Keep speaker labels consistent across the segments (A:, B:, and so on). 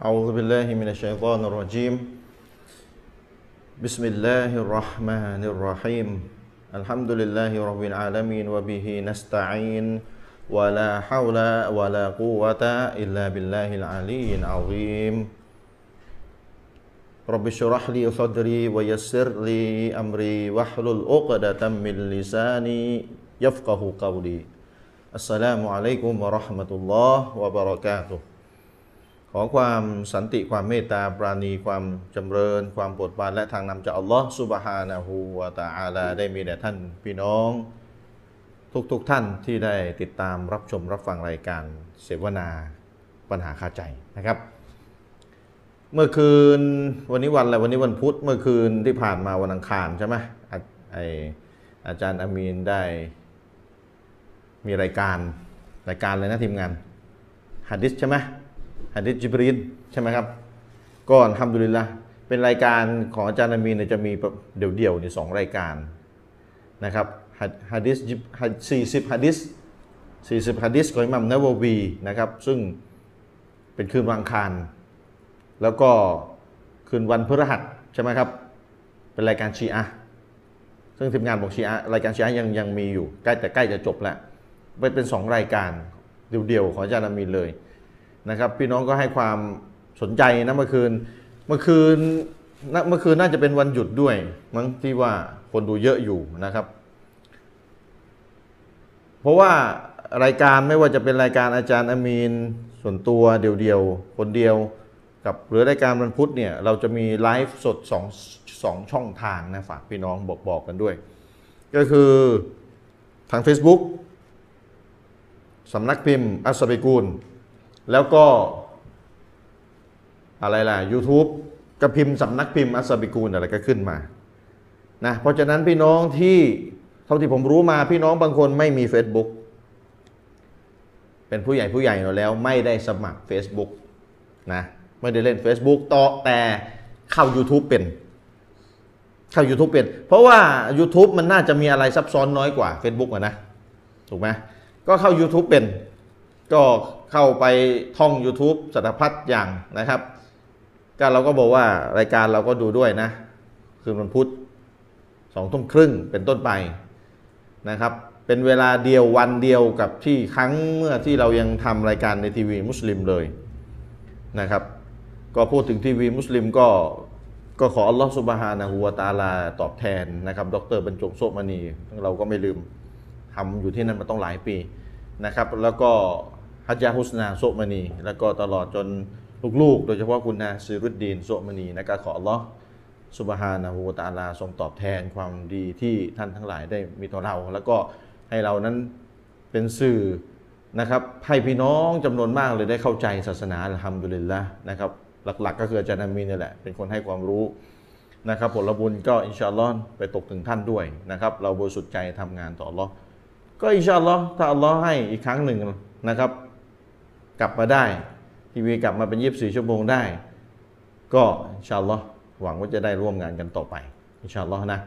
A: أعوذ بالله من الشيطان الرجيم بسم الله الرحمن الرحيم الحمد لله رب العالمين وبه نستعين ولا حول ولا قوة إلا بالله العلي العظيم رب اشرح لي صدري ويسر لي أمري واحلل عقدة من لساني يفقه قولي السلام عليكم ورحمة الله وبركاته ขอความสันติความเมตตาปราณีความจำเริญ ความโปรดปรานและทางนำจากอัลลอฮ์สุบฮานะฮูวะตะอาลาได้มีแด่ท่านพี่น้อง ทุกๆทท่านที่ได้ติดตามรับชมรับฟังรายการเสวนาปัญหาคาใจนะครับ เมื่อคืนวันนี้วันอะไรวันนี้วันพุธเมื่อคืนที่ผ่านมาวันอังคารใช่ไหมอาไออาจารย์อามีนได้มีรายการรายการเลยนะทีมงาน ฮัดดิสใช่ไหมฮัดดิสจิบรีนใช่ไหมครับก็อัลฮัมดุลิลละเป็นรายการของอาจารย์อามีนเนี่ยจะมีแบบเดี่ยวๆอยู่สองรายการนะครับฮัดฮัดดิสจิบฮัดสี่สิบฮัดดิสสี่สิบฮัดดิสของอิหมัมนาวาวีนะครับซึ่งเป็นคืนวันอังคาร แล้วก็คืนวันพฤหัสใช่ไหมครับ เป็นรายการชีอะห์ซึ่งทีมงานบอกชีอะห์รายการชีอะห์ยังยังมีอยู่ใกล้แต่ใกล้จะจบแล้วเป็นเป็นสองรายการเดียวๆของอาจารย์อามีนเลย นะครับพี่น้องก็ให้ความสนใจนะเมื่อคืน เมื่อคืนนะเมื่อคืนน่าจะเป็นวันหยุดด้วย มั้งที่ว่าคนดูเยอะอยู่นะครับ เพราะว่ารายการไม่ว่าจะเป็นรายการอาจารย์อามีนส่วนตัวเดียวๆ คนเดียวกับหรือรายการวันพุธเนี่ย เราจะมีไลฟ์สดสองสองช่องทางนะฝากพี่น้องบอกบอกกันด้วย ก็คือทาง Facebook สำนักพิมพ์อัสบิกูล แล้วก็อะไรล่ะ YouTube ก็พิมพ์สำนักพิมพ์อัสบิกูลอะไรก็ขึ้นมานะเพราะฉะนั้นพี่น้องที่เท่าที่ผมรู้มาพี่น้องบางคนไม่มี Facebook เป็นผู้ใหญ่ผู้ใหญ่อยู่แล้วไม่ได้สมัคร Facebook นะไม่ได้เล่น Facebook ต่อแต่เข้า YouTube เป็น เข้า YouTube เป็น เพราะว่า YouTube มันน่าจะมีอะไรซับซ้อนน้อยกว่า Facebook อะนะ ถูกไหมก็เข้า YouTube เป็น ก็เข้าไปท่อง YouTube สารพัดอย่างนะครับ ก็เราก็บอกว่ารายการเราก็ดูด้วยนะ คืนวันพุธสองทุ่มครึ่งเป็นต้นไปนะครับ เป็นเวลาเดียววันเดียวกับที่ครั้งเมื่อที่เรายังทำรายการในทีวีมุสลิมเลยนะครับ ก็พูดถึงทีวีมุสลิมก็ก็ขออัลลอฮฺสุบฮานะฮูวะตะอาลาตอบแทนนะครับ ดรบรรจงโสมณีซึ่งเราก็ไม่ลืมทำอยู่ที่นั่นมาต้องหลายปี นะครับแล้วก็ฮัจญาฮุสนาโซะมณี แล้วก็ตลอดจนลูกๆ โดยเฉพาะคุณนาซีรุดดีนโซะมณีนะครับขออัลลอฮ์สุบฮานะฮูวะตะอาลาทรงตอบแทนความดีที่ท่านทั้งหลายได้มีต่อเรา แล้วก็ให้เรานั้นเป็นสื่อนะครับให้พี่น้องจำนวนมากเลยได้เข้าใจศาสนาอัลฮัมดุลิลละนะครับหลักๆ ก็คืออาจารย์อามีนนี่แหละเป็นคนให้ความรู้ นะครับผลบุญก็อินชาอัลลอฮ์ไปตกถึงท่านด้วยนะครับเราบริสุทธิ์ใจทำงานต่ออัลลอฮ์ก็อินชาอัลลอฮ์ถ้าอัลลอฮ์ให้อีกครั้งหนึ่งนะครับ กลับมาได้ ทีวีกลับมาเป็น 24 ชั่วโมงได้ ก็อินชาอัลลอฮ์หวังว่าจะได้ร่วมงานกันต่อไปอินชาอัลลอฮ์นะ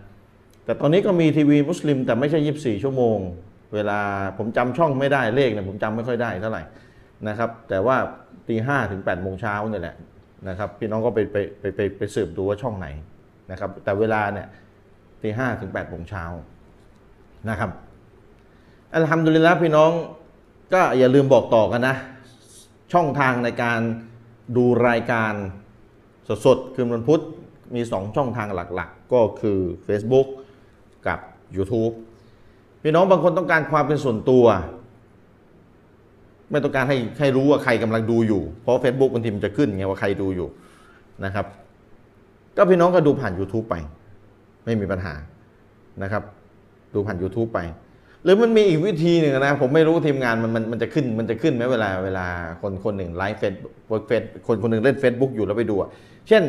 A: แต่ตอนนี้ก็มีทีวีมุสลิมแต่ไม่ใช่ 24 ชั่วโมง เวลาผมจำช่องไม่ได้เลขเนี่ยผมจำไม่ค่อยได้เท่าไหร่นะครับ แต่ว่าตีห้าถึง8ปดโมงเช้าเนี่ยแหละนะครับพี่น้องก็ไปไปไปไปไปสืบดูว่าช่องไหนนะครับ แต่เวลาเนี่ยตีห้าถึง8ปดโมงเช้านะครับ อัลฮัมดุลิลละพี่น้องก็อย่าลืมบอกต่อกันนะ ช่องทางในการดูรายการสดๆ คืนวันพุธมี 2 ช่องทางหลักๆ ก็คือ Facebook กับ YouTube พี่น้องบางคนต้องการความเป็นส่วนตัว ไม่ต้องการให้ให้รู้ว่าใครกำลังดูอยู่ เพราะ Facebook บางทีมันจะขึ้นไงว่าใครดูอยู่นะครับ ก็พี่น้องก็ดูผ่าน YouTube ไป ไม่มีปัญหานะครับ ดูผ่าน YouTube ไป หรือมันมีอีกวิธีหนึ่งนะ ผมไม่รู้ทีมงานมันมันมันจะขึ้นมันจะขึ้นไหมเวลาเวลาคนคนหนึ่งไลฟ์เฟซเวิร์กเฟซคนคนหนึ่งเล่น Facebook อยู่แล้วไปดูอะเช่น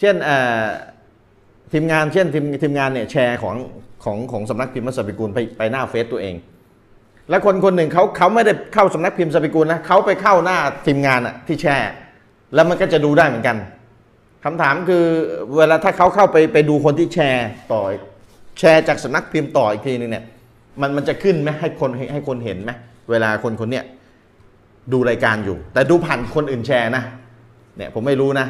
A: เช่นเอ่อทีมงานเช่นทีมทีมงานเนี่ยแชร์ของของของสำนักพิมพ์มัสบิกูลไปไปหน้าเฟซตัวเอง แล้วคนคนหนึ่งเขาเขาไม่ได้เข้าสำนักพิมพ์สบิกูลนะเขาไปเข้าหน้าทีมงานอะที่แชร์ แล้วมันก็จะดูได้เหมือนกันคำถามคือเวลาถ้าเขาเข้าไปไปดูคนที่แชร์ต่ออีกแชร์จากสำนักพิมพ์ต่ออีกทีนึงเนี่ยมันมันจะขึ้นไหมให้คนให้ให้คนเห็นไหมเวลาคนคนเนี้ยดูรายการอยู่ แต่ดูผ่านคนอื่นแชร์นะ เนี่ยผมไม่รู้นะ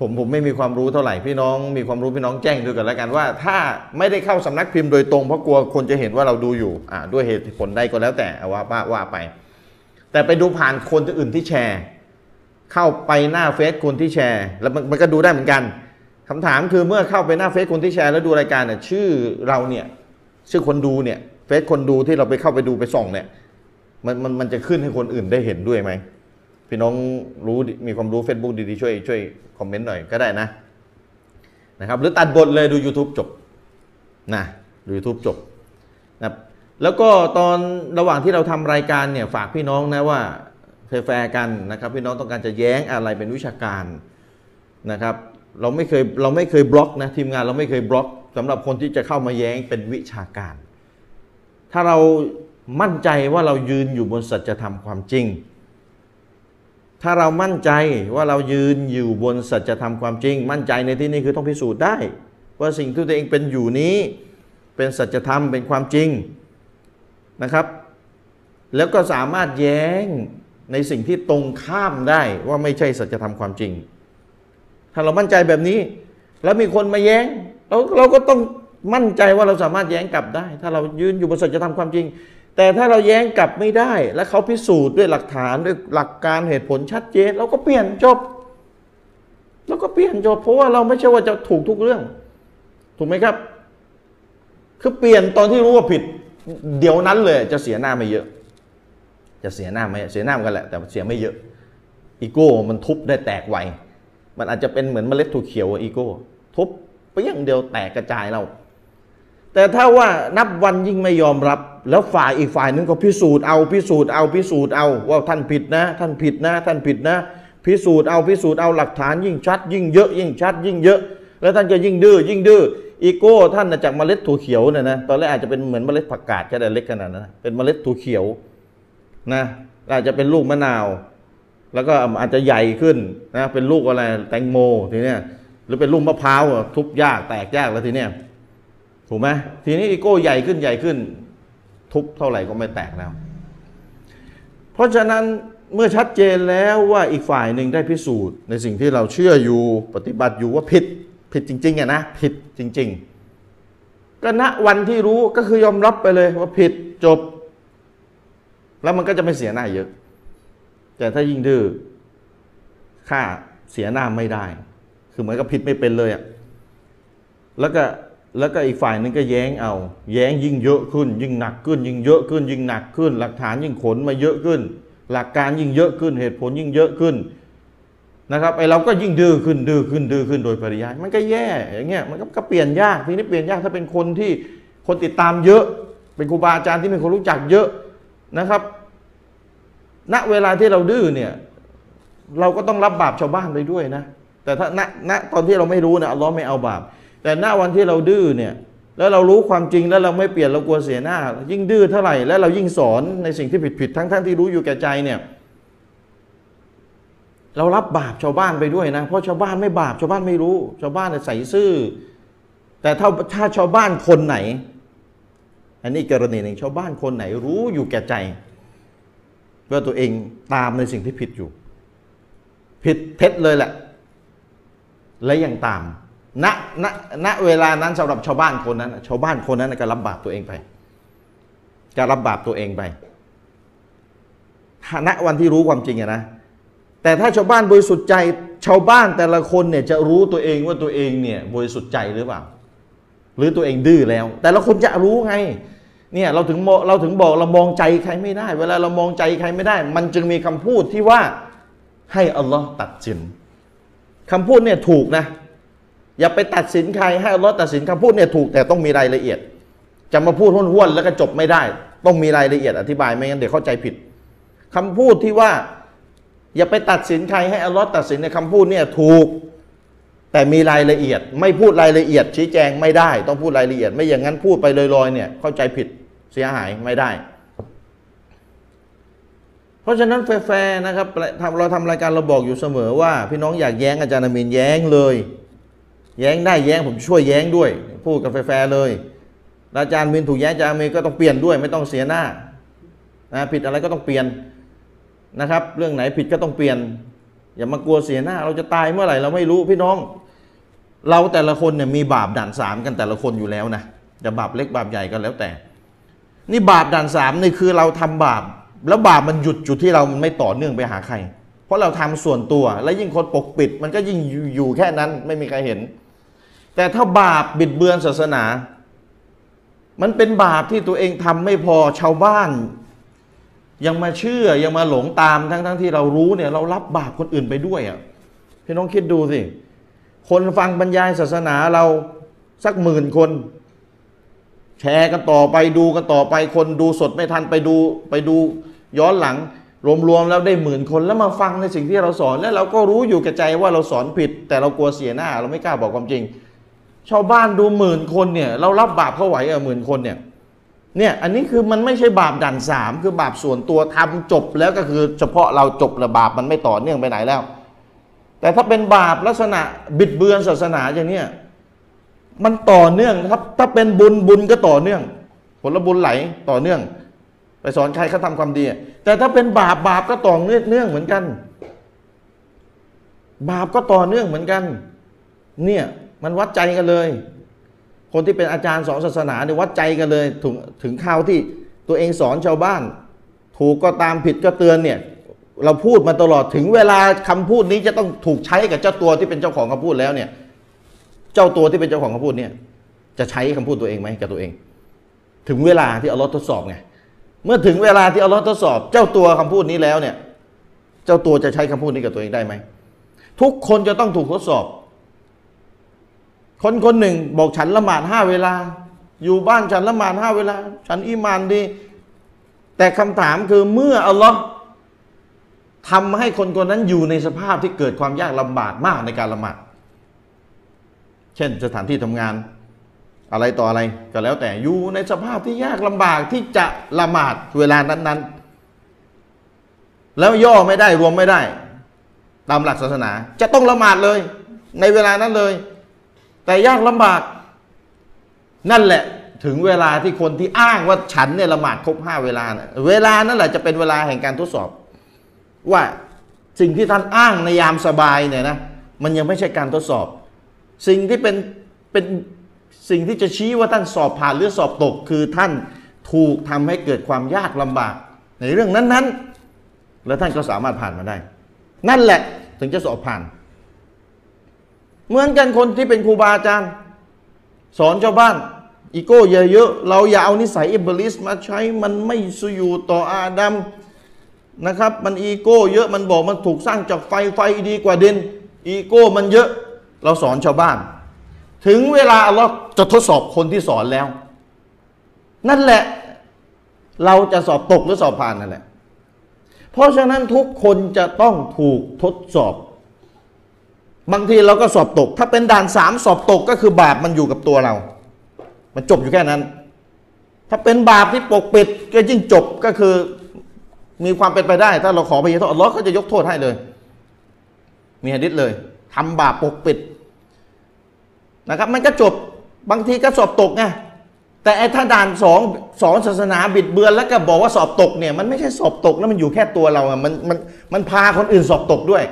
A: ผมผมไม่มีความรู้เท่าไหร่พี่น้องมีความรู้พี่น้องแจ้งดูกันแล้วกันว่า ถ้าไม่ได้เข้าสำนักพิมพ์โดยตรงเพราะกลัวคนจะเห็นว่าเราดูอยู่อ่าด้วยเหตุผลใดก็แล้วแต่เอาว่าว่าว่าไป แต่ไปดูผ่านคนอื่นที่แชร์ เข้าไปหน้าเฟซคนที่แชร์ แล้วมันมันก็ดูได้เหมือนกันคำถามคือเมื่อเข้าไปหน้าเฟซคนที่แชร์แล้วดูรายการเนี่ยชื่อเราเนี่ย ชื่อคนดูเนี่ยเฟซคนดูที่เราไปเข้าไปดูไปส่องเนี่ย มันมันมันจะขึ้นให้คนอื่นได้เห็นด้วยไหม พี่น้องรู้ดิมีความรู้ Facebook ดีๆ ช่วยช่วยคอมเมนต์หน่อยก็ได้นะนะครับ หรือตัดบทเลยดู YouTube จบนะดู YouTube จบนะครับแล้วก็ตอนระหว่างที่เราทำรายการเนี่ยฝากพี่น้องนะว่าแฟร์ๆกันนะครับพี่น้องต้องการจะแย้งอะไรเป็นวิชาการนะครับ เราไม่เคยเราไม่เคยบล็อกนะทีมงานเราไม่เคยบล็อกสำหรับคนที่จะเข้ามาแย้งเป็นวิชาการ ถ้าเรามั่นใจว่าเรายืนอยู่บนสัจธรรมความจริง ถ้าเรามั่นใจว่าเรายืนอยู่บนสัจธรรมความจริง มั่นใจในที่นี้คือต้องพิสูจน์ได้ ว่าสิ่งที่ตัวเองเป็นอยู่นี้ เป็นสัจธรรมเป็นความจริงนะครับ แล้วก็สามารถแย้งในสิ่งที่ตรงข้ามได้ว่าไม่ใช่สัจธรรมความจริง ถ้าเรามั่นใจแบบนี้ แล้วมีคนมาแย้งเราเราก็ต้องมั่นใจว่าเราสามารถแย้งกลับได้ ถ้าเรายืนอยู่บนสัจธรรมความจริง แต่ถ้าเราแย้งกลับไม่ได้ และเขาพิสูจน์ด้วยหลักฐานด้วยหลักการเหตุผลชัดเจนเราก็เปลี่ยนจบเราก็เปลี่ยนจบ เพราะว่าเราไม่ใช่ว่าจะถูกทุกเรื่อง ถูกไหมครับ คือเปลี่ยนตอนที่รู้ว่าผิด เดี๋ยวนั้นเลยจะเสียหน้าไม่เยอะ จะเสียหน้าไม่เสียหน้าเหมือนกันแหละแต่เสียไม่เยอะ อีโก้มันทุบได้แตกไว มันอาจจะเป็นเหมือนเมล็ดถั่วเขียวอะอีโก้ทุบเปรี้ยงเดียวแตกกระจายเรา แต่ถ้าว่านับวันยิ่งไม่ยอมรับ แล้วฝ่ายอีกฝ่ายนึงก็พิสูจน์เอาพิสูจน์เอาพิสูจน์เอาว่าท่านผิดนะ ท่านผิดนะ ท่านผิดนะ พิสูจน์เอาพิสูจน์เอาหลักฐานยิ่งชัด ยิ่งเยอะ ยิ่งชัด ยิ่งเยอะ แล้วท่านก็ยิ่งดื้อยิ่งดื้ออีโก้ท่านน่ะจากเมล็ดถั่วเขียวเนี่ยนะตอนแรกอาจจะเป็นเหมือนเมล็ดผักกาดแค่เล็กขนาดนั้นนะเป็นเมล็ดถั่วเขียวนะอาจจะเป็นลูกมะนาว แล้วก็อาจจะใหญ่ขึ้นนะเป็นลูกอะไรแตงโมทีเนี้ยหรือเป็นลูกมะพร้าวอะทุบยากแตกยากแล้วทีเนี้ยถูกไหมทีนี้อีโก้ใหญ่ขึ้นใหญ่ขึ้น ทุบเท่าไหร่ก็ไม่แตกแล้ว เพราะฉะนั้นเมื่อชัดเจนแล้วว่าอีกฝ่ายหนึ่งได้พิสูจน์ ในสิ่งที่เราเชื่ออยู่ปฏิบัติอยู่ว่าผิดผิดจริงๆอะนะผิดจริง ๆ ก็ณวันที่รู้ก็คือยอมรับไปเลยว่าผิดจบ แล้วมันก็จะไม่เสียหน้าเยอะ แต่ถ้ายิ่งดื้อค่าเสียหน้าไม่ได้ คือเหมือนกับผิดไม่เป็นเลยอะ่ะ แล้วก็แล้วก็อีกฝ่ายนึงก็แย้งเอา แย้งยิ่งเยอะขึ้น ยิ่งหนักขึ้น ยิ่งเยอะขึ้น ยิ่งหนักขึ้น หลักฐานยิ่งขนมาเยอะขึ้น หลักการยิ่งเยอะขึ้น เหตุผลยิ่งเยอะขึ้นนะครับไอเราก็ยิ่งดื้อขึ้นดื้อขึ้นดื้อขึ้นโดยปริยายมันก็แย่อย่างเงี้ยมันก็ก็เปลี่ยนยากทีนี้เปลี่ยนยากถ้าเป็นคนที่คนติดตามเยอะ เป็นครูบาอาจารย์ที่เป็นคนรู้จักเยอะนะครับ ณเวลาที่เราดื้อเนี่ย เราก็ต้องรับบาปชาวบ้านไปด้วยนะ แต่ถ้าณณตอนที่เราไม่รู้นะอัลลอฮ์ไม่เอาบาป แต่ณวันที่เราดื้อเนี่ย แล้วเรารู้ความจริงแล้วเราไม่เปลี่ยนเรากลัวเสียหน้า ยิ่งดื้อเท่าไหร่แล้วเรายิ่งสอนในสิ่งที่ผิดๆทั้งๆที่รู้อยู่แก่ใจเนี่ย เรารับบาปชาวบ้านไปด้วยนะ เพราะชาวบ้านไม่บาปชาวบ้านไม่รู้ ชาวบ้านเนี่ยใส่ซื่อ แต่ถ้าถ้าชาวบ้านคนไหน อันนี้กรณีหนึ่งชาวบ้านคนไหนรู้อยู่แก่ใจ ว่าตัวเองตามในสิ่งที่ผิดอยู่ ผิดเท็จเลยแหละ และยังตาม ณ ณ ณ เวลานั้นสำหรับชาวบ้านคนนั้น ชาวบ้านคนนั้นก็รับบาปตัวเองไป จะรับบาปตัวเองไปถ้าณวันที่รู้ความจริงอะนะ แต่ถ้าชาวบ้านบริสุทธิ์ใจ ชาวบ้านแต่ละคนเนี่ยจะรู้ตัวเองว่าตัวเองเนี่ยบริสุทธิ์ใจหรือเปล่า หรือตัวเองดื้อแล้ว แต่ละคนจะรู้ไง เนี่ยเราถึงมองเราถึงบอกเรามองใจใครไม่ได้ เวลาเรามองใจใครไม่ได้ มันจึงมีคำพูดที่ว่าให้อัลลอฮ์ตัดสินคำพูดเนี่ยถูกนะ อย่าไปตัดสินใครให้อัลลอฮ์ตัดสินคำพูดเนี่ยถูกแต่ต้องมีรายละเอียด จะมาพูดห้วนๆแล้วก็จบไม่ได้ ต้องมีรายละเอียดอธิบายไม่งั้นเดี๋ยวเข้าใจผิดคำพูดที่ว่า อย่าไปตัดสินใครให้อัลลอฮ์ตัดสินในคำพูดเนี่ยถูก แต่มีรายละเอียด ไม่พูดรายละเอียด ชี้แจงไม่ได้ ต้องพูดรายละเอียด ไม่อย่างนั้นพูดไปลอยๆเนี่ยเข้าใจผิดเสียหายไม่ได้ เพราะฉะนั้นแฟร์ๆนะครับทำเราทำรายการเราบอกอยู่เสมอว่า พี่น้องอยากแย้งอาจารย์อามินแย้งเลย แย้งได้แย้งผมช่วยแย้งด้วย พูดกับแฟร์ๆเลยแล้วอาจารย์มินถูกแย้งอาจารย์อามินก็ต้องเปลี่ยนด้วย ไม่ต้องเสียหน้านะผิดอะไรก็ต้องเปลี่ยนนะครับ เรื่องไหนผิดก็ต้องเปลี่ยน อย่ามากลัวเสียหน้า เราจะตายเมื่อไหร่เราไม่รู้พี่น้อง เราแต่ละคนเนี่ยมีบาปด่านสามกันแต่ละคนอยู่แล้วนะจะบาปเล็กบาปใหญ่ก็แล้วแต่ นี่บาปด่านสามนี่คือเราทำบาป แล้วบาปมันหยุดจุดที่เรามันไม่ต่อเนื่องไปหาใคร เพราะเราทำส่วนตัว และยิ่งคนปกปิด มันก็ยิ่งอยู่อยู่แค่นั้นไม่มีใครเห็น แต่ถ้าบาปบิดเบือนศาสนา มันเป็นบาปที่ตัวเองทำไม่พอชาวบ้าน ยังมาเชื่อยังมาหลงตามทั้งทั้งที่เรารู้เนี่ยเรารับบาปคนอื่นไปด้วยอ่ะพี่น้องคิดดูสิ คนฟังบรรยายศาสนาเราสักหมื่นคน แชร์กันต่อไปดูกันต่อไปคนดูสดไม่ทันไปดูไปดูย้อนหลัง รวมๆแล้วได้หมื่นคนแล้วมาฟังในสิ่งที่เราสอนแล้วเราก็รู้อยู่แก่ใจว่าเราสอนผิด แต่เรากลัวเสียหน้า เราไม่กล้าบอกความจริง ชาวบ้านดูหมื่นคนเนี่ย เรารับบาปเขาไหวเหรอะหมื่นคนเนี่ย เนี่ยอันนี้คือมันไม่ใช่บาปด่านสามคือบาปส่วนตัวทำจบแล้วก็คือเฉพาะเราจบแล้วบาปมันไม่ต่อเนื่องไปไหนแล้ว แต่ถ้าเป็นบาปลักษณะบิดเบือนศาสนาอย่างเนี้ยมันต่อเนื่องนะครับ ถ้าเป็นบุญบุญก็ต่อเนื่อง ผลบุญไหลต่อเนื่อง ไปสอนใครเขาทำความดีอะแต่ถ้าเป็นบาปบาปก็ต่อเนื่องเหมือนกัน บาปก็ต่อเนื่องเหมือนกัน เนี่ยมันวัดใจกันเลย คนที่เป็นอาจารย์สอนศาสนาเนี่ยวัดใจกันเลย ถึงถึงข่าวที่ตัวเองสอนชาวบ้าน ถูกก็ตามผิดก็เตือนเนี่ย เราพูดมาตลอดถึงเวลาคำพูดนี้จะต้องถูกใช้กับเจ้าตัวที่เป็นเจ้าของคำพูดแล้วเนี่ย เจ้าตัวที่เป็นเจ้าของคำพูดเนี่ย จะใช้คำพูดตัวเองไหมกับตัวเอง ถึงเวลาที่อัลลอฮ์ทดสอบไงเมื่อถึงเวลาที่อัลลอฮ์ทดสอบ เจ้าตัวคำพูดนี้แล้วเนี่ย เจ้าตัวจะใช้คำพูดนี้กับตัวเองได้ไหมทุกคนจะต้องถูกทดสอบ คนคนหนึ่งบอกฉันละหมาดห้าเวลา อยู่บ้านฉันละหมาดห้าเวลา ฉันอิมานดี แต่คำถามคือเมื่ออัลลอฮ์ทำให้คนคนนั้นอยู่ในสภาพที่เกิดความยากลำบากมากในการละหมาดเช่นสถานที่ทำงาน อะไรต่ออะไรก็แล้วแต่อยู่ในสภาพที่ยากลำบากที่จะละหมาดเวลานั้นๆ แล้วย่อไม่ได้รวมไม่ได้ ตามหลักศาสนา จะต้องละหมาดเลย ในเวลานั้นเลย แต่ยากลำบาก นั่นแหละถึงเวลาที่คนที่อ้างว่าฉันเนี่ยละหมาดครบห้าเวลาน่ะเวลานั่นแหละจะเป็นเวลาแห่งการทดสอบ ว่าสิ่งที่ท่านอ้างในยามสบายเนี่ยนะมันยังไม่ใช่การทดสอบ สิ่งที่เป็นเป็นสิ่งที่จะชี้ว่าท่านสอบผ่านหรือสอบตก คือท่านถูกทำให้เกิดความยากลำบาก ในเรื่องนั้นๆ แล้วท่านก็สามารถผ่านมาได้ นั่นแหละถึงจะสอบผ่าน เหมือนกันคนที่เป็นครูบาอาจารย์ สอนชาวบ้าน อีโก้เยอะๆเราอย่าเอานิสัยอิบลิสมาใช้มันไม่สอยู่ต่ออาดัมนะครับ มันอีโก้เยอะมันบอกมันถูกสร้างจากไฟไฟดีกว่าดิน อีโก้มันเยอะ เราสอนชาวบ้าน ถึงเวลาอัลเลอฮ์จะทดสอบคนที่สอนแล้ว นั่นแหละ เราจะสอบตกหรือสอบผ่านนั่นแหละ เพราะฉะนั้นทุกคนจะต้องถูกทดสอบ บางทีเราก็สอบตก ถ้าเป็นด่านสามสอบตกก็คือบาปมันอยู่กับตัวเรา มันจบอยู่แค่นั้น ถ้าเป็นบาปที่ปกปิดก็ยิ่งจบก็คือมีความเป็นไปได้ ถ้าเราขอไปยกโทษอัลลอฮ์ก็จะยกโทษให้เลย มีฮะดิษเลยทำบาปปกปิดนะครับ มันก็จบบางทีก็สอบตกไงแต่ไอ้ถ้าด่านสองสอนศาสนาบิดเบือนแล้วก็บอกว่าสอบตกเนี่ยมันไม่ใช่สอบตกแล้วมันอยู่แค่ตัวเราอะมันมันมันพาคนอื่นสอบตกด้วย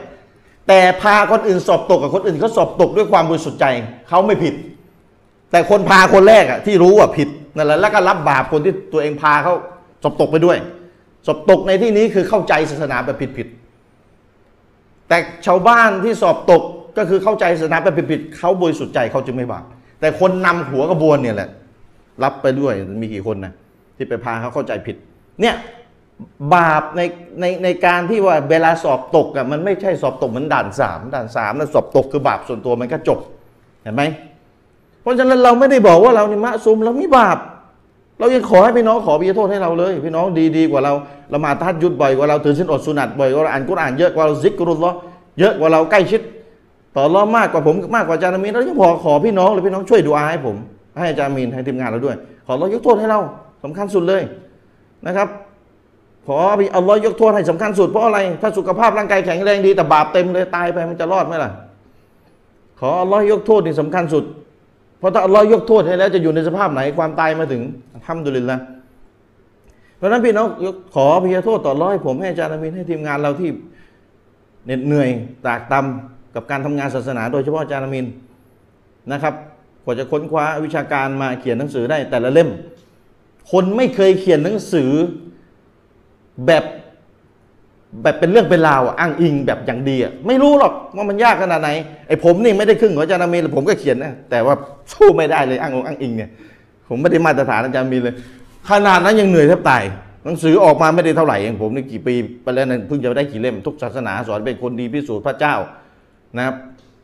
A: แต่พาคนอื่นสอบตกกับคนอื่นเขาสอบตกด้วยความบริสุทธิ์ใจเขาไม่ผิด แต่คนพาคนแรกอะที่รู้ว่าผิดนั่นแหละแล้วก็รับบาปคนที่ตัวเองพาเขาสอบตกไปด้วย สอบตกในที่นี้คือเข้าใจศาสนาแบบผิดๆแต่ชาวบ้านที่สอบตกก็คือเข้าใจศาสนาแบบผิดๆเขาบริสุทธิ์ใจเขาจึงไม่บาปแต่คนนำหัวกระบวนเนี่ยแหละ รับไปด้วยมีกี่คนนะที่ไปพาเขาเข้าใจผิด เนี่ย บาปในในในการที่ว่าเวลาสอบตกอะมันไม่ใช่สอบตกเหมือนด่านสามด่านสามนะสอบตกคือบาปส่วนตัวมันก็จบเห็นไหมเพราะฉะนั้นเราไม่ได้บอกว่าเรานี่มะซุมเราไม่บาป เรายังขอให้พี่น้องขอพิโทษให้เราเลย พี่น้องดีดีกว่าเราละหมาดทัดยุดบ่อยกว่าเราถือสินอดสุนัตบ่อยกว่าเราอ่านกุรอานเยอะกว่าเราซิกรุลลอฮ์เยอะกว่าเราใกล้ชิด ต่อรอมากกว่าผมมากกว่าอาจารย์อามีนเรายังขอขอพี่น้องเลยพี่น้องช่วยดูอาให้ผม ให้อาจารย์อามีนให้ทีมงานเราด้วย ขอเรายกโทษให้เราสำคัญสุดเลยนะครับ ขอพี่อัลลอฮ์ยกโทษให้สำคัญสุดเพราะอะไร ถ้าสุขภาพร่างกายแข็งแรงดีแต่บาปเต็มเลยตายไปมันจะรอดไหมล่ะ ขออัลลอฮ์ยกโทษนี่สำคัญสุด เพราะถ้าอัลลอฮ์ยกโทษให้แล้วจะอยู่ในสภาพไหนความตายมาถึงทำดุลิลละเพราะฉะนั้นพี่น้องยกขอพิยโทษต่ออัลลอฮ์ให้ผมให้อาจารย์อามินให้ทีมงานเราที่ เหน็ดเหนื่อยตากตำกับการทำงานศาสนา โดยเฉพาะอาจารย์อามินนะครับกว่าจะค้นคว้าวิชาการมาเขียนหนังสือได้แต่ละเล่ม คนไม่เคยเขียนหนังสือแบบแบบเป็นเรื่องเป็นราวอะอ้างอิงแบบอย่างดีอะไม่รู้หรอกว่ามันยากขนาดไหนไอ้ผมนี่ไม่ได้ครึ่งของอาจารย์อามินผมก็เขียนนะแต่ว่าสู้ไม่ได้เลยอ้างองอ้างอิงเนี่ย ผมไม่ได้มาตรฐานอาจารย์มีนเลย ขนาดนั้นยังเหนื่อยแทบตาย หนังสือออกมาไม่ได้เท่าไหร่อย่างผมนี่กี่ปีไปแล้วนะเพิ่งจะได้กี่เล่ม ทุกศาสนาสอนเป็นคนดีพิสูจน์พระเจ้านะครับ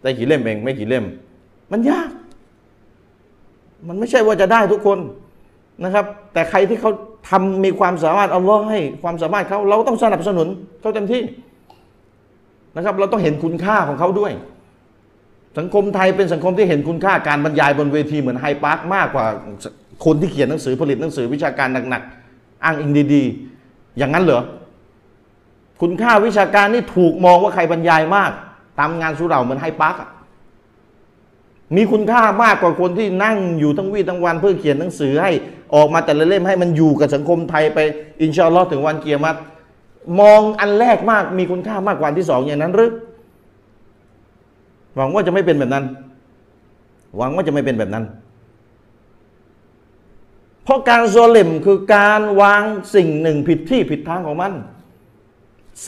A: ได้กี่เล่มเองไม่กี่เล่ม มันยาก มันไม่ใช่ว่าจะได้ทุกคนนะครับ แต่ใครที่เขาทำมีความสามารถอัลลอฮ์ให้ความสามารถเขาเราต้องสนับสนุนเขาเต็มที่นะครับ เราต้องเห็นคุณค่าของเขาด้วย สังคมไทยเป็นสังคมที่เห็นคุณค่าการบรรยายบนเวทีเหมือนไฮพาร์คมากกว่าคนที่เขียนหนังสือผลิตหนังสือวิชาการหนักๆอ้างอิงดีๆ อย่างนั้นเหรอ คุณค่าวิชาการนี่ถูกมองว่าใครบรรยายมาก ตามงานสุเหร่าเหมือนไฮพาร์คอะมีคุณค่ามากกว่าคนที่นั่งอยู่ทั้งวี่ทั้งวันเพื่อเขียนหนังสือให้ออกมาแต่ละเล่มให้มันอยู่กับสังคมไทยไปอินชาอัลลอฮ์ถึงวันเกียรติมองอันแรกมากมีคุณค่ามากกว่าอันที่สองอย่างนั้นหรือ หวังว่าจะไม่เป็นแบบนั้น หวังว่าจะไม่เป็นแบบนั้น เพราะการโซเลมคือการวางสิ่งหนึ่งผิดที่ผิดทางของมัน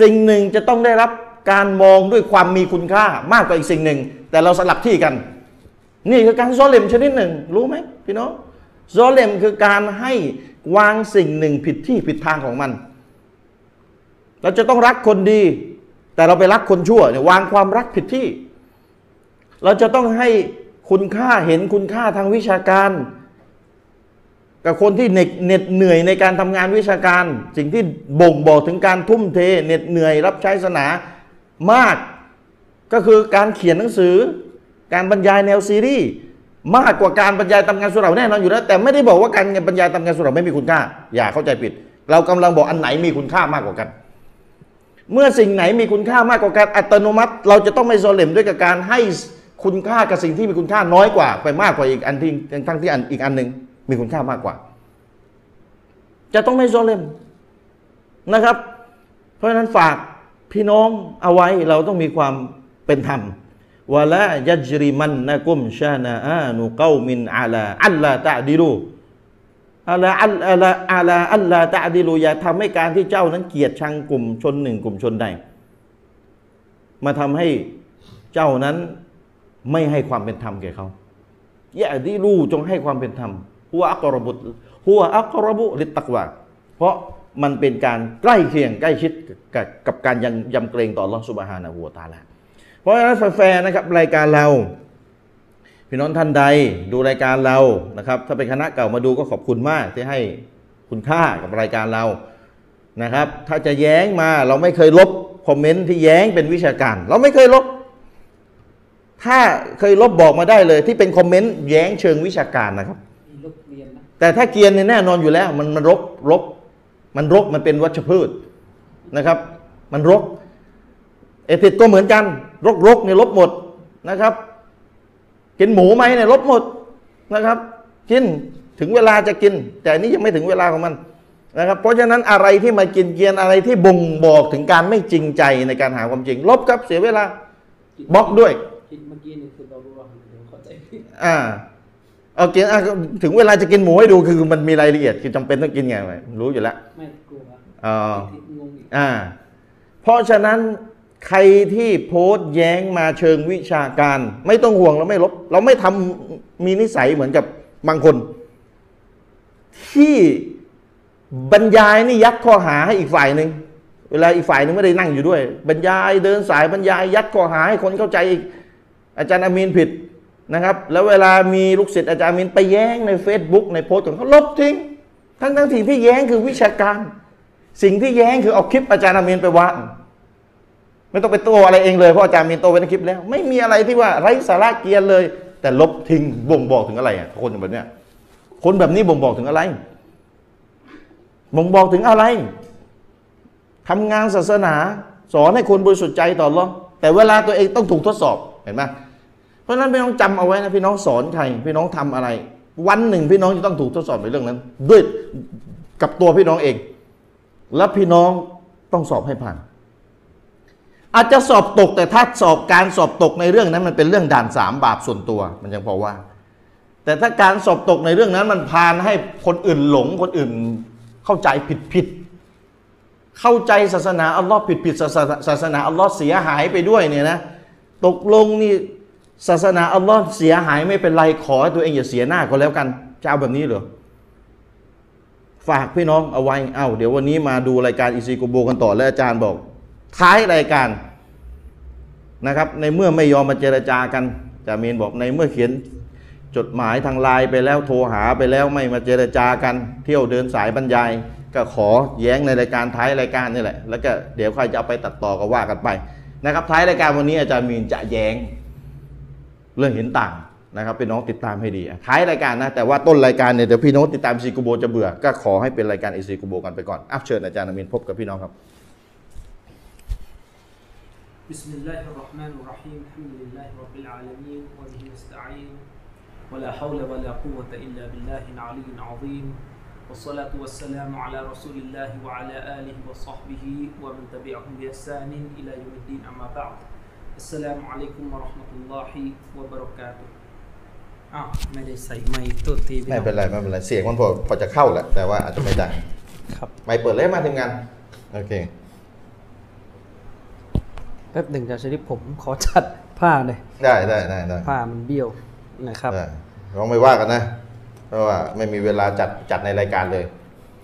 A: สิ่งหนึ่งจะต้องได้รับการมองด้วยความมีคุณค่ามากกว่าอีกสิ่งหนึ่ง แต่เราสลับที่กัน นี่คือการโซเลมชนิดหนึ่ง รู้ไหมพี่น้องโซเลมคือการให้วางสิ่งหนึ่งผิดที่ผิดทางของมัน เราจะต้องรักคนดี แต่เราไปรักคนชั่วเนี่ยวางความรักผิดที่ เราจะต้องให้คุณค่าเห็นคุณค่าทางวิชาการ กับคนที่เหน็ดเหน็ดเหนื่อยในการทำงานวิชาการ สิ่งที่บ่งบอกถึงการทุ่มเทเหน็ดเหนื่อยรับใช้ศาสนามาก ก็คือการเขียนหนังสือ การบรรยายแนวซีรีส์มากกว่าการบรรยายตำงานสุเหราแน่นอนอยู่แล้วแต่ไม่ได้บอกว่าการบรรยายตำงานสุเหราไม่มีคุณค่า อย่าเข้าใจผิด เรากำลังบอกอันไหนมีคุณค่ามากกว่ากัน เมื่อสิ่งไหนมีคุณค่ามากกว่าการอัตโนมัติ เราจะต้องไม่โซเลมด้วยกับการให้คุณค่ากับสิ่งที่มีคุณค่าน้อยกว่า ไปมากกว่าอีกอันที่ทั้งที่อันอีกอันหนึ่งมีคุณค่ามากกว่า จะต้องไม่โซเลมนะครับ เพราะฉะนั้นฝากพี่น้องเอาไว้เราต้องมีความเป็นธรรมวะลายัจริมันนะกุมชานาอานุเกามินอาลาอัลลาตะดิรู อาลาอัลอาลาอาลาอัลลาตะอดิลูยาทำให้การที่เจ้านั้นเกลียดชังกลุ่มชนหนึ่งกลุ่มชนใด มาทำให้เจ้านั้นไม่ให้ความเป็นธรรมแก่เขายาอดิลูจงให้ความเป็นธรรมหัวอักรบุตหัวอักรบุลิตตักวาเพราะมันเป็นการใกล้เคียงใกล้ชิดกับกับการยังยำเกรงต่ออัลลอสุบฮานะหัวะตะอาลาเพราะฉะนั้นแฟร์ๆนะครับรายการเรา พี่น้องท่านใดดูรายการเรานะครับ ถ้าเป็นคณะเก่ามาดูก็ขอบคุณมากที่ให้คุณค่ากับรายการเรานะครับ ถ้าจะแย้งมาเราไม่เคยลบคอมเมนต์ที่แย้งเป็นวิชาการ เราไม่เคยลบ ถ้าเคยลบบอกมาได้เลยที่เป็นคอมเมนต์แย้งเชิงวิชาการนะครับ
B: มีลูกเรียนนะ
A: แต่ถ้าเกรียนเนี่ยแน่นอนอยู่แล้ว มันมันรกรก มันรกมันเป็นวัชพืชนะครับ มันรก เอติดก็เหมือนกัน รกรกเนี่ยลบหมดนะครับ กินหมูไหมเนี่ยลบหมดนะครับ กินถึงเวลาจะกิน แต่อันนี้ยังไม่ถึงเวลาของมันนะครับ เพราะฉะนั้นอะไรที่มากินเกรียนอะไรที่บ่งบอกถึงการไม่จริงใจในการหาความจริง ลบครับเสียเวลาบล็อกด้วย
B: คิดเมื่อกี้นี่คือเรารู้ว่าเดี๋ยวเข้าใจผิด
A: อ่าเอากินอ่ะถึงเวลาจะกินหมูให้ดูคือมันมีรายละเอียดคือจำเป็นต้องกินไงรู้อยู่แล้ว
B: ไม่กลัว
A: อ๋อ
B: คิดงงอีก
A: อ่าเพราะฉะนั้นใครที่โพสต์แย้งมาเชิงวิชาการ ไม่ต้องห่วงเราไม่ลบ เราไม่ทำมีนิสัยเหมือนกับบางคน ที่บรรยายนี่ยัดข้อหาให้อีกฝ่ายหนึ่งเวลาอีกฝ่ายหนึ่งไม่ได้นั่งอยู่ด้วย บรรยายเดินสายบรรยายยัดข้อหาให้คนเข้าใจอีก อาจารย์อามีนผิดนะครับ แล้วเวลามีลูกศิษย์อาจารย์อามีนไปแย้งใน Facebook ในโพสต์ของเขาลบทิ้งทั้งทั้งๆที่ที่แย้งคือวิชาการ สิ่งที่แย้งคือเอาคลิปอาจารย์อามีนไปวางไม่ต้องไปโต้อะไรเองเลยเพราะอาจารย์อามีนโต้ไว้ในคลิปแล้ว ไม่มีอะไรที่ว่าไร้สาระเกรียนเลย แต่ลบทิ้งบ่งบอกถึงอะไรอ่ะคนแบบเนี้ยคนแบบนี้บ่งบอกถึงอะไร บ่งบอกถึงอะไรทำงานศาสนา สอนให้คนบริสุทธิ์ใจต่อรองแต่เวลาตัวเองต้องถูกทดสอบเห็นไหมเพราะฉะนั้นพี่น้องจำเอาไว้นะพี่น้องสอนใครพี่น้องทำอะไร วันหนึ่งพี่น้องจะต้องถูกทดสอบในเรื่องนั้น ด้วยกับตัวพี่น้องเอง และพี่น้องต้องสอบให้ผ่าน อาจจะสอบตกแต่ถ้าสอบการสอบตกในเรื่องนั้นมันเป็นเรื่องด่านสามบาปส่วนตัว มันยังพอว่า แต่ถ้าการสอบตกในเรื่องนั้นมันพานให้คนอื่นหลงคนอื่นเข้าใจผิดผิดๆเข้าใจศาสนาอัลลอฮ์ผิดผิดๆศาสนาศาสนาอัลลอฮ์เสียหายไปด้วยเนี่ยนะตกลงนี่ศาสนาอัลลอฮ์เสียหายไม่เป็นไรขอให้ตัวเองอย่าเสียหน้าก็แล้วกันจะเอาแบบนี้เหรอ ฝากพี่น้องเอาไว้ เอ้า เดี๋ยววันนี้มาดูรายการอิซิโกโบกันต่อ และอาจารย์บอก ท้ายรายการนะครับ ในเมื่อไม่ยอมมาเจรจากันจามีนบอกในเมื่อเขียนจดหมายทางไลน์ไปแล้วโทรหาไปแล้วไม่มาเจรจากัน เที่ยวเดินสายบรรยาย ก็ขอแย้งในรายการท้ายรายการนี่แหละ แล้วก็เดี๋ยวใครจะเอาไปตัดต่อก็ว่ากันไปนะครับ ท้ายรายการวันนี้อาจารย์มีนจะแย้ง เรื่องเห็นต่างนะครับพี่น้องติดตามให้ดีอ่ะท้ายรายการนะ แต่ว่าต้นรายการเนี่ยเดี๋ยวพี่น้องติดตามซีกูโบจะเบื่อ ก็ขอให้เป็นรายการเอซีกูโบกันไปก่อนอัพเชิญอาจารย์อามินพบกับพี่น้องครับ
C: بسم الله الرحمن الرحيم الحمد لله رب العالمين وبه نستعين ولا حول ولا قوة إلا بالله العلي العظيم والصلاة والسلام على رسول الله وعلى آله وصحبه ومن تبعهم بإحسان إلى يوم الدين أما بعد السلام عليكم ورحمة الله وبركاته
B: Ah,
C: อ้าวไม่ได้ใส่ไม้ตัวตี
A: ไม่เป็นไรไม่เป็นไรเสียงมันพอพอจะเข้าแหละแต่ว่าอาจจะไม่ดัง
C: ครับ
A: ไม่เปิดเลยมาทีมงานโอเค
C: แป๊บหนึ่งจะชนิดผมขอจัดผ้าหน่อย
A: ได้ได้ได้ได้
C: ผ้ามันเบี้ยวนะครับ
A: ได้เราไม่ว่ากันนะ เพราะว่าไม่มีเวลาจัดจัดในรายการเลย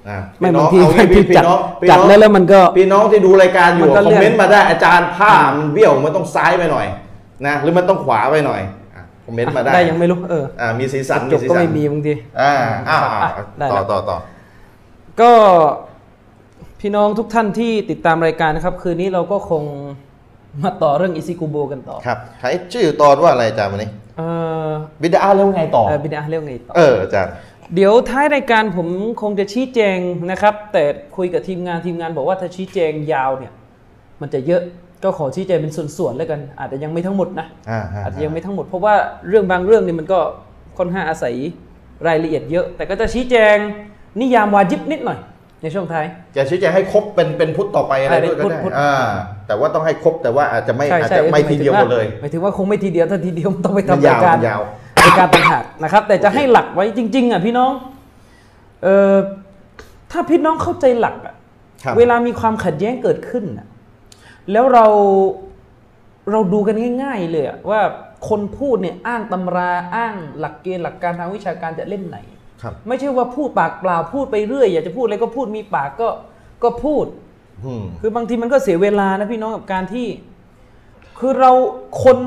A: นะ
C: ไม่
A: พี่น้
C: บาง
A: อ
C: ที
A: เอ
C: ไม่
A: พี่
C: ที่จัด
A: น้องพี่
C: จัด
A: น้อง
C: แล้วแล้วมันก็
A: พี่น้องที่ดูรายการอยู่
C: มันก็
A: คอมเมนต์
C: เลื่อน
A: มาได้อาจารย์ผ้ามันเบี้ยวมันต้องซ้ายไปหน่อยนะหรือมันต้องขวาไปหน่อยอ่ะคอมเมนต์มาได้
C: ได้ยังไม่รู้เออ
A: อ่ามีสีสัน
C: จบ
A: สี
C: ก็
A: สัน
C: ไม่มีบางที
A: อ่าอ้าว
C: อ่ะได้
A: ต่อ
C: ละ
A: ต่อต่อ
C: ก็พี่น้องทุกท่านที่ติดตามรายการนะครับ คืนนี้เราก็คงมาต่อเรื่องอิซิกุโบกันต่อ
A: ครับใช้ชื่อตอนว่าอะไรอาจารย์วันนี้
C: เออ
A: บิดาแล้วไงต่อ
C: เอ่อบิดาเรื่องไงต่อ
A: เอออาจารย์
C: เดี๋ยวท้ายรายการผมคงจะชี้แจงนะครับ แต่คุยกับทีมงานทีมงานบอกว่าถ้าชี้แจงยาวเนี่ย มันจะเยอะก็ขอชี้แจงเป็นส่วนๆแล้วกัน อาจจะยังไม่ทั้งหมดนะ
A: อ่าฮะ
C: อาจจะยังไม่ทั้งหมดเพราะว่าเรื่องบางเรื่องเนี่ยมันก็ค่อนข้างอาศัยรายละเอียดเยอะ แต่ก็จะชี้แจงนิยามวาจิบนิดหน่อย ในช่วงท้าย
A: จะชี้แจงให้ครบเป็นเป็นพุทธต่อไปอะไร
C: ใช่
A: ด้วยก็
C: พุทธ
A: ได้
C: พุทธ
A: อ่าแต่ว่าต้องให้ครบแต่ว่าอาจจะไม่
C: ใช่
A: อาจ
C: ใช่
A: จะไม่ทีเดียวหมดเลย
C: หมายถึงว่าคงไม่ทีเดียวถ้าทีเดียวมันต้องไป
A: มั
C: ทำราย
A: นาว
C: ยการ
A: มันยาว
C: รายการต่างหากนะครับ แต่จะให้หลักไว้จริง ๆอ่ะพี่น้องเอ่อถ้าพี่น้องเข้าใจหลักอ่ะ
A: ครับ
C: เวลามีความขัดแย้งเกิดขึ้นอ่ะแล้วเราเราดูกันง่าย ๆ เลยอ่ะว่าคนพูดเนี่ยอ้างตำราอ้างหลักเกณฑ์หลักการทางวิชาการจะเล่นไหน
A: ครับ
C: ไม่ใช่ว่าพูดปากเปล่าพูดไปเรื่อยอยากจะพูดอะไรก็พูดมีปากก็ก็พูด
A: อืม
C: คือบางทีมันก็เสียเวลานะพี่น้องกับการที่ คือเราคน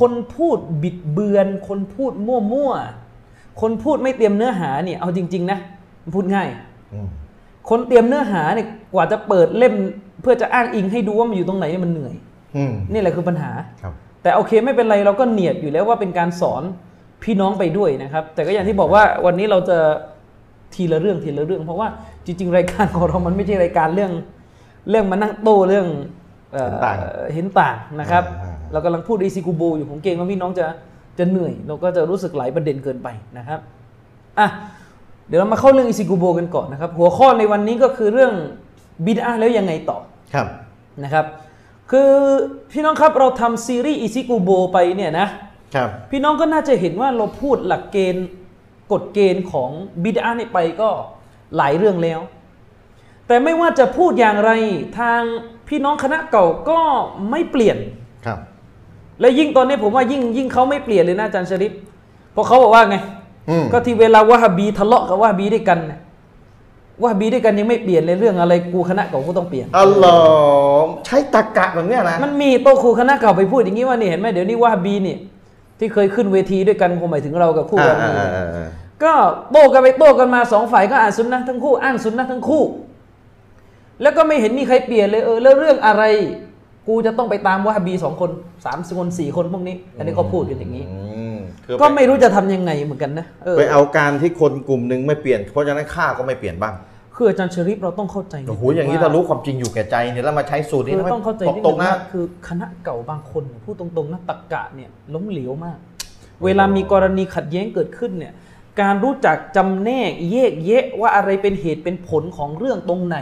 C: คนพูดบิดเบือน คนพูดมั่วมั่วๆคนพูดไม่เตรียมเนื้อหาเนี่ยเอาจริง ๆ นะมันพูดง่าย
A: อืม
C: คนเตรียมเนื้อหาเนี่ยกว่าจะเปิดเล่ม เพื่อจะอ้างอิงให้ดูว่ามันอยู่ตรงไหนเนี่ยมันเหนื่อย
A: อืม
C: นี่แหละคือปัญหา
A: ครับ
C: แต่โอเคไม่เป็นไรเราก็เนียดอยู่แล้วว่าเป็นการสอนพี่น้องไปด้วยนะครับ แต่ก็อย่างที่บอกว่าวันนี้เราจะทีละเรื่องทีละเรื่อง เพราะว่าจริง ๆ รายการของเรามันไม่ใช่รายการเรื่อง เรื่องมานั่งโต้เรื่องอ่
A: เห็น
C: อ
A: ต่าง
C: เห็นต่างนะครับ
A: อ่า
C: เรากำลังพูดอีซิกูโบอยู่ผมเกรงว่าพี่น้องจะจะเหนื่อย เราก็จะรู้สึกหลายประเด็นเกินไปนะครับอ่ะเดี๋ยวเรามาเข้าเรื่องอีซิกูโบกันก่อนนะครับ หัวข้อในวันนี้ก็คือเรื่องบิดอะห์แล้วยังไงต่อ
A: ครับ
C: นะครับ คือพี่น้องครับเราทำซีรีส์อิซิกุโบไปเนี่ยนะครับ พี่น้องก็น่าจะเห็นว่าเราพูดหลักเกณฑ์กฎเกณฑ์ของบิดาเนี่ยไปก็หลายเรื่องแล้ว แต่ไม่ว่าจะพูดอย่างไรทางพี่น้องคณะเก่าก็ไม่เปลี่ยน
A: ครับ
C: และยิ่งตอนนี้ผมว่ายิ่งยิ่งเขาไม่เปลี่ยนเลยนะอาจารย์ชริปเพราะเขาบอกว่าไง
A: อืม
C: ก็ที่เวลาวะฮาบีทะเลาะกับวะฮาบีด้วยกันน่ะวะฮาบีด้วยกันยังไม่เปลี่ยนเลยเรื่องอะไรกูคณะเก่ากูต้องเปลี่ยน
A: อ๋อเหรอใช้ตะกะแบบเนี้ยนะ
C: มันมีโต๊ะครูคณะเก่าไปพูดอย่างนี้ว่านี่เห็นไหมเดี๋ยวนี้ว่าบีนี่ที่เคยขึ้นเวทีด้วยกันคงหมายถึงเรากับคู่
A: อ่า
C: กัน
A: อ่าอ่าอ่า
C: ก็โต้กันไปโต้กันมาสองฝ่ายก็อ่านซุนนะห์ทั้งคู่อ้างซุนนะห์ทั้งคู่ แล้วก็ไม่เห็นมีใครเปลี่ยนเลยเออแล้วเรื่องอะไร กูจะต้องไปตามว่าบีสองคนสามคนสี่คนพวกนี้ อันนี้เขาพูดกันอย่างนี้
A: อืมคือ
C: ก็
A: ไป
C: ไม่รู้จะทำยังไงเหมือนกันนะเออ
A: ไปเอาการที่คนกลุ่มหนึ่งไม่เปลี่ยน เพราะฉะนั้นข้าก็ไม่เปลี่ยนบ้าง
C: คืออาจารย์ชริปเราต้องเข้าใจ
A: โอ้โหอย่างนี้ถ้ารู้ความจริงอยู่แก่ใจเนี่ยแล้วมาใช้สูตรนี้
C: คื
A: ทำ
C: อ
A: ให้
C: ต้องเข้าใจ
A: ตก
C: นิด
A: ต
C: นึ
A: ก
C: ง
A: นะ
C: ว่าคือคณะเก่าบางคนเนี่ยพูดตรงๆนะตักกะเนี่ยล้มเหลวมาก เวลามีกรณีขัดแย้งเกิดขึ้นเนี่ย การรู้จักจำแนกแยกแยะว่าอะไรเป็นเหตุเป็นผลของเรื่องตรงไหน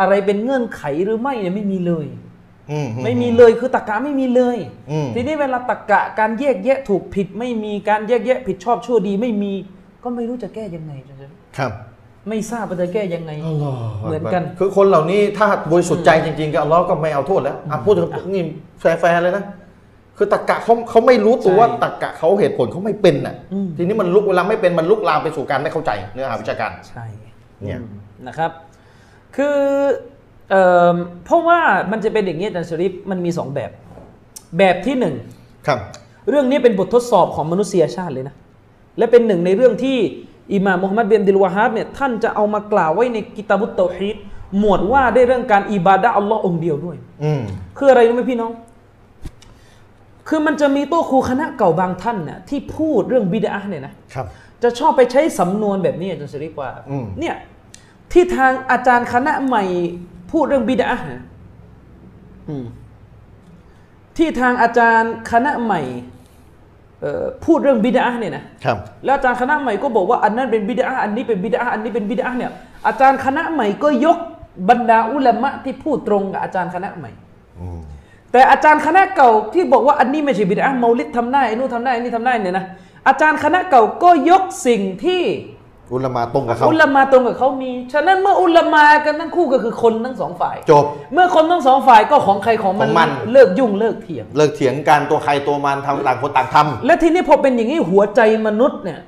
C: อะไรเป็นเงื่อนไขหรือไม่เนี่ยไม่มีเลย
A: อืมอืม
C: ไม่มีเลยคือตรรกะไม่มีเลย
A: อืม
C: ทีนี้เวลาตรรกะการแยกแยะถูกผิดไม่มีการแยกแยะผิดชอบชั่วดีไม่มี ก็ไม่รู้จะแก้ยังไงจะ
A: ครับ
C: ไม่ทราบว่าจะแก้ยังไง
A: อัลลอฮ
C: เหมือนกัน
A: คือคนเหล่านี้ถ้าบริสุทธิ์ใจจริงๆก็อัลลอฮ์ก็ไม่เอาโทษแล้วอ่ะพูดถึงนี่แฟร์ๆเลยนะ คือตะกะเขาเขาไม่รู้ตัวว่าตะกะเขาเหตุผลเขาไม่เป็นอ่ะ ทีนี้มันลุกเวลาไม่เป็นมันลุกลามไปสู่การไม่เข้าใจเนื้อหาวิชาการ
C: ใช่
A: เนี่ย
C: อืมนะครับ คือเอิ่มเพราะว่ามันจะเป็นอย่างนี้อาจารย์ชริฟมันมีสองแบบ แบบที่หนึ่ง
A: ครับ
C: เรื่องนี้เป็นบททดสอบของมนุษยชาติเลยนะ และเป็นหนึ่งในเรื่องที่อิหม่ามมุฮัมมัดเบียมดิลวาฮาบเนี่ยท่านจะเอามากล่าวไว้ในกิตาบุตเตาฮีดหมวดว่าได้วยเรื่องการอิบาดะห์อัลลอฮ์องค์เดียวด้วย
A: อืม
C: คืออะไรรู้ไหมพี่น้อง คือมันจะมีโตัวครูคณะเก่าบางท่านเนี่ยที่พูดเรื่องบิดาเนี่ยนะ
A: ครับ
C: จะชอบไปใช้สำนวนแบบนี้อาจารย์สิริกว่า
A: อืม
C: เนี่ย ที่ทางอาจารย์คณะใหม่พูดเรื่องบิดาเนี่ยอืมที่ทางอาจารย์คณะใหม่เอ่อพูดเรื่องบิดาเนี่ยนะครับ แล้วอาจารย์คณะใหม่ก็บอกว่าอันนั้นเป็นบิดาอันนี้เป็นบิดาอันนี้เป็นบิดาเนี่ย อาจารย์คณะใหม่ก็ยกบรรดาอุลามะที่พูดตรงกับอาจารย์คณะใหม่
A: อืม
C: แต่อาจารย์คณะเก่าที่บอกว่าอันนี้ไม่ใช่บิดอะห์เมาลิดทำได้ไอ้นู่นทำได้ไอ้นี่ทำได้เนี่ยนะอาจารย์คณะเก่าก็ยกสิ่งที่
A: อุลามาตรงกับเขา
C: อุลามาตรงกับเขามี ฉะนั้นเมื่ออุลามากันทั้งคู่ก็คือคนทั้งสองฝ่าย
A: จบ
C: เมื่อคนทั้งสองฝ่ายก็ของใครของมัน
A: ของมัน
C: เลิกยุ่งเลิกเถียง
A: เลิกเถียงกันตัวใครตัวมันทำต่างคนต่างท
C: และทีนี้พอเป็นอย่างนี้หัวใจมนุษย์เนี่ย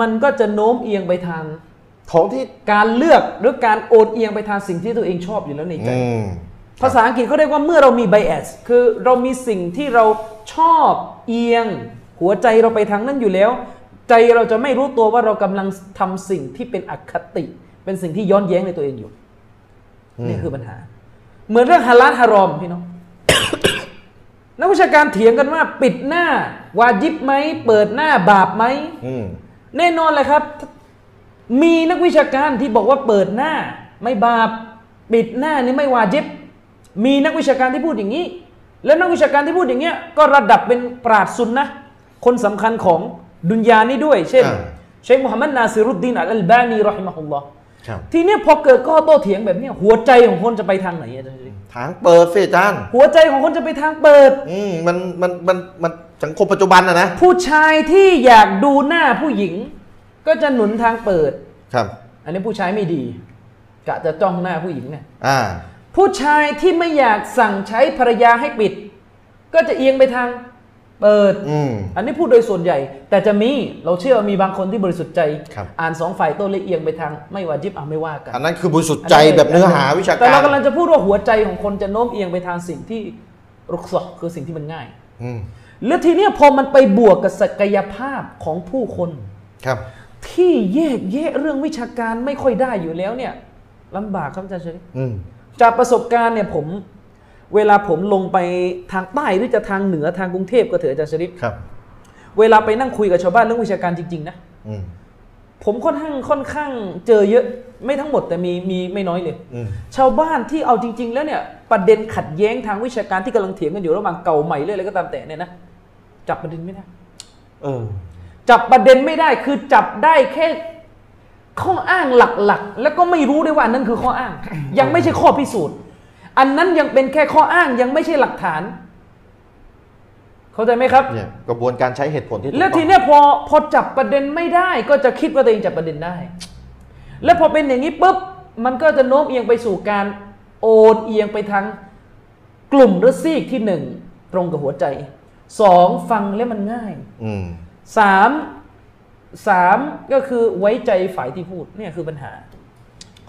C: มันก็จะโน้มเอียงไปทาง
A: ำของที่
C: การเลือกหรือการโอนเอียงไปทางสิ่งที่ตัวเองชอบอยู่แล้วในใจ
A: อืม
C: ภาษาอังกฤษเขาเรียกว่าเมื่อเรามี bias คือเรามีสิ่งที่เราชอบเอียง หัวใจเราไปทางนั้นอยู่แล้ว ใจเราจะไม่รู้ตัวว่าเรากำลังทำสิ่งที่เป็นอคติ เป็นสิ่งที่ย้อนแย้งในตัวเองอยู่
A: อืม
C: นี่คือปัญหา เหมือนเรื่องฮาลาลฮารอมพี่น้อง นักวิชาการเถียงกันว่า ปิดหน้าวาจิบไหมเปิดหน้าบาปไหม
A: อืม
C: แน่นอนเลยครับ มีนักวิชาการที่บอกว่าเปิดหน้า ไม่บาป ปิดหน้านี่ไม่วาจิบ มีนักวิชาการที่พูดอย่างนี้ แล้วนักวิชาการที่พูดอย่างเงี้ยก็ระดับเป็นปราชญ์ซุนนะห์คนสำคัญของดุนยานี้ด้วย เช่น
A: อ่า
C: เชคมุฮัมมัดนาซิรุดดีนอัลอัลบานีรอฮิมะฮุลลอฮ์
A: ครับ
C: ทีเนี้ยพอเกิดข้อโต้เถียงแบบเนี้ยหัวใจของคนจะไปทางไหนอาจารย์ชัย
A: ทางเปิดสิอาจารย์
C: หัวใจของคนจะไปทางเปิด
A: อืมมันมันมันมันสังคมปัจจุบันนะนะ
C: ผู้ชายที่อยากดูหน้าผู้หญิง ก็จะหนุนทางเปิด
A: ครับ
C: อันนี้ผู้ชายไม่ดีกะจะจ้องหน้าผู้หญิงเนี่ย
A: อ่า
C: ผู้ชายที่ไม่อยากสั่งใช้ภรรยาให้ปิด ก็จะเอียงไปทางเปิด
A: อืม
C: อันนี้พูดโดยส่วนใหญ่ แต่จะมีเราเชื่อว่ามีบางคนที่บริสุทธิ์ใจ
A: ครับ
C: อ่านสองฝ่ายโต้เลยเอียงไปทางไม่วาจิบอ่ะไม่ว่ากัน
A: อันนั้นคือบริสุทธิ์ใจแบบเนื้อหาวิชา
C: แต่
A: กา
C: เรา
A: ร
C: กำลังจะพูดว่าหัวใจของคนจะโน้มเอียงไปทางสิ่งที่รุกซอกคือสิ่งที่มันง่าย
A: อืม
C: แล้วทีเนี้ยพอมันไปบวกกับศักยภาพของผู้คน
A: ครับ
C: ที่แยกแยะเรื่องวิชาการไม่ค่อยได้อยู่แล้วเนี่ยลำบากครับอาจารย์เชลิ
A: อืม
C: จากประสบการณ์เนี่ยผม เวลาผมลงไปทางใต้หรือจะทางเหนือทางกรุงเทพก็เถอะอาจารย์เชลิ
A: ครับ
C: เวลาไปนั่งคุยกับชาวบ้านเรื่องวิชาการจริงๆนะ
A: อืม
C: ผมค่อนข้างค่อนข้างเจอเยอะไม่ทั้งหมดแต่มีมีไม่น้อยเลย
A: อืม
C: ชาวบ้านที่เอาจริง ๆ แล้วเนี่ยประเด็นขัดแย้งทางวิชาการที่กำลังเถียงกันอยู่ระหว่างเก่าใหม่เรื่องอะไรก็ตามแต่เนี่ยนะจับประเด็นไม่ได้
A: เออ
C: จับประเด็นไม่ได้คือจับได้แค่ข้ออ้างหลักๆ แล้วก็ไม่รู้ด้วยว่าอันนั้นคือข้ออ้าง ยังไม่ใช่ข้อพิสูจน์ อันนั้นยังเป็นแค่ข้ออ้างยังไม่ใช่หลักฐาน เข้าใจไหมครับ
A: เนี่ยกระบวนการใช้เหตุผลที่ถูก
C: แล้ว
A: ต้
C: ที
A: อง
C: เนี้ยพอพอจับประเด็นไม่ได้ ก็จะคิดว่าตัวเองจับประเด็นได้ แล้วพอเป็นอย่างนี้ปุ๊บมันก็จะโน้มเอียงไปสู่การโอนเอียงไปทางกลุ่มหรือซีกที่หนึ่งตรงกับหัวใจสองฟังแล้วมันง่าย
A: อืม
C: สามสามก็คือไว้ใจฝ่ายที่พูดเนี่ยคือปัญหา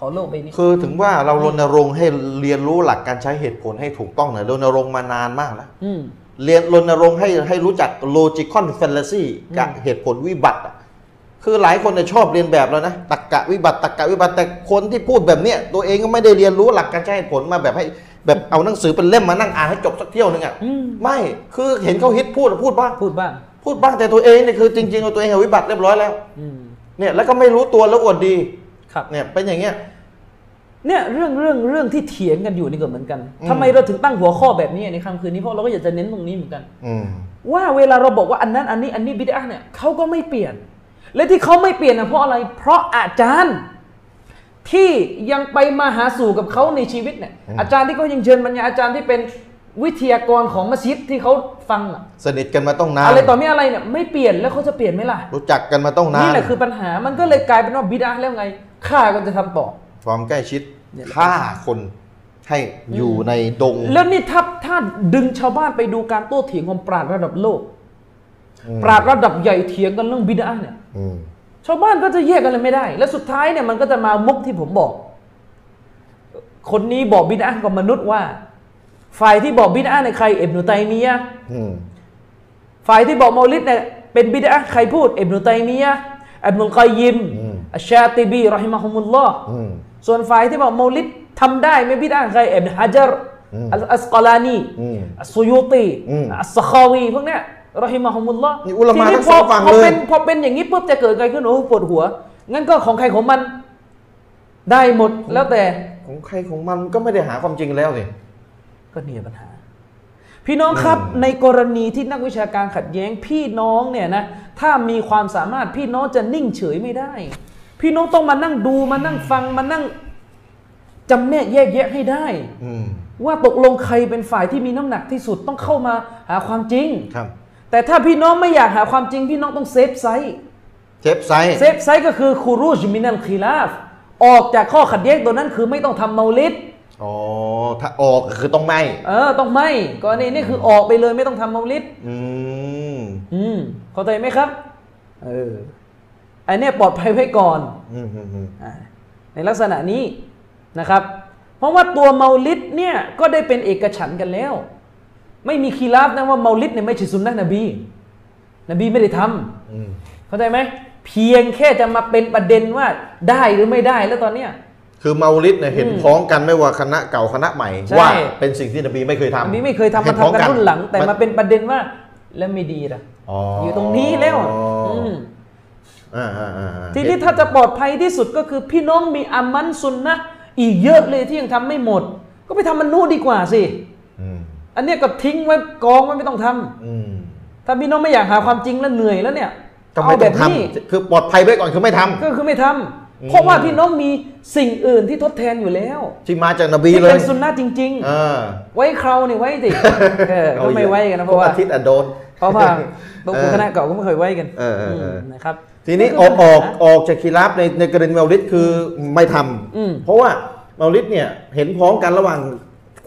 C: ของโลกใบนี้
A: คือถึงว่าเรารณรงค์ให้เรียนรู้หลักการใช้เหตุผลให้ถูกต้องเนี่ยรณรงค์มานานมากแล้ว
C: อืม
A: เรียนรณรงค์ให้ให้รู้จัก logical fallacy กับเหตุผลวิบัติอะคือหลายคนเนี่ยชอบเรียนแบบแล้วนะตรกกะวิบัติตรกกะวิบัติแต่คนที่พูดแบบเนี้ยตัวเองก็ไม่ได้เรียนรู้หลักการใช้เหตุผลมาแบบให้ แบบเอาหนังสือเป็นเล่มมานั่งอ่านให้จบสักเที่ยวหนึงอ่ะ
C: อืม
A: ไม่คือเห็นเขาฮิตพูดพูดบ้าง
C: พูดบ้าง
A: พูดบ้างแต่ตัวเองเนี่ยคือจริงๆเอาตัวเองเอาวิบัติเรียบร้อยแล้ว
C: อืม
A: เนี่ยแล้วก็ไม่รู้ตัวแล้วอวดดี
C: ครับ
A: เนี่ยเป็นอย่างเงี้ย
C: เนี่ยเรื่องเรื่องเรื่องที่เถียงกันอยู่นี่ก็เหมือนกัน
A: อืม
C: ทำไมเราถึงตั้งหัวข้อแบบนี้ในค่ำคืนนี้เพราะเราก็อยากจะเน้นตรงนี้เหมือนกัน
A: อืม
C: ว่าเวลาเราบอกว่าอันนั้นอันนี้อันนี้บิดาเนี่ยเขาก็ไม่เปลี่ยน และที่เขาไม่เปลี่ยนนะเพราะอะไร เพราะอาจารย์ ที่ยังไปมาหาสู่กับเขาในชีวิตเนี่ยอาจารย์ที่เขายังเชิญบรรยายอาจารย์ที่เป็น วิทยากรของมัสยิดที่เขาฟังอะ
A: สนิทกันมาต้องนาน
C: อะไรต่อมีอะไรเนี่ยไม่เปลี่ยนแล้วเขาจะเปลี่ยนไหมล่ะ
A: รู้จักกันมาต้องนาน
C: นี่แหละคือปัญหามันก็เลยกลายเป็นว่าบิดาแล้วไงข้าก็จะทำต่อ
A: ความใกล้ชิด
C: เนี่ย
A: ฆ่าคนให้อยู่ในดง
C: แล้วนี่ถ้าถ้าดึงชาวบ้านไปดูการโต้เถียงของปราดระดับโลก
A: อืม
C: ปราดระดับใหญ่เถียงกันเรื่องบิดาเนี่ย
A: อืม
C: ชาวบ้านก็จะแยกกันเลยไม่ได้ และสุดท้ายเนี่ยมันก็จะมามุกที่ผมบอก คนนี้บอกบิดากับมนุษย์ว่า ฝ่ายที่บอกบิดาเนี่ยใครเอบนุตัยมียะห์
A: อืม
C: ฝ่ายที่บอกเมอลิดเนี่ยเป็นบิดาใครพูดอิบนุตัยมียะห์อับนุลกอยยิม
A: อืม
C: อัชชาติบีรอฮิมะฮุมุลลอฮ์
A: อืม
C: ส่วนฝ่ายที่บอกเมอลิดทำได้ไม่บิดาใครอิบนุฮะจัร
A: อืม
C: อัลอัสกอลานี
A: อืม
C: อัสซุยูตี
A: อืม
C: อัสซะคาวีพวกเนี้ยรอฮิมะฮุมุลลอฮ์
A: นี่อุลามะ
C: ทีนี้
A: ทั้งสอง
C: พ
A: ฝั่ง
C: พอ
A: เลย
C: เป็นพอเป็นอย่างนี้ปุ๊บจะเกิดอะไรขึ้นโอ้โหปวดหัว งั้นก็ของใครของมันได้หมดแล้วแต่
A: ของใครของมันก็ไม่ได้หาความจริงแล้วสิ
C: ก็เนี่ยปัญหา พี่น้องครับในกรณีที่นักวิชาการขัดแย้งพี่น้องเนี่ยนะถ้ามีความสามารถพี่น้องจะนิ่งเฉยไม่ได้ พี่น้องต้องมานั่งดูมานั่งฟังมานั่งจำแนกแยกแยะให้ได้
A: อืม
C: ว่าตกลงใครเป็นฝ่ายที่มีน้ำหนักที่สุดต้องเข้ามาหาความจริง
A: ครับ
C: แต่ถ้าพี่น้องไม่อยากหาความจริง พี่น้องต้องเซฟไซส์
A: เซฟไซต์
C: เซฟไซส์ก็คือคูรูจมินัลคีลาฟออกจากข้อขัดแย้งตัวนั้นคือไม่ต้องทำเมาลิด
A: อ๋อถ้าออกก็คือต้องไม่
C: เออต้องไม่ก็นี่นี่คือออกไปเลยไม่ต้องทำเมาลิด
A: อืม
C: อืมเข้าใจไหมครับ เออ อันเนี้ยปลอดภัยไว้ก่อน
A: อืมอืมอืม
C: อาในลักษณะนี้นะครับ เพราะว่าตัวเมาลิดเนี่ยก็ได้เป็นเอกฉันท์กันแล้ว ไม่มีคีราฟนะว่าเมาลิดเนี่ยไม่ใช่สุนนะนบี นบีไม่ได้ทำ
A: อืม
C: เข้าใจไหม เพียงแค่จะมาเป็นประเด็นว่าได้หรือไม่ได้แล้วตอนเนี้ย
A: คือเมาลิดเนี่ยเห็นพ้องกันไม่ว่าคณะเก่าคณะใหม่
C: ใช่
A: ว่าเป็นสิ่งที่นบีไม่เคยทำ
C: นบีไม่เคยทำ
A: ห็
C: มา
A: พ้อ
C: ทำกันรุ่นหลัง แต่มาเป็นประเด็นว่าแล้วไม่ดีล่ะ
A: อ๋อ
C: อ
A: อยู่
C: ตรงนี้แล้วอ่ะม
A: อ่าอ่าอ่า
C: ทีนี้ถ้าจะปลอดภัยที่สุดก็คือพี่น้องมีอามันซุนนะห์อีกเยอะเลยที่ยังทำไม่หมด ก็ไปทำมันนู่นดีกว่าสิ
A: อืม
C: อันเนี้ยก็ทิ้งไว้กองไว้ไม่ต้องทำ
A: อืม
C: ถ้าพี่น้องไม่อยากหาความจริงแล้วเหนื่อยแล้วเนี่ย
A: ทำไม
C: เอา
A: ต้
C: แบ
A: อง
C: บ
A: ท
C: นี้
A: ำคือปลอดภัยไว้ก่อนคือไม่ทำ
C: ก็คือไม่ทำ
A: อืม
C: เพราะว่าพี่น้องมีสิ่งอื่นที่ทดแทนอยู่แล้ว
A: ที่มาจากนบี
C: ที่
A: เลย
C: เป็นซุนนะห์จริง
A: เออ
C: ๆ ไว้เคราวนี่ไว้สิเอ อก็ไม่ไว้กันนะเพราะว่า
A: อาทิตย์อ่ะโดน
C: เพราะว่าตรงคณะเก่าก็ไม่เคยไว้กัน
A: เออเออเอออื
C: มนะครับ
A: ทีนี้อ
C: คื
A: อก
C: ปัญ
A: อ
C: หา
A: อกออกจากคีราฟในในกรณีเมาลิดคือไม่ทำ
C: อืม
A: เพราะว่าเมาลิดเนี่ยเห็นพ้องกันระหว่าง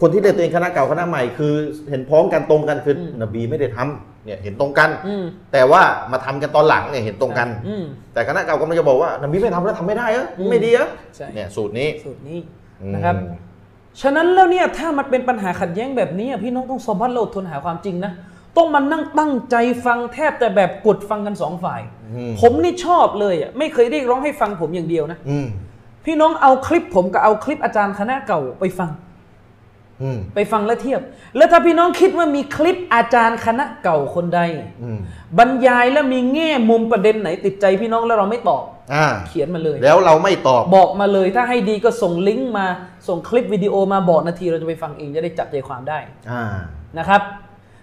A: คนที่เรียกตัวเองคณะเก่าคณะใหม่คือเห็นพ้องกันตรงกันคือนบีไม่ได้ทำเนี่ยเห็นตรงกัน
C: อืม
A: แต่ว่ามาทำกันตอนหลังเนี่ยเห็นตรงกัน
C: อืม
A: แต่คณะเก่ากำลังจะบอกว่านบีไม่ทำแล้วทำไม่ได้เหรอไม่ดีเหรอ
C: ใช่
A: เนี่ยสูตรนี้
C: สูตรนี้นะครับ
A: อืม
C: ฉะนั้นแล้วเนี่ยถ้ามันเป็นปัญหาขัดแย้งแบบนี้อะพี่น้องต้องสอบัดและอดทนหาความจริงนะ ต้องมานั่งตั้งใจฟังแทบแต่แบบกดฟังกันสองฝ่าย
A: อืม
C: ผมนี่ชอบเลยอ่ะไม่เคยเรียกร้องให้ฟังผมอย่างเดียวนะ
A: อืม
C: พี่น้องเอาคลิปผมกับเอาคลิปอาจารย์คณะเก่าไปฟัง
A: อืม
C: ไปฟังและเทียบ แล้วถ้าพี่น้องคิดว่ามีคลิปอาจารย์คณะเก่าคนใด
A: อืม
C: บรรยายและมีแง่มุมประเด็นไหนติดใจพี่น้องแล้วเราไม่ตอบ
A: อ่า
C: เขียนมาเลย
A: แล้วเราไม่ตอบ
C: บอกมาเลยถ้าให้ดีก็ส่งลิงก์มาส่งคลิปวิดีโอมาบอกนาทีเราจะไปฟังเองจะได้จับใจความได้
A: อ่า
C: นะครับ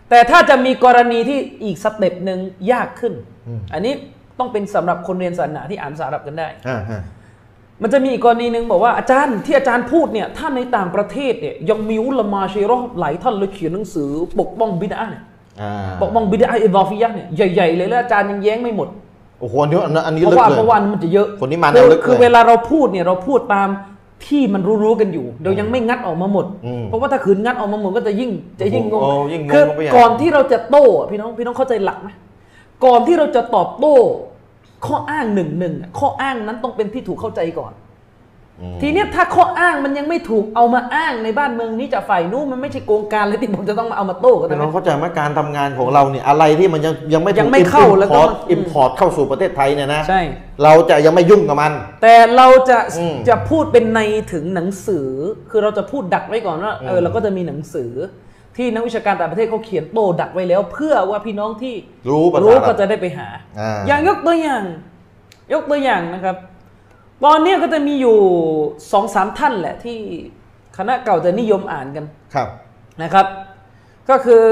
C: แต่ถ้าจะมีกรณีที่อีกสเต็ปหนึ่งยากขึ้น อันนี้ต้องเป็นสำหรับคนเรียนศาสนาที่อ่านสารับกันได้
A: อ่าอ่า
C: มันจะมีอีกกรณีหนึ่งบอกว่าอาจารย์ที่อาจารย์พูดเนี่ยถ้าในต่างประเทศเนี่ยยังมีอุลามาชัยรอฮ์หลายท่านเลยเขียนหนังสือ ปกป้องบิดาเนี่ย
A: อ่า
C: ปกป้องบิดาอิดอฟิยะห์เนี่ยใหญ่ๆเลยแล้วอาจารย์ยังแย้งไม่หมด
A: โอ้โหอันนี้อันนี้
C: เพ
A: ลึก
C: ราะว่า
A: เลย
C: เพราะว่ามันจะเยอะ
A: คนที่มาแนวลึก
C: คือ
A: เลย
C: เวลาเราพูดเนี่ยเราพูดตามที่มันรู้ๆกันอยู่เรายังไม่งัดออกมาหมด
A: อืม
C: เพราะว่าถ้าขืนงัดออกมาหมดก็จะยิ่งจะยิ่งงง
A: โอ้ยิ่งงง
C: คือ
A: เข้าไปใหญ่
C: ก่อนที่เราจะโต้อะพี่น้องพี่น้องเข้าใจหลักไหมก่อนที่เราจะตอบโต้ ข้ออ้างหนึ่งหนึ่งอะข้ออ้างนั้นต้องเป็นที่ถูกเข้าใจก่อน
A: อืม
C: ทีเนี้ยถ้าข้ออ้างมันยังไม่ถูกเอามาอ้างในบ้านเมืองนี้จากฝ่ายนู้นมันไม่ใช่โกงการเลยที่ผมจะต้องมาเอามาโต้กัน
A: พี่
C: นะ
A: น้องเข้าใจไหมการทำงานของเราเนี่ยอะไรที่มันยังยังไม่ถูก
C: ยังไม่เข้าแล้วก็
A: import import เข้าสู่ประเทศไทยเนี่ยนะ
C: ใช่
A: เราจะยังไม่ยุ่งกับมัน
C: แต่เราจะ
A: อืม
C: จะพูดเป็นในถึงหนังสือ คือเราจะพูดดักไว้ก่อนว่าเออ
A: ม
C: เราก็จะมีหนังสือ ที่นักวิชาการต่างประเทศเขาเขียนโต้ดักไว้แล้ว เพื่อว่าพี่น้องที่
A: รู้ภาษา
C: รู้
A: เรา
C: ก็จะได้ไปหา
A: อ่า
C: อย่างยกตัวอย่าง ยกตัวอย่างนะครับ ตอนเนี้ยก็จะมีอยู่สองสามท่านแหละที่คณะเก่าจะนิยมอ่านกัน
A: ครับ
C: นะครับ ก็คือ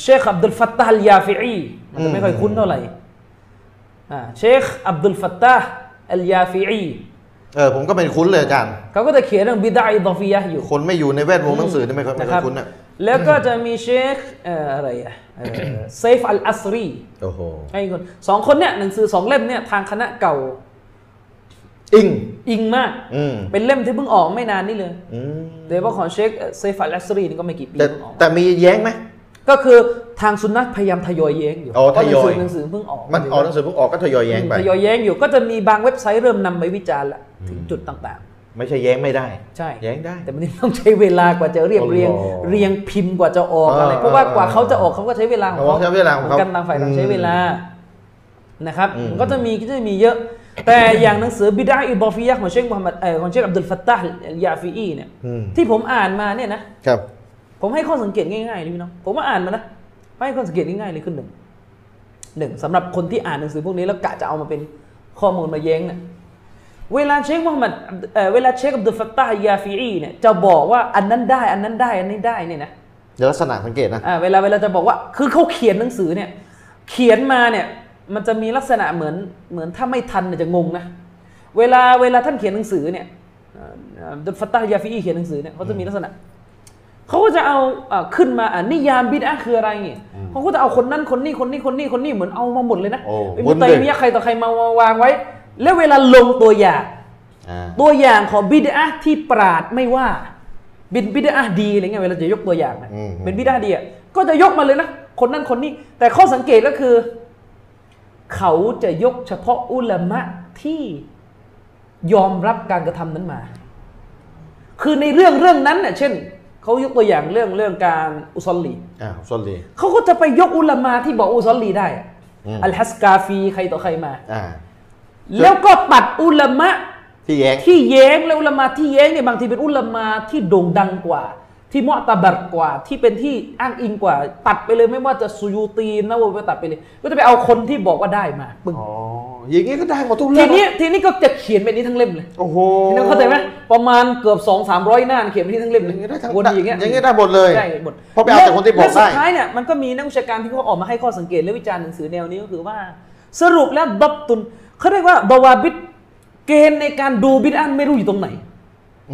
C: เชคอับดุลฟัตตาฮ์อัลยาฟิอีมันจะไม่ค่อยคุ้นเท่าไหร่อ่าเชคอับดุลฟัตตาฮ์อัลยาฟิอี
A: เออผมก็เป็นคุ้นเลยอาจารย์
C: เขาก็จะเขียนเรื่องบิดาอิดอฟิยะห์อยู่
A: คนไม่อยู่ในแวดวงหนังสือนี่ไม่ค่อยไม่
C: นะ
A: ค่อ
C: ค
A: ย
C: รับ
A: คุ้นอ่ะ
C: แล้วก็จะมีเชคเอ่ออะไรอะเอ่อ เซฟอัลอัสรี
A: โอ้โห
C: ไอ้คนสองคนเนี่ยหนังสือสองเล่มเนี่ยทางคณะเก่า
A: อิง
C: อิงมาก
A: อืม
C: เป็นเล่มที่เพิ่งออกไม่นานนี่เลย
A: อืม
C: โดยเฉพาะของเชคเอ่อเซฟอัลอัสรีนี่ก็ไม่กี่ปี
A: แต่
C: เพิ่งออก
A: แต่มีแย้งไหม
C: ก็คือทางสุนนะพยายามทยอยแย้งอยู่
A: อ๋อ
C: เพราะหนังสื
A: ทยอย
C: หนังสือเพิ่งออก
A: มันออกหนังสือเพิ่งออกก็ทยอยแย้งไป
C: ทยอยแย้งอยู่ก็จะมีบางเว็บไซต์เริ่มนำไปวิจารณ์ละถึงจุดต่าง
A: ไม่ใช่แย้งไม่ได้
C: ๆ ใช่
A: แย้งได้
C: แต่มันต้องใช้เวลากว่าจะเรียบเรียง
A: อ๋อ
C: เรียงพิมพ์กว่าจะออก
A: เอออ
C: อะไรเพราะว่า
A: เออก
C: ว่าเขาจะออกเขาก็ใช้เวลาของเขา
A: เขาใช้เวลาของเขา
C: หมืนกันต่างฝ่ายต่างใช้เวลานะครับ
A: อืม
C: มันก็จะมีก็จะมีเยอะ แต่อย่างหนังสือบิดาอิบอฟิยะห์ของเชคมูฮัมหมัดเอ่อของเชคอับดุลฟัตตาห์อัลยาฟีอีเนี่ย
A: อืม
C: ที่ผมอ่านมาเนี่ยนะ
A: ครับ
C: ผมให้ข้อสังเกตง่ายๆเลยพี่น้องผมมาอ่านมานะให้ข้อสังเกตง่ายๆเลยคือหนึ่งหนึ่งสำหรับคนที่อ่านหนังสือพวกนี้แล้วกะจะเอามาเป็นข้อมูลมาแย้งเนี่ยเวลาเชคมูฮัมหมัดเอ่อเวลาเชคอับดุลฟัตตาฮ์ยาฟีอีเนี่ยจะบอกว่าอันนั้นได้อันนั้นได้อันนี้ได้เนี่ยนะ
A: เดี๋ยวลักษณะสังเกตนะ
C: อ่าเวลาเวลาจะบอกว่าคือเขาเขียนหนังสือเนี่ยเขียนมาเนี่ยมันจะมีลักษณะเหมือนเหมือนถ้าไม่ทันเนี่ยจะงงนะเวลาเวลาท่านเขียนหนังสือเนี่ยเอ่ออับดุลฟัตตาฮ์ยาฟีอีเขียนหนังสือเนี่ยเขาจะมีลักษณะ เขาก็จะเอาเอ่อขึ้นมาอ่ะนิยามบิดอะห์คืออะไรเงี้ยเขาก็จะเอาคนนั้นคนนี้คนนี้คนนี้คนนี้เหมือนเอามาหมดเลยนะ
A: โอ้
C: เป็น
A: หม
C: มุ
A: ดเลย
C: ตัยมียะห์ใครต่อใครมามาวางไว้ แล้วเวลาลงตัวอย่าง
A: อ่า
C: ตัวอย่างของบิดอะห์ที่ปราดไม่ว่าบิดบิดอะห์ดีอะไรเงี้ยเวลาจะยกตัวอย่างนะ
A: อืม
C: เป็นบิดอะห์ดีอะก็จะยกมาเลยนะคนนั้นคนนี้ แต่ข้อสังเกตก็คือ เขาจะยกเฉพาะอุลามะที่ยอมรับการกระทำนั้นมา คือในเรื่องเรื่องนั้นเน่ยเช่นเขายกตัวอย่างเรื่องเรื่องการอุซอลลี
A: อ่าสวัสดี
C: เขาก็จะไปยกอุลามะที่บอกอุซอลลีได้อะ
A: อืม
C: อัลฮัสกาฟีใครต่อใครมา
A: อ่า
C: แล้วก็ปัดอุลามะ
A: ที่แย้ง
C: ที่แย้งและอุลามาที่แย้งเนี่ยบางทีเป็นอุลามาที่โด่งดังกว่า ที่มอตะบัดกว่าที่เป็นที่อ้างอิงกว่า ตัดไปเลยไม่ว่าจะสุยูตีนนะวะไปตัดไปเลย ก็จะไปเอาคนที่บอกว่าได้มาปึ้ง
A: อ๋อ อย่างนี้ก็ได้หมดทุก
C: ที
A: เรื่อง
C: นี้ทีนี้ก็จะเขียนแบบนี้ทั้งเล่มเลย
A: โอ้โห
C: ทีนี้เข้าใจไหมประมาณเกือบ 2 3 0 0 หน้าเขียนแบบนี้ทั้งเล่ม
A: อ
C: เลย
A: ย่างนี้ได้ทั้ง
C: วนอยู่อย่างเงี้ย
A: อย่างนี้ได้หมดเลย
C: ได้หมด
A: เพราะไปเอาจากคนที่บอก
C: และสุ
A: ได้
C: ดท้ายเนี่ยมันก็มีนักวิชาการที่เขาออกมาให้ข้อสังเกตและวิจารณ์หนังสือแนวนี้ก็คือว่า สรุปแล้วดับตุนเขาเรียกว่าบาวาบิดเกณฑ์ในการดูบิดอันไม่รู้อยู่ตรงไหน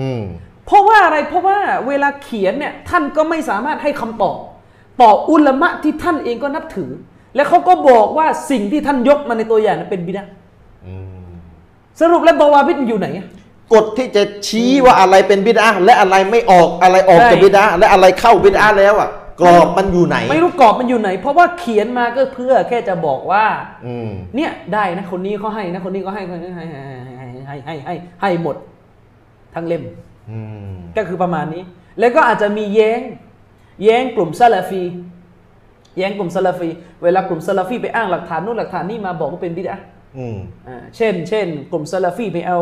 A: อืม
C: เพราะว่าอะไรเพราะว่าเวลาเขียนเนี่ยท่านก็ไม่สามารถให้คำตอบต่ออุลามะที่ท่านเองก็นับถือ และเขาก็บอกว่าสิ่งที่ท่านยกมาในตัวอย่างนั้นเป็นบิดา
A: อืม
C: สรุปแล้วบาวาบิดมันอยู่ไหนอะ
A: กฎที่จะชี้ว่าอะไรเป็นบิดาและอะไรไม่ออกอะไรออก
C: ใช่
A: จากบิดาและอะไรเข้าบิดาแล้วอ่ะกรอบมันอยู่ไหน
C: ไม่รู้กรอบมันอยู่ไหน เพราะว่าเขียนมาก็เพื่อแค่จะบอกว่า
A: อืม
C: เนี่ยได้นะคนนี้เขาให้นะคนนี้ก็ให้คนนี้ให้ให้ให้ให้ให้ให้หมดทั้งเล่ม
A: อืม
C: ก็คือประมาณนี้ แล้วก็อาจจะมีแย้ง แย้งกลุ่มซาลาฟี แย้งกลุ่มซาลาฟี เวลากลุ่มซาลาฟีไปอ้างหลักฐานนู่นหลักฐานนี่มาบอกว่าเป็นบิดอะห์
A: อืม
C: อ่าเช่น เช่น กลุ่มซาลาฟีไปเอา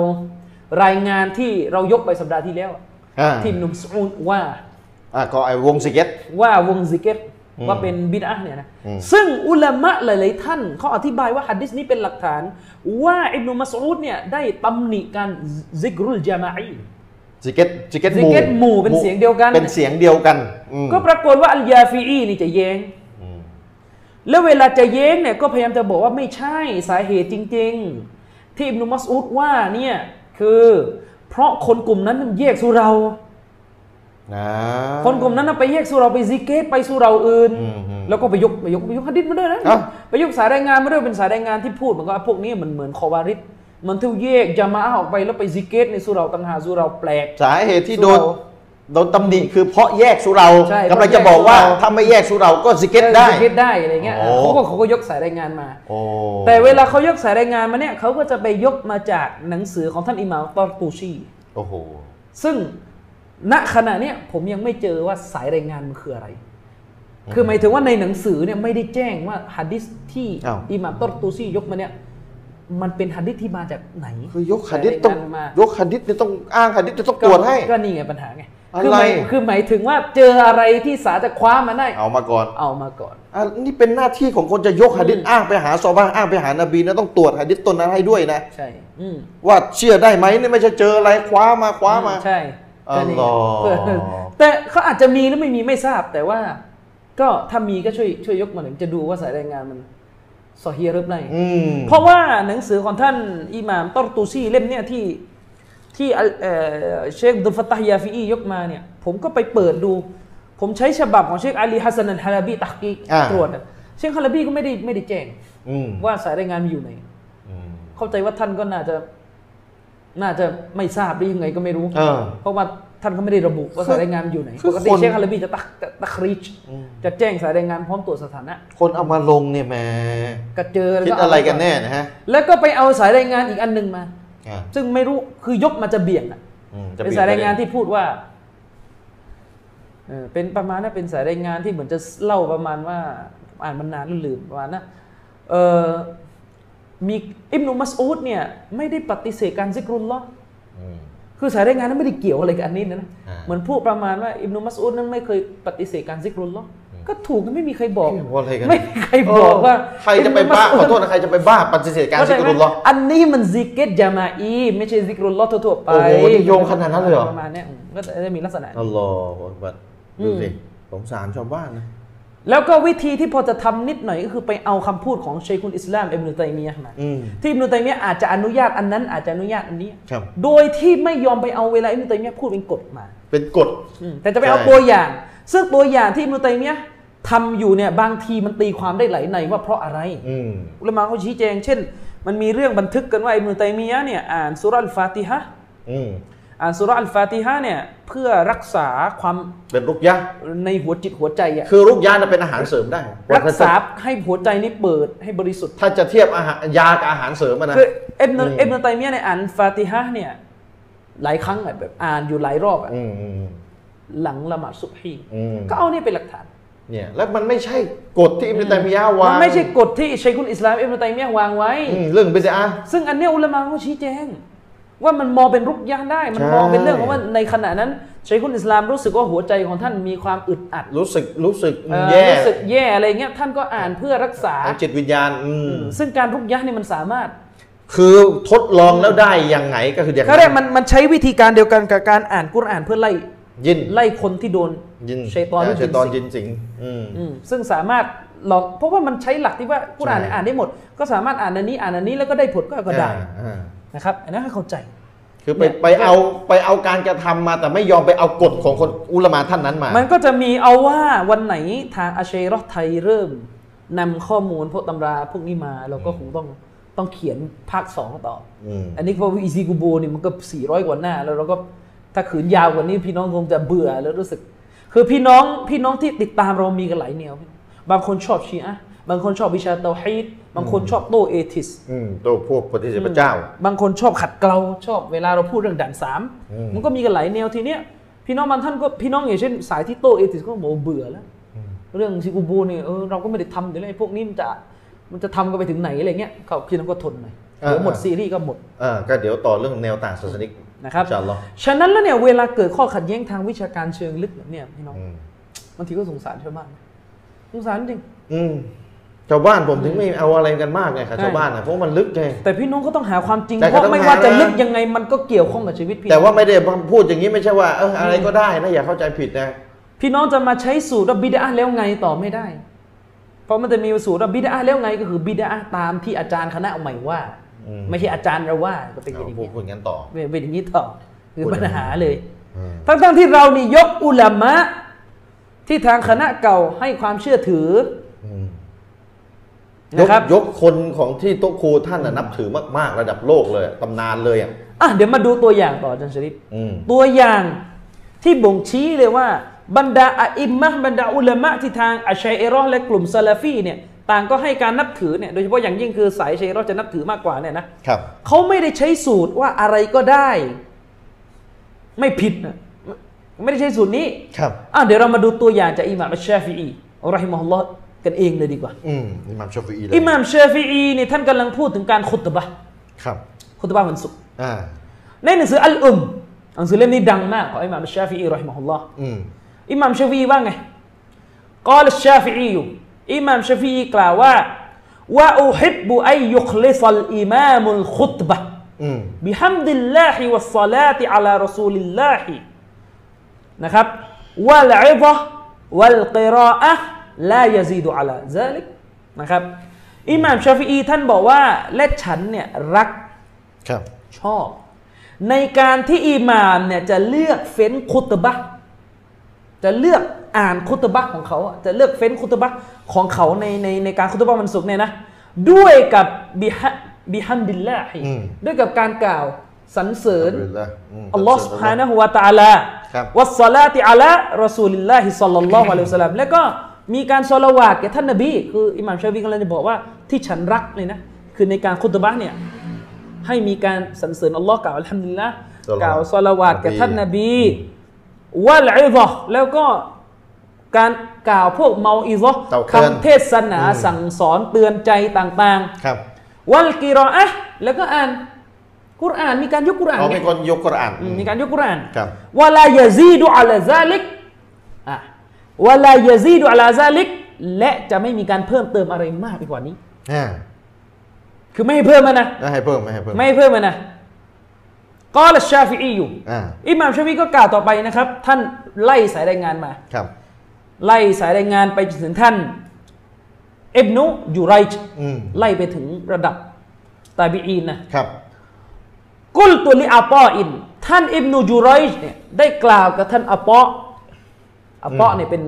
C: รายงานที่เรายกไปสัปดาห์ที่แล้วอะ
A: อ่า
C: ที่หนุ่มสอูนว่า
A: อ่าก็ไอ้วงสเก็ต
C: ว่าวงซิกเกต
A: อืม
C: ว่าเป็นบิดอะห์เนี่ยนะ
A: อืม
C: ซึ่งอุลามะหลาย ๆ ท่านเขาอธิบายว่าฮัดดิสนี้เป็นหลักฐาน ว่าอิบนุมัสอูดเนี่ยได้ตำหนิการซิกรุลจามาอี
A: สเก็ตสเก็ต
C: สเก็ตหมู่เป็นเสียงเดียวกัน
A: เป็นเสียงเดียวกันอืม
C: ก็ปรากฏว่าอัลยาฟีอีนี่จะแย้ง
A: อืม
C: แล้วเวลาจะเย้งเนี่ยก็พยายามจะบอกว่าไม่ใช่สาเหตุจริง ๆ ที่อิบนุมัสอุดว่าเนี่ยคือเพราะคนกลุ่มนั้นมันแยกสุเรา
A: นะ
C: คนกลุ่มนั้นนะไปแยกสุเราไปซิกเกตไปสุเราอื่น
A: อืมอืม
C: แล้วก็ไปยกไปยกไปยกฮัดดิษมาด้วยนะ
A: เอ้า
C: ไปยกสายรายงานมาด้วยเป็นสายรายงานที่พูดเหมันก็พวกนี้มันเหมือนคอวาริดมันเที่ยวแยกจะมาอ์ออกไปแล้วไปซิกเกตในสุเราต่างหากสุเราแปลก
A: สาเหตุที่โดน
C: สุเหร่า
A: โดนตำหนิคือเพราะแยกสุเรา
C: ใช่
A: กำลังจะบอกว่า
C: เพราะแยกสุเหร่า
A: ถ้าไม่แยกสุเราก็สเก็ตได้
C: ซิกเกตได้อะไรเงี้ย
A: โอ้
C: เขาก็เขาก็ยกสายรายงานมา
A: โอ้
C: แต่เวลาเขายกสายรายงานมาเนี่ยเขาก็จะไปยกมาจากหนังสือของท่านอิหม่ามตอรตูชี
A: โอ้โห
C: ซึ่งณขณะเนี้ยผมยังไม่เจอว่าสายรายงานมันคืออะไร คือหมายถึงว่าในหนังสือเนี่ยไม่ได้แจ้งว่าฮัดดิสที่
A: อ้าว
C: อิหม่ามตอรตูชียกมาเนี่ยมันเป็นฮัดดิสที่มาจากไหน
A: คือยกหัดดิษต้อง
C: สายรายงานมาย
A: กหัดดิษเนี่ยต้องอ้างหัดดิษจะต้องตรวจให้
C: ก็นี่ไงปัญหาไง
A: อะไร
C: คืหมายคือหมายถึงว่าเจออะไรที่สาจะคว้ามาได้
A: เอามาก่อน
C: เอามาก่อน
A: อ่ะนี่เป็นหน้าที่ของคนจะยกหัดดิษอ้างไปหาซอบ้าอ้างไปหานบีนะต้องตรวจหัดดิษตนนั้นให้ด้วยนะ
C: ใช่อืม
A: ว่าเชื่อได้ไหมนี่ไม่ใช่เจออะไรคว้ามาคว้ามา
C: ใช่ก็นี่
A: อัลล
C: ไง
A: อฮ์
C: เพื่อ แต่เขาอาจจะมีหรือไม่มีไม่ทราบ แต่ว่า ก็ถ้ามีก็ช่วยช่วยยกมาหนึ่งจะดูว่าสายรายงานมันซอเฮียหรือไม่
A: อืม
C: เพราะว่าหนังสือของท่านอิหม่ามตอรตูซีเล่มเนี่ยที่ที่อัลเอ่อเชคอับดุลฟัตตาฮ์ยาฟีอียกมาเนี่ย ผมก็ไปเปิดดู ผมใช้ฉบับของเชคอาลีฮัสซันอัลฮาลาบีตักกีก
A: อ่า
C: ตรวจอะเชคฮาลาบีก็ไม่ได้ไม่ได้แจ้ง
A: อืม
C: ว่าสายรายงานมีอยู่ไหน
A: อืม
C: เข้าใจว่าท่านก็น่าจะ น่าจะไม่ทราบได้ยังไงก็ไม่รู้
A: เออ
C: เพราะว่าท่านก็ไม่ได้ระบุว่า
A: คือ
C: สายรายงานอยู่ไหน
A: คือ
C: ปกติ
A: คน
C: เชคฮาลาบีจะตักจะตักรีช
A: อืม
C: จะแจ้งสายรายงานพร้อมตรวจสถานะ
A: คนเอามาลงเนี่ยแหม
C: กระเจอแล้ว
A: คิด
C: ก็เา
A: อะไรกันแน่นะฮะ
C: แล้วก็ไปเอาสายรายงานอีกอันหนึ่งมา
A: อ่ะ
C: ซึ่งไม่รู้คือยกมาจะเบี่ยงอะ
A: อืมจะ
C: เป็น
A: ลี่
C: สายรายงาน
A: ปะด็
C: ที่พูดว่าเออเป็นประมาณนะเป็นสายรายงานที่เหมือนจะเล่าประมาณว่าผมอ่านมันนานแล้วลืมประมาณนะเออมีอิบนุมัสอูดเนี่ย ไม่ได้ปฏิเสธการซิกรุลลอฮ์
A: อืม
C: คือสายรายงานนั้นไม่ได้เกี่ยวอะไรกับอันนี้นะนะ
A: อ่า
C: เหมือนพูดประมาณว่าอิบนุมัสอุดนั้นไม่เคยปฏิเสธการซิกรุลลอฮ์
A: อืม
C: ก็ถูกนะไม่มีใครบอก
A: เกี่ยวอะไรกัน
C: ไม่มีใครบอกว่า
A: เใครจะไปบ้าขอโทษนะใครจะไปบ้าปฏิเสธการ
C: เข้าใจ
A: ซิก
C: ไหม
A: รุลลอฮ์
C: อันนี้มันซิกเกตยามาอีไม่ใช่ซิกรุลลอฮ์ทั่วๆไป
A: โอ้โหนี่โยงขนาดนั้นเลยเหรอ
C: ประมาณเนี้ยอืมก็จะมีลักษณะ
A: อัลลอฮฺอักบัดดูสิสงสารชาวบ้านนะ
C: แล้วก็วิธีที่พอจะทำนิดหน่อยก็คือไปเอาคำพูดของเชคุลอิสลามอิบนุตัยมียะห์มา
A: อืม
C: ที่อิบนุตัยมียะห์อาจจะอนุญาตอันนั้นอาจจะอนุญาตอันนี้
A: ครับ
C: โดยที่ไม่ยอมไปเอาเวลาอิบนุตัยมียะห์พูดเป็นกฎมา
A: เป็นกฎ
C: อืมแต่จะไปเอา
A: ใช่
C: ตัวอย่าง ซึ่งตัวอย่างที่อิบนุตัยมียะห์ทำอยู่เนี่ยบางทีมันตีความได้หลายในว่าเพราะอะไร
A: อืม
C: อุลามะเขาชี้แจง เช่น มันมีเรื่องบันทึกกันว่าอิบนุตัยมียะห์เนี่ยอ่านสุราะห์อัลฟาติฮะห์
A: อืม
C: อ่านสุราะห์อัลฟาติฮะห์เนี่ยเพื่อรักษาความ
A: เป็นรุกยะ
C: ในหัวจิตหัวใจอะ
A: คือรุกยะน่ะเป็นอาหารเสริมได้
C: รักษาให้หัวใจนี่เปิดให้บริสุทธิ์
A: ถ้าจะเทียบอาหารยากับอาหารเสริมอะนะ
C: คืออิบนุ
A: อืม
C: อิบนุตัยมียะห์เนี่ยอ่านฟาติฮะห์เนี่ยหลายครั้งอะแบบอ่านอยู่หลายรอบอะ
A: อืมอืม
C: หลังละหมาดซุบฮี
A: อืม
C: ก็เอาเนี่ยเป็นหลักฐาน
A: เนี่ย แล้วมันไม่ใช่กฎที่อิบนุตัยมียะห์วา
C: มัน
A: ง
C: ไม่ใช่กฎที่ชัยคุลอิสลามอิบนุตัยมียะห์วางไว้
A: อืมเรื่องบิดา
C: ซึ่งอันเนี้ยอุลามะเขาชี้แจง ว่ามันมองเป็นรุกยะได้ มัน
A: ใช่
C: มองเป็นเรื่องของว่าในขณะนั้นชัยคุลอิสลามรู้สึกว่าหัวใจของท่านมีความอึดอัด
A: รู้สึก รู้สึก
C: เอ่อ
A: แย่
C: รู้สึกแย่อะไรเงี้ยท่านก็อ่านเพื่อรักษา
A: ทางจิตวิญญาณ อืม
C: ซึ่งการรุกยะเนี่ยมันสามารถ
A: คือทดลองแล้วได้ยังไงก็คืออย่าง
C: เขาเรียกมันมันใช้วิธีการเดียวกันกับการอ่านกุรอานเพื่อไล่
A: ยิน
C: ไล่คนที่โดน
A: ยิน
C: เชัยตอนหรื
A: า
C: อ
A: ชัยตอนยินสิงอืม
C: อืมซึ่งสามารถลองเพราะว่ามันใช้หลักที่ว่ากุรอานเนี่ย
A: ใช่
C: อ่านได้หมด ก็สามารถอ่านอันนี้อ่านอันนี้แล้วก็ได้ผลก็ก็ได้
A: อ่าอ่า
C: นะครับอันนั้นให้เข้าใจ
A: คือไป
C: เนี่ย
A: ไปเอาไปเอาการกระทำมาแต่ไม่ยอมไปเอากฎของคนอุลามาท่านนั้นมาม
C: มันก็จะมีเอาว่าวันไหนทางอาเชรอไทยเริ่มนำข้อมูลพวกตำราพวกนี้มาเราก็คงต้องต้องเขียนภาคสองต่ออ
A: ม
C: อันนี้เพราะว่าอีซีกูโบนี่มันก็ 400 กว่าหน้า แล้วเราก็ถ้าขืนยาวกว่านี้พี่น้องคงจะเบื่อแล้วรู้สึก คือพี่น้องพี่น้องที่ติดตามเรามีกันหลายแนว บางคนชอบชีอะห์บางคนชอบวิชาเตาฮีดบางคนชอบโตเอทิส
A: อืมตัวพวกปฏิเสธพระเจ้า
C: บางคนชอบขัดเกลาชอบเวลาเราพูดเรื่องด่านสามมันก็มีกันหลายแนวทีเนี้ยพี่น้องบางท่านก็พี่น้องอย่างเช่นสายที่โตเอติสก็บอกว่าเบื่อแล้ว เรื่องซิกูบูเนี่ยเออเราก็ไม่ได้ทำอยู่แล้วไอ้พวกนี้มันจะมันจะทำกันไปถึงไหนอะไรเงี้ยเขาพี่น้องก็ทนหน่อย
A: อ่า
C: เดี๋ยวหมดซีรีส์ก็หมด
A: อ่าก็เดี๋ยวต่อเรื่องแนวต่างศาสนิก
C: นะครับ
A: อินชาอัลลอฮ์
C: ฉะนั้นแล้วเนี่ยเวลาเกิดข้อขัดแย้งทางวิชาการเชิงลึกแบบเนี่ยพี่น้อง
A: อืม
C: บางทีก็สงสารชาวบ้านสงสารจริง
A: อืมชาวบ้านผมถึงไม่เอาอะไรกันมากไงค่ะ
C: ใช่
A: ชาวบ้านอ่ะเพราะมันลึกไง
C: แต่พี่น้องก็ต้องหาความจริง
A: แต่
C: เพ
A: ก็
C: ราะ
A: ต้อง
C: ไม่ว่า
A: หา
C: จะ
A: นะ
C: ลึกยังไงมันก็เกี่ยวข้องกับชีวิตพี่
A: แต่ว่าไม่ได้พูดอย่างนี้ไม่ใช่ว่าเอออะไรก็ได้นะอย่าเข้าใจผิดนะ
C: พี่น้องจะมาใช้สูตรว่าบิดาแล้วไงต่อไม่ได้ เพราะมันจะมีสูตรว่าบิดาแล้วไงก็คือบิดาตามที่อาจารย์คณะใหม่ว่า ไม่ใช่อาจารย์เราว่าก็เป็นอย่าง
A: เอาพูด
C: นี้
A: พูดกันต่อ
C: เป็นอย่างนี้ต่อคือ
A: พูดอ
C: ปั
A: ย่างนี้
C: ญหาเลย
A: อืม
C: ทั้งๆที่เรานี่ยกอุลามะที่ทางคณะเก่าให้ความเชื่อถือ
A: อืมยก
C: นะครับ
A: ยกคนของที่โต๊ะครูท่านน่ะนับถือมากๆ ระดับโลกเลยอะตำนานเลยอ่ะ
C: อ่ะเดี๋ยวมาดูตัวอย่างต่ออาจารย์ชริป
A: อืม
C: ตัวอย่างที่บ่งชี้เลยว่า บรรดาอะอิมมะห์บรรดาอุลามะที่ทางอัชชัยเรอห์และกลุ่มซาลาฟีเนี่ยต่างก็ให้การนับถือเนี่ยโดยเฉพาะอย่างยิ่งคือสายอัชชัยเรอห์จะนับถือมากกว่าเนี่ยนะครับ เขาไม่ได้ใช้สูตรว่าอะไรก็ได้ ไม่ผิดนะไม่ได้ใช้สูตรนี้
A: ครับ
C: อ่ะเดี๋ยวเรามาดูตัวอย่างจากอิหม่ามอัชชาฟิอีรอฮิมะฮุลลอฮ์กันเองเลยดีกว่า
A: อืมอิหมัมชาฟีอีเลย
C: อิหม่ามชาฟิอีเนี่ยท่านกำลังพูดถึงการขุตบะห์
A: ครับ
C: ขุตบะห์วันศุกร์
A: อ่า
C: ในหนังสืออัลอุมหนังสือเล่มนี้ดังมากของอิหม่ามชาฟิอีรอฮิมะฮุลลอฮ์
A: อืม
C: อิหม่ามชาฟิอีว่าไงกล่าวชาฟิอีอยู่อิหม่ามชาฟิอีกล่าวว่าว่าอุฮิบบุอัยยุคลิซัลอิมามุลขุตบะห์
A: อืม
C: بحمد الله والصلاة على رسول الله นะครับ والعظة والقراءة لا يزيد على ذلك นะครับอิหม่ามชาฟีอีท่านบอกว่า และฉันเนี่ยรัก
A: ครับ
C: ชอบ ในการที่อิหม่ามเนี่ยจะเลือกเฟ้นคุตบะห์ จะเลือกอ่านคุตบะห์ของเขาอะจะเลือกเฟ้นคุตบะห์ของเขาในในในการคุตบะห์วันศุกร์เนี่ยนะด้วยกับบิฮะบิฮัมดิลลาฮิ
A: อืม
C: ด้วยกับการกล่าวสรรเสริญ
A: ม
C: อัลลอฮ์ سبحانه และ تعالى
A: ครับ
C: วัสสลาติอัลารอซูลิลลาฮิสัลลัลลอฮุอะลัยฮิวะสัลลัมแล้วก็มีการสละวาดแก่ท่านนบีคืออิหม่ามชาฟีกำลังจะบอกว่าที่ฉันรักเลยนะคือในการคุตบะห์เนี่ยให้มีการสรรเสริญอัลลอฮ์กล่าวอัลฮัมดุลิลละ
A: ศ็อลลัลลอฮุ
C: กล่าวสละวาดแก่ท่านนบี
A: อื
C: วัลอิซะห์แล้วก็การกล่าวพวกเมาอิซะห์
A: เต่าเตือน
C: คำเทศนา
A: อืม
C: สั่งสอนเตือนใจต่าง
A: ครับ
C: ๆ วัลกิรออะห์แล้วก็อ่านกุรอานมีการยกกุรอาน
A: เขา
C: ไง
A: เป็นคนยกกุรอาน
C: อืมมีการยกกุรอาน
A: ครับ
C: วะลายาซีดูอัลซาลิกอ่ะวะลายาซีดูอัลซาลิก และจะไม่มีการเพิ่มเติมอะไรมากไปกว่านี้
A: อ่า
C: คือไม่ให้เพิ่มมันนะ
A: แล้วให้เพิ่มไหมให้เพิ่ม
C: ไม่ให้เพิ่มมันนะกอลชาฟิอีอยู่
A: อ่า
C: อิหม่ามชาฟีอีก็กล่าวต่อไปนะครับ ท่านไล่สายรายงานมา
A: ครับ
C: ไล่สายรายงานไปจนถึงท่านอิบนุยูไรจ์
A: อืม
C: ไล่ไปถึงระดับตาบีอีนนะ
A: ครับ
C: กุลตุลิอาปออิน ท่านอิบนูจูไรชเนี่ยได้กล่าวกับท่านอาปออาปอ
A: อืม
C: เนี่ยเป็น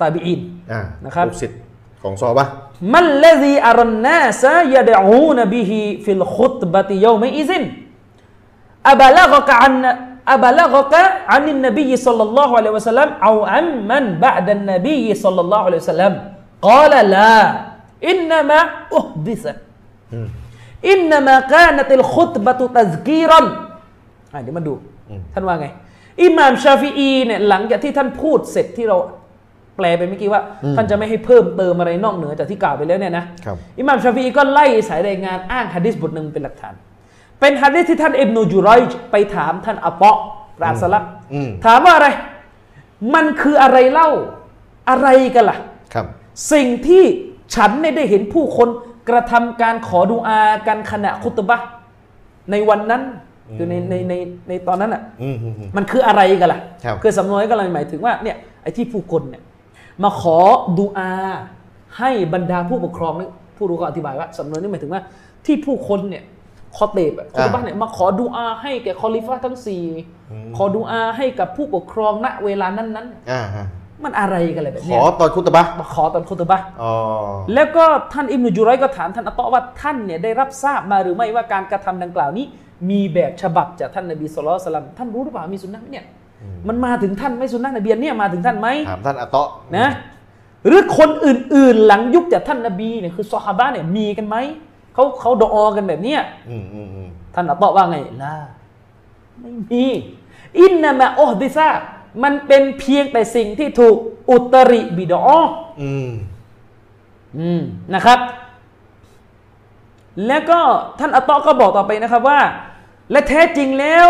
C: ตาบีอิน
A: อ่า
C: นะครับ
A: ลูกศิษย์ของซอฮาบะห์
C: มัลลซีอารันนาสยะดะอูนบิฮิฟิลขุตบะติยอมอิซินอับลากะอันอับลากะอันนบีสัลลัลลอฮุอะลัยฮิวะสัลลัมเอาอัมมันบะดันนบีสัลลัลลอฮุอะลัยฮิวะสัลลัมกาลลาอินนามะอุฮดิษะ
A: อืม
C: إنما كانت الخطبة تذكيرا อ่ะเดี๋ยวมาดู
A: อืม
C: ท่านว่าไง อิหม่ามชาฟีอีเนี่ยหลังจากที่ท่านพูดเสร็จที่เราแปลไปเมื่อกี้ว่า ท่านจะไม่ให้เพิ่มเติมอะไรนอกเหนือจากที่กล่าวไปแล้วเนี่ยนะครับ อิหม่ามชาฟีอีก็ไล่สายรายงานอ้างฮะดิษบทหนึ่งเป็นหลักฐาน เป็นฮะดิษที่ท่านอิบนูจูรอยจ์ไปถามท่านอัปเปาะราสลัก
A: อืม
C: ถามว่าอะไร มันคืออะไรเล่าอะไรกันล่ะ
A: ครับ
C: สิ่งที่ฉันเนี่ยได้เห็นผู้คนกระทำการขอดุอากันขณะคุตบะห์ในวันนั้นคือในในในในตอนนั้นอ่ะ
A: อืมอืมอืม
C: มันคืออะไรกันล่ะ
A: ครับ
C: คือสำนวนก็เลยหมายถึงว่าเนี่ยไอ้ที่ผู้คนเนี่ยมาขอดุอาให้บรรดาผู้ปกครองนี่ผู้รู้ก็อธิบายว่าสำนวนนี่หมายถึงว่า ที่ผู้คนเนี่ยคอเตบอะคุตบะห์เนี่ยมาขอดุอาให้แก่คอลิฟะห์ทั้งสี่ขอดุอาให้กับผู้ปกครองณเวลานั้น
A: อ่าฮะ
C: ๆมันอะไรกันเลยแบบ
A: ข
C: เนี้
A: อย ตอนคุตบะห์
C: มาขอตอนคุตบะห์
A: อ๋อ
C: แล้วก็ท่านอิมนุจุไรก็ถามท่านอัตตะว่าท่านเนี่ยได้รับทราบมาหรือไม่ว่าการกระทำดังกล่าวนี้ มีแบบฉบับจากท่านนบีสุลต่านสลัมท่านรู้หรือเปล่ามีสุนนะไหมเนี่ย
A: อืม
C: มันมาถึงท่านไหม่สุนนะนบีอันเนี่ยมาถึงท่านไหม
A: ถามท่านอะเตาะ
C: นะหรือคนอื่นๆ หลังยุคจากท่านนบีเนี่ยคือซอฮาบะห์เนี่ยมีกันไหมเขาเขาดออกันแบบเนี้ย
A: อืมอืมอืม
C: ท่านอัตตะว่าไงลาไม่มีอินนามะออฮดิซามันเป็นเพียงแต่สิ่งที่ถูกอุตริบิดออ
A: อืม
C: อืมนะครับ แล้วก็ท่านอัตตอก็บอกต่อไปนะครับว่า และแท้จริงแล้ว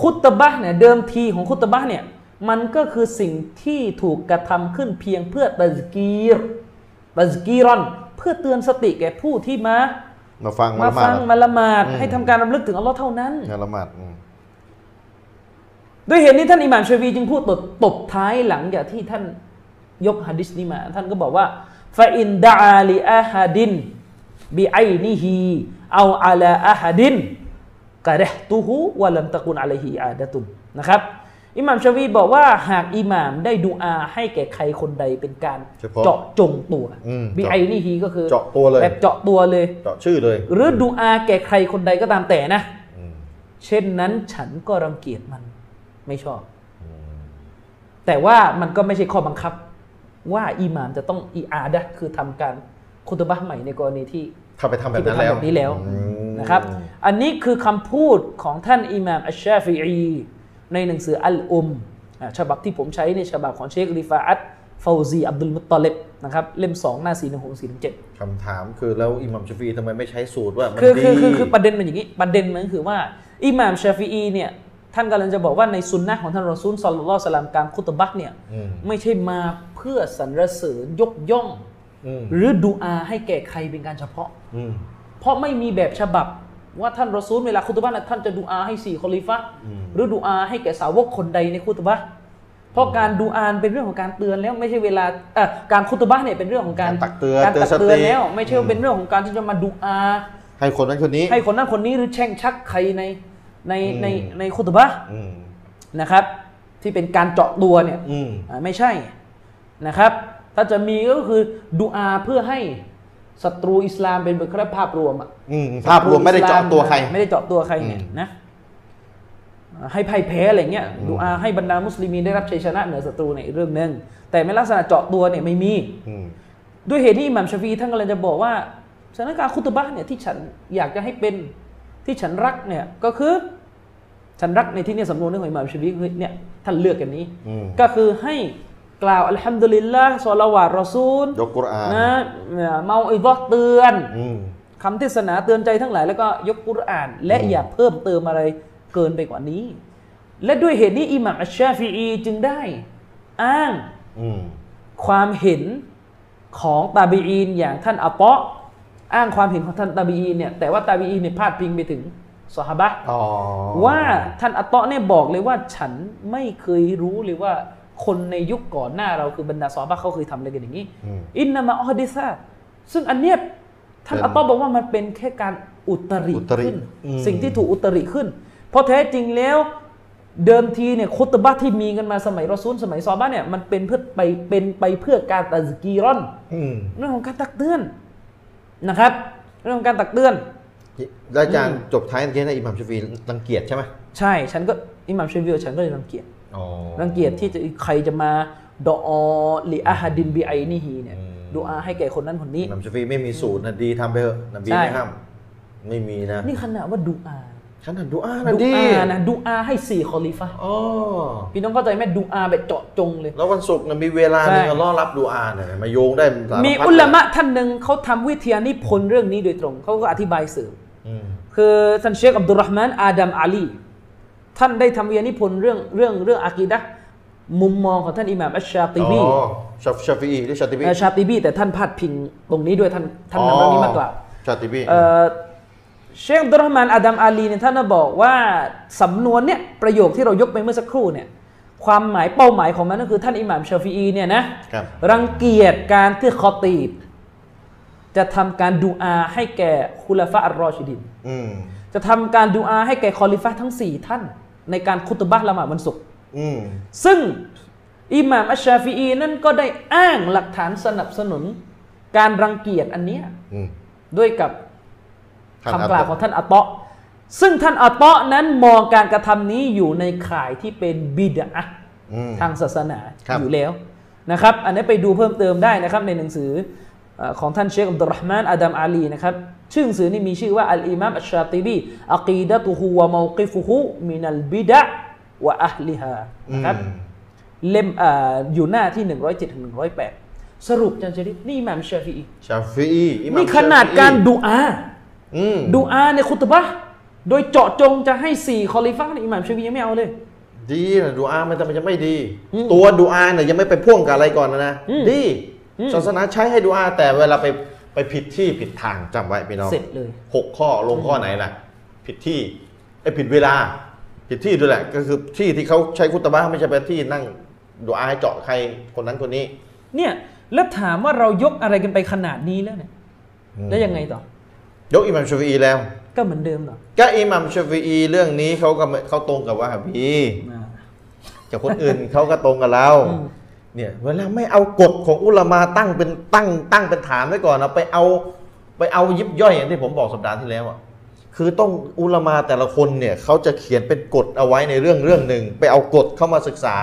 C: คุตบะห์เนี่ยเดิมทีของคุตบะห์เนี่ย มันก็คือสิ่งที่ถูกกระทำขึ้นเพียงเพื่อตะซกีรตะซกีรอน เพื่อเตือนสติแก่ผู้ที่มา
A: มาฟัง
C: มาฟัง
A: ละหด
C: มาละหมาด
A: อืม
C: ให้ทำการรำลึกถึงอัลลอฮ์เท่านั้น
A: งานละหมาดอืม
C: ด้วยเหตุนี้ท่านอิหม่ามชาฟีจึงพูดตบตบท้ายหลังจากที่ท่านยกฮะดิษนี้มา ท่านก็บอกว่าฟาอินดะอาลีอาฮาดินบิไอนิฮีเอาอาลาอาฮาดินกะเรห์ตูฮูวะลัมตะกุนอะลัยฮิอาดะตุนนะครับอิหม่ามชาฟีบอกว่าหากอิหม่ามได้ดูอาให้แก่ใครคนใดเป็นการเจาะจงตัว
A: อืม
C: บิไอนิฮีก็คือ
A: เจาะตัวเลย
C: แบบเจาะตัวเลย
A: เจาะชื่อเลย
C: หรือดูอาแก่ใครคนใดก็ตามแต่นะ
A: อืม
C: เช่นนั้นฉันก็รังเกียจมันไม่ชอบ แต่ว่ามันก็ไม่ใช่ข้อบังคับ ว่าอิหม่ามจะต้องอีอาดะห์คือทำการคุตบะห์ใหม่ในกรณีที่
A: ถ้าไปทำแบบ
C: ที่ไป
A: นั้น
C: ทำ
A: แล้ว
C: แบบนี้แล้ว
A: อืม
C: นะครับ อันนี้คือคำพูดของท่านอิหม่ามอัชชาฟิอีในหนังสืออัลอุมอ่ะฉบับที่ผมใช้ในยฉบับของเชคริฟาอัตฟาวซีอับดุลมุตตอลิบนะครับเล่ม 2 หน้า 4 1 6 4 7
A: คำถามคือแล้วอิหมัมชาฟีทำไมไม่ใช้สูตรว่ามัน
C: คือ
A: ดี
C: คือคือคือประเด็นมันอย่างนี้ประเด็นมันก็คือว่าอิหม่ามชาฟีอีเนี่ยท่านกำลังจะบอกว่าในสุนนะของท่านรอซูลสลลัลลอฮุสลามการคุตบะห์เนี่ย
A: อืม
C: ไม่ใช่มาเพื่อสรรเสริญยกย่อง
A: อืม
C: หรือดูอาให้แก่ใครเป็นการเฉพาะ
A: อืม
C: เพราะไม่มีแบบฉบับว่าท่านรอซูลเวลาคุตบะห์นะท่านจะดูอาให้สี่คอลิฟะห์หรือดูอาให้แก่สาวกคนใดในคุตบะห์เพราะการดูอาเป็นเรื่องของการเตือนแล้วไม่ใช่เวลาเอ่อการคุตบะห์เนี่ยเป็นเรื่องของการ
A: ตักเตือน
C: การตัก
A: ส
C: เตือนแล้ว ไม่ใช่ว่าเป็นเรื่องของการที่จะมาดูอา
A: ให้คนนั้นคนนี้
C: ให้คนนั้นคนนี้หรือแช่งชักใครในใน
A: อืม
C: ในในคุตบะห์
A: อืม
C: นะครับ ที่เป็นการเจาะตัวเนี่ย
A: อืม
C: อ่าไม่ใช่นะครับ ถ้าจะมีก็คือดูอาเพื่อให้ศัตรูอิสลามเป็นบุคลากรภาพรวมอะ
A: อืมภาพรวมไม่ได้เจาะตัวใคร
C: ไม่ได้เจาะตัวใครเนี่ย
A: อืม
C: นะให้พ่ายแพ้อะไรเงี้ยดูอาให้บรรดามุสลิมีนได้รับชัยชนะเหนือศัตรูในยอีกเรื่องหนึ่งแต่ไม่ลักษณะเจาะตัวเนี่ยไม่มี
A: อืม
C: ด้วยเหตุที่อิหมัมชาฟีท่านกำลังจะบอกว่าสถานการณ์คุตบะห์เนี่ยที่ฉันอยากจะให้เป็นที่ฉันรักเนี่ยก็คือ ฉันรักในที่เนี่ยสำนวนเรื่องของอิหมัมชาฟีคือเนี่ยท่านเลือกกันนี้
A: อืม
C: ก็คือให้กล่าวอัลฮัมดุลิลละฮ์ซอลาวาตรอซูล
A: ยกกุรอาน
C: นะเนี่ยเมาอิบอเตือน
A: อืม
C: คำเทศนาเตือนใจทั้งหลายแล้วก็ยกกุรอาน และ
A: อืม
C: อย่าเพิ่มเติมอะไรเกินไปกว่านี้ และด้วยเหตุนี้อิหม่ามอัชชาฟีอีจึงได้อ้าง
A: อืม
C: ความเห็นของตาบีอีนอย่างท่านอัปเปาะห์อ้างความเห็นของท่านตาบีอีนเนี่ยแต่ว่าตาบีอีนเนี่ยพาดพิงไปถึงสหบะห์
A: อ๋อ
C: ว่าท่านอัปเปาะห์เนี่ยบอกเลยว่าฉันไม่เคยรู้เลยว่าคนในยุคก่อนหน้าเราคือบรรดาสหบะห์เขาเคยทำอะไรกันอย่างนี้
A: อืม
C: อินนามาออดิซาซึ่งอันเนี้ยท่าน
A: เป็น
C: อัลลอฮ์บอกว่ามันเป็นแค่การอุตริ
A: อุตริ
C: ขึ้น
A: อืม
C: สิ่งที่ถูกอุตริขึ้น เพราะแท้จริงแล้วเดิมทีเนี่ยคุตบะห์ที่มีกันมาสมัยรอซูลสมัยซอฮาบ้านเนี่ยมันเป็นเพื่อไปเป็นไปเพื่อการตัสกีรอน
A: อืม
C: เรื่องของการตักเตือนนะครับ เรื่องของการตักเตือน
A: แล้วอาจารย์จบท้ายเมื่อกี้นะอิหม่ามชาฟีรังเกียจใช่ไหม
C: ใช่ ฉันก็อิหม่ามเชฟวิลฉันก็เลยรังเกียจ
A: อ๋อ
C: รังเกียจที่จะใครจะมาดออลิอาฮดินบีไอนีฮีเนี่ย
A: อืม
C: ดูอาให้แก่คนนั้นคนนี้
A: อิหม่ามชาฟีไม่มีสูตรนะดีทำไปเถอะนบี
C: ใช่
A: ไม่ห้ามไม่มีนะ
C: นี่ขนาดว่าดูอา
A: ฉันน่ะดูอานะ
C: ดู
A: ดี
C: อานะดูอาให้สี่คอลิฟะห์
A: อ๋อ
C: พี่น้องเข้าใจไหมดูอาแบบเจาะจงเลย
A: แล้ววันศุกร์นะมีเวลาหนึง
C: ใช่
A: อัลเลอรับดูอาเนี่ยมาโยงได้สารพัด
C: มีอุลามะท่านหนึ่งเขาทำวิทยานิพนธ์เรื่องนี้โดยตรง เขาก็อธิบายเสริม
A: อืม
C: คือท่านเชคอับดุลรหมานอาดัมอาลีท่านได้ทำวิทยานิพนธ์เรื่องเรื่องเรื่องอากีดะห์มุมมองของท่านอิหม่ามอัชชาติ
A: อ๋
C: บี
A: อชาฟชาฟีหรือชาติบี
C: อัชชาติบีแต่ท่านพาดพิงตรงนี้ด้วยท่านท่านนำเรื่องนี้มากล่าว
A: ชาติบี
C: เอ่อเชคอับดุลรหมานอาดัมอาลีเนี่ยท่านบอกว่าสำนวนเนี่ยประโยคที่เรายกไปเมื่อสักครู่เนี่ยความหมายเป้าหมายของมันก็คือท่านอิหม่ามชาฟีอีเนี่ยนะครับ รังเกียจการที่คอตีบ จะทำการดูอาให้แก่คุลาฟะอัลรอชิดิน
A: อืม
C: จะทำการดูอาให้แก่คอลิฟะห์ทั้ง 4 ท่าน ในการคุตบะห์ละหมาดวันศุกร์
A: อืม
C: ซึ่งอิหม่ามอัชชาฟีอีนั่นก็ได้อ้างหลักฐานสนับสนุน การรังเกียจอันเนี้ย
A: อืม
C: ด้วยกับ
A: ท่น
C: คำกล่าวของท่านอัตเตาะห์ซึ่งท่านอัตเตาะห์นั้นมองการกระทำนี้อยู่ในข่ายที่เป็นบิดอะห์
A: อืม
C: ทางศาสนา
A: ครับ
C: อยู่แล้วนะครับ อันนี้ไปดูเพิ่มเติมได้นะครับในหนังสือเอ่อของท่านเชคอับดุลรหมานอาดัมอาลีนะครับ ชื่อหนังสือนี่มีชื่อว่าอัลอิมามอัชชาติบีอักีดะตุฮูวะมาวกิฟุฮูมินัลบิดะห์วะอัฮลิฮานะครับ
A: อืม
C: เล่มเอออยู่หน้าที่ 107ถึง108 สรุปจันจริตนี่อิหม่ามชาฟีอี
A: ชาฟีอิหม่ม
C: นี่ขนาด
A: ชฟี
C: การดูอา
A: อืม
C: ดูอาในคุตบะห์โดยเจาะจงจะให้สี่คอลิฟ้าในยอิหม่ามชาฟียังไม่เอาเลย
A: ดีนะดูอามันจะมันจะไม่ดี ตัวดูอาเนี่ยยังไม่ไปพ่วงกับอะไรก่อนนะนะดีศาสนาใช้ให้ดูอา แต่เวลาไปไปผิดที่ผิดทางจำไว้พี่น้อง
C: เสร็จเลย
A: หกข้อลงข้อไหนล่ะ ผิดที่ไอ้ยผิดเวลา ผิดที่ด้วยแหละ ก็คือที่ที่เขาใช้คุตบะห์ไม่ใช่เป็นที่นั่งดูอาให้เจาะใครคนนั้นคนนี้
C: เนี่ยแล้วถามว่าเรายกอะไรกันไปขนาดนี้แล้วเนี่ย
A: อืม
C: แล้วยังไงต่อ
A: ยกอิหมัมชาฟีอีแล้ว
C: ก็เหมือนเดิมต่อ
A: ก็อิหมัมชาฟีอีเรื่องนี้เขาก็ไม่เขาตรงกับวะฮาบี
C: อ่า
A: จากคน อื่น เขาก็ตรงกับเรา
C: อืม
A: เนี่ยเวลาไม่เอากฎของอุลามาตั้งเป็นตั้งตั้งเป็นฐานไว้ก่อนนะไปเอาไปเอายิบย่อยอย่างที่ผมบอกสัปดาห์ที่แล้วอ่ะคือต้องอุลามาแต่ละคนเนี่ยเขาจะเขียนเป็นกฎเอาไว้ในเรื่องเรื่องหนึ่งไปเอากฎเข้ามาศึกษา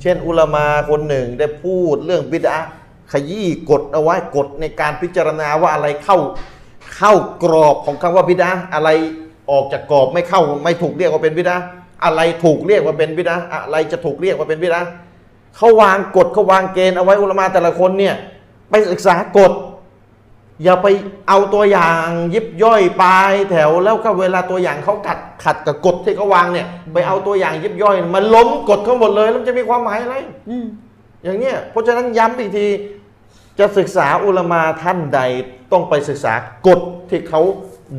A: เช่น อุลามาคนหนึ่งได้พูดเรื่องบิดาขยี้กฎเอาไว้กฎในการพิจารณาว่าอะไรเข้าเข้ากรอบของคำว่าบิดาอะไรออกจากกรอบไม่เข้าไม่ถูกเรียกว่าเป็นบิดาอะไรถูกเรียกว่าเป็นบิดาอะไรจะถูกเรียกว่าเป็นบิดา เขาวางกฎเขาวางเกณฑ์เอาไว้อุลามาแต่ละคนเนี่ยไปศึกษากฎ อย่าไปเอาตัวอย่างยิบย่อยปลายแถวแล้วก็เวลาตัวอย่างเขาขัดขัดกับกฎที่เขาวางเนี่ย ไปเอาตัวอย่างยิบย่อยมาล้มกฎเขาหมดเลยแล้วมันจะมีความหมายอะไร
C: อืม
A: อย่างเนี้ยเพราะฉะนั้นย้ำอีกทีจะศึกษาอุลามาท่านใดต้องไปศึกษากฎที่เขา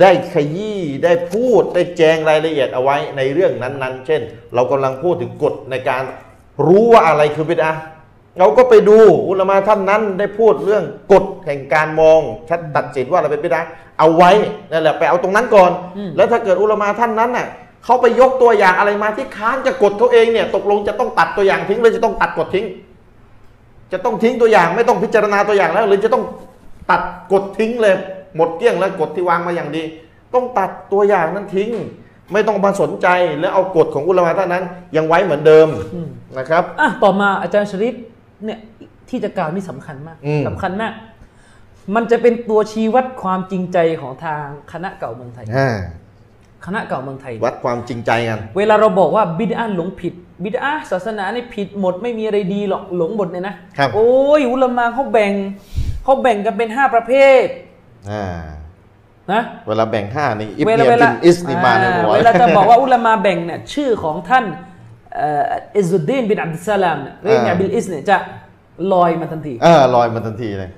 A: ได้ขยี้ได้พูดได้แจงรายละเอียดเอาไว้ในเรื่องนั้น ๆ เช่น เรากำลังพูดถึงกฎในการรู้ว่าอะไรคือบิดาเราก็ไปดูอุลามาท่านนั้นได้พูดเรื่องกฎแห่งการมองชัดตัดสินว่าอะไรเป็นบิดาเอาไว้นั่นแหละไปเอาตรงนั้นก่อน แล้วถ้าเกิดอุลามาท่านนั้นน่ะ เขาไปยกตัวอย่างอะไรมาที่ค้านจะกดเขาเองเนี่ยตกลงจะต้องตัดตัวอย่างทิ้งหรือจะต้องตัดกดทิ้ง จะต้องทิ้งตัวอย่างไม่ต้องพิจารณาตัวอย่างแล้ว หรือจะต้องตัดกดทิ้งเลย หมดเกลี้ยงแล้วกดที่วางมาอย่างดี ต้องตัดตัวอย่างนั้นทิ้ง ไม่ต้องมาสนใจแล้วเอากฎของอุลามะท่านนั้น ยังไว้เหมือนเดิมนะครับ
C: อ่ะต่อมาอาจารย์ชริตเนี่ยที่จะกล่าวนี่สำคัญมาก
A: อืม
C: สำคัญมาก มันจะเป็นตัวชี้วัดความจริงใจของทางคณะเก่าเมืองไทย
A: อ่า
C: คณะเก่าเมืองไทย
A: วัดความจริงใจกัน
C: เวลาเราบอกว่าบิดาหลงผิด บิดาศาสนานี่ผิดหมดไม่มีอะไรดีหรอกหลงหมดเนี่ยนะครับ โอ้ยอุลามาเขาแบ่งเขาแบ่งกันเป็น 5 ประเภท
A: อ่า
C: นะ
A: เวลาแบ่งห้านี่อิบ
C: เวลา
A: เนีย
C: เว
A: บิ
C: ลาน
A: อิสนี่มาในหัว
C: อ่เวลาจะบอกว่าอุลามาแบ่งเนี่ยชื่อของท่านเอ่ออิซุดดีนบินอับดุสสลามเนี่ยเรียกเนี่ย
A: อ่า
C: บิลอิสเนี่ยจะลอยมาทันที
A: เออลอยมาทันทีเลย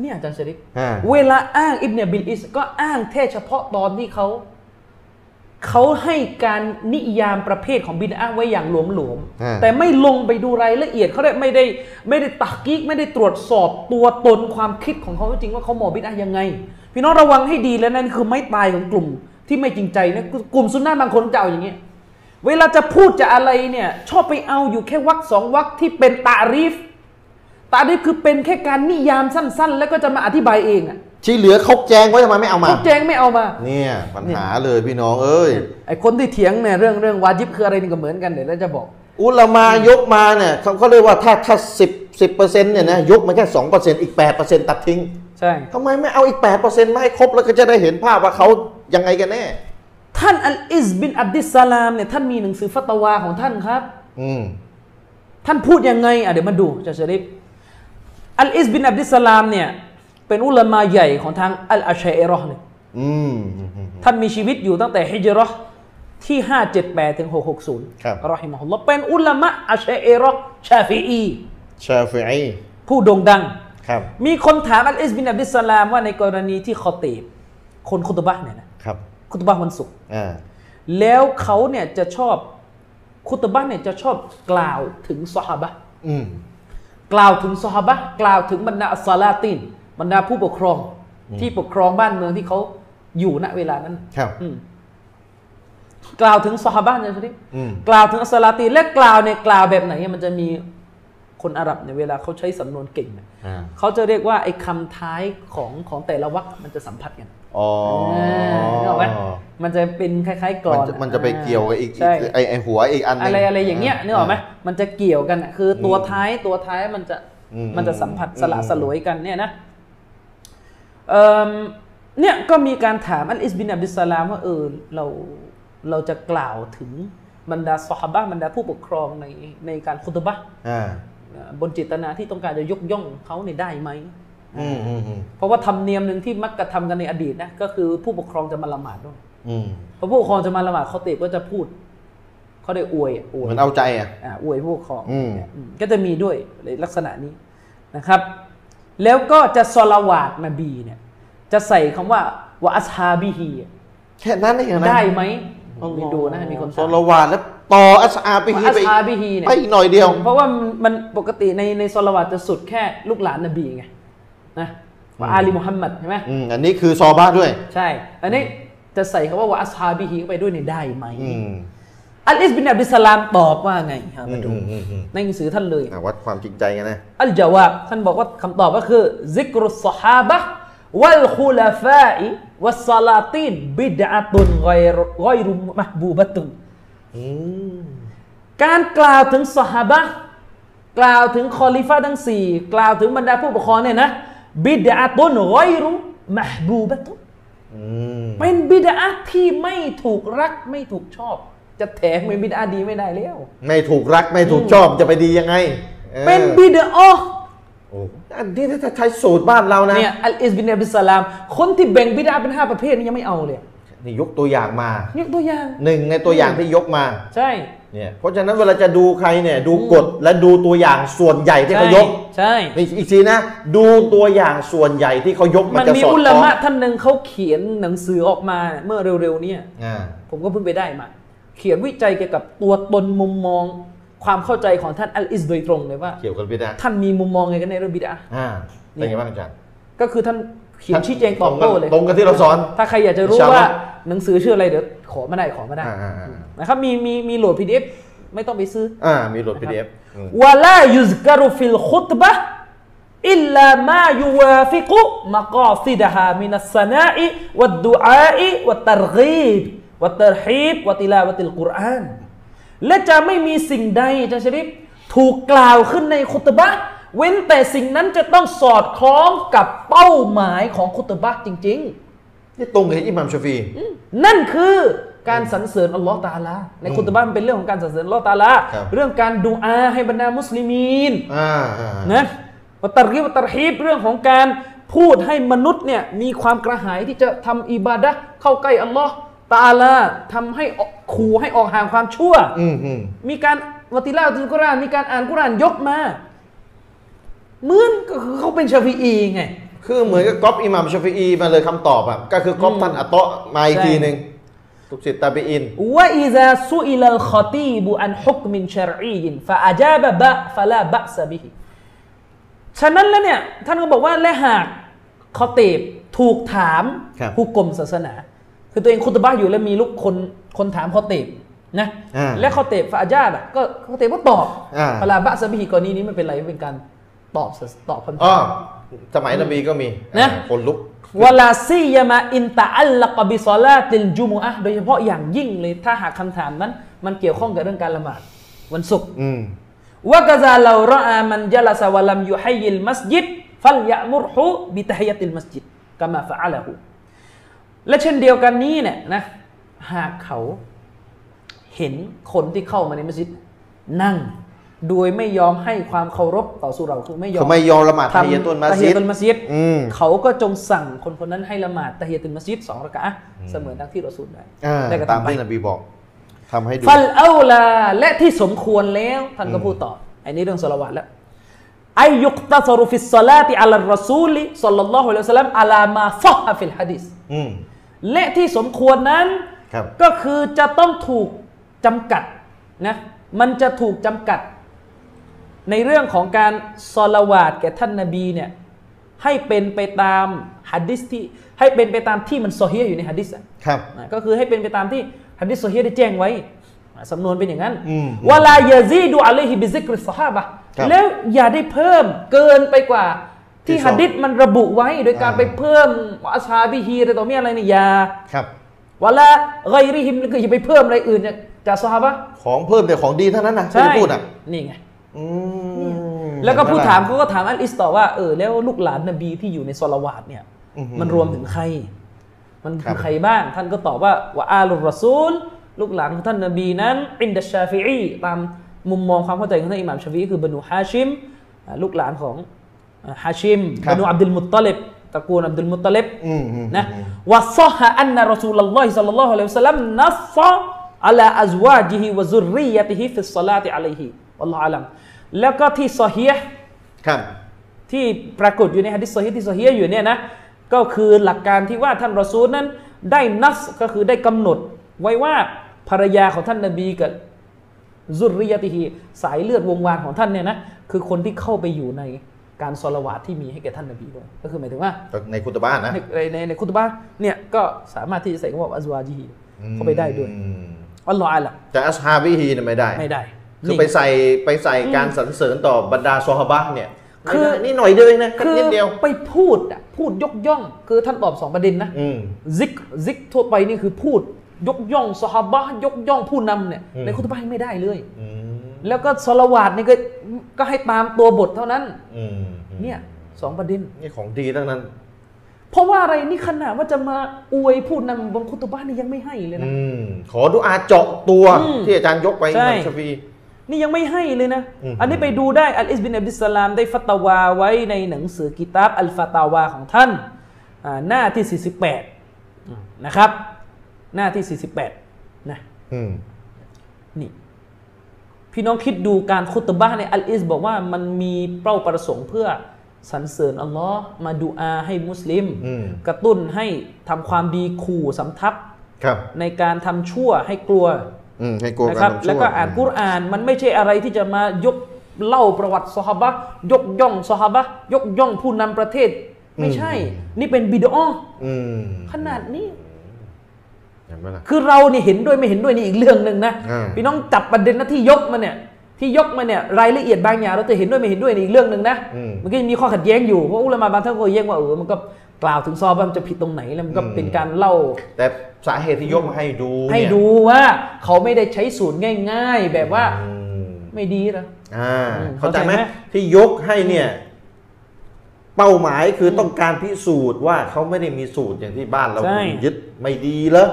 C: เนี่ยอาจารย์ชริฟ
A: อ่า
C: เวลาอ้างอิบเนยบิลอิสก็อ้างแค่เฉพาะตอนที่เขา เขาให้การนิยามประเภทของบิดอาไว้อย่างหลวม
A: อ่า
C: ๆ แต่ไม่ลงไปดูรายละเอียดเขาได้ไม่ได้ไม่ได้ตักกิกไม่ได้ตรวจสอบตัวตนความคิดของเขาจริงๆว่าเขาหมอบิดอายังไง พี่น้องระวังให้ดีแล้วนั่นคือไม่ตายของกลุ่มที่ไม่จริงใจนะกลุ่มซุนน่าบางคนจะเอาอย่างนี้ เวลาจะพูดจะอะไรเนี่ยชอบไปเอาอยู่แค่วักสองวักที่เป็นตารีฟ ตาดิบคือเป็นแค่การนิยามสั้น ๆ แล้วก็จะมาอธิบายเองอ่ะ
A: ที่เหลือเขาแจงไว้ทำไมไม่เอามา
C: เขาแจ้งไม่เอามา
A: เนี่ยปัญหาเลยพี่น้องเอ้ย
C: ไอคนที่เถียงเนี่ยเรื่องเรื่องวาจิบคืออะไรนี่ก็เหมือนกันเดี๋ยวเราจะบอก
A: อุลามายกมาเนี่ยเขาเขาเรียกว่าถ้าถ้าสิบสิบเปอร์เซ็นต์เนี่ยนะยกมาแค่สองเปอร์เซ็นต์อีกแปดเปอร์เซ็นต์ตัดทิ้ง
C: ใช่
A: ทำไมไม่เอาอีกแปดเปอร์เซ็นต์มาให้ครบแล้วก็จะได้เห็นภาพว่าเขายังไงกันแน่
C: ท่านอัลอิสบินอับดิสสลามเนี่ยท่านมีหนังสือฟัตวาของท่านครับ
A: อืม
C: ท่านพูดยังไงอ่ะเดี๋ยวมาดูอาจารย์ชะริฟอัลอิสบินอับดิสสลามเนี่ยเป็นอุลามาใหญ่ของทางอัลอาชัยเอรอห์เนี่ย
A: อืมอืมอืม
C: ท่านมีชีวิตอยู่ตั้งแต่ฮิจเราะห์ที่ 578ถึง660
A: ครับ
C: รอฮิมะฮุลลอฮ์เป็นอุลามะอาชัยเอรอห์ชาฟีอี
A: ชาฟิอี
C: ผู้โด่งดัง
A: ครับ
C: มีคนถามอัลอิสบินอับดิสสลามว่าในกรณีที่คอตีบคนคุตบะห์เนี่ยนะครับ คุตบะห์วันศุกร์
A: อ่า
C: แล้วเขาเนี่ยจะชอบคุตบะห์เนี่ยจะชอบกล่าวถึงสหบะห์
A: อืม
C: กล่าวถึงสหบะห์กล่าวถึงบรรดาอัสซาลาตินบรรดาผู้ปกครอง ที่ปกครองบ้านเมืองที่เขาอยู่ณเวลานั้น
A: ครับ
C: อืมกล่าวถึงสหบะห์เนี่ยสิ
A: อืม
C: กล่าวถึงอัสซาลาตินและกล่าวเนี่ยกล่าวแบบไหนมันจะมีคนอาหรับเนี่ยเวลาเขาใช้สำนวนเก่งเนี่ย
A: อ่า
C: เขาจะเรียกว่าไอ้คำท้ายของของแต่ละวรรคมันจะสัมผัสกัน
A: อ๋อ
C: นึกออกไหมมันจะเป็นคล้ายๆกรอ
A: มัน
C: น
A: จะมันจะไปเกี่ยวกับอีก
C: ใช่
A: ไอไอหัวอีกอันหนึ่
C: อะไรอะไรอย่างเงี้ยนึกออกไหมมันจะเกี่ยวกันอะคือตัวท้ายตัวท้ายมันจะ
A: อื
C: มันจะสัมผัสสละสลวยกันเนี่ยนะเอิ่มเนี่ยก็มีการถามอัลอิสบินอับดุสสลามว่าเออเราเราจะกล่าวถึงบรรดาสฮาบะห์บรรดาผู้ปกครองในในการคุตบะห์
A: อ่า
C: บนเจิตนาที่ต้องการจะยกย่องเขาเนี่ยได้ไหม
A: อืมอืมอืม
C: เพราะว่าธรรมเนียมหนึ่งที่มักกระทำกันในอดีตนะก็คือผู้ปกครองจะมาละหมาดด้วย
A: อืม
C: พอผู้ปกครองจะมาละหมาดเขาเตะก็จะพูดเขาได้อวยอะอวย
A: เหมือนเอาใจอ่ะ
C: อ่ะอวยผู้ปกครอง
A: อืม
C: เนี่ยอืมก็จะมีด้วยลักษณะนี้นะครับ แล้วก็จะสละวาดนบีเนี่ยจะใส่คำว่าวะอัสฮาบิฮีอะ
A: แค่นั้นเองนะ
C: ได้ไหม
A: อ๋อ
C: มีดูนะมีคน
A: ส
C: ถาม
A: ละวาดแล้วต่ออัสอาไป
C: วะ
A: ฮี
C: อั
A: ไป
C: สฮาบิฮีเนี่ย
A: ไปอีกหน่อยเดียว
C: เพราะว่ามันมันปกติในในสละวาดจะสุดแค่ลูกหลานนบีไงนะวะอาลีมุฮัมมัดใช่ไหม
A: อืมอันนี้คือซอบาด้วย
C: ใช่ อันนี้จะใส่คำว่าวะอัสฮาบิฮีเข้าไปด้วยเนี่ยได้ไหม
A: อืม
C: อัลอิสบินอับดุสลามตอบว่าไงครับ
A: อื
C: มาม ดู
A: อืมอืมอืม
C: ในหนังสือท่านเลย
A: อ่ะวัดความจริงใจกันนะ
C: อัลจาวาบท่านบอกว่าคำตอบก็คือ ซิกรุสฮาบะห์วัลคุลาฟาอิวัสซาลาตินบิดอะตุนไกรุไกรุมะบูบะตุน
A: อืม
C: การกล่าวถึงสหบะห์กล่าวถึงคอลิฟะห์ทั้งสี่กล่าวถึงบรรดาผู้ปกครองเนี่ยนะ บิดอะตุนไกรุมะบูบะตุน
A: อืม
C: เป็นบิดาที่ไม่ถูกรักไม่ถูกชอบ จะแถมเป็นบิดาดีไม่ได้แล้ว
A: ไม่ถูกรักไม่ถูกชอบจะไปดียังไงออ
C: เป็นบิดา
A: โอ้อันนี้ถ้าใช้สูตรบ้านเรานะ
C: เนี่ยอัลอิสบินอับดุสสลามคนที่แบ่งบิดาเป็น 5 ประเภทนี่ยังไม่เอาเลย
A: นี่ยกตัวอย่างมาย
C: กตัวอย่าง
A: หนึ่งในตัวอย่างที่ยกมา
C: ใช่
A: เนี่ยเพราะฉะนั้นเวลาจะดูใครเนี่ยดูกฎและดูตัวอย่างส่วนใหญ่ที่เขายก
C: ใช่
A: นี่อีกทีนะ ดูตัวอย่างส่วนใหญ่ที่เขายกมั
C: มัน น
A: จะ
C: มี
A: สอด
C: อุ
A: ค
C: ลา
A: ล้อง
C: มะท่านหนึ่งเขาเขียนหนังสือออกมาเมื่อเร็วๆเนี่ย
A: อ่า
C: ผมก็เพิ่งไปได้มา เขียนวิจัยเกี่ยวกับตัวตนมุมมอง ความเข้าใจของท่านอัลอิสโดยตรงเลยว่า
A: เกี่ยวกับบิดา
C: ท่านมีมุมมองไงกันในเรื่องบิดา
A: อ่าเป็นไงบ้างอาจารย์
C: ก็คือท่านเขียนชี้แจงตอบ
A: ตร
C: โต้
A: งกัน
C: เลย
A: ตรงกันที่เราสอน
C: ถ้าใครอยากจะรู้
A: อินชาอัลลอ
C: ว่า
A: ฮ์
C: หนังสือชื่ออะไรเดี๋ยวขอมาได้ขอมาได้
A: อ่าอ่าอ่า
C: นะครับมีมีมีโหลด PDF ไม่ต้องไปซื้อ
A: อ่ามีโหลด PDF อืม
C: วะลายุซกรุฟิลขุตบะอิลลามายูวาฟิกุมะกาซิดฮามินัสสนาอิวัดดุอาอิวัตตรกีบวัตตรฮีบวัติลาวัติลกุรอานและจะไม่มีสิ่งใดอาจารย์ชะริฟถูกกล่าวขึ้นในขุตบะห์เว้นแต่สิ่งนั้นจะต้องสอดคล้องกับเป้าหมายของขุตบะห์จริง ๆ
A: นี่ตรงกับอิหมัมชาฟีอี
C: นั่นคือการสรรเสริญอัลลอฮ์ตาอาลาในคุตบะห์มันเป็นเรื่องของการสรรเสริญอัลลอฮ์ตาอาลา
A: ครับ
C: เรื่องการดูอาให้บรรดามุสลิมีน
A: อ่าอ่า
C: นะวัตตรกีบวัตตรฮีบเรื่องของการพูดให้มนุษย์เนี่ยมีความกระหายที่จะทำอิบาดะห์เข้าใกล้อัลลอฮ์ตาอาลาทำให้ออกขู่ให้ออกห่างความชั่ว
A: อืมอืม
C: มีการวะติลาตุลกุรอานมีการอ่านกุรอานยกมาเหมือนก็คือเขาเป็นชาฟีอีไง
A: คือเหมือนกับก๊อปอิหมัมชาฟีอีมาเลยคำตอบอ่ะก็คือก๊อปท่านอัตเตาะมาอีก
C: ใช่
A: ทีหนึ่งลูกศิษย์ตาบีอิน
C: وإذا سئل الخطيب عن حكم شرعي فأجاب بأ فلا بأس به ฉะนั้นแล้วเนี่ย ท่านก็บอกว่าและหากขอตีบถูกถาม
A: ครับ
C: ผู้กรมศาสนา คือตัวเองคุตบะห์อยู่แล้วมีลูกคนคนถามขอตีบนะ
A: อ่า
C: และขอตีบฟาอาญาบะก็ขอตีบก็ตอบ
A: อ่า
C: ฟาลาบะซะบิฮิกรณีนี้มันเป็นอะไรเป็นการตอบสตอบคำ
A: อ๋
C: ถา
A: อ
C: ม
A: สมัยนบีก็มี
C: นะ
A: อ่าคนลุก
C: วลาซียามาอินตะอัลละกบิซอลาติลจุมูอะห์โดยเฉพาะอย่างยิ่งเลยถ้าหากคำถามนั้น มันเกี่ยวข้องกับเรื่องการละหมาดวันศุกร์
A: อืม
C: วะกะซาลาวราอามันยะลาซาวะลัมยุฮัยยิลมัสยิดฟัลยะมุรฮุบิตะฮิยะติลมัสยิดกะมาฟะอะละฮูและเช่นเดียวกันนี้เนี่ยนะหากเขาเห็นคนที่เข้ามาในมัสยิดนั่ง โดยไม่ยอมให้ความเคารพต่อสุเราะห์คือไม่ยอม
A: เขาไม่ยอมละหมาด
C: ทำ
A: ทายาตุนมา
C: ตะฮี
A: ซิ
C: ยะ
A: ด
C: ตุลมัสยิด
A: อืม
C: เขาก็จงสั่งคนคนนั้นให้ละหมาดตะฮียะตุลมัสยิดสองรักอะฮ์เสมือนดังที่เราสูตรได้
A: อ่า
C: ได้กระ
A: ตาม
C: ทำไป
A: ที่นบีบอกทำให้ดู
C: ฟัลเอาลาและที่สมควรแล้ว ท่านก็
A: อืม
C: พูดต่ออันนี้เรื่องสละวัตแล้วไอยุกตะสรุฟิสซาลาติอัลลอฮ์รอซูลิสัลลัลลอฮุอะลัยฮิวะสัลลัมอัลามาซอฮะฟิลฮะดิษ
A: อืม
C: และที่สมควรนั้น
A: ครับ
C: ก็คือจะต้องถูกจำกัดนะ มันจะถูกจำกัด ในเรื่องของการซอลาวาดแก่ท่านนาบีเนี่ยให้เป็นไปตามฮัดดิสที่ให้เป็นไปตามที่มันโซเฮียอยู่ในฮัดดิสอะ
A: ครับ
C: นะก็คือให้เป็นไปตามที่ฮัดดิสโซเฮียได้แจ้งไว้อ่ะสำนวนเป็นอย่างนั้น
A: อืม
C: วะลายาซีดูอะลัยฮิบิซิกริสซอฮาบะห์
A: ครับ
C: แล้วอย่าได้เพิ่มเกินไปกว่าที่
A: ที่สอง
C: ฮัดดิสมันระบุไว้โดยการ
A: อ่า
C: ไปเพิ่มว่าอาชาบิฮีอะไรต่อมีอะไรเนี่ยอย่า
A: ครับ
C: วะละไกริฮิมก็อย่าไปเพิ่มอะไรอื่นเนี่ยจากซอฮาบะห์
A: ของเพิ่มแต่ของดีเท่านั้นนะที่ได้พูดอ่ะ
C: นี่ไง
A: อืม
C: แล้วก็ผู้ถาม
A: เห็นไห
C: เขาก็ถามอัลอิสต่อว่าเออแล้วลูกหลานนบีที่อยู่ในซอลาวาดเนี่ย
A: อือหือ
C: มันรวมถึงใคร มัน
A: ครั
C: คื
A: บ
C: อใครบ้าง ท่านก็ตอบว่าวะอาลุรอซูล ลูกหลานของท่านนบีนั้นอินดัชชาฟิอีตามมุมมองความเข้าใจของท่านอิหม่ามชาฟิอีคือบรนูฮาชิมอ่าลูกหลานของอ่าฮาชิม
A: ครับ บ
C: รนูอับดุลมุตตลิบตระกูลอับดุลมุตตลิบ
A: อืมอืม
C: นะ
A: อืม
C: วะซอฮะอันนะรอซูลลลอฮิศ็อลลัลลอฮุอะลัยฮิวะซัลลัมนัสซะอะลาอัซวาจิฮิวะซุรริยะติฮิฟิศศอลาติอะลัยฮิวัลลอฮุอะลัมแล้วก็ที่ซอฮีหะห์
A: ครับ
C: ที่ปรากฏอยู่ในหะดีษซอฮีหะห์ที่ซอฮีหะห์อยู่เนี่ยนะก็คือหลักการที่ว่าท่านรอซูลนั้นได้นัสก็คือได้กำหนดไว้ว่าภรรยาของท่านนบีกับซุรริยะติฮิสายเลือดวงวานของท่านเนี่ยนะคือคนที่เข้าไปอยู่ในการซอลาวาตที่มีให้แก่ท่านนบีด้วยก็คือหมายถึงว่า
A: ในคุตบ้านนะ
C: ในในในในคุตบะห์เนี่ยก็สามารถที่จะใส่คำว่าอัซวาจีฮีเข้าไปได้ด้วย
A: อืม
C: อัลลอฮ์อาลัม
A: แต่อัสฮาบิฮีเนี่ยไม่ได้
C: ไม่ได้
A: คือ
C: นี่
A: ไปใส่ไปใส่การสรรเสริญต่อบรรดาซอฮาบะห์เนี่ย
C: คือ
A: ไม่ได้นี่หน่อยเดียวเองนะ
C: คือ
A: นิดเดียว
C: ไปพูดอะพูดยกย่อง คือท่านตอบสองประเด็นนะ
A: อืม
C: ซิกซิกทั่วไปนี่คือพูดยกย่องสฮาบะห์ยกย่องผู้นำเนี่ย
A: อืม
C: ในคุตบะห์ไม่ได้เลย
A: อืม
C: แล้วก็สละวาดนี่ก็ก็ให้ตามตัวบทเท่านั้น
A: อืมอืม
C: เนี่ยสองประเด็น
A: นี่ของดีทั้งนั้น
C: เพราะว่าอะไรนี่ขนาดว่าจะมาอวยผู้นำบนคุตบะห์นี่ยังไม่ให้เลยนะ
A: อืม ขอดูอาเจาะตัว
C: อืม
A: ที่อาจารย์ยกไป
C: ใช่
A: อิหมัมชาฟี
C: นี่ยังไม่ให้เลยนะ
A: อืม
C: อันนี้ไปดูได้อัลอิสบินอับดิสลามได้ฟัตวาไว้ในหนังสือกิตาบอัลฟาตาวาของท่านอ่าหน้าที่ 48 นะครับ หน้าที่ 48 นะ
A: อืม
C: นี่ พี่น้องคิดดูการคุตบะห์ในอัลอิสบอกว่ามันมีเป้าประสงค์เพื่อสรรเสริญอัลลอฮ์มาดูอาให้มุสลิม
A: อืม
C: กระตุ้นให้ทำความดีขู่สำทับ
A: ครับ
C: ในการทำชั่วให้กลัว
A: อืม ให้กลัว
C: นะ
A: กา
C: ครั
A: ร
C: บ
A: ทำชั่ว
C: แล้วก็อ่านกุรอานมันไม่ใช่อะไรที่จะมายกเล่าประวัติสฮาบะห์ยกย่องสฮาบะห์ยกย่องผู้นำประเทศ ไม่ใช่ นี่เป็นบิดอ
A: อืม
C: ขนาดนี้
A: เห็นไหมล่ะ
C: คือเราเนี่ยเห็นด้วยไม่เห็นด้วยนี่อีกเรื่องหนึ่งนะ
A: อ่า
C: พี่น้องจับประเด็นนะที่ยกมาเนี่ยที่ยกมาเนี่ยรายละเอียดบางอย่างเราจะเห็นด้วยไม่เห็นด้วยนี่อีกเรื่องหนึ่งนะ
A: อืม
C: มันก็ยังมีข้อขัดแย้งอยู่เพราะอุลามะบางท่านก็แย้งว่าเออมันก็กล่าวถึงซอฮาบะห์มันจะผิดตรงไหนแล้วมันก็
A: อืม
C: เป็นการเล่า
A: แต่สาเหตุที่ยกมาให้ดูเนี่ย
C: ให้ดูว่าเขาไม่ได้ใช้สูตรง่าย ๆ แบบว่า
A: อืม
C: ไม่ดีนะ
A: อ่า
C: อืม
A: เข้าใจไหม
C: เข้าใจไหม
A: ที่ยกให้เนี่ย เป้าหมายคือต้องการพิสูจน์ว่าเขาไม่ได้มีสูตรอย่างที่บ้านเรายึดไม่ดีเหรอ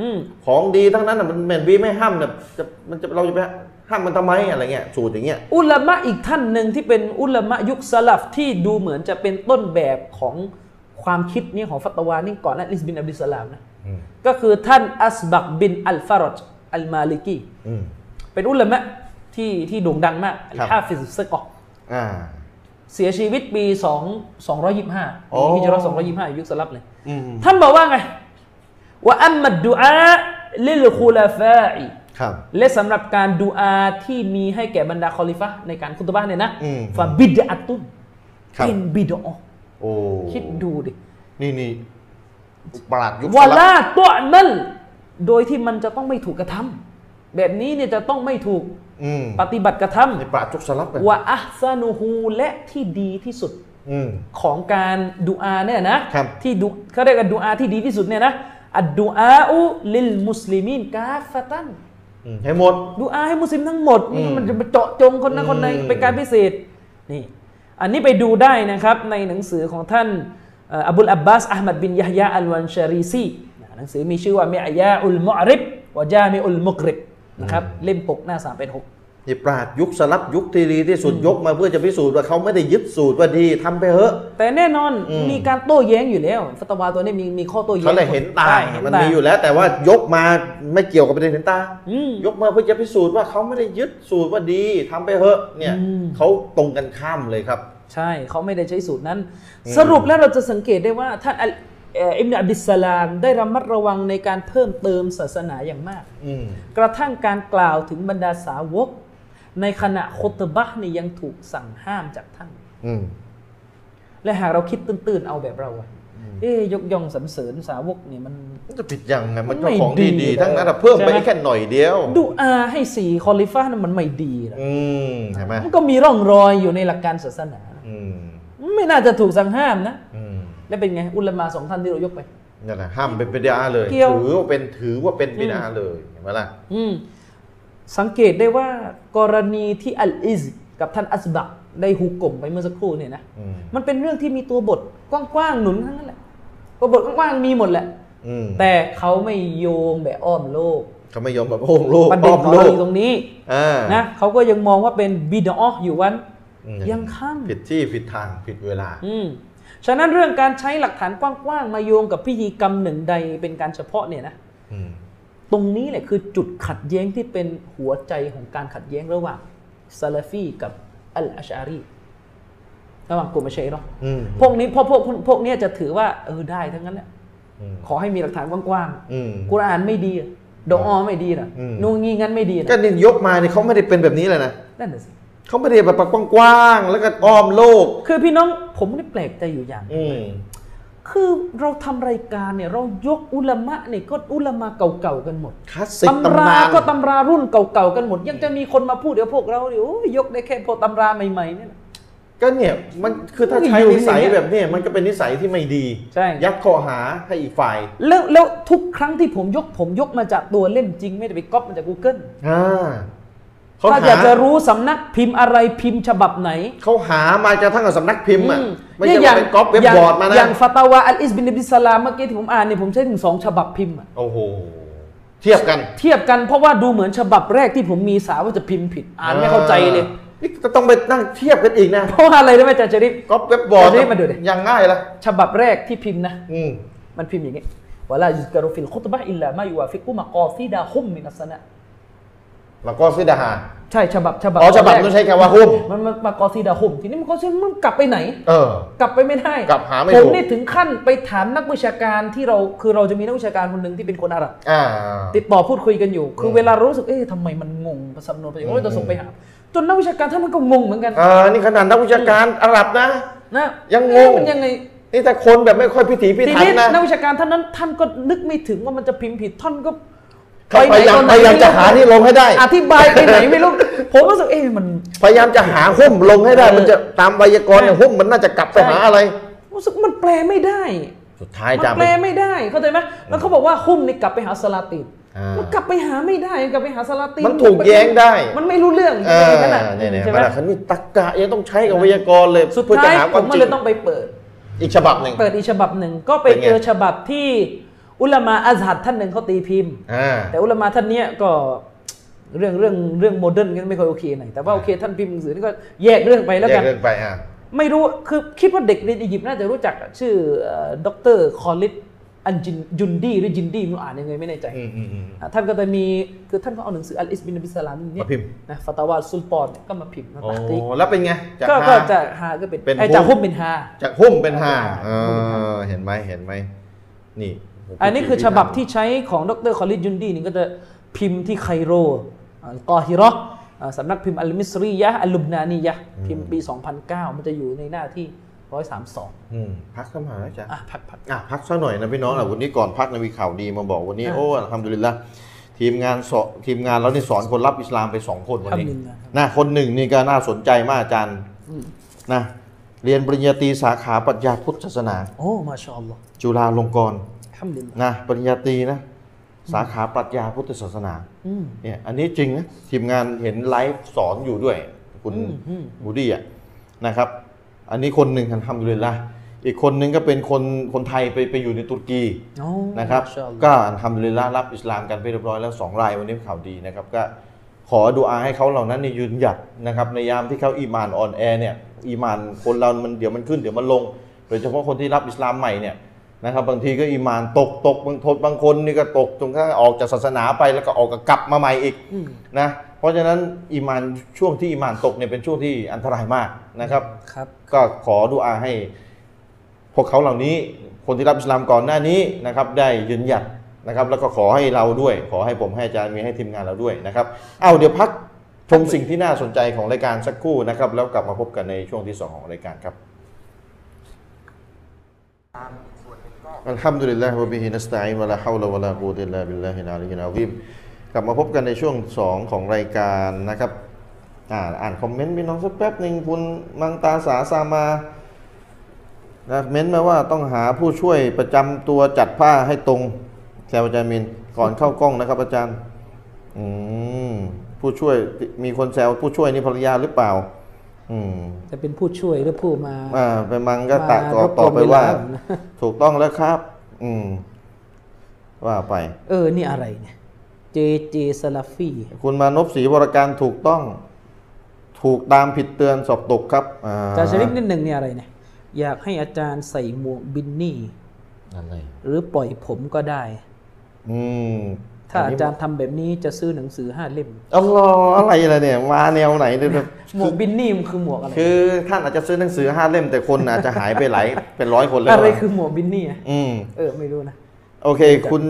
C: อืม
A: ของดีทั้งนั้นน่ะมันเหม็นวีไม่ห้ามแบบจะมันจะเราจะไปห้ามมันทำไมอะไรเงี้ยสูตรอย่างเงี้ย
C: อุลามะอีกท่านหนึ่งที่เป็นอุลามะยุคสลับที่ดูเหมือนจะเป็นต้นแบบของความคิดนี้ของฟัตวานี่ก่อนนะลิสบินอับดุลสลามนะ
A: อืม
C: ก็คือท่านอัสบักบินอัลฟารอจอัลมาลิกี
A: อืม
C: เป็นอุลามะที่ที่โด่งดังมากอัล
A: ครับ
C: ฮาฟิซุสกอก
A: อ่า
C: เสียชีวิตปี2 225
A: โอ้
C: ปีฮิจรัต225 ยุคสลับเลย
A: อืม
C: ท่านบอกว่าไงว่าอัมมัดดุอาลิลคุลาฟาอิ
A: ครับ
C: และสำหรับการดูอาที่มีให้แก่บรรดาคอลิฟะห์ในการคุตบะห์เนี่ยนะ
A: อืม
C: ฟาบิดอัตุน
A: ครับ
C: เป็นบิดอ
A: โอ้
C: คิดดูดิ
A: นี่นี่ประหลาดยุควส
C: า
A: มั
C: ลาย ตัวนั่นโดยที่มันจะต้องไม่ถูกกระทำแบบนี้เนี่ยจะต้องไม่ถูก
A: อืม
C: ปฏิบัติกระท
A: ในประหลาดยุคสลับเลย
C: ำว่าอัซานูฮูและที่ดีที่สุด
A: อืม
C: ของการดูอาเนี่ยนะครับ ที่ดูเขาเรียกว่าดูอาที่ดีที่สุดเนี่ยนะอัดดูอาอุลิลมุสลิมีนกาฟะตัน
A: อืมให้หมด
C: ดูอาให้มุสลิมทั้งหมด
A: อืม
C: มันจะมาเจาะจงคนนั้น
A: อืม
C: คนในเป็นการพิเศษนี่อันนี้ไปดูได้นะครับในหนังสือของท่านเอ่ออับุลอับบาสอัลมัดบินยะฮยาอัลวันชารีซีนะหนังสือมีชื่อว่ามิอายาอุลมุอริบวะจามิอุลมุกริบนะครับเล่มปกหน้า 3 เป็น 6
A: ในปราดยุคสลับยุคที่ดีที่สุดยกมาเพื่อจะพิสูจน์ว่าเขาไม่ได้ยึดสูตรว่าดีทำไปเถอะ
C: แต่แน่นอน
A: อืม
C: มีการโต้แย้งอยู่แล้วฟัตวาตัวนี้มีมีข้อโต้แย้ง
A: เขาเลยเห็นตา
C: ใช่เห็
A: มัน
C: ตา
A: มีอยู่แล้ว แต่ว่ายกมาไม่เกี่ยวกับประเด็นเห็นตา
C: อืม
A: ยกมาเพื่อจะพิสูจน์ว่าเขาไม่ได้ยึดสูตรว่าดีทำไปเถอะ เนี่ย
C: อืม
A: เขาตรงกันข้ามเลยครับ
C: ใช่เขาไม่ได้ใช้สูตรนั้น สรุปแล้วเราจะสังเกตได้ว่าท่านอัลเอ่ออิมนุอับดิสสลามได้ระมัดระวังในการเพิ่มเติมศาสนาอย่างมาก
A: อืม
C: กระทั่งการกล่าวถึงบรรดาสาวก ในขณะคุตบะห์เนี่ยยังถูกสั่งห้ามจากท่าน
A: อืม
C: และหากเราคิดตื้นๆเอาแบบเราอะ
A: อืม
C: เอ๊ยยกย่องสรรเสริญสาวกเนี่ยมัน
A: มันจะผิดยังไง มันก็
C: ไม่
A: ของที่
C: ดี
A: ดี
C: เลย
A: ทั้งนั้นอะเพิ่มไป
C: ใช่ไหม
A: แค่หน่อยเดียว
C: ดุอาให้สี่คอลิฟ้านั้นมันไม่ดีนะ
A: อืมเห็นไหม
C: มันก็มีร่องรอยอยู่ในหลักการศาสนานะ
A: อืม
C: ไม่น่าจะถูกสั่งห้ามนะ
A: อืม
C: และเป็นไง อุลามาสองท่านที่เรายกไป
A: นั่นแหละห้ามเป็นบิดาเลย
C: เกี่ยว
A: ถือว่าเป็นถือว่าเป็นบิดาเลยเห็นไหมล่ะ
C: อืมสังเกตได้ว่ากรณีที่อัลอิซกับท่านอัสบักได้ฮุกกลมไปเมื่อสักครู่เนี่ยนะ
A: อืม
C: มันเป็นเรื่องที่มีตัวบทกว้างๆหนุนทั้งนั้นแหละตัวบทกว้างๆมีหมดแหละ
A: อืม
C: แต่เขาไม่โยงแบบอ้อมโลก
A: เขาไม่ยอมแบบโอ้โลก
C: ประเด็นของเรา
A: ก
C: อยู่ตรงนี้
A: อ่า
C: นะเขาก็ยังมองว่าเป็นบิดออยู่วัน
A: อืม
C: ยังข้าม
A: ผิดที่ผิดทางผิดเวลา
C: อืมฉะนั้นเรื่องการใช้หลักฐานกว้างๆมาโยงกับพิธีกรรมหนึ่งใดเป็นการเฉพาะเนี่ยนะ
A: อืม
C: ตรงนี้แหละคือจุดขัดแย้งที่เป็นหัวใจของการขัดแย้งระหว่างซาลาฟีกับอัลอาชอารีระหว่างกลุ่มอาชัยเนาะ
A: อืม
C: พวกนี้พวกพวกพวกเนี้ยจะถือว่าเออได้ทั้งนั้นแหละ
A: อืม
C: ขอให้มีหลักฐานกว้าง
A: อืม
C: ๆ กุรอานไม่ดีอะดอกออไม่ดีนะ
A: อืม
C: นู่นงี่งั้นไม่ดีนะ
A: ก็นี่ยกมาเนี่ยเขาไม่ได้เป็นแบบนี้เลยนะ
C: นั่นน่ะสิ
A: เขาไม่ได้แบบกว้างๆแล้วก็อ้อมโลก
C: คือพี่น้องผมไม่ได้แปลกใจอยู่อย่าง
A: อืม
C: คือเราทำรายการเนี่ยเรายกอุลามะเนี่ยก็อุลามะเก่าๆกันหมด
A: คลาสสิก
C: ตำ
A: ตำ
C: ราน
A: าน
C: ก็ตำรารุ่นเก่าๆกันหมด ยังจะมีคนมาพูดเดี๋ยวพวกเราเดี๋ยวยกได้แค่พวกตำราใหม่ๆเนี่ยนะ
A: ก็เนี่ยมันคือถ้าใช้
C: อยู่
A: นิสัย
C: อย่างเงี้ย
A: แบบเนี้ยมันก็เป็นนิสัยที่ไม่ดี
C: ใช่
A: ยัดข้อหาให้อีกฝ่าย
C: แล้วแล้วทุกครั้งที่ผมยกผมยกมาจากตัวเล่มจริงไม่ได้ไปก๊อปมาจาก Google
A: อ่าเขา
C: ถ้า
A: หา
C: อยากจะรู้สำนักพิมพ์อะไรพิมพ์ฉบับไหน
A: เขาหามาจนกระทั้งกับสำนักพิมพ์อ่ะ
C: อื
A: ไม่ใช่ว่าไปก๊อปเว็บบอร์ดมานะ
C: ย่างฟาตาวาอัลอิสบินอิบดิสลามเมื่อกี้ที่ผมอ่านเนี่ยผมใช้ถึงสองฉบับพิมพ์อะ
A: โอ้โห เทียบกัน
C: เทียบกันเพราะว่าดูเหมือนฉบับแรกที่ผมมีสาว่าจะพิมพ์ผิดอ่านไม่เข้าใจเลย
A: นี่จะต้องไปนั่งเทียบกันอีกนะ
C: เพราะว่าอะไรรู้ไหมอาจารย์ชริป
A: ก๊อปเว็บบอร์ด
C: เอานี่มาดูดิ
A: ยังง่ายละ
C: ฉบับแรกที่พิมพ์นะ
A: อืม
C: มันพิมพ์อย่างนี้วะลายุสกรุฟิลคุตบะอิลลามายูวาฟิกุมะกอซีดาฮุมมินัสนะ
A: แล้วก็ซิดาหา
C: ใช่ฉบับฉบับ
A: อ๋อฉบับต้องใช้คำว่าหุ้ม
C: มันมันมากอซีดาฮุมทีนี้มันก็ใช่มันกลับไปไหน
A: เออ
C: กลับไปไม่ได้
A: กลับหาไม่
C: ผ
A: ถู
C: ม
A: ก
C: นี่ถึงขั้นไปถามนักวิชาการที่เราคือเราจะมีนักวิชาการคนหนึ่งที่เป็นคนอาหรับ
A: อ่า
C: ติดต่อพูดคุยกันอยู่ คือ
A: ม
C: เวลารู้สึก เอ๊ะทำไมมันงงสำนวนไป
A: อืม
C: โอ้ยจะส่งไปหา จนนักวิชาการท่านนั้นก็งงเหมือนกัน
A: อ่านี่ขนาดนักวิชาการอาหรับนะ
C: นะ
A: ยังงง
C: เอ๊ะมันยังไง
A: นี่แต่คนแบบไม่ค่อยพิถีพิ
C: ที
A: ถัน
C: นี้
A: นะ
C: นักวิชาการท่านนั้นท่านก็นึกไม่ถึงว่ามันจะพิมพ์ผิดท่านก็
A: เขาพยายาม
C: ไป
A: พยายา
C: ไหน
A: มจะหานี่ลงให้ได้
C: อธิบายไปไหนไม่รู้ ผมรู้สึกเอ๊ะมัน
A: พยายามจะหาหุ้มลงให้ได้
C: เออ
A: มันจะตามไวยากรณ์เนี่ย
C: ใช่
A: หุ้มมันน่าจะกลับไป
C: ใช่
A: หาอะไร
C: รู้สึกมันแปลไม่ได้
A: สุดท้าย
C: มัน
A: จะ
C: แป
A: ไป
C: ลไม่ได้เข้าใจไหมแล้วเขาบอกว่าหุ้มนี่กลับไปหาสลาติน
A: อ่ามั
C: มันกลับไปหาไม่ได้กลับไปหาสลาติน
A: มันถูกแย้งได้
C: มันไม่รู้เรื่อง
A: เออ
C: ใช่ไหม
A: เนี่ยเนี่ย
C: ใช่ไหม
A: มาคันนี่ตักกะยังต้องใช้กับไวยากรณ์เลย
C: สุด
A: เพื่อจะ
C: ท้าย
A: หาค
C: ผ
A: วาม
C: ม
A: จ
C: ก็
A: ริ
C: เลย
A: ง
C: ต้องไปเปิด
A: อีกฉบับหนึ่ง
C: เปิดอีกฉบับหนึ่งก็ไป
A: เป็นไง
C: เจอฉบับที่อุลามะอัซฮัดท่านหนึ่งเขาตีพิมพ์
A: อ่า
C: แต่อุลามะท่านเนี้ยก็เรื่องเรื่องเรื่องโมเดิร์นก็ไม่ค่อยโอเคหน่อยแต่ว่าโอเคท่านพิมพ์หนังสือนี่ก็แยกเรื่องไปแล้วกัน
A: แยเรื่องไปอ่ะ
C: ไม่รู้คือคิดว่าเด็กในอียิปต์น่าจะรู้จักชื่อด็อกเตอร์คอลิดอันจินยุนดีหรือจินดีมันอ่านยังไงไม่แน่ใจ
A: อืมอืมอืม
C: อ่ะท่านก็จะมีคือท่านก็เอาหนังสืออัลอิสบินบิสลามเนี่ย
A: มาพิมพ์
C: นะฟัตาวาสุลปอนเนี่ยก็มาพิมพ์มา
A: โอ้
C: ตักริก
A: แล้วเป็นไงจาก
C: ก็
A: ฮา
C: ก็จะฮาก็เป็น
A: เป็น
C: ไอ้
A: ฮุบ
C: จากฮุบเป็นฮา
A: จากหุ้มเป็นห้าเอ
C: หุ้มเป็นห้า
A: อเห็นไหมเห็นไหมนี่
C: อันนี้คือฉบับที่ใช้ของดรคอลิดยุนดีนี่ก็จะพิมพ์ที่ไคโรอัลกอฮิเราะห์อ่าสำนักพิมพ์อัลมิสรียะห์อัลลุบนานียะห์พิมพ์ปี 2009 มันจะอยู่ในหน้าที่ 132
A: อืมพักเข้ามาแล้วจ้ะ
C: อ่ะพัดพัด
A: อ่ะพักสักหน่อยนะพี่น้องอ่ะวันนี้ก่อนพักนะมีข่าวดีมาบอกวันนี้
C: อ่ะ
A: โอ้ทำดุลิลละทีมงานสอนทีมงานเรานี่สอนคนรับอิสลามไปสองคนวันนี้
C: อัลฮัมดุลิลลาห์ครับ
A: นะคนหนึ่งนี่ก็น่าสนใจมากอาจารย์นะเรียนปริญญาตรีสาขาปรัชญาพุทธศาสนา
C: โอ้ มาชาอัลลอฮ์
A: จุฬาลงกรณ์
C: อัลฮัมดุลิลลาฮ์
A: นะปริญญาตรีนะสาขาปรัชญาพุทธศาสนา
C: อืม
A: เนี่ยอันนี้จริงนะทีมงานเห็นไลฟ์สอนอยู่ด้วย คุณบูดี้อ่ะนะครับ อันนี้คนหนึ่งทำดุลิลละอีกคนหนึ่งก็เป็นคนคนไทยไปไปอยู่ในตุรกี
C: โอ้
A: นะครับ
C: มาชาอัลลอฮ์
A: ก็ทำดุลิลละรับอิสลามกันไปเรียบร้อยแล้วสองรายวันนี้ข่าวดีนะครับ ก็ขอดูอาให้เขาเหล่านั้นเนี่ยยืนหยัดนะครับ ในยามที่เขาอีหมานอ่อนแอเนี่ยอีหมานคนเรามันเดี๋ยวมันขึ้นเดี๋ยวมันลง โดยเฉพาะคนที่รับอิสลามใหม่เนี่ยนะครับบางทีก็อีหมานตกตกบางทนบางคนนี่ก็ตกจนกระทั่งออกจากศาสนาไปแล้วก็ออกกลับมาใหม่อีกนะเพราะฉะนั้นอีหมานช่วงที่อีหมานตกเนี่ยเป็นช่วงที่อันตรายมากนะครับ
C: ครับ
A: ก็ขอดุอาให้ พวกเขาเหล่านี้คนที่รับอิสลามก่อนหน้านี้นะครับ ได้ยืนหยัดนะครับ แล้วก็ขอให้เราด้วย ขอให้ผมให้อาจารย์มีให้ทีมงานเราด้วยนะครับเอาเดี๋ยวพักชมสิ่งที่น่าสนใจของรายการสักครู่นะครับ แล้วกลับมาพบกันในช่วงที่สองของรายการครับ อัลฮัมดุลิลลาฮิวะบิฮินัสตัยน์วะลาฮาวลาวะลากูติลลาบิลลาฮิลอาลีฮิลอาวิมกลับมาพบกันในช่วง 2 ของรายการนะครับ อ่านอ่านคอมเมนต์พี่น้องสักแป๊บหนึ่งคุณมังตาสาซามานะเม้นต์มาว่าต้องหาผู้ช่วยประจำตัวจัดผ้าให้ตรงแซวอาจารย์มินก่อนเข้ากล้องนะครับอาจารย์อืมผู้ช่วยมีคนแซวผู้ช่วยนี่ภรรยาหรือเปล่า อืม
C: จะเป็นผู้ช่วยหรือผู้มา
A: อ่าไปมังก็ตะ
C: มา
A: ตอบตอ
C: รบกวน
A: บไปว่า
C: เวลาผมนะ
A: ถูกต้องแล้วครับ อืม ว่าไป
C: เออ นี่อะไรเนี่ย เจเจซาลาฟี
A: คุณมานพศรีวรการถูกต้อง ถูกตามผิดเตือนสอบตกครับอ่า
C: จาชริปนิดหนึ่งเนี่ยอะไรเนี่ย อยากให้อาจารย์ใส่หมวกบินนี่
A: อะไร
C: หรือปล่อยผมก็ได้
A: อืม
C: ถ้าอาจา
A: น
C: ร
A: นี้
C: ย์ทำแบบนี้จะซื้อหนังสือห้าเล่ม
A: อ๋ออะไรอะไรเนี่ย มาแนวไหนเนี่ยแบบ
C: หมวกบินนี่มันคือหมวกอะไร
A: คือท่านอาจจะซื้อหนังสือห้าเล่มแต่คนอาจจะหายไปหลาย เป็นร้อยคนเลย
C: อะไร
A: ว่ะ
C: คือหมวกบินนี่อะ
A: อืม
C: เออ ไม่รู้นะ
A: โอเค คุณ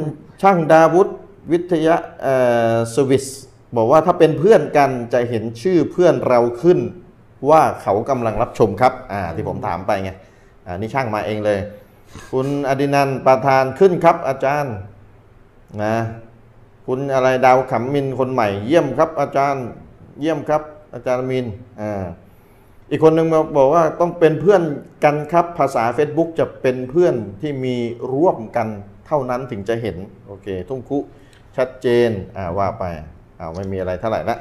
A: ช่างดาวุธวิทยาเอ่อสวิส บอกว่าถ้าเป็นเพื่อนกันจะเห็นชื่อเพื่อนเราขึ้น ว่าเขากำลังรับชมครับ อ่า ที่ผมถามไปไง อ่า นี่ช่างมาเองเลย คุณอดินันท์ประธานขึ้นครับ อาจารย์ นะ คุณอะไรดาวขำมินคนใหม่ เยี่ยมครับ อาจารย์ เยี่ยมครับ อาจารย์มิน อ่า อีกคนหนึ่งมาบอกว่าต้องเป็นเพื่อนกันครับภาษา Facebook จะเป็นเพื่อนที่มีร่วมกันเท่านั้นถึงจะเห็น โอเค ทุ่งคุชัดเจน อ่าว่าไปอ่าไม่มีอะไรเท่าไหร่ละ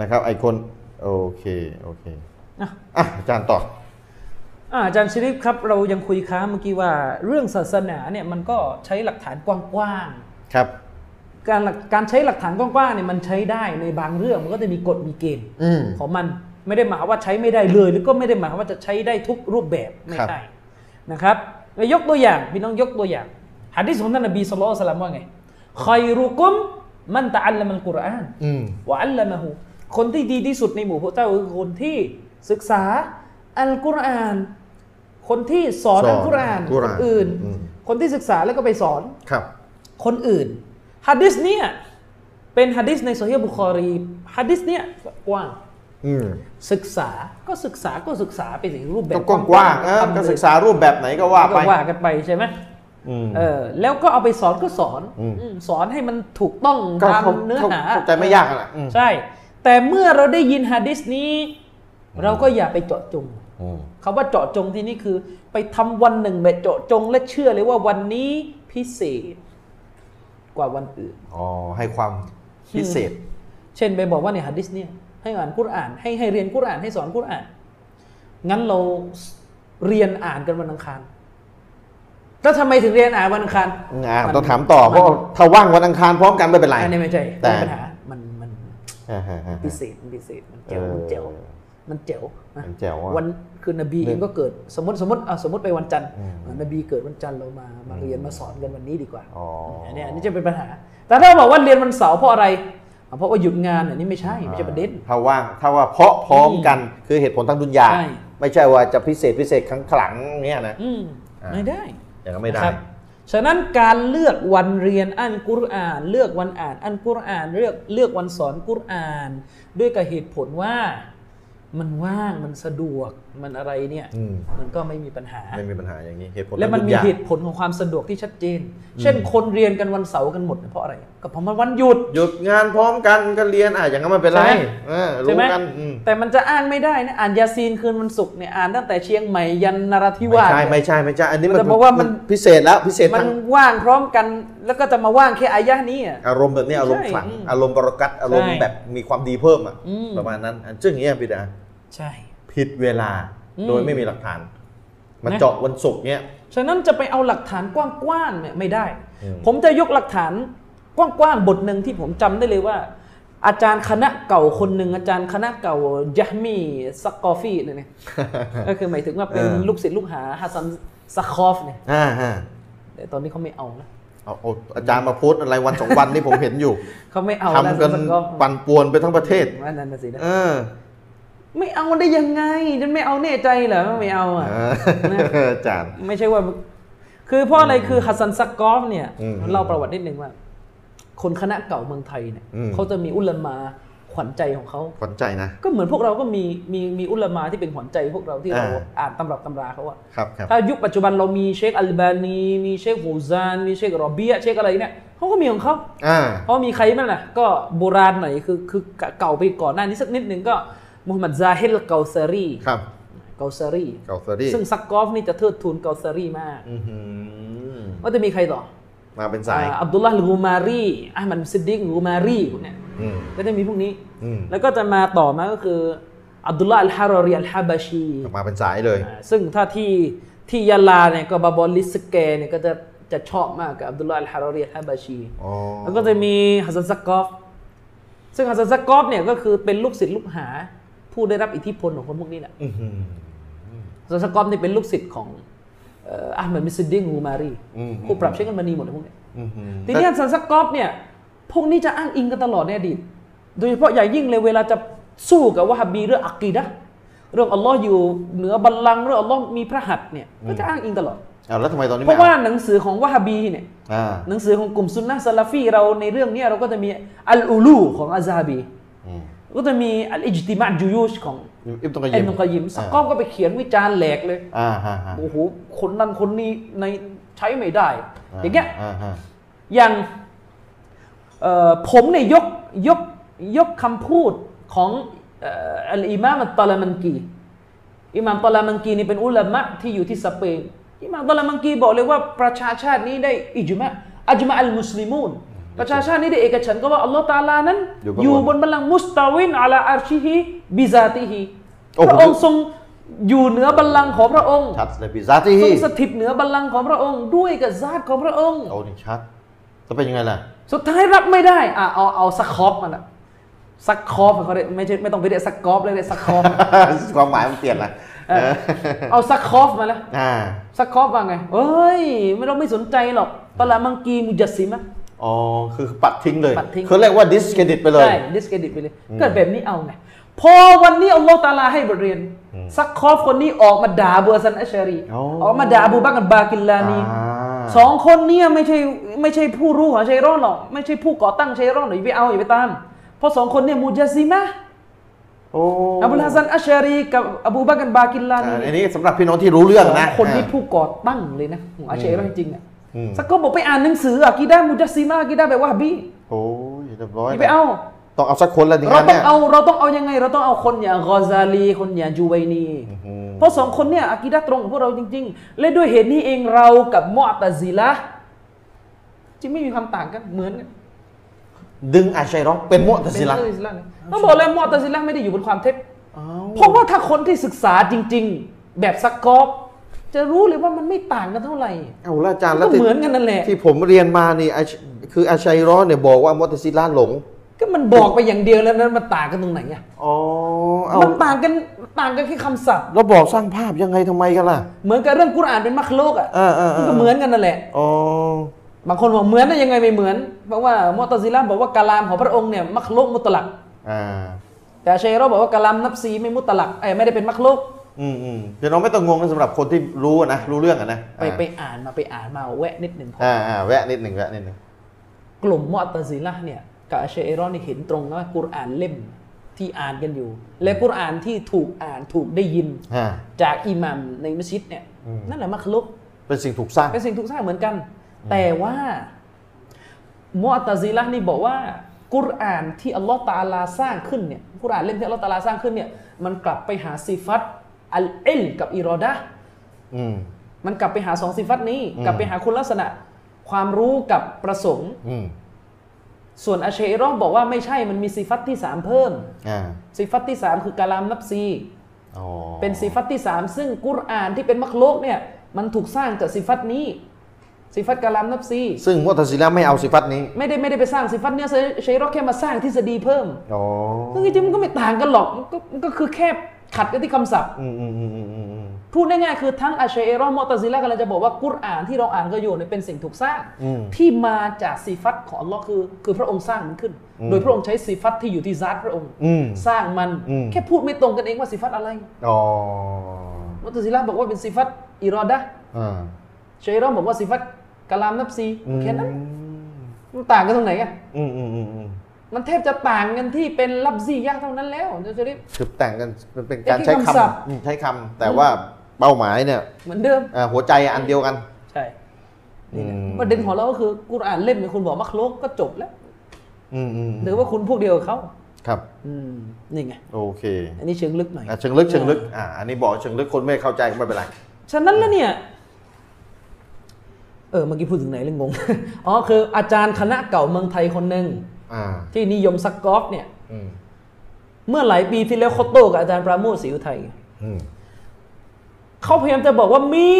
A: นะครับ ไอคน โอเค โอเค
C: อ่ะ
A: อ่ะอาจารย์ต่อ
C: อ่าอาจารย์ชริปครับ เรายังคุยค้างเมื่อกี้ว่า เรื่องศาสนาเนี่ยมันก็ใช้หลักฐานกว้างๆ
A: ครับ
C: การหลักการใช้หลักฐานกว้างๆเนี่ยมันใช้ได้ในบางเรื่องมันก็จะมีกฎมีเกณฑ์
A: อืม
C: ของมันไม่ได้หมายความว่าใช้ไม่ได้เลย หรือก็ไม่ได้หมายความว่าจะใช้ได้ทุกรูปแบบไม่
A: ครับ
C: ใช่นะครับแล้วยกตัวอย่างพี่น้องยกตัวอย่างหะดีษของท่านนบีสุลต่านว่าไงคอยรุกุมมันตะอัลละมันกุรอาน
A: อืม
C: วะอัลละมะฮูคนที่ดีที่สุดในหมู่พวกเจ้าคือคนที่ศึกษาอัลกุรอาน คนที่สอน
A: สอน
C: อัลกุรอาน
A: อัลกุรอาน
C: คนอื่น
A: อืม
C: คนที่ศึกษาแล้วก็ไปสอน
A: ครับ
C: คนอื่นฮะดิษเนี่ยเป็นฮะดิษในโซฮีฮ์บุคอรีฮะดิษเนี่ยกว้าง
A: อืม
C: ศึกษาก็ศึกษาก็ศึกษาไปสิรูปแบบ
A: ก็กว้างๆเออ
C: ทำ
A: ก็
C: เลย
A: ศึกษารูปแบบไหนก็ว่า
C: ก็
A: ไป
C: ว่ากันไปใช่ไหม
A: อืม
C: เออแล้วก็เอาไปสอนก็สอน
A: อืม
C: อืมสอนให้มันถูกต้อง
A: ก็
C: ตาม
A: เข้า
C: เนื้อ
A: เข้า
C: หา
A: เข้าใจไม่ยากอะนะอืม
C: ใช่ แต่เมื่อเราได้ยินฮะดิษนี้ เราก็อย่าไปเจาะจง
A: อืม
C: คำว่าเจาะจงที่นี่คือ ไปทำวันหนึ่งแบบเจาะจง และเชื่อเลยว่าวันนี้พิเศษกว่าวันอื่น
A: อ๋อให้ความพิเศษ
C: เช่นไปบอกว่าในฮะดิษเนี่ยให้อ่านกุรอาน ให้ให้เรียนกุรอานให้สอนกุรอาน งั้นเราเรียนอ่านกันวันอังคาร แล้วทำไมถึงเรียนอ่านวันอังคาร
A: อ่า
C: มัน
A: ต้องถามต่อ เพราะ
C: มัน
A: ถ้าว่างวันอังคารพร้อมกันไม่เป็นไร
C: อันนี้ไม่ใช่
A: แต่
C: ไม่มีปัญหามันมัน
A: อ่าฮะฮะ
C: พิ
A: ฮะ
C: เศษมันพิเศษมันเจ๋ว
A: เออ
C: มันเจ๋วมันเจ๋วะ
A: มันแจ๋วอะ
C: วันคือนบี
A: เรื่อ
C: เอ
A: ง
C: งก็เกิดสมมติสมมติอ่ะสมมติไปวันจันทร์
A: อืม
C: อ่ะนบีเกิดวันจันทร์เรามามาเรียนมาสอนกันวันนี้ดีกว่า
A: อ๋ออั
C: นเนี้ยอันนี้จะเป็นปัญหา แต่ถ้าบอกว่าเรียนวันเสาร์เพราะอะไรอ่ะเพราะว่าหยุดงานอันนี้ไม่ใช่ไม่ใช่ประเด็น
A: ถ้าว่างถ้าว่าเพราะพร้อมกันคือเหตุผลทางดุนยา
C: ใช่
A: ไม่ใช่ว่าจะพิเศษพิเศษครั้งขลังเนี่ยนะ
C: อืม
A: อ่า
C: ไม่ได้
A: อย่างนั้นไม่ได้
C: นะครับฉะนั้นการเลือกวันเรียนอันกุรอาน เลือกวันอ่านอันกุรอานเลือกเลือกวันสอนกุรอาน ด้วยกับเหตุผลว่ามันว่างมันสะดวกมันอะไรเนี่ย
A: อืม
C: มันก็ไม่มีปัญหา
A: ไม่มีปัญหาอย่างนี้เหตุผล
C: และมันมี
A: ทาง
C: เห
A: ดุนยา
C: ตุผลของความสะดวกที่ชัดเจน เช่นคนเรียนกันวันเสาร์กันหมดเนี่ยเพราะอะไรก็เพราะมันวันหยุด
A: หยุดงานพร้อมกันก็เรียนอ่ะอย่างนั้นไม่เป็นไร
C: ใช่ไหม
A: เออ
C: ใช่
A: รู้
C: ไหม
A: กันอืม
C: แต่มันจะอ้างไม่ได้นะอ่านยาซีนคืนวันศุกร์เนี่ยอ่านตั้งแต่เชียงใหม่ยันนราธิ
A: ไม่
C: วาส
A: ใช่ไม่ใช่ไม่ใช่อันนี้มัน
C: แต่บอกว่ามัน
A: พิเศษแล้วพิเศษ
C: มั
A: ทาน ง
C: ว่างพร้อมกันแล้วก็จะมาว่างแค่อายะห์นี้อ่ะ
A: อารมณ์แบบนี้อารมณ์ขลัง
C: ใช่
A: อารมณ์บรกัตอารมณ์
C: ใช่
A: แบบมีความดีเพิ่มอ่ะ
C: อืม
A: ประมาณนั้นอันซึ่งอย่างเงี้ยพี่ดา
C: ใช่
A: ผิดเวลา
C: อืม
A: โดยไม่มีหลักฐาน มา
C: นะ
A: เจาะวันศุกร์เนี่ย
C: ฉะนั้นจะไปเอาหลักฐานกว้างๆเนี่ยไม่ได้
A: อืม
C: ผมจะยกหลักฐานกว้างๆบทหนึ่งที่ผมจำได้เลยว่า อาจารย์คณะเก่าคนหนึ่งอาจารย์คณะเก่ายะฮมีซักกอฟี เนี่ยนะ ก็คือหมายถึงว่าเป็น
A: เออ
C: ลูกศิษย์ลูกหาฮัสซันซักคอฟเนี่ย
A: อ่าฮะ
C: แต่ตอนนี้เขาไม่เอานะ
A: เอาเอาอาจารย์มาโพสต์อะไรวันสองวันนี่ผมเห็นอยู่
C: เขาไม่เอาแล้ว
A: ทำกัน
C: ซักกอฟ
A: ปั่นป่วนไปทั้งประเทศ
C: ว่านั่นน่ะสินะ
A: เออ
C: ไม่เอาได้ยังไงฉันไม่เอาแน่ใจเหรอว่าไม่เอาอ่ะ
A: เอออาจารย์
C: ไม่ใช่ว่า คือเพราะอะไรคือฮัสซันซักกอฟเนี่ย
A: อืม
C: เล่าประวัตินิดนึงว่า คนคณะเก่าเมืองไทยเนี่ย
A: อืม
C: เขาจะมีอุลามะขวัญใจของเขา
A: ขวัญใจนะ
C: ก็เหมือนพวกเราก็มีมีมีอุลามะที่เป็นขวัญใจพวกเราที่เรา
A: อ่า
C: อ่านตำรับตำราเขาอะ
A: ครับครับ
C: ถ้ายุคปัจจุบันเรามีเชคอัลบานีมีเชคฮูซาน มีเชครอเบียเชคอะไรเนี่ยเขาก็มีของเขา
A: อ่า
C: เขามีใครบ้างล่ะก็โบราณหน่อยคือคือเก่าไปก่อนหน้านี้สักนิดหนึงก็มูฮัมหมัดซาฮิลเกาซารี
A: ครับ
C: เกาซารี
A: เกาสดี
C: ซึ่งซักกอฟนี่จะเทิดทูนเกาซารีมาก
A: อื้อหือ
C: ว่าจะมีใครต่อ
A: มาเป็นสาย
C: อ่าอับดุลลาห์กูมารีอามันซิดดิกกูมารีพวกเนี้ย
A: อืม
C: ก็จะมีพวกนี้
A: อืม
C: แล้วก็จะมาต่อมาก็คืออับดุลลาห์อัลฮารอรีอัลฮาบาชี
A: มาเป็นสายเลย
C: อ่าซึ่งถ้าที่ที่ยะลาเนี่ยก็บาบอลลิสเกเนี่ยก็จะจะชอบมากกับอับดุลลาห์อัลฮารอรีอัลฮาบาชี
A: อ๋อ
C: แล้วก็จะมีฮัสซันซักกอฟ ซึ่งฮัสซันซักกอฟเนี่ยก็คือเป็นลูกศิษย์ลูกหา ผู้ได้รับอิทธิพลของคนพวกนี้แหละ
A: อื้อหือ
C: ฮัสซันซักกอฟเนี่ยเป็นลูกศิษย์ของเอ่ออาห์มัดมิสซิดดิกกูมารี
A: อืม
C: ผู้ปรับเชคกันมานีหมดเลยพวกเนี้ย
A: อื้อหือ
C: ทีเนี้ยสันสกอปเนี่ย พวกนี้จะอ้างอิงกันตลอดในอดีต โดยเฉพาะอย่างยิ่งเลยเวลาจะสู้กับวะฮับบีเรื่องอักกีดะห์เรื่องอัลลอฮ์อยู่เหนือบัลลังก์เรื่องอัลลอฮ์มีพระหัตถ์เนี่ย ก็จะอ้างอิงตลอด
A: เอาแล้วทำไมตอนนี้
C: เพ
A: ไม่
C: ราะว่า
A: เอา
C: หนังสือของวะฮับบีเนี่ย
A: อ่า
C: หนังสือของกลุ่มซุนนะซาลาฟีเราในเรื่องเนี้ยเราก็จะมีอัลอูลูของอาซาบี
A: อืม
C: ก็จะมีอัลอิจติมาจูยูชของ
A: อิบตุกะ
C: เอ็
A: ยิม
C: มกอยิมสกอปก็ไปเขียนวิจารณ์แหลกเลย
A: อ่าฮะฮะ
C: โอ้โห คนนั้นคนนี้ในใช้ไม่ได้ อย่างเงี้ย
A: ฮะ
C: อย่างเอ่อผมเนี่ยยกยกยกคำพูดของเอ่ออัลอิมามอัตตะลามันกีอิหมามตะลามันกีนี่เป็นอุลามะที่อยู่ที่สเปนอิหมามตะลามันกีบอกเลยว่าประชาชาตินี้ได้อิจมะอัจมะอัลมุสลิมูนประชาชาตินี้ได้เอกฉันท์ก็ว่าอัลลอฮ์ตะอาลานั้น อยู่บนบัลลังก์มุสตาวินอัลาอาร์ชิฮิบิซาติฮิพระองค์ทรงอยู่เหนือบัลลังก์ของพระองค์
A: ชัดเลยพิซซ่าที่
C: ทรงสถิตเหนือบัลลังก์ของพระองค์ ด้วยกับญาติของพระองค์
A: เอานี่ชัดแล้วเป็นยังไงล่ะ
C: สุดท้ายรับไม่ได้ อ่ะเอาเอาซักคอฟมันอะซักคอฟเขาเรียกไม่ใช่ไม่ต้องไปเรียกซักกอฟเลยเรียกซักคอฟ
A: ความหมายมันเปลี่ยนละ
C: เออ เอาซักคอฟมาแล้ว
A: อ่า
C: ซักคอฟว่าไงเอ้ย ไม่ต้องไม่สนใจหรอกตะลามังกีมุจัสซิมะ
A: อ๋อ คือปัดทิ้งเลย
C: ปัดทิ้ง
A: เขาเรียกว่า discredit ไปเลย
C: ใช่ดิสเครดิตไปเลยเกิดแบบนี้เอาไง พอวันนี้อัลลอฮ์ตะอาลาให้บทเรียนซักคอฟคนนี้ออกมาด่าเบอร์ซันอัชชารี
A: อ๋อ
C: ออกมาด่าอบูบักรบากิลลานี
A: อ่า
C: สองคนเนี่ยไม่ใช่ไม่ใช่ผู้รู้ของชัยรอนหรอก ไม่ใช่ผู้ก่อตั้งชัยรอนหรอกอย่าไปเอาอย่าไปตาม เพราะสองคนเนี่ยมูจาซิมะ
A: โอ้
C: อับุลฮัสซันอัชชารีกับอบูบักรบากินลา
A: อ่า
C: นี
A: อันนี้สำหรับพี่น้องที่รู้เรื่องนะ
C: คนที่ผู้ก่อตั้งเลยนะของอัชชารี
A: อืม
C: จริงๆอ่ะ
A: อืม
C: สักก็บอกไปอ่านหนังสืออะกีด้ามุจัสซิมากีด้าแบบว่าฮะบี
A: โอ้ยเรียบร้อย
C: ไปเอา
A: ต้องเอาสักคนละหนึ่ง
C: เราต้อ
A: เนี่
C: ง
A: ย
C: เอาเราต้องเอายังไง เราต้องเอาคนอย่างกอซาลีคนอย่างจูไบนี
A: อื้อหือ
C: เพราะสองคนเนี่ยอากิดะตรงกับพวกเราจริง ๆ และด้วยเหตุนี้เองเรากับมอตะซิละจึงไม่มีความต่างกันเหมือนกัน
A: ดึงอาชัยร้องเป็นมุตะซิละ
C: เป็นมุอ์ตะซิละเลยต้องบอกเลยมอตะซิละไม่ได้อยู่บนความเท็จ
A: เอา
C: เพราะว่าถ้าคนที่ศึกษาจริง ๆ แบบสกอกจะรู้เลยว่ามันไม่ต่างกันเท่าไหร่
A: เอาและอาจารย์
C: ก็
A: แล้วที่
C: เหมือนกันนั่นแหละ
A: ที่ผมเรียนมานี่อาชคืออาชัยร้องเนี่ยบอกว่ามุตะซิละหลง
C: ก็มันบอกไปอย่างเดียวแล้วนั้นมันต่างกันตรงไหนอะ
A: อ๋อเอา
C: มันต่างกันต่างกันแค่คำศัพท์
A: แล้วบอกสร้างภาพยังไงทำไมกันล่ะ
C: เหมือนกับเรื่องกุรอานเป็นมัคโลกอะ
A: เออเออเออ
C: มันก็เหมือนกันนั่นแหละ
A: อ๋อ
C: บางคนบอกเหมือนได้ยังไงไม่เหมือน เพราะว่ามอตซิลาบอกว่ากาลามของพระองค์เนี่ยมักลุกมุตลัก
A: อ่า
C: แต่อาชัยเราบอกว่ากาลามนับซีไม่มุตลักไอ้ยไม่ได้เป็นมักลุก
A: อืมอืมเดี๋ยวน้องไม่ต้องงงนะสำหรับคนที่รู้อะนะ รู้เรื่องอะนะ
C: ไปไปอ่านมาไปอ่านมาแวะนิดหนึ่งพอ
A: อ่าอ่าแวะนิดหนึ่งแวะนิดหนึ่ง
C: กลุ่มมอตซิลาเนี่ยกับอาชัยเราเนี่ยเห็นตรงนะว่ากุรอานเล่มที่อ่านกันอยู่ และกุรอานที่ถูกอ่านถูกได้ยิน
A: อ่า
C: จากอิหมัมในมัสยิดเนี่ย
A: อืม
C: นั่นแหละมักลุก
A: เป็นสิ่งถูกสร้าง
C: เป็นสิ่งถูกสร้างเหมือนกัน แต่ว่ามุอ์ตะซิละห์นี่บอกว่า กุรอานที่อัลลอฮ์ตะอาลาสร้างขึ้นเนี่ยกุรอานเล่มที่อัลลอฮ์ตะอาลาสร้างขึ้นเนี่ยมันกลับไปหาสิฟัตอัลเอลกับอิรอดะห์
A: อืม
C: มันกลับไปหาสองสิฟัตนี้
A: อืม
C: กลับไปหาคุณลักษณะ ความรู้กับประสงค์
A: อืม
C: ส่วนอาเชอรอห์บอกว่าไม่ใช่มันมีสิฟัตที่สามเพิ่ม
A: อ่า
C: สิฟัตที่สามคือกาลามนับซี
A: อ๋อ
C: เป็นสิฟัตที่สามซึ่งกุรอานที่เป็นมักโลกเนี่ยมันถูกสร้างจากสิฟัตนี้สิฟัตกาลามนับซี
A: ซึ่งมุตะซิละไม่เอาสิฟัตนี้
C: ไม่ได้ไม่ได้ไปสร้างสิฟัตเนี่ยใช้รอกแค่มาสร้างทฤษฎีเพิ่ม
A: อ๋อ
C: ซึ่งจริงๆมันก็ไม่ต่างกันหรอกมันก็มันก็คือแค่ขัดกันที่คำศัพท์
A: อืมอืมอืมอืมอืมอืม
C: พูดง่ายๆคือทั้งอาเชเอรอมอตซิละกำลังจะบอกว่ากุรอานที่เราอ่านก็อยู่เนี่ยเป็นสิ่งถูกสร้าง
A: อืม
C: ที่มาจากสิฟัตของอัลลอฮ์คือคือพระองค์สร้างมันขึ้น
A: อืม
C: โดยพระองค์ใช้สิฟัตที่อยู่ที่ซัตพระองค์
A: อืม
C: สร้างมัน
A: อืม
C: แค่พูดไม่ตรงกันเองว่าสิฟัตอะไร
A: อ๋อ
C: มอตซิละบอกว่าเป็นสิฟัตอิรอดะห์
A: อ่า
C: เชเอรอมบอกว่าสิฟัตกะลามนับซี
A: อืม
C: แค่นั้นมันต่างกันตรงไหนอะ
A: อืมอืมอืมอืม
C: มันแทบจะต่างกันที่เป็นลับซียะห์เท่านั้นแล้วเดี๋ยวจะรีบ
A: คือแต่งกันมันเป็นการ
C: เป็นแค่
A: ใช้
C: คำศัพท์
A: คำอืมใช้คำแต่ว่าเป้าหมายเนี่ย
C: เหมือนเดิม
A: อ่าหัวใจอันเดียวกัน
C: ใช่นี่แหละ
A: อืม
C: ประเด็นของเราก็คือกุรอานเล่มเนี่ยคุณบอกมักโลกก็จบแล้ว
A: อืมอืม
C: หรือว่าคุณพวกเดียวกับเขา
A: ครับ
C: อืมนี่ไง
A: โอเค
C: อันนี้เชิงลึกหน่อย
A: อ่ะเชิงลึกเชิงลึกอ่ะอันนี้บอกเชิงลึกคนไม่เข้าใจก็ไม่เป็นไร
C: ฉะนั้นแล้วเนี่ย เออเมื่อกี้พูดถึงไหนเรื่องงง อ๋อคืออาจารย์คณะเก่าเมืองไทยคนหนึ่ง
A: อ่า
C: ที่นิยมซักกอล์ฟเนี่ย
A: อืม
C: เมื่อหลายปีที่แล้วเขาโตกับอาจารย์ปราโมทศรีอุทัย
A: อืม
C: เขาพยายามจะบอกว่ามี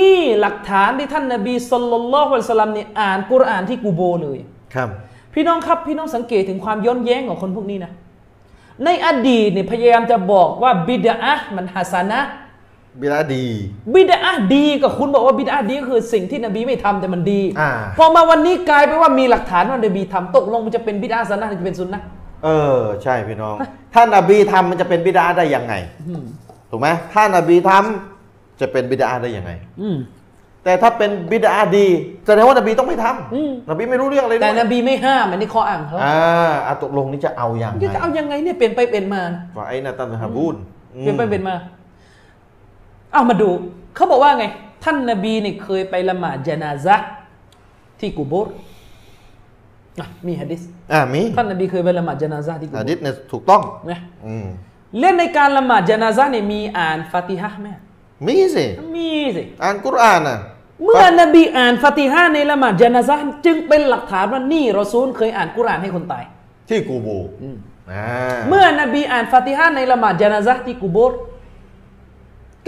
C: หลักฐานที่ท่านนบีสุลต่านละฮ์วะสลัมเนี่ยอ่านกุรอานที่กูโบเลย
A: ครับ
C: พี่น้องครับพี่น้องสังเกตถึงความย้อนแย้งของคนพวกนี้นะ ในอดีตเนี่ยพยายามจะบอกว่าบิดามันฮัสานะห์
A: บิลาดี
C: บิดาดีกับคุณบอกว่าบิดาดีก็คือสิ่งที่นบีไม่ทำแต่มันดี
A: อ่า
C: พอมาวันนี้กลายไปนว่ามีหลักฐานว่านบีทำตกลงมันจะเป็นบิดาสนะหรือจะเป็นซุนนะห์
A: เออ ใช่พี่น้อง ถ้านบีทำมันจะเป็นบิดาได้ยังไง
C: อืม
A: ถูกไหมถ้านบีทำจะเป็นบิดาได้ยังไง
C: อืม
A: แต่ถ้าเป็นบิดาดีแสดงว่านบีต้องไม่ท
C: อืม
A: ำนบีไม่รู้เรื่องอะไรด้วย
C: แต่นบีไม่ห้ามอันนี้ข้ออ้างเขา
A: อ่าอ่ะตกลงนี่จะเอาอย่าง
C: จะ
A: ไร
C: เอายังไงเนี่ยเปลี่ยนไปเปลี่ยนมานะ
A: ว่าไอ้นาตันฮาบูนอืม
C: เปลี่ยนไปเปลี่ยนมาเอามาดูเขาบอกว่าไง ท่านนบีเนี่ยเคยไปละหมาดจานาซะห์ที่กูโบรอ่ะมีฮะดิษ
A: อ่ามี
C: ท่านนบีเคยไปละหมาดจนาซาที่กู
A: อาดิษเนี่ยถูกต้อง
C: นะ
A: อืม
C: เล่นในการละหมาดจนาซาเนี่ยมีอ่านฟาติฮะห์ไหม
A: มีสิ
C: มีสิ
A: อ่านกุรอานอ่ะ
C: เมื่อนบีอ่านฟาติฮะห์ในละหมาดจนาซาจึงเป็นหลักฐานว่านี่รอซูลเคยอ่านกุรอานให้คนตาย
A: ที่กูโบ
C: อืม
A: อ่า
C: เมื่อนบีอ่านฟาติฮะห์ในละหมาดจนาซาที่กูโบร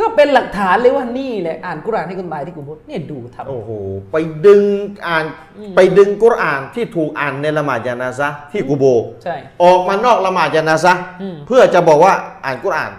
C: ก็เป็นหลักฐานเลยว่านี่แหละอ่านกุรอานให้คนตายที่กูโบรเนี่ยดูทำ
A: โอ้โห ไปดึงอ่าน ไปดึงกุรอานที่ถูกอ่านในละหมาดยานาซะห์ที่กูโบ
C: ใช่
A: ออกมานอกละหมาดยานาซะห์
C: อืม
A: เพื่อจะบอกว่าอ่านกุรอาน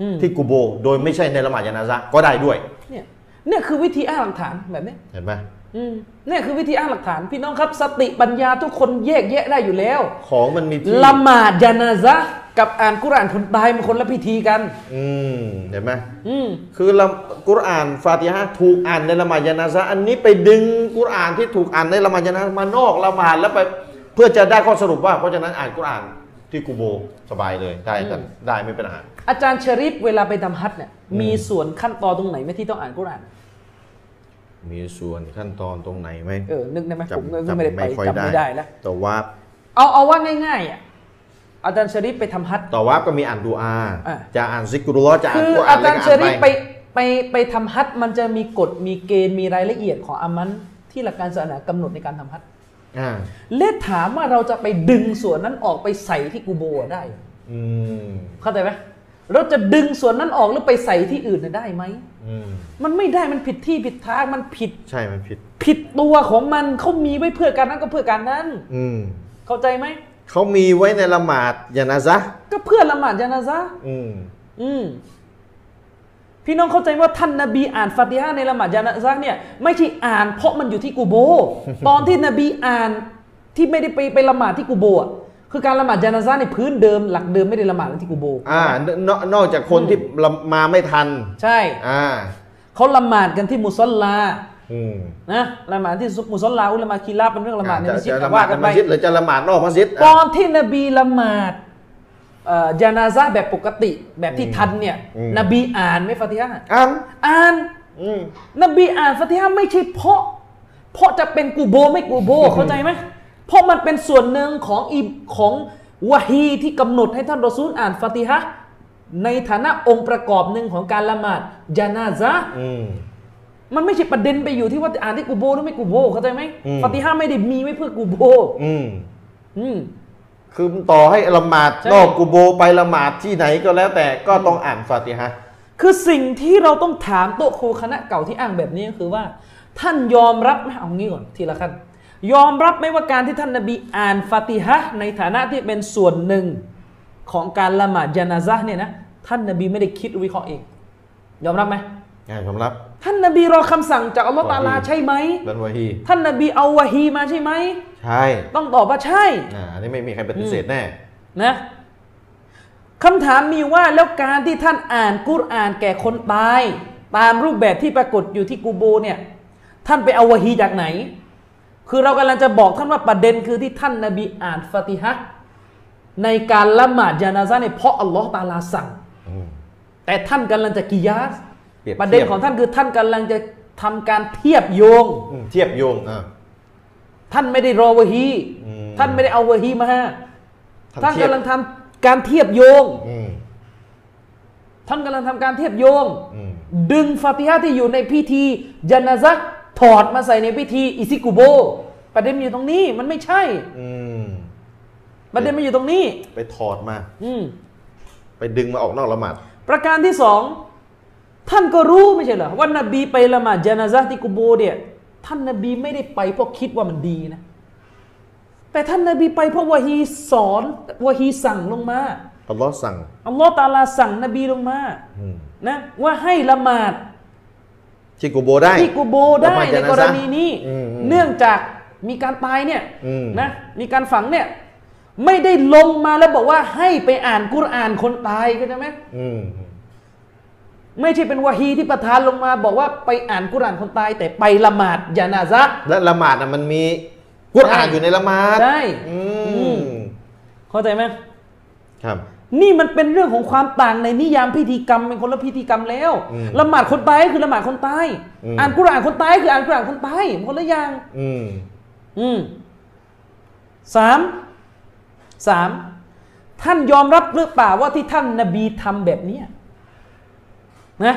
C: อืม
A: ที่กูโบ โดยไม่ใช่ในละหมาดยานาซะห์ก็ได้ด้วย
C: เนี่ยเนี่ยคือวิธีอ้างหลักฐานแบบเนี้ย
A: เห็นไหม
C: อืมเนี่ยคือวิธีอ้างหลักฐานพี่น้องครับ สติปัญญาทุกคนแยกแยะได้อยู่แล้ว
A: ของมันมีที่
C: ละหมาดยานาซะห์กับอ่านกุรอานคนตายมันคนละพิธีกัน
A: อืมเห็นไหม
C: อืม
A: คือละกุรอานฟาติฮะห์ถูกอ่านในละหมาดยานาซะห์อันนี้ไปดึงกุรอานที่ถูกอ่านในละหมาดยานาซะห์มานอกละหมาดแล้วไป เพื่อจะได้ข้อสรุปว่าเพราะฉะนั้นอ่านกุรอาน ที่กูโบร์สบายเลยได้กันได้ไม่เป็นปัญหา
C: อาจารย์ชะริฟเวลาไปทำฮัทเนี่ยมีส่วนขั้นตอนตรงไหนไหมที่ต้องอ่านกุรอาน
A: มีส่วนขั้นตอนตรงไหนไหม
C: เออนึกได้ไหมผม
A: จำ
C: ก็
A: จำ
C: ไม่ได้ไป
A: ไม่ค่อย
C: จำ
A: ได้
C: ไม่ได้แล้ว
A: แต่ว่า
C: เอาเอาว่าง่ายๆอ่ะอาจารย์ชะริฟไปทำฮัท
A: ต่อว่าก็มีอ่านดูอา
C: อ่ะ
A: จะอ่านซิกรุลลอฮ์จะอ่า
C: คื
A: น
C: อ
A: กุรอา
C: อาน
A: แล้
C: จาว
A: ก็
C: รย์
A: อ่า
C: เชอน รี่
A: ไป
C: ไปไปไปทำฮัทมันจะมีกฎมีเกณฑ์มีรายละเอียดของอามันที่หลักการศาสนากำหนดในการทำฮัท
A: อ่า
C: เละถามว่าเราจะไปดึงส่วนนั้นออกไปใส่ที่กูโบอะได้
A: อืม
C: เข้าใจไหมเราจะดึงส่วนนั้นออกหรือไปใส่ที่อื่นน่ะได้ไหม
A: อืม
C: มันไม่ได้มันผิดที่ผิดทางมันผิด
A: ใช่มันผิด
C: ผิดตัวของมันเขามีไว้เพื่อการนั้นก็เพื่อการนั้น
A: อืม
C: เข้าใจไหม
A: เขามีไว้ในละหมาดยานาซะห์
C: ก็เพื่อละหมาดยานาซะห์
A: อืม
C: อืมพี่น้องเข้าใจว่าท่านนาบีอ่านฟาติฮาในละหมาดยานาซักเนี่ย ไม่ใช่อ่านเพราะมันอยู่ที่กู โบ ตอนที่นบีอ่านที่ไม่ได้ไปไปละหมาดที่กูโบอ่ะคือการละหมาดยานาซักในพื้นเดิมหลักเดิมไม่ได้ละหมาดที่กูโบ
A: อ่านนอกนอกจากคนที่ละมาไม่ทัน
C: ใช่
A: อ่า
C: เขาละหมาดกันที่มุซอลลา
A: อืม
C: นะละหมาดที่มุซอลลาอุลามาคีลาฟเป็นเรื่องละหมาดใน
A: จะ
C: มัสยิด
A: จะละหมา
C: ว่า
A: ด
C: กั
A: ใน
C: นไป
A: มัสยิดหรือจะละหมาดนอกมัสยิด
C: ต
A: อ่ะ
C: อนที่นบีละหมาดเอ่อยานาซาแบบปกติแบบที่ทันเนี่ย
A: อืม
C: นบีอ่านไหม่ฟาติฮา
A: อ่าน
C: อ่าน
A: อืม
C: นบีอ่านฟาติฮะห์ไม่ใช่เพราะ เพราะจะเป็นกูโบไม่กูโบ เข้าใจไหมเพราะมันเป็นส่วนหนึ่งของอิบของวะฮีที่กำหนดให้ท่านรอซูลอ่านฟาติฮะห์ในฐานะองค์ประกอบหนึ่งของการละหมาดยานาซะห์
A: อืม
C: มันไม่ใช่ประเด็นไปอยู่ที่ว่าอ่านที่กูโบหรือไม่กูโบ เข้าใจไหม
A: อืม
C: ฟาติฮะห์ไม่ได้มีไว้เพื่อกูโบ
A: อืม
C: อืม
A: คือต่อให้ละหมาด
C: ใช่
A: นอกกูโบไปละหมาดที่ไหนก็แล้วแต่ก็ต้องอ่านฟาติฮะห์
C: คือสิ่งที่เราต้องถามโต๊ะครูคณะเก่าที่อ้างแบบนี้ก็คือว่า ท่านยอมรับไหมเอางี้ก่อนทีละขั้นยอมรับไหมว่าการที่ท่านนบีอ่านฟาติฮะห์ในฐานะที่เป็นส่วนหนึ่งของการละหมาดยานาซะห์เนี่ยนะท่านนบีไม่ได้คิดวิเคราะห์เอง ยอมรับไหม
A: อ่านยอมรับ
C: ท่านนบีรอคำสั่งจากอัลลอฮฺตะอาลาใช่ไหม
A: บันวะฮี
C: ท่านนบีเอาวะฮีมาใช่ไหม
A: ใช่
C: ต้องตอบว่าใช่
A: อ่าอันนี้ไม่มีใครปฏิเสธแน่
C: นะคำถามมีว่าแล้วการที่ท่านอ่านกุรอานแก่คนตาย ตามรูปแบบที่ปรากฏอยู่ที่กูโบร์เนี่ยท่านไปเอาวะฮีจากไหน คือเรากำลังจะบอกท่านว่าประเด็นคือที่ท่านนาบีอ่านฟาติฮะห์ในการละหมาดยานาซาเนี่ยเพราะอัลลอฮ์ตะอาลาสั่ง
A: อืม
C: แต่ท่านกำลังจะกิยาส
A: เปรียบเทียบ
C: ประเด็นของท่านคือท่านกำลังจะทำการเทียบโยง
A: อืมเทียบโยงอ่า
C: ท่านไม่ได้รอวะฮี
A: อืม
C: ท่านไม่ได้เอาวะฮีมาให้ท่าน
A: เทียบ
C: กำลังทำการเทียบโยง
A: อืม
C: ท่านกำลังทำการเทียบโยง
A: อืม
C: ดึงฟาติฮะห์ที่อยู่ในพิธียานาซักถอดมาใส่ในพิธีอิซิกุโบ ประเด็นมันอยู่ตรงนี้มันไม่ใช่
A: อืม
C: ประเด็นมันอยู่ตรงนี้
A: ไปถอดมา
C: อืม
A: ไปดึงมาออกนอกละหมาด
C: ประการที่สองท่านก็รู้ไม่ใช่เหรอว่านบีไปละหมาดยานาซักที่กุโบเนี่ย ท่านนบีไม่ได้ไปเพราะคิดว่ามันดีนะ แต่ท่านนบีไปเพราะวะฮีสอนวะฮีสั่งลงมา
A: อัลลอฮ์สั่ง
C: อัลลอฮ์ตะอาลาสั่งนบีลงมา
A: อืม
C: นะว่าให้ละหมาด
A: ที่กูโบได้
C: ที่กูโบได้
A: ออกมา
C: ใน
A: จาก
C: กร
A: นั้นซะ
C: ณีนี้
A: อืมอืม
C: เนื่องจากมีการตายเนี่ย
A: อืม
C: นะมีการฝังเนี่ย ไม่ได้ลงมาแล้วบอกว่าให้ไปอ่านกุรอานคนตายเข้าใจไหม
A: อืม
C: ไม่ใช่เป็นวะฮีที่ประทานลงมา บอกว่าไปอ่านกุรอานคนตาย แต่ไปละหมาดยานาซะ
A: และละหมาดน่ะมันมีกุรอานอยู่ในละหมาด
C: ได้
A: อื
C: อื
A: ม
C: ม เข้าใจไหม
A: ครับ
C: นี่มันเป็นเรื่องของความต่างในนิยามพิธีกรรมเป็นคนละพิธีกรรมแล้ว
A: อืม
C: ละหมาดคนตายก็คือละหมาดคนตาย
A: อืม
C: อ่านกุรอานคนตายคืออ่านกุรอานคนตายมันคนละอย่าง
A: อืม
C: อืมสามสามท่านยอมรับหรือเปล่าว่าที่ท่านนบีทำแบบเนี้ยนะ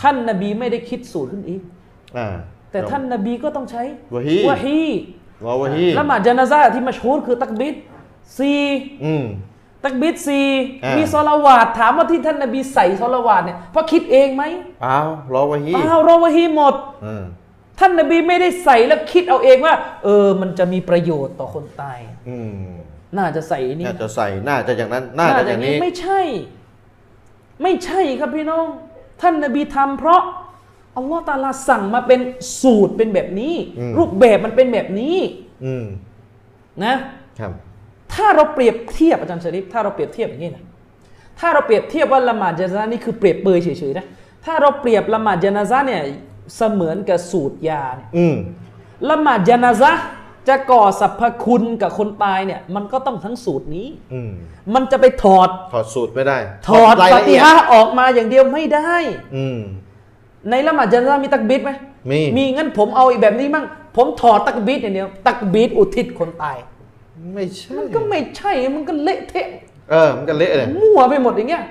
C: ท่านนบีไม่ได้คิดสูตรขึ้นเอง
A: อ่า
C: แต่ท่านนบีก็ต้องใช้
A: วะฮี
C: วะฮี
A: รอวะฮี
C: ละหมาดจานาซาที่มาชูดคือตักบิดสี่
A: อืม
C: ตักบิดสี่
A: อ่ามี
C: มีซอลาวาดถามว่าที่ท่านนบีใส่ซอลาวาดเนี่ยเพราะคิดเองไหม
A: เปล่ารอวะฮี
C: เปล่ารอวะฮีหมด
A: อืม
C: ท่านนบีไม่ได้ใส่แล้วคิดเอาเองว่า เออ มันจะมีประโยชน์ต่อคนตาย
A: อืม
C: น่าจะใส่นี่
A: น่าจะใส่ น่าจะอย่างนั้น น่าจะอย่างนี้
C: ไม่ใช่ ไม่ใช่ครับพี่น้อง ท่านนบีทำเพราะอัลลอฮ์ตะอาลาสั่งมาเป็นสูตรเป็นแบบนี้
A: อืม
C: รูปแบบมันเป็นแบบนี้
A: อืม
C: นะ
A: ครับ
C: ถ้าเราเปรียบเทียบอาจารย์ชริฟถ้าเราเปรียบเทียบอย่างนี้นะถ้าเราเปรียบเทียบว่าละหมาดยานาซะห์นี่คือเปรียบเปรยเฉยๆนะถ้าเราเปรียบละหมาดยานาซะห์เนี่ยเสมือนกับสูตรยาเนี่ย
A: อืม
C: ละหมาดยานาซะห์ จะก่อสรรพคุณกับคนตายเนี่ยมันก็ต้องทั้งสูตรนี้
A: อืม
C: มันจะไปถอด
A: ถอดสูตรไม่ได้
C: ถอด
A: ราย
C: ป
A: ละ
C: ฏิ
A: เอียด
C: ฮะห์ออกมาอย่างเดียวไม่ได้
A: อืม
C: ในละหมาดจันทร์มีตักบิดไหม
A: มี
C: มีงั้นผมเอาอีกแบบนี้มั่งผมถอดตักบิดอย่างเดียว ตักบิดอุทิศคนตาย
A: ไม่ใช่
C: มันก็ไม่ใช่มันก็เละเทะ
A: เออมันก็เละเลย
C: มั่วไปหมดอย่างเงี้ย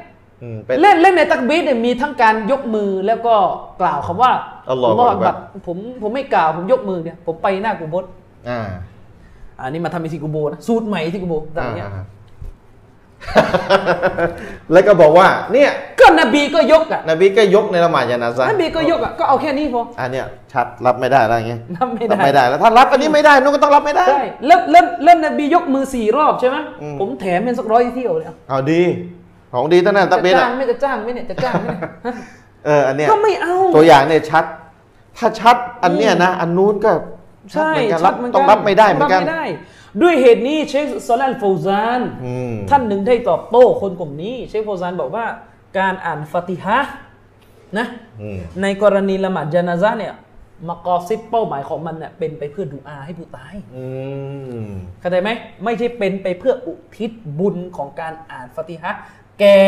A: อืมไป
C: เล่นเล่นในตักบิดเนี่ยมีทั้งการยกมือแล้วก็กล่าวคำว่า
A: อัลลอฮุ
C: ฮุ
A: อักบั
C: บั
A: ร
C: รผมผมไม่กล่าวผมยกมือเนี่ยผมไปหน้ากูโบด
A: อ่า
C: อันนี้มาทำในซิกูโบนะสูตรใหม่ที่กูโบแบบเนี้ย
A: อ่า แล้วก็บอกว่า เนี่ย
C: ก็นบีก็ยกอ่ะ
A: นบีก็ยกในละหมาดยานาซะ
C: นบีก็ยกอ่ะก็เอาแค่นี้พอ
A: อันเนี้ยชัดรับไม่ได้แล้วอย่างเงี้ย
C: รับไม่
A: รับ
C: ได้
A: ไม่ได้แล้วถ้ารับอันนี้ไม่ได้นุ่นก็ต้องรับไม่ได้
C: ใช่แล้วแล้วแล้วนบียกมือสี่รอบใช่ไหม
A: อืม
C: ผมแถมเป็นสักร้อยเที่ยวเลยเอา
A: เอาดี ของดีตั้งแต่นตักบิ
C: จะ
A: ด
C: จ้า
A: อ่ะ
C: งไหม่จะจ้างไหมเนี่ยจะจ้างไหมเนี่ยฮะ
A: เอออันเนี้ย
C: ก็ไม่เอา
A: ตัวอย่างเนี่ยชัด ถ้าชัดอันเนี้ยนะ อันนู้นก็ชัด
C: ใช่
A: เหมือนกัน
C: ชั
A: รั
C: ด
A: บ
C: เหน
A: ต้องรับไม่ได้เหมือนกัน
C: รับไม่ได้ ด้วยเหตุนี้เชคซอลันโฟซาน
A: อืม
C: ท่านหนึ่งได้ตอบโต้คนกลุ่มนี้ เชคโฟซานบอกว่าการอ่านฟาติฮะห์นะ
A: อืม
C: ในกรณีละหมาดจานาซะเนี่ยมากอซิบเป้าหมายของมันเนี่ยเป็นไปเพื่อดูอาให้ผู้ตาย
A: อืม
C: เข้าใจไหมไม่ใช่เป็นไปเพื่ออุทิศบุญของการอ่านฟาติฮะห์แก่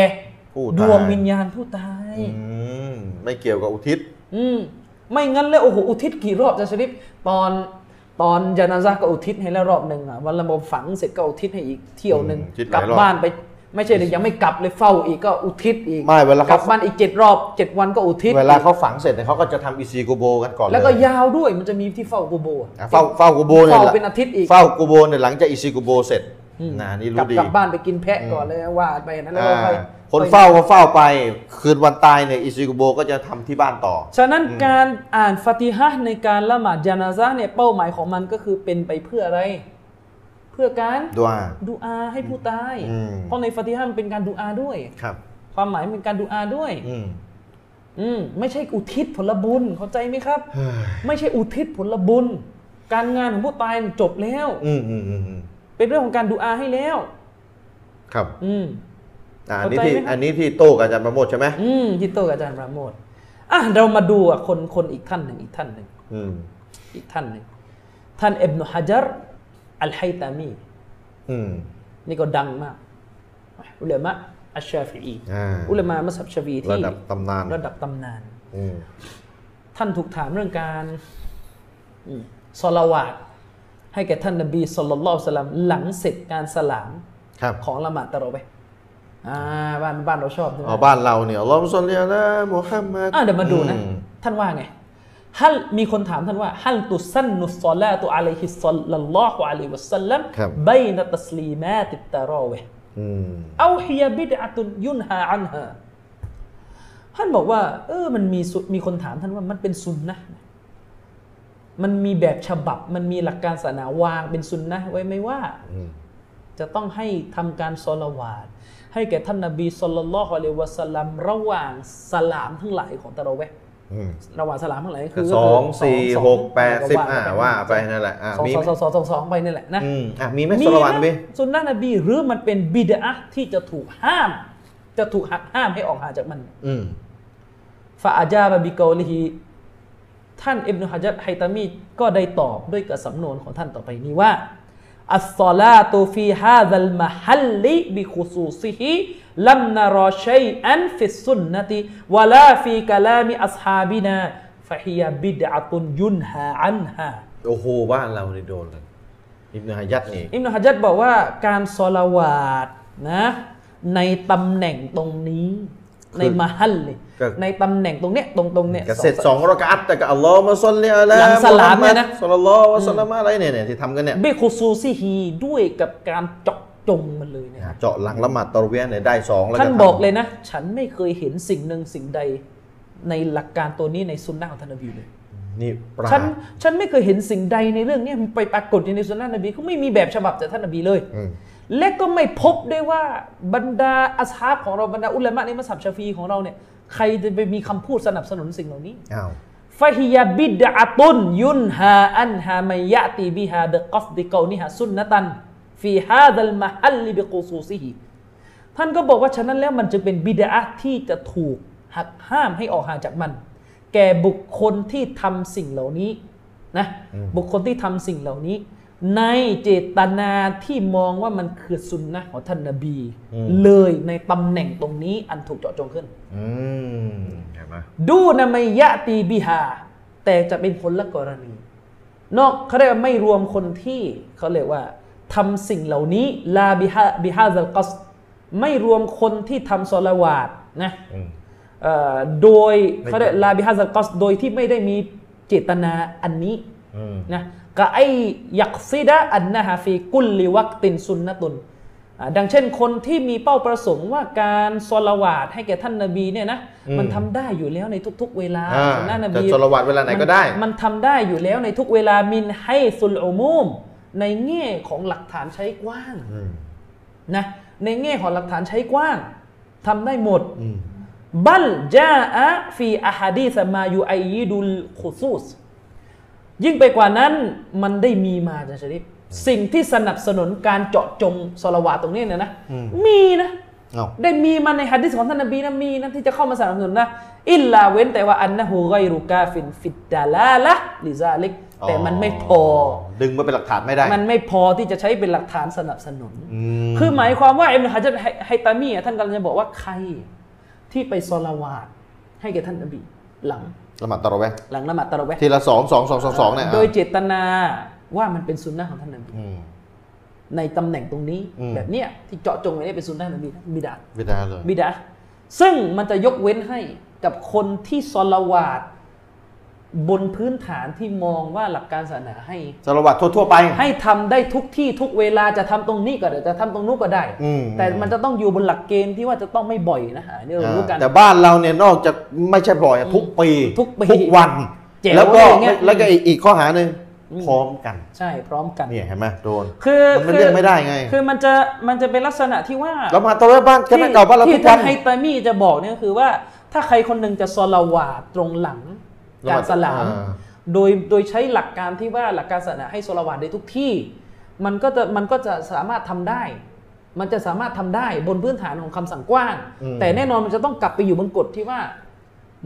C: ดวงวิญญาณผู้ตาย
A: อืมไม่เกี่ยวกับอุทิศ
C: อืมไม่งั้นแล้วโอ้โหอุทิศกี่รอบจะชริปตอนตอนยานาซาก็อุทิศให้แล้วรอบหนึ่งอ่ะวันละโมฝังเสร็จก็อุทิศให้อีกเที่ยวหนึ่ง
A: อืมอุทิศห
C: ก
A: ลาย
C: ลับ
A: รอบ
C: บ้านไป ไม่ใช่เลยยังไม่กลับเลยเฝ้าอีกก็อุทิศอีก
A: ไม่เวลาเขา
C: กลับบ้านอีกเจ็ดรอบเจ็ดวันก็อุทิศ
A: เวลาเขาฝังเสร็จเนี่ยเขาก็จะทำอีซีกูโบกันก่อนเย
C: แล้วก็ยาวด้วยมันจะมีที่เฝ้ากูโบอ่ะ
A: อ่ะเฝ้าเฝ้ากูโบเนี่ย
C: เฝ้า
A: แหละ
C: เป็นอาทิตย์อีก
A: เฝ้ากูโบเนี่ยหลังจากอีซีกูโบเสร็จ
C: อืม
A: นะนี่
C: กลั
A: รู้
C: บ
A: ดี
C: กลับบ้านไปกินแพะก่อนเลยว่าไปนั้นแล้วก็
A: อ่า
C: ไป
A: คน
C: ไป
A: เฝ้าก็เฝ้าไป คืนวันตายเนี่ยอีซีกูโบก็จะทำที่บ้านต่อ
C: ฉะนั้นการอ่านฟาติฮะห์ในการละหมาดยานาซาเนี่ยเป้าหมายของมันก็คือเป็นไปเพื่ออะไร เพื่อการ
A: ด้วย
C: ดูอาให้ผู้ตาย
A: อืม
C: เพราะในฟาติฮะห์มันเป็นการดูอาด้วย
A: ครับ
C: ความหมายมันเป็นการดูอาด้วย
A: อืม
C: อืมไม่ใช่อุทิศผลบุญเข้าใจไหมครับ
A: เฮ้ย
C: ไม่ใช่อุทิศผลบุญ การงานของผู้ตายจบแล้ว
A: อืมอืมอืมอืม
C: เป็นเรื่องของการดูอาให้แล้ว
A: ครับ
C: อืม
A: อ่าอั
C: เข้าน
A: นี้
C: ใจ
A: ที่
C: ไหมครับ
A: อันนี้ที่โต้กับอาจารย์ประโมทใช่ไหม
C: อืมฮิตโตกับอาจารย์ปราโมทอ่ะเรามาดูอ่ะคนคนอีกท่านหนึ่งอีกท่านหนึ่ง
A: อืม
C: อีกท่านหนึ่งท่านอิบนุฮะจัรอัลไฮตามี
A: อืม
C: นี่ก็ดังมาก อุลามะอัชชาฟิอี
A: อ่า
C: อุลามะมัสฮับชาฟีอีที่
A: ระดับตำนาน
C: ระดับตำนาน
A: อืม
C: ท่านถูกถามเรื่องการอืมสลาวาตให้แก่ท่านนบีสุลต่านละสลัมหลังเสร็จการสลาม
A: ครับ
C: ของละหมาดตะเราะเวห์อ่าบ้านบ้านเราชอบใช่ไหม
A: อ๋อบ้านเราเนี่ยอัลลอฮุศ็อลลิอะลามุฮัมมัด
C: อ่าเดี๋ยวมาดูนะ
A: อืม
C: ท่านว่าไงฮัลมีคนถามท่านว่าฮัลตุสันนุสซอลาตุอะลัยฮิสซัลลัลลอฮุอะลัยฮิวะสัลลัม
A: ครับ
C: بين تسليمات التراويح
A: อืม
C: أو هي بدعة ينهى عنها ท่านบอกว่า เออมันมีสุมีคนถามท่านว่ามันเป็นซุนนะห์ไหมมันมีแบบฉบับ มันมีหลักการศาสนาวางเป็นซุนนะห์ไว้ไหมว่า
A: อืม
C: จะต้องให้ทำการสลาวาดให้แก่ท่านนบีสุลต่านละฮ์อะลัยวะสัลลัมระหว่างสลามทั้งหลายของตะเราะเวห์
A: อืม
C: ระหว่างสลามทั้งหลายก็
A: ก็
C: คือ
A: สองสี่หกแปดสิบ
C: ก็
A: อ่าว่าไปนั่นแหละอ่า
C: สอง
A: มี
C: สอ
A: ไหม
C: งสองสองสองไปนี่แหละนะ
A: อืมอ่ะมีไหมสลาวัน
C: นะ
A: บี
C: สุนนะนบีหรือมันเป็นบิดอะห์ที่จะถูกห้าม จะถูกหักห้ามให้ออกห่างจากมัน
A: อืม
C: ฟาอาจาบะบิกอลิฮีท่านอิบนุฮะจัดไฮตามีก็ได้ตอบด้วยกับสำนวนของท่านต่อไปนี้ว่าอัสซอลาตูฟีฮาซัลมะฮัลลิบิคุซูซิฮิลัมนารอชัยอันฟิสซุนนะติวะลาฟีกะลามิอัศฮาบินาฟะฮียบิดอะตุนยุนฮาอันฮา
A: โอ้โหบ้านเราเนี่ยโดนเลยอิบนาฮะยัดนี่
C: อิมนุฮะจัดบอกว่าการสลาวาดนะในตำแหน่งตรงนี้ ในมหัลเลยในตำแหน่งตรงเนี้ยตรงตรงเนี้ย
A: ก็เสร็จสองรอกอัตแต่ก็อัลลอฮ์มาซอลลิอะลา
C: หลังสลาม
A: มุฮัด
C: เนี่ยนะ
A: ศ็อลลัลลอฮุอะลัยฮิวะสัลลัมอะไรเนี่ยเนี่ยที่ทำกันเนี่ย
C: เบคุซูซิฮีด้วยกับการเจาะจงมันเลยเนี่ย
A: อ่ะเจาะหลังละหมาดตะเวียนเนี่ยได้สองแล้ว
C: ท่าน
A: ทำ
C: บอกเลยนะ ฉันไม่เคยเห็นสิ่งหนึ่งสิ่งใด ในหลักการตัวนี้ในซุนนะของท่านนบีเลย
A: นี่ปรา
C: ฉัน
A: ด
C: ฉันไม่เคยเห็นสิ่งใดในเรื่องเนี้ยมันไปปรากฏอยู่ในซุนนะนบีเขาไม่มีแบบฉบับจากท่านนบีเลย
A: อืม
C: และก็ไม่พบด้วยว่าบรรดาอัสฮาบของเราบรรดาอุลามะในมัสฮับชาฟีของเราเนี่ยใครจะไปมีคำพูดสนับสนุนสิ่งเหล่านี้
A: อ้าว
C: ฟะฮิยาบิดอะตุนยุนฮาอันฮามายะติบิฮาเดกอฟดิกอนิฮาซุนนะตันฟีฮาดัลมะฮัลลิบิกูซูซิฮิท่านก็บอกว่าฉะนั้นแล้วมันจะเป็นบิดาที่จะถูกหักห้ามให้ออกห่างจากมัน แก่บุคคลที่ทำสิ่งเหล่านี้นะบุคคลที่ทำสิ่งเหล่านี้ ในเจตนาที่มองว่ามันคือสุนนะของท่านนบี
A: อืม
C: เลยในตำแหน่งตรงนี้อันถูกเจาะจงขึ้น
A: อืมเห็นไหม
C: ดูนะไมยะตีบิฮาแต่จะเป็นคนละกรณี นอกเขาเรียกว่าไม่รวมคนที่เขาเรียกว่าทำสิ่งเหล่านี้ลาบิฮาบิฮาซัลกัสไม่รวมคนที่ทำซอลาวาดนะ
A: อืม
C: เอ่อโดย
A: ไม่
C: เขาเรียกลาบิฮาซัลกัสโดยที่ไม่ได้มีเจตนาอันนี้
A: อืม
C: นะกะไอยักซิดะอันนะฮาฟีกุลลิวักตินซุนนะตุนอ่าดังเช่นคนที่มีเป้าประสงค์ว่าการซอลาวาดให้แก่ท่านนบีเนี่ยนะมันทำได้อยู่แล้วในทุกๆเวลา
A: อ่า
C: สุนนะน
A: จะ
C: บี
A: สละวัดเวลาไหนก็ได้
C: มันมันทำได้อยู่แล้วในทุกเวลามินให้สุลอุมูม ในแง่ของหลักฐานใช้กว้าง
A: อืม
C: นะในแง่ของหลักฐานใช้กว้างทำได้หมด
A: อืม
C: บัลจาอะฟีอะฮะดีสมายูไอยีดุลขุซูสยิ่งไปกว่านั้นมันได้มีมาอาจารย์ชริปสิ่งที่สนับสนุนการเจาะจงสลาวาตตรงนี้เนี่ยนะมีนะ
A: เอา
C: ได้มีมาในฮะดิษของท่านนบีนะมีนะที่จะเข้ามาสนับสนุนนะอิลลาเว้นแต่ว่าอันนะฮูไกรูกาฟินฟิดดาลาละลิซาลิกแต่มันไม่พอ
A: ดึงมาเป็นหลักฐานไม่ได้
C: มันไม่พอที่จะใช้เป็นหลักฐานสนับสนุน
A: ม
C: คือหมายความว่าอิมนุฮะจัรไฮตามีอะท่านกำลังจะบอกว่าใครที่ไปซอลาวาดให้แก่ท่านนบี หลัง
A: ละหมาดตะเราะเวห์
C: หลังละหมาดตะเราะเวห์
A: ทีละสองสองสองสองสองเนี่ยอ่ะ
C: โดยเจตนาว่ามันเป็นซุนนะของท่านนบี
A: อืม
C: ในตำแหน่งตรงนี้
A: อืม
C: แบบเนี้ยที่เจาะจงไว้เนี่ยเป็นซุนนะของนบีนะบิดา
A: ไม่ได้เลย
C: บิดาซึ่งมันจะยกเว้นให้กับคนที่ซอลาวาดบนพื้นฐานที่มองว่าหลักการศาสนาให้
A: สละวัดทั่วๆไป
C: ให้ทำได้ทุกที่ทุกเวลาจะทำตรงนี้ก็ได้จะทำตรงนู้นก็ได้
A: อืม
C: แต่มันจะต้องอยู่บนหลักเกณฑ์ที่ว่าจะต้องไม่บ่อยนะฮะนี่เรารู้กัน
A: แต่บ้านเราเนี่ยนอกจากไม่ใช่บ่อยอะทุกปี
C: ทุกปี
A: ทุกวัน
C: แจ๋ว
A: แล้วก็
C: อะไรเงี้ย
A: แล้วก็อีกอีกข้อหาหนึ่งพร้อมกัน
C: ใช่พร้อมกัน
A: เนี่ยเห็นไหมโดน
C: คือ
A: มันเป็นเรื่องไม่ได้ไง
C: คือมันจะมันจะเป็นลักษณะที่ว่า
A: แล้วมาตะเวนบ้านคณะเก่าบ้านเรา
C: ที่
A: ทุก
C: ท่า
A: วัน น
C: ไฮตามีจะบอกเนี่ยก็คือว่าถ้าใครคนหนึ่งจะซอลาวาดตรงหลัง
A: ละห
C: กา
A: มาด
C: รสลาม
A: อ่า
C: โดยโดยใช้หลักการที่ว่าหลักการศาสนาให้ซอลาวาดได้ทุกที่ มันก็จะมันก็จะสามารถทำได้ มันจะสามารถทำได้บนพื้นฐานของคำสั่งกว้าง
A: อืม
C: แต่แน่นอนมันจะต้องกลับไปอยู่บนกฎที่ว่า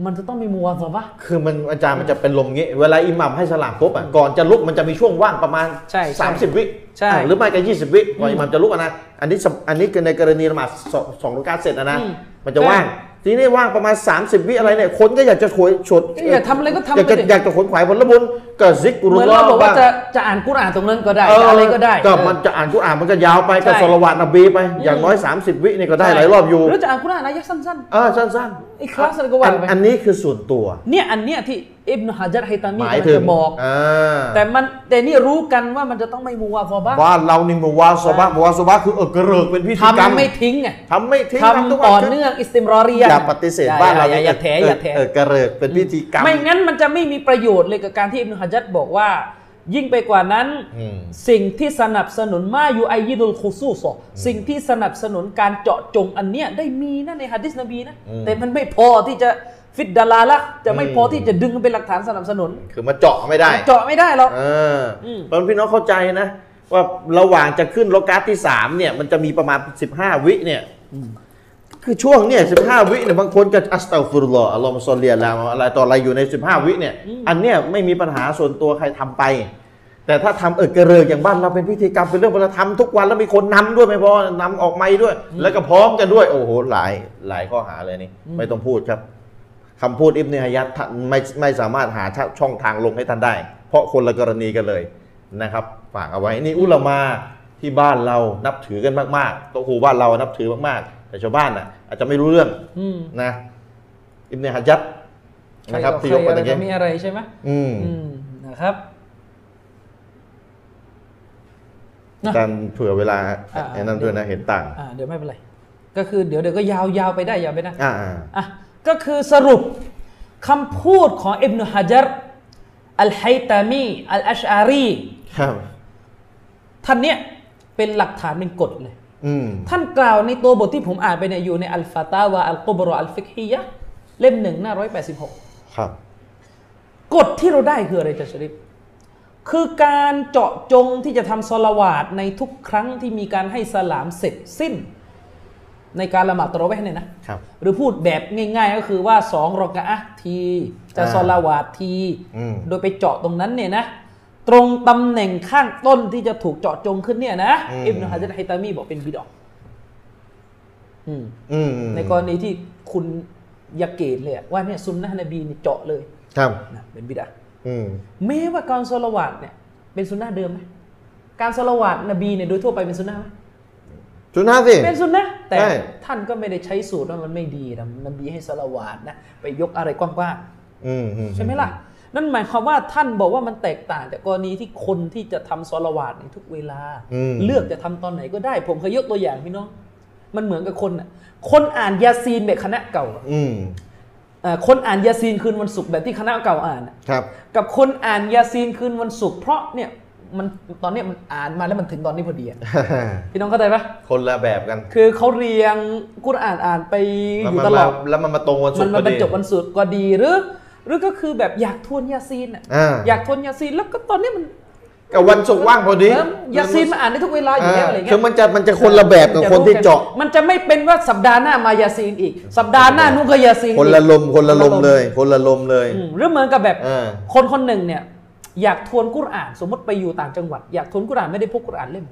C: มันจะต้องมีมัวสวะ
A: คือมันอาจารย์มันจะเป็นลมงี้เวลาอิหมัมให้สลามปุ๊บอะก่อนจะลุกมันจะมีช่วงว่างประมาณ
C: ใช่ใช่
A: 30 วิ
C: ใช่
A: อ่ะหรือไม่ก็20 วิก่อนอิหมัมจะลุกอะนะอันนี้สำอันนี้คือในกรณีละหมาดสองสองรากาตเสร็จอะนะ
C: อืม
A: มันจะ
C: ใช่
A: ว่าง ทีนี้ว่างประมาณ 30 วิอะไรเนี่ยคนก็อยากจะขวยฉด
C: อยากทำอะไรก็ทำ
A: อยากจะ
C: ไปดิ
A: อยากจะขนขวายผลบุญก็ซิกรุ
C: เหมือนเราบอกว่าจะจะอ่านกุรอานตรงนั้นก็ได้
A: เ
C: จะอะไรก็ได้
A: ก็
C: เออ
A: มันจะอ่านกุรอานมันก็ยาวไปก็
C: ใช่
A: สลาวาตนบีไป อย่าง
C: อืม
A: น้อย 30 วินี่ก็ได้หลายรอบอยู่
C: หรือจะอ่านกุรอานอายะสั้น
A: เออสั้น
C: อีกครั้งสั้นก็ว่าไป
A: อันนี้คือส่วนตัว
C: ๆ เนี่ยอันเนี้ยที่อิบนุฮะจัรไฮตามี
A: หมาย
C: กำลัง
A: ถึง
C: จะบอก
A: อ่า
C: แต่มันแต่นี่รู้กันว่ามันจะต้องไม่มัวฟอบ้า
A: บ้านเรานี่มัวาสบะมัวาสบะคือเออกระเริกเป็นพิธีกรรม
C: ทำไม่ทิ้งไง
A: ทำไม่ทิ้ง
C: ทำต่อเนื่องอิสติมรอเรีย
A: อย่าปฏิเสธบ้านเรา
C: อย่าอย่าอย่าแถอย่าแถ
A: เออกระเริกเป็นพิธีกรรม
C: ไม่งั้นมันจะไม่มีประโยชน์เลยกับการที่อิบนุฮะจัดบอกว่า ยิ่งไปกว่านั้น
A: อืม
C: สิ่งที่สนับสนุนมาอยู่ไอยิดุลคุซูสอสิ่งที่สนับสนุนการเจาะจงอันเนี้ยได้มีนะในฮะดิษนบีนะแต่มันไม่พอที่จะฟิดดาลาละจะไม่พอที่จะดึงเป็นหลักฐานสนับสนุน
A: คือมาเจาะไม่ได้
C: เจาะไม่ได้หรอก
A: เอออ
C: ม
A: เพราะฉะนั้นพี่น้องเข้าใจนะ ว่าระหว่างจะขึ้นโลกาสที่สามเนี่ย มันจะมีประมาณ 15 วิเนี่ย คือช่วงเนี่ย15 วิเนี่ยบางคนก็อัสตัฟุรุลลอฮ์อัลลอฮ์มุสลลิอะลาฮ์อะไรต่ออะไรอยู่ใน 15 วิเนี่ย อันเนี้ยไม่มีปัญหาส่วนตัวใครทำไป แต่ถ้าทำเออกระเริกอย่างบ้านเราเป็นพิธีกรรมเป็นเรื่องวัฒนธรรมทุกวันแล้วมีคนนำด้วยไม่พอนำออกไม้ด้วย แล้วก็พร้อมกันด้วย โอ้โหหลายหลายข้อหาเลยนี่ ไม่ต้องพูดครับคำพูดอิบเนฮะยัตท่านไม่ไม่สามารถหาช่องทางลงให้ท่านได้ เพราะคนละกรณีกันเลยนะครับฝากเอาไว้นี่อุลามาที่บ้านเรานับถือกันมากๆโตะครูบ้านเรานับถือมากๆ แต่ชาวบ้านน่ะอาจจะไม่รู้เรื่อง
C: อืม
A: นะอิบเนฮะยัตนะครับที่ยกประเด็น
C: ใคร
A: นี้
C: จะมีอะไรใช่ไหม
A: อืม
C: อืมนะครับ นะ
A: การเผื่อเวลา
C: อ่า
A: ไอ้นั่นด้วยนะเห็นต่าง
C: อ่าเดี๋ยวไม่เป็นไร ก็คือเดี๋ยวเดี๋ยวก็ยาวยาวไปได้ยาวไปได้
A: อ่า
C: อ่ะก็คือสรุปคำพูดของอิบนุฮะจัรอัลไฮตามีอัลอัชอารี
A: ครับ
C: ท่านเนี้ยเป็นหลักฐานเป็นกฎเลย
A: อืม
C: ท่านกล่าวในตัวบทที่ผมอ่านไปเนี่ยอยู่ในอัลฟาตาวาอัลกุบรออัลฟิกฮียะห์เล่มหนึ่งหน้าร้อยแปดสิบหก
A: ครับ
C: กฎที่เราได้คืออะไรจัสริฟคือการเจาะจงที่จะทำซอลาวาดในทุกครั้งที่มีการให้สลามเสร็จสิ้น ในการละหมาดตะเราะเวห์เนี่ยนะ
A: ครับ
C: หรือพูดแบบง่าย ๆ ก็คือว่าสองรอกะอะห์ที จะ
A: อ่า
C: ซอลาวาดที
A: อืม
C: โดยไปเจาะตรงนั้นเนี่ยนะ ตรงตำแหน่งข้างต้นที่จะถูกเจาะจงขึ้นเนี่ยนะ
A: อืม
C: อิบนุฮะจัรไฮตามีบอกเป็นบิดอะห์อืม
A: อืม
C: ในกรณีที่คุณยาเกตเลยอะว่าเนี่ยซุนนะฮ์นบีเนี่ยเจาะเลย
A: ครับ
C: นะเป็นบิดอะห์
A: อืม
C: แม้ว่าการสละวาดเนี่ย เป็นซุนนะฮ์เดิมไหมการสละวาดนบีเนี่ยโดยทั่วไปเป็นซุนนะฮ์ไหม
A: จุนฮะสิ
C: เป็นสุนนะแต่
A: ใช่
C: ท่านก็ไม่ได้ใช้สูตรว่ามันไม่ดีนะนบีให้สละวาดนะ ไปยกอะไรกว้าง
A: อืมอื
C: ๆใช่ไหมล่ะ นั่นหมายความว่าท่านบอกว่ามันแตกต่างจากกรณีที่คนที่จะทำสละวาดในทุกเวลา เลือกจะทำตอนไหนก็ได้ ผมเคยยกตัวอย่างพี่น้อง มันเหมือนกับคนน่ะคนอ่านยาซีนแบบคณะเก่าอ่ะ
A: อืม
C: เอ่อคนอ่านยาซีนคืนวันศุกร์แบบที่คณะเก่าอ่านอ่ะ
A: ครับ
C: กับคนอ่านยาซีนคืนวันศุกร์เพราะเนี่ยมันตอนเนี้ยมันอ่านมาแล้วมันถึงตอนนี้พอดี อ่ะพี่น้องเข้าใจปะ
A: คนละแบบกัน
C: คือเขาเรียงกุรอานอ่านไป
A: แล้ว
C: อยู่
A: มัน
C: ตล
A: มา
C: อด
A: แล้วมันมาตรงวันศุ
C: มั
A: ก
C: น
A: ร์พ
C: มา
A: อบ
C: รร
A: ดี
C: จบวันศุกร์ก็ดีหรือหรือก็คือแบบอยากทวนยาซีนอะ
A: อ่า
C: อยากทวนยาซีนแล้วก็ตอนนี้มัน
A: กับวันศุกร์ว่างพอดี
C: เอิ่มยาซีนมาอ่านได้ทุกเวลาอยู่แล้วอะไร
A: คื
C: เงี้
A: อย มันจะมันจะคนละแบบกับคนที่เจาะ
C: มันจะไม่เป็นว่าสัปดาห์หน้ามายาซีนอีก สัปดาห์หน้านุ่งก็ยาซีนอีก
A: คนละลมคนละลมเลย คนละลมเลย
C: อืมหรือเหมือนกับแบบ
A: เออ
C: คนคนหนึ่งเนี่ยอยากทวนกุรอาน สมมติไปอยู่ต่างจังหวัด อยากทวนกุรอานไม่ได้พกกุรอานเล่ม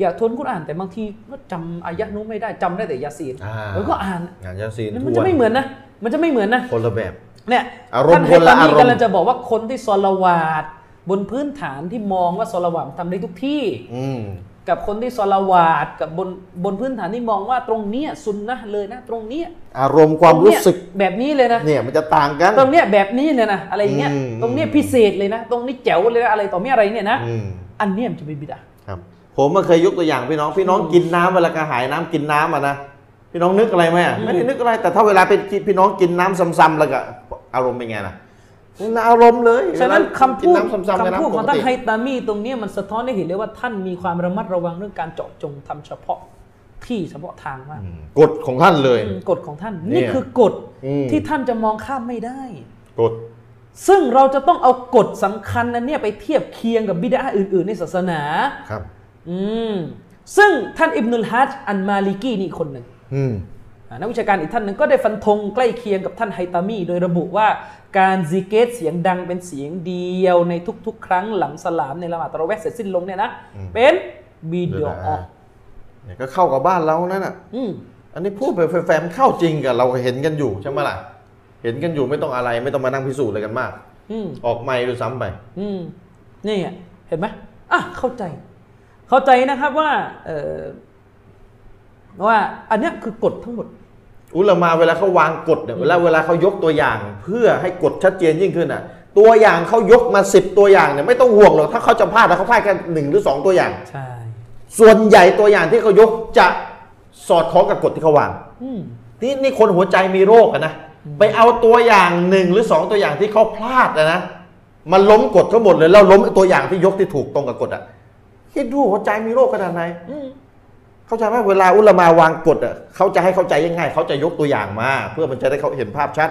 C: อยากทวนกุรอานแต่บางทีก็จำอายะนู้นไม่ได้จำได้แต่ยาซีน
A: อ่า
C: แล้วก็อ่าน
A: งานยาซีน
C: มันจะไม่เหมือนนะ มันจะไม่เหมือนนะ
A: คนละแบบ
C: เนี่ย
A: อารมณ์
C: ท่น
A: คนละอารมณ์
C: กำลังจะบอกว่าคนที่ซอลาวาดบนพื้นฐานที่มองว่าซอลาวาดทำได้ทุกที่
A: อืม
C: กับคนที่ซอลาวาดกับบนบนพื้นฐานที่มองว่าตรงเนี้ยซุนนะห์เลยนะ ตรงเนี้ย
A: อารมณ์ความรู้สึก
C: ตงเนี้ยแบบนี้เลยนะ
A: เนี่ยมันจะต่างกัน
C: ตรงเนี้ยแบบนี้เลยนะอะไรอย่างเงี้ย
A: อืม
C: ตรงเนี้ยพิเศษเลยนะ ตรงนี้แจ๋วเลยนะอะไรต่อมีอะไรเนี่ยนะ
A: อืม
C: อันเนี้ยมันจะเป็นบิดา
A: ครับ ผมมาเคยยกตัวอย่างพี่น้องพี่น้องกินน้ำเวลากระหายน้ำกินน้ำอ่ะนะพี่น้องนึกอะไรไหมอะไม่ได้นึกอะไร แต่ถ้าเวลาเป็นกินพี่น้องกินน้ำซ้ำๆแล้วก็อารมณ์เป็นไงล่ะอารมณ์เลย
C: ฉะนั้น
A: เวลา
C: คำพู
A: กิ
C: ด
A: นน้ำซ้ำๆกับ
C: คำ
A: น้ำป
C: พูดของ
A: ก
C: ท่าน
A: ติ
C: ไฮตามีตรงเนี้ยมันสะท้อนให้เห็นเลยว่าท่านมีความระมัดระวังเรื่องการเจาะจงทำเฉพาะที่เฉพาะทางมาก
A: อืมกฎของท่านเลย
C: อืมกฎของท่าน
A: เนี่ย
C: นี่คือกฎ
A: อืม
C: ที่ท่านจะมองข้ามไม่ได้
A: กฎ
C: ซึ่งเราจะต้องเอากฎสำคัญนั้นเนี่ยไปเทียบเคียงกับบิดาอื่น ๆ ในศาสนา
A: ครับ
C: อืมซึ่งท่านอิบนุลฮัจญ์อันมาลิกีนี่อีกคนหนึ่ง
A: อืม
C: อ่านักวิชาการอีกท่านหนึ่งก็ได้ฟันธงใกล้เคียงกับท่านไฮตามี โดยระบุว่าการซิกเกตเสียงดังเป็นเสียงเดียวในทุก ๆ ครั้งหลังสลามในละหมาดตะเราะเวห์เสร็จสิ้นลงเนี่ยนะ
A: อืม
C: เป็นบิดออ
A: เนี่ยก็เข้ากับบ้านเรานั่นน่ะ
C: อืม
A: อันนี้พูดแบบแฟมๆเข้าจริงกับเราเห็นกันอยู่ใช่ไหมล่ะ เห็นกันอยู่ไม่ต้องอะไรไม่ต้องมานั่งพิสูจน์อะไรกันมาก
C: อืม
A: ออกไม่ด้วยซ้ำไป
C: อืมนี่อะเห็นไหมอ่ะเข้าใจ เข้าใจนะครับว่าเออว่าอันเนี้ยคือกฎทั้งหมด
A: อุลามาเวลาเขาวางกฎเนี่ยเวลาเวลาเขายกตัวอย่าง เพื่อให้กฎชัดเจนยิ่งขึ้นอ่ะ ตัวอย่างเขายกมาสิบตัวอย่างเนี่ยไม่ต้องห่วงหรอกถ้าเขาจะพลาดแล้วเขาพลาดแค่หนึ่งหรือสองตัวอย่าง
C: ใช่
A: ส่วนใหญ่ตัวอย่างที่เขายกจะสอดคล้องกับกฎที่เขาวาง
C: อืม
A: นี่นี่คนหัวใจมีโรคอะนะไปเอาตัวอย่างหนึ่งหรือสองตัวอย่างที่เขาพลาดอะนะมันล้มกฎเขาหมดเลยแล้วล้มไอ้ตัวอย่างที่ยกที่ถูกตรงกับกฎอ่ะคิดดูหัวใจมีโรคขนาดไหน
C: อืม
A: เข้าใจไหมเวลาอุลามาวางกฎอ่ะเขาจะให้เข้าใจง่ายๆเขาจะยกตัวอย่างมา เพื่อมันจะได้เขาเห็นภาพชัด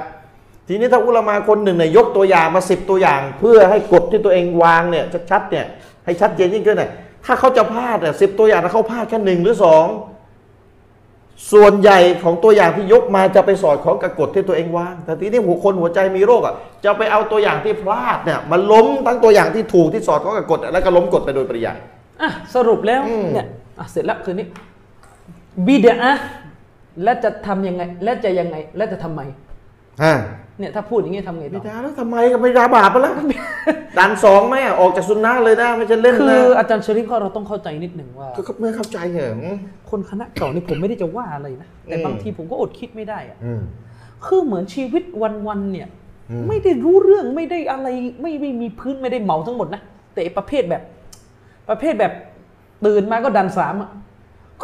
A: ทีนี้ถ้าอุลามาคนหนึ่งเนี่ยยกตัวอย่างมาสิบตัวอย่าง เพื่อให้กฎที่ตัวเองวางเนี่ยชัดๆเนี่ยให้ชัดเจนยิ่งขึ้นเนี่ยถ้าเขาจะพลาดอ่ะสิบตัวอย่างถ้าเขาพลาดแค่หนึ่งหรือสอง ส่วนใหญ่ของตัวอย่างที่ยกมาจะไปสอดคล้องกับกฎที่ตัวเองวาง แต่ทีนี้หัวคนหัวใจมีโรคอ่ะ จะไปเอาตัวอย่างที่พลาดเนี่ยมันล้มทั้งตัวอย่างที่ถูกที่สอดคล้องกับกฎแล้วก็ล้มกฎไปโดยปริยาย
C: อ่ะสรุปแล้ว
A: อืม
C: เนี่ยอ่ะเสร็จแล้วคืนนี้บิดอะและจะทำยังไง และจะยังไง และจะทำไม
A: ฮะ
C: เนี่ยถ้าพูดอย่างนี้ทำไง
A: บิ
C: ต่อ
A: ดาแล้วทำไมก็ไม่ดาบาปไปแล้วดันสองไหมอ่ะออกจากซุนนะเลยนะไม่ใช่เล่น
C: คื
A: นะ
C: ออาจารย์ชริฟก็เราต้องเข้าใจนิดหนึ่งว่า
A: ก็ไม่เข้าใจเหรอ
C: คนคณะเก่านี่ผมไม่ได้จะว่าอะไรนะแต่
A: อืม
C: บางทีผมก็อดคิดไม่ได้อะ
A: อืม
C: คือเหมือนชีวิตวันๆเนี่ย
A: อืม
C: ไม่ได้รู้เรื่องไม่ได้อะไรไม่ได้มีพื้นไม่ได้เหมาทั้งหมดนะแต่ไอ้ประเภทแบบ ประเภทแบบตื่นมาก็ดันสามอะ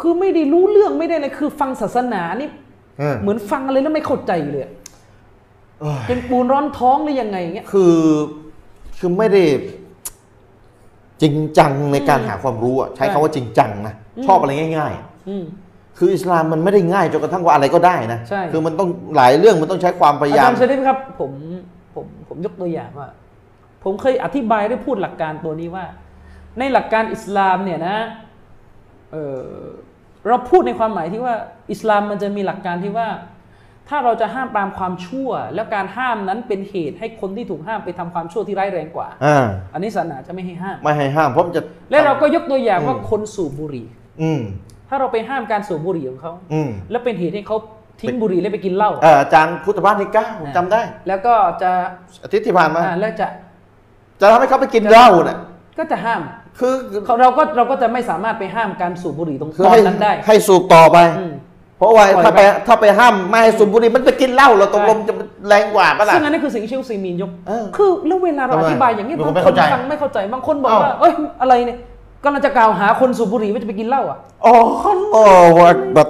C: คือไม่ได้รู้เรื่องไม่ได้อะไรคือฟังศาสนานี่
A: อ่ะ
C: เหมือนฟังอะไรแล้วไม่เข้าใจเลยอะ
A: เอ้ย
C: เป็นปูนร้อนท้องหรือยังไงอย่างเงี้ย
A: คือคือไม่ได้จริงจังในการหาความรู้อ่ะใช้คำว่าจริงจังนะ
C: อืม
A: ชอบอะไรง่ายๆ
C: อืม
A: คืออิสลามมันไม่ได้ง่ายจนกระทั่งว่าอะไรก็ได้นะ
C: ใช่
A: คือมันต้องหลายเรื่องมันต้องใช้ความ
C: อาย
A: พายา
C: จาม รย์ชริฟครับ ผมผมผมยกตัวอย่างว่า ผมเคยอธิบายได้พูดหลักการตัวนี้ว่า ในหลักการอิสลามเนี่ยนะเออเราพูดในความหมายที่ว่า อิสลามมันจะมีหลักการที่ว่า ถ้าเราจะห้ามปรามความชั่ว แล้วการห้ามนั้นเป็นเหตุให้คนที่ถูกห้ามไปทำความชั่วที่ร้ายแรงกว่า
A: อ่า
C: อันนี้ศาสนาจะไม่ให้ห้าม
A: ไม่ให้ห้ามเพราะมันจะ
C: และเราก็ยกตัวอย่างว่า
A: อืม
C: คนสูบบุหรี่
A: อืม
C: ถ้าเราไปห้ามการสูบบุหรี่ของเขา
A: อืม
C: แล้วเป็นเหตุให้เขาทิ้งบุหรี่แล้วไปกินเหล้า
A: เอ่ออาจารย์พุทธบ้านที่เก้าผมจำได้
C: แล้วก็จะ
A: อาทิตย์ที่ผ่านมา
C: อ่าแล้วจะ
A: จะทำให้เขาไปกินเหล้าน่ะ
C: ก็จะห้าม
A: คือ
C: เขาเราก็เราก็จะไม่สามารถไปห้ามการสูบบุหรี่ตรง
A: คือ
C: ตอน
A: ให้
C: นั้นได้
A: ให้สูบต่อไป
C: อืม
A: เพราะว่า
C: ปล่อย
A: ถ้า
C: ไป
A: ไปถ้าไปห้ามไม่ให้สูบบุหรี่มันไปกินเหล้าเราตกลง
C: ใช่
A: จะแรงกว่าปะล่ะ
C: ซึ่งอันนี้นคือสิ่งที่เชลซีมีนยก
A: เออ
C: คือแล้วเวลาเรา
A: ทำไม
C: อธิบายอย่างนี้ย
A: บางคน
C: บาง
A: ไม่
C: ค
A: เข้านใจ
C: ฟังไม่เข้าใจ บางคนบอก
A: อ้าว
C: ว่า เอ้ย อะไรเนี่ยกำลังจะกล่าวหาคนสูบบุหรี่ว่าจะไปกินเหล้าอ่ะ
A: โอ้โหแบบ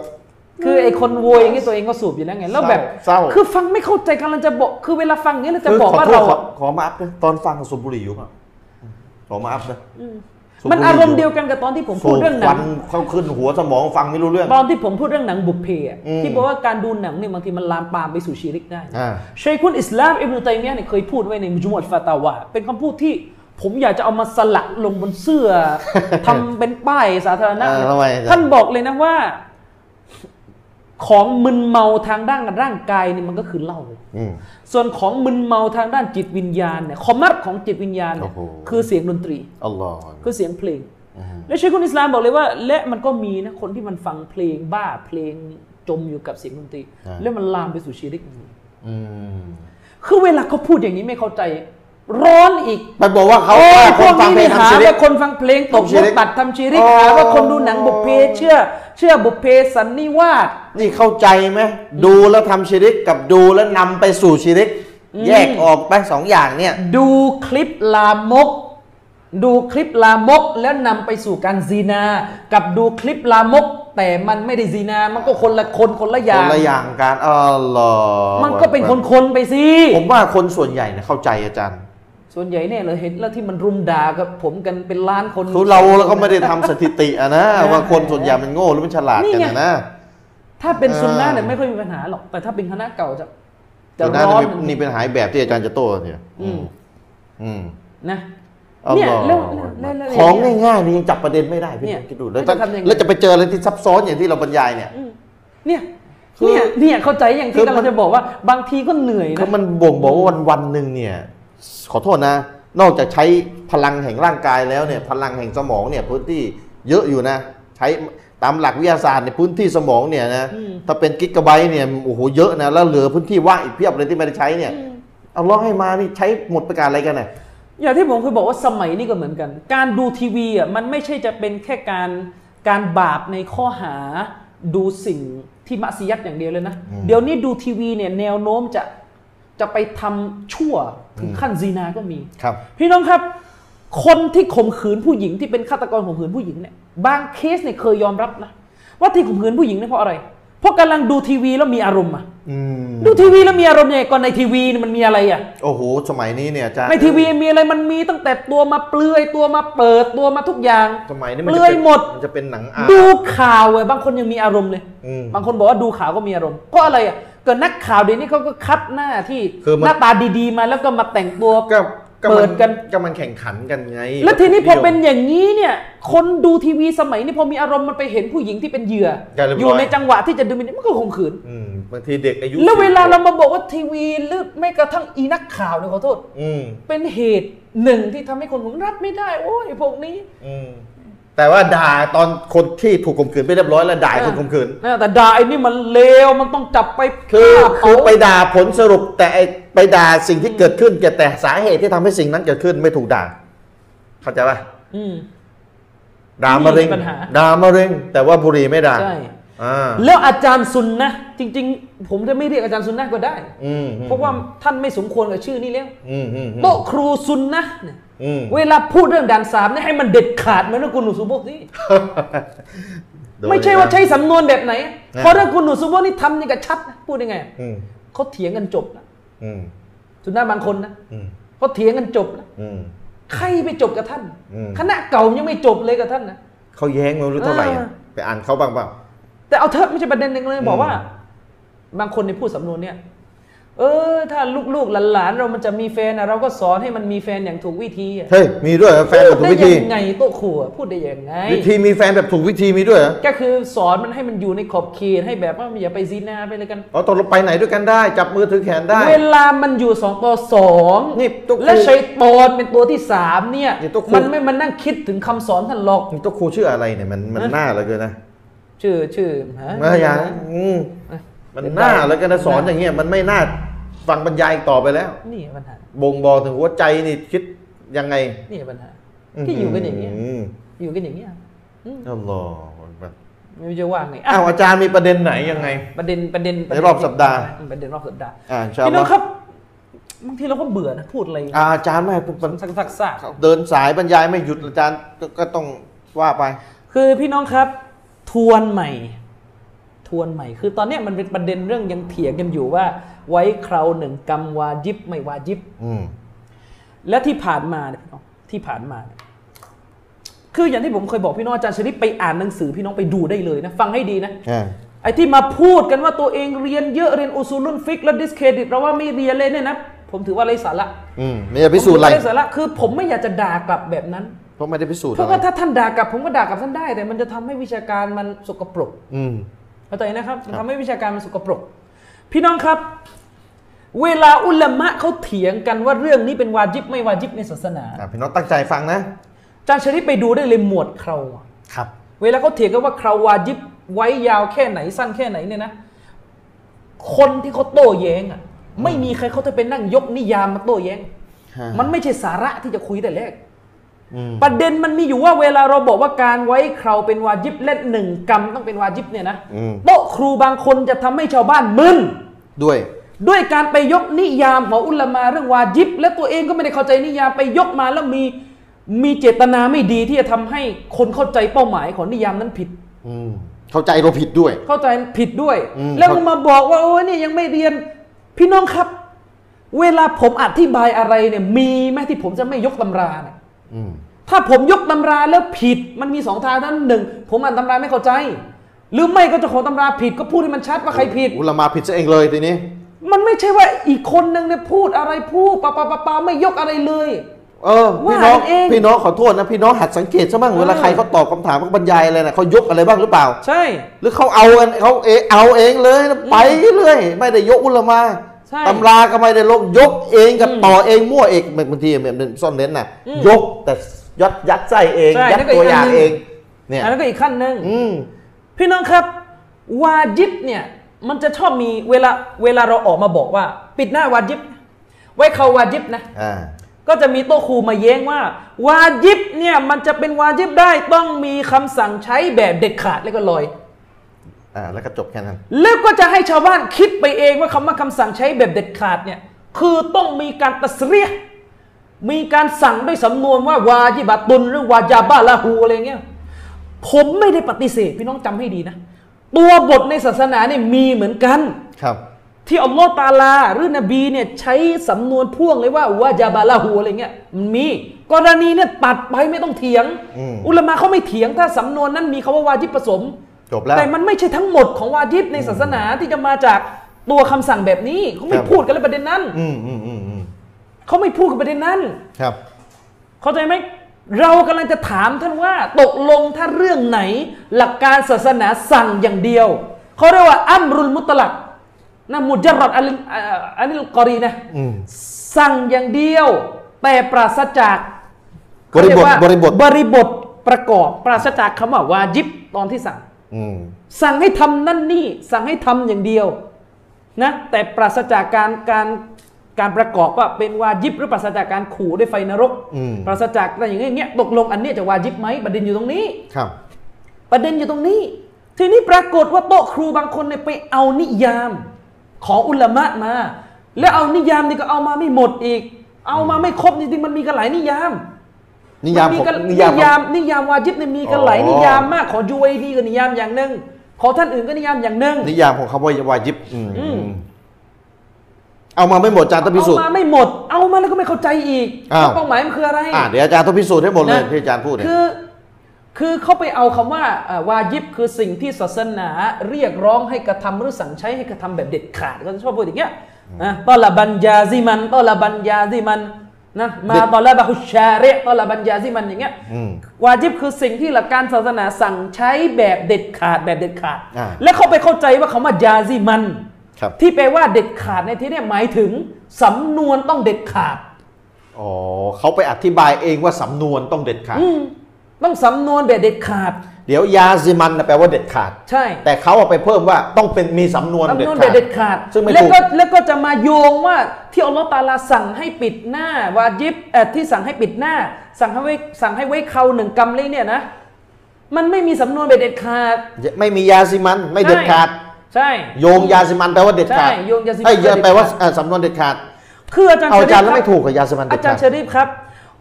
C: คือไอ้คนโวยอย่างนี้ตัวเองก็สูบอยู่แล้วไง แล้วแบบ
A: เศร้า
C: คือฟังไม่เข้าใจกำลังจะบอก คือเวลาฟังอย่างนี้ยเราจะ
A: คื
C: บอก
A: ข
C: ว่า
A: โทษ
C: เรา
A: ขอ
C: อะ
A: ขอมาอัพนะตอนฟังสูบบุหรี่อยู่ป่ะขอมาอัพนะสูบ
C: มัน
A: บุห
C: อารมณ์เดียวกันกับตอนที่ผม
A: สู
C: พูด
A: บ
C: เรื่องห
A: ค
C: นั
A: วั
C: ง
A: นเข้าขึ้นหัวสมองฟังไม่รู้เรื่อง
C: ตอนที่ผมพูดเรื่องหนังบุพเพอะ
A: อืม
C: ที่บอกว่าการดูหนังเนี่ยบางทีมันลามปามไปสู่ชีริกได้
A: อ่า
C: เชคุนอิสลามอิบนุตัยมียะห์เนี่ยเคยพูดไว้ในมุจมวดฟาตาวาเป็นคำพูดที่ผมอยากจะเอามาสลักลงบนเสื้อ ทำเป็นป้ายสาธารณะ
A: เออทำไมอาจารย์
C: ท่านบอกเลยนะว่า ของมึนเมาทางด้านร่างกายเนี่ยมันก็คือเหล้า
A: อืม
C: ส่วนของมึนเมาทางด้านจิตวิญญาณเนี่ยคอมมัดของจิตวิญญาณเนี่ย
A: โอ้โห
C: คือเสียงดนตรี
A: อัลลอฮ์
C: คือเสียงเพลง
A: อือฮึ
C: และเชคุนอิสลามบอกเลยว่า และมันก็มีนะคนที่มันฟังเพลงบ้าเพลงจมอยู่กับเสียงดนตรี แล้วมันลามไปสู่ชีริก
A: อืม
C: คือเวลาเขาพูดอย่างนี้ไม่เข้าใจ ร้อนอีก
A: มันบอกว่าเขา
C: โอ้ย
A: ค
C: พวน ก
A: ฟัง
C: นี้
A: เพลง
C: นี่หา
A: ทำชีริก
C: ว่าคนฟังเพลงตก
A: ทำชี
C: ร
A: ริ
C: ถ
A: ก
C: ตัดทำชีริก
A: อ๋อ
C: หาว่าคนดูหนังบุพเพเชื่อ เชื่อบุพเพสันนิวาส
A: นี่เข้าใจไหมดูแล้วทำชีริกกับดูแล้วนำไปสู่ชีริก
C: อืม
A: แยกออกไปสองอย่างเนี่ย
C: ดูคลิปลามก ดูคลิปลามกแล้วนำไปสู่การซีนา กับดูคลิปลามก แต่มันไม่ได้ซีนา มันก็คนละคนคนละอ
A: ค
C: ย่าน ง
A: ละอย่างการอ๋อเหรอ
C: มันก็เป็นคนคนๆไปสิ
A: ผมว่าคนส่วนใหญ่นะเข้าใจอาจารย์
C: ส่วนใหญ่เนี่ยเราเห็นแล้วที่มันรุมด่ากับผมกันเป็นล้านคน
A: คือเราเราก็ไม่ได้ทำสถิติอะ นะ
C: เออ
A: ว่าคนส่วนใหญ่มันโง่หรือมันฉลาดกัน
C: นี่
A: อะ
C: ไง
A: นะ
C: ถ้าเป็นซุนนะ
A: เออ
C: เนี่ยไม่ค่อยมีปัญหาหรอก แต่ถ้าเป็นคณะเก่าจะจะ
A: ส่วนหา
C: ร้อน
A: เป็นนี่เป็นหายแบบที่อาจารย์จะโต้เนี่ย
C: อื
A: อืม
C: ม
A: อืม
C: นะ
A: เอา
C: เนี่ย
A: เหรอ
C: แล้วแล้วแล้วแล้ว
A: ของ
C: เนี่ย
A: ง่ายๆนี่ยังจับประเด็นไม่ได้พี่
C: เนี่ย
A: คิดดูแล้ว
C: จะทำยังไง
A: แล้วจะไปเจออะไรที่ซับซ้อนอย่างที่เราบรรยายเนี่ย
C: เนี่ย
A: คือ
C: เนี่ยเนี่ยเข้าใจอย่าง
A: คื
C: ที่
A: อมัน
C: กำลังจะบอกว่าบางทีก็เหนื่อย
A: คื
C: นะ
A: อมันบ่งบอกว่าวันวันๆหนึ่งเนี่ย ขอโทษนะ นอกจากใช้พลังแห่งร่างกายแล้วเนี่ย พลังแห่งสมองเนี่ยพื้นที่เยอะอยู่นะ ใช้ตามหลักวิทยาศาสตร์ในยพื้นที่สมองเนี่ยนะถ้าเป็นกิกะไบต์เนี่ยโอ้โหเยอะนะแล้วเหลือพื้นที่ว่างอีกเพียบเลยที่ไม่ได้ใช้เนี่ยเอาล้อให้มานี่ใช้หมดประการอะไรกันน่ะ
C: อย่างที่ผมเคยบอกว่าสมัยนี้ก็เหมือนกัน การดูทีวีอ่ะมันไม่ใช่จะเป็นแค่การการบาปในข้อหาดูสิ่งที่มัสยิดอย่างเดียวเลยนะ
A: อืม
C: เดี๋ยวนี้ดูทีวีเนี่ยแนวโน้มจะจะไปทำชั่วถึงขั้นซีนาก็มี
A: ครับ
C: พี่น้องครับ คนที่ข่มขืนผู้หญิงที่เป็นฆาตกรข่มขืนผู้หญิงเนี่ยบางเคสเนี่ยเคยยอมรับนะว่าที่ข่มขืนผู้หญิงเนี่ยเพราะอะไร เพราะกำลังดูทีวีแล้วมีอารมณ์อะ
A: อืม
C: ดูทีวีแล้วมีอารมณ์ยังไงก่อนในทีวีเนี่ยมันมีอะไรอะ
A: โอ้โหสมัยนี้เนี่ยอาจารย์
C: ในทีวีมีอะไรมันมีตั้งแต่ตัวมาเปลือยตัวมาเปิดตัวมาทุกอย่าง
A: สมัยนี้มัน
C: เปลื
A: จะ
C: อย
A: เป็น
C: หมด
A: มันจะเป็นหนังอาร์ต
C: ดูข่าวเว้ยบางคนยังมีอารมณ์เลย
A: อืม
C: บางคนบอกว่าดูข่าวก็มีอารมณ์เพราะอะไรอะเกิดนักข่าวเดี๋ยวนี้เขาก็คัดหน้าที่
A: คือมัน
C: หน้าตาดีๆ มาแล้วก็มาแต่งตัว
A: ก็ก็มั
C: เปิดกัน
A: ก็มันแข่งขันกันไง
C: แล้วทีนี้พอเป็นอย่างนี้เนี่ย คนดูทีวีสมัยนี้พอมีอารมณ์มันไปเห็นผู้หญิงที่เป็นเหยื่อ อยู่ในจังหวะที่จะดูมินมันก็ข่มขืน
A: อืมบางทีเด็กอายุ
C: แล้วเวลา
A: สิบข
C: เรา
A: บ
C: มาบอกว่าทีวีหรือไม่กระทั่งอีนักข่าวเนี่ยขอโทษ
A: อืม
C: เป็นเหตุหนึ่งที่ทำให้คนผมรับไม่ได้ โอ้ยพวกนี้
A: อืมแต่ว่าด่าตอนคนที่ถูกข่มขืนไปเรียบร้อยแล้วด่าคนข่มขืน
C: เออแต่ด่าไอ้นี่มันเลวมันต้องจับไป
A: คือ
C: ฆ่าเผา
A: คือไปด่าผลสรุปแต่ไอ้ไปด่าสิ่งที่เกิดขึ้นแต่แต่สาเหตุที่ทำให้สิ่งนั้นเกิดขึ้นไม่ถูกด่า เข้าใจป่ะ
C: อืม
A: ด่ามะเร็ง
C: นี่คือปัญหา
A: ด่ามะเร็ง แต่ว่าบุหรี่ไม่ด่า
C: ใช่
A: อ่า
C: แล้วอาจารย์ซุนนะจริง ๆ ผมจะไม่เรียกอาจารย์ซุนนะก็ได้
A: อืม
C: เพราะว่าท่านไม่สมควรกับชื่อนี้แล้ว
A: อืมอืมอืม
C: โต๊ะครูซุนนะเนี่ย
A: อืม
C: เวลาพูดเรื่องด่านสามเนี่ยให้มันเด็ดขาดเหมือนเรื่องคุณหนูซูโบกนี่
A: โดน
C: ไม่ใช่ว่าใช้
A: นะ
C: สำนวนแบบไหนอะ
A: นะ
C: เพราะเรื่องคุณหนูซูโบกนี่ทำยังกับชัดนะพูดยังไงอะ
A: อืม
C: เขาเถียงกันจบนะ
A: อืม
C: สุนนะบางคนนะ
A: อืม
C: เขาเถียงกันจบนะ
A: อืม
C: ใครไปจบกับท่าน
A: อืม
C: คณะเก่ายังไม่จบเลยกับท่านนะ
A: เขาแย้งไม่รู้เท่าไหร่อะ
C: อ่า
A: ไปอ่านเขาบ้างเปล่า
C: แต่เอาเถอะไม่ใช่ประเด็นหนึ่งเลย บอกว่า
A: อื
C: บางคนในยพูดสำนวนเนี่ย เออ ถ้าลูกๆหลานๆเรามันจะมีแฟนอะเราก็สอนให้มันมีแฟนอย่างถูกวิธีอะ
A: เฮ้ยมีด้วยเหรอแฟนแบบถูก
C: พูด
A: วิ
C: ได้
A: ธี
C: ยังไงโต๊ะครัวพูดได้ยังไง
A: วิธีมีแฟนแบบถูกวิธีมีด้วยเหรอ
C: ก็คือสอนมันให้มันอยู่ในขอบเขตให้แบบว่าอย่าไปซีนาไปเลยกัน
A: อ๋อตกลงไปไหนด้วยกันได้ จับมือถือแขนได้
C: เวลามันอยู่สองต่อสอง
A: นี่ตุ๊กครู
C: และชัยตอนเป็นตัวที่สามเนี่ย
A: นี่ตุ๊กครู
C: มันไม่มันนั่งคิดถึงคำสอนท่านหรอก
A: นี่ตัวครูชื่ออะไรเนี่ยมันมัน
C: ฮะ
A: หน้าเหลือเกินนะ
C: ชื่อชื่อฮะ
A: เมื่อยางอืมมันหน้าเหลือเกินนะสอนอย่างเงี้ยมันไม่น่าฟังบรรยายอีกต่อไปแล้ว
C: นี่ปัญหา
A: บ่งบอกถึงหัวใจนี่คิดยังไง
C: นี่ปัญหา ที่อยู่กันอย่างเงี้ย
A: ม
C: อยู่กันอย่างเงี้ยอืม
A: อัลลอฮฺอักบัร
C: ไม่รู้จะว่างไงอ่ะ
A: อ้าวอาจารย์มีประเด็นไหนยังไง
C: ประเด็นประเด็นประเด็น
A: ในรอบสัปดาห์
C: ประเด็นรอบสัปดาห์
A: อ่าอินชาอั
C: พี่
A: ลล
C: น้อ
A: อง ฮ์
C: ครับบางทีเราก็เบื่อนะพูดอะไร
A: อ่าอาจารย์ไม่ให้ผมมัน
C: สักสักซาก
A: เดินสายบรรยายไม่หยุดอาจารย์ก็ก็ต้องว่าไป
C: คือพี่น้องครับ ทวนใหม่ ทวนใหม่ คือตอนเนี้ยมันเป็นประเด็นเรื่องยังเถียงกันอยู่ว่า ไว้คราวหนึ่งกรรมวาจิบไม่วาจิบ
A: อืม
C: และที่ผ่านมาเนี่ยพี่น้องที่ผ่านมาเนี่ยคืออย่างที่ผมเคยบอกพี่น้องอาจารย์ชริปไปอ่านหนังสือพี่น้องไปดูได้เลยนะฟังให้ดีนะ
A: อ่า
C: ไอ้ที่มาพูดกันว่าตัวเองเรียนเยอะเรียนอุซูลุนฟิกแล้วดิสเครดิตเราว่าไม่เรียนเลยเนี่ยนะ ผมถือว่าไร้สาระ
A: อืมไม่ได้พิสูจน์อะไร
C: ผมถืว่าไร้สาระคือผมไม่อยากจะด่ากลับแบบนั้น
A: เพราะไม่ได้พิสูจน์
C: เพ
A: อะ
C: ราะ
A: ไร
C: ว่าถ้าท่านด่ากลับผมก็ด่ากลับท่านได้ แต่มันจะทำให้วิชาการมันสกปรก
A: อืม
C: เข้าใจนะครับมันทำให้วิชาการมันสกปรก พี่น้องครับ เวลาอุลามะเขาเถียงกันว่าเรื่องนี้เป็นวาจิบไม่วาจิบในศาสนา
A: อ่าพี่น้องตั้งใจฟังนะ
C: อาจารย์ชริปไปดูได้เลยหมวดเคราอะ
A: ครับ
C: เวลาเขาเถียงกันว่าคราววาจิบไว้ยาวแค่ไหนสั้นแค่ไหนเนี่ยนะ คนที่เขาโต้แย้งอ่ะ ไม่มีใครเขาจะเป็นนั่งยกนิยามมาโต้แย้ง
A: ฮะ
C: มันไม่ใช่สาระที่จะคุยแต่แรก
A: อืม
C: ประเด็นมันมีอยู่ว่าเวลาเราบอกว่าการไว้คราวเป็นวาจิบเล่นหนึ่งกรรมต้องเป็นวาจิบเนี่ยนะ
A: อืม
C: โต๊ะครูบางคนจะทำให้ชาวบ้านมึน
A: ด้วย
C: ด้วยการไปยกนิยามของอุลามาเรื่องวาจิบ และตัวเองก็ไม่ได้เข้าใจนิยามไปยกมาแล้วมีมีเจตนาไม่ดีที่จะทำให้คนเข้าใจเป้าหมายของนิยามนั้นผิด
A: อืม เข้าใจเราผิดด้วย
C: เข้าใจผิดด้วย
A: อืม
C: แล้ว
A: เข้า
C: มึงมาบอกว่าโอ้ยเนี่ยยังไม่เรียน พี่น้องครับ เวลาผมอธิบายอะไรเนี่ยมีไหมที่ผมจะไม่ยกตำราเนี่ย
A: อืม
C: ถ้าผมยกตำราแล้วผิดมันมีสองทางนั้นหนึ่งผมอ่านตำราไม่เข้าใจ หรือไม่ก็เจะของตำราผิดก็พูดให้มันชัดว่าใครผิด
A: อุลามาผิดซะเองเลยทีนี้
C: มันไม่ใช่ว่าอีกคนนึงเนี่ยพูดอะไรพูดปะปะปะปะไม่ยกอะไรเลย
A: เออ
C: ว่า
A: พี่น้อง
C: กันเอง
A: พี่น้องขอโทษนะ พี่น้องหัดสังเกตซะบ้าง
C: เออ
A: เวลาใครเขาตอบคำถามเขาบรรยายอะไรนะเขายกอะไรบ้างหรือเปล่า
C: ใช่
A: หรือเขาเอากันเขาเอเอาเองเลยนะไปเรื่อยไม่ได้ยกอุลามา
C: ใช่
A: ตำราก็ไม่ได้ลบยกเองกับต่อเองมั่วเองบางทีแบบซ่อนเน้นน่ะ
C: อืม
A: ยกแต่ยัดยัดใส่เอง
C: ใช่
A: ยัด
C: นั่นก็อีก
A: ตัวอย่าง
C: อันหนึ่ง
A: เอง เนี่ย
C: อันนั้นก็อีกขั้นหนึ่ง
A: อืม
C: พี่น้องครับ วาจิบเนี่ยมันจะชอบมีเวลาเวลาเราออกมาบอกว่า ปิดหน้าวาจิบ ไว้เขาวาจิบนะ
A: อ่า
C: ก็จะมีโต๊ะครูมาแย้งว่า วาจิบเนี่ยมันจะเป็นวาจิบได้ต้องมีคำสั่งใช้แบบเด็ดขาดแล้วก็ลอย
A: อ่า แล้วก็จบแค่นั้น
C: แล้วก็จะให้ชาวบ้านคิดไปเองว่าคำว่าคำสั่งใช้แบบเด็ดขาดเนี่ยคือต้องมีการตัสเรียะห์มีการสั่งด้วยสำนวนว่าวาจิบัตุนหรือวาจาบาละหูอะไรเงี้ยผมไม่ได้ปฏิเสธพี่น้องจำให้ดีนะ ตัวบทในศาสนาเนี่ยมีเหมือนกัน
A: ครับ
C: ที่อัลลอฮ์ตาลา หรือนบีเนี่ยใช้สำนวนพ่วงเลยว่าวาจาบาละหูอะไรเงี้ยมันมี กรณีเนี่ยตัดไปไม่ต้องเถียง
A: อืม
C: อุลามะเขาไม่เถียงถ้าสำนวนนั้นมีคาว่าวาจิบผสม
A: จบแล้ว
C: แต่มันไม่ใช่ทั้งหมดของวาจิบในศาสนาที่จะมาจากตัวคำสั่งแบบนี้เขาไม่
A: ครับ
C: พูดกันเลยประเด็นนั้น
A: อืมอืมอืมอืม
C: เขาไม่พูดกันประเด็นนั้น
A: ครับ
C: เข้าใจไหมเรากำลังจะถามท่านว่า ตกลงถ้าเรื่องไหน หลักการศาสนาสั่งอย่างเดียวเขาเรียกว่าอัมรุลมุตลักนะมุจรัดอันเอ่ออันนิลกอรีนะ
A: อืม
C: สั่งอย่างเดียว แต่ปราศจาก
A: บริบท
C: เขาเยกว่า
A: บริบท
C: บริบทประกอบ ปราศจากคำว่าวาจิบตอนที่สั่ง
A: อืม
C: สั่งให้ทำนั่นนี่ สั่งให้ทำอย่างเดียวนะแต่ปราศจากการการการประกอบว่าเป็นวาจิบหรือปราศจากการขู่ด้วยไฟนรก
A: อืม
C: ปราศจากอะไรอย่างเงี้ยตกลงอันเนี้ยจะวาจิบไหมประเด็นอยู่ตรงนี้
A: ครับ
C: ประเด็นอยู่ตรงนี้ ทีนี้ปรากฏว่าโต๊ะครูบางคนเนี่ยไปเอานิยามของอุลามะมา แล้วเอานิยามนี่ก็เอามาไม่หมดอีก เอามาไม่ครบจริงๆมันมีกันหลายนิยาม
A: นิยาม
C: น
A: ของ
C: กัน
A: นิ
C: นิ
A: ยาม
C: ยามนิยามวาจิบเนี่ยมีกัน
A: อ๋อ
C: หลายนิยามมากของยูเอดีก็นิยามอย่างหนึ่งของท่านอื่นก็นิยามอย่างหนึ่ง
A: นิยามของคำว่าวายิบอืม
C: อืม
A: เอามาไม่หมดอาจารย์ต้องพิ
C: เอา
A: สูจน์
C: มาไม่หมด เอามาแล้วก็ไม่เข้าใจอีก
A: อ้าว
C: ว่าเป้าหมายมันคืออะไร
A: อ่าเดี๋ยวอาจารย์ต้องพิสูจน์ให้หมดเลย
C: นะ
A: ที่อาจารย์พูดเนี่ย
C: คือคือเขาไปเอาคำว่าอ่าวาญิบคือสิ่งที่ศาสนาเรียกร้องให้กระทำหรือสั่งใช้ให้กระทำแบบเด็ดขาดก็ชอบพูดอย่างเงี้ย นะตอละบัญญาซิมันตอละบัญญาซิมันนะมาตอละบะฮุชชาเรตอละบัญญาซิมันอย่างเงี้ย
A: อืม
C: วาจิบคือสิ่งที่หลักการศาสนาสั่งใช้แบบเด็ดขาดแบบเด็ดขาด
A: อ่า
C: และเขาไปเข้าใจว่าคำว่ายาซิมัน
A: ครับ
C: ที่แปลว่าเด็ดขาดในที่เนี้หมายถึงสำนวนต้องเด็ดขาด
A: อ๋อเขาไปอธิบายเองว่าสำนวนต้องเด็ดขาด
C: อืมต้องสำนวนแบบเด็ดขาด
A: เดี๋ยวยาซิมันน่ะแปลว่าเด็ดขาด
C: ใช่
A: แต่เขาเอาไปเพิ่มว่าต้องเป็นมีสำนวนเด็
C: สำ
A: ด
C: นวนแบ
A: ขา
C: บ
A: ด
C: เด็ดขาด
A: ซึ่งไม่
C: แล้ว
A: ถูก
C: ก็แล้วก็จะมาโยงว่าที่อัลลอฮฺตะอาลาสั่งให้ปิดหน้าวาญิบเอ่อที่สั่งให้ปิดหน้า สั่งให้ไว้สั่งให้ไว้เขาหนึ่งกำเลยเนี่ยนะ มันไม่มีสำนวนแบบเด็ดขาด
A: ไม่มียาซิมันไม่เด็ดขาด
C: ใช่
A: โยงยาซิมันแปลว่าเด็ดขาด
C: ใช่โยงยาซิมัน
A: เอ้
C: แปลว่าเด็ด
A: แปลว่า
C: ขาด
A: เอ่อสำนวนเด็ดขาด
C: คืออาจารย์
A: เอาอาจารย์
C: ชะ
A: แล้ว
C: ฟคบ
A: ไม่ถูกกับยาซิมันเด็
C: อา
A: ด
C: จาร
A: ขาด
C: ย์ชริฟครับ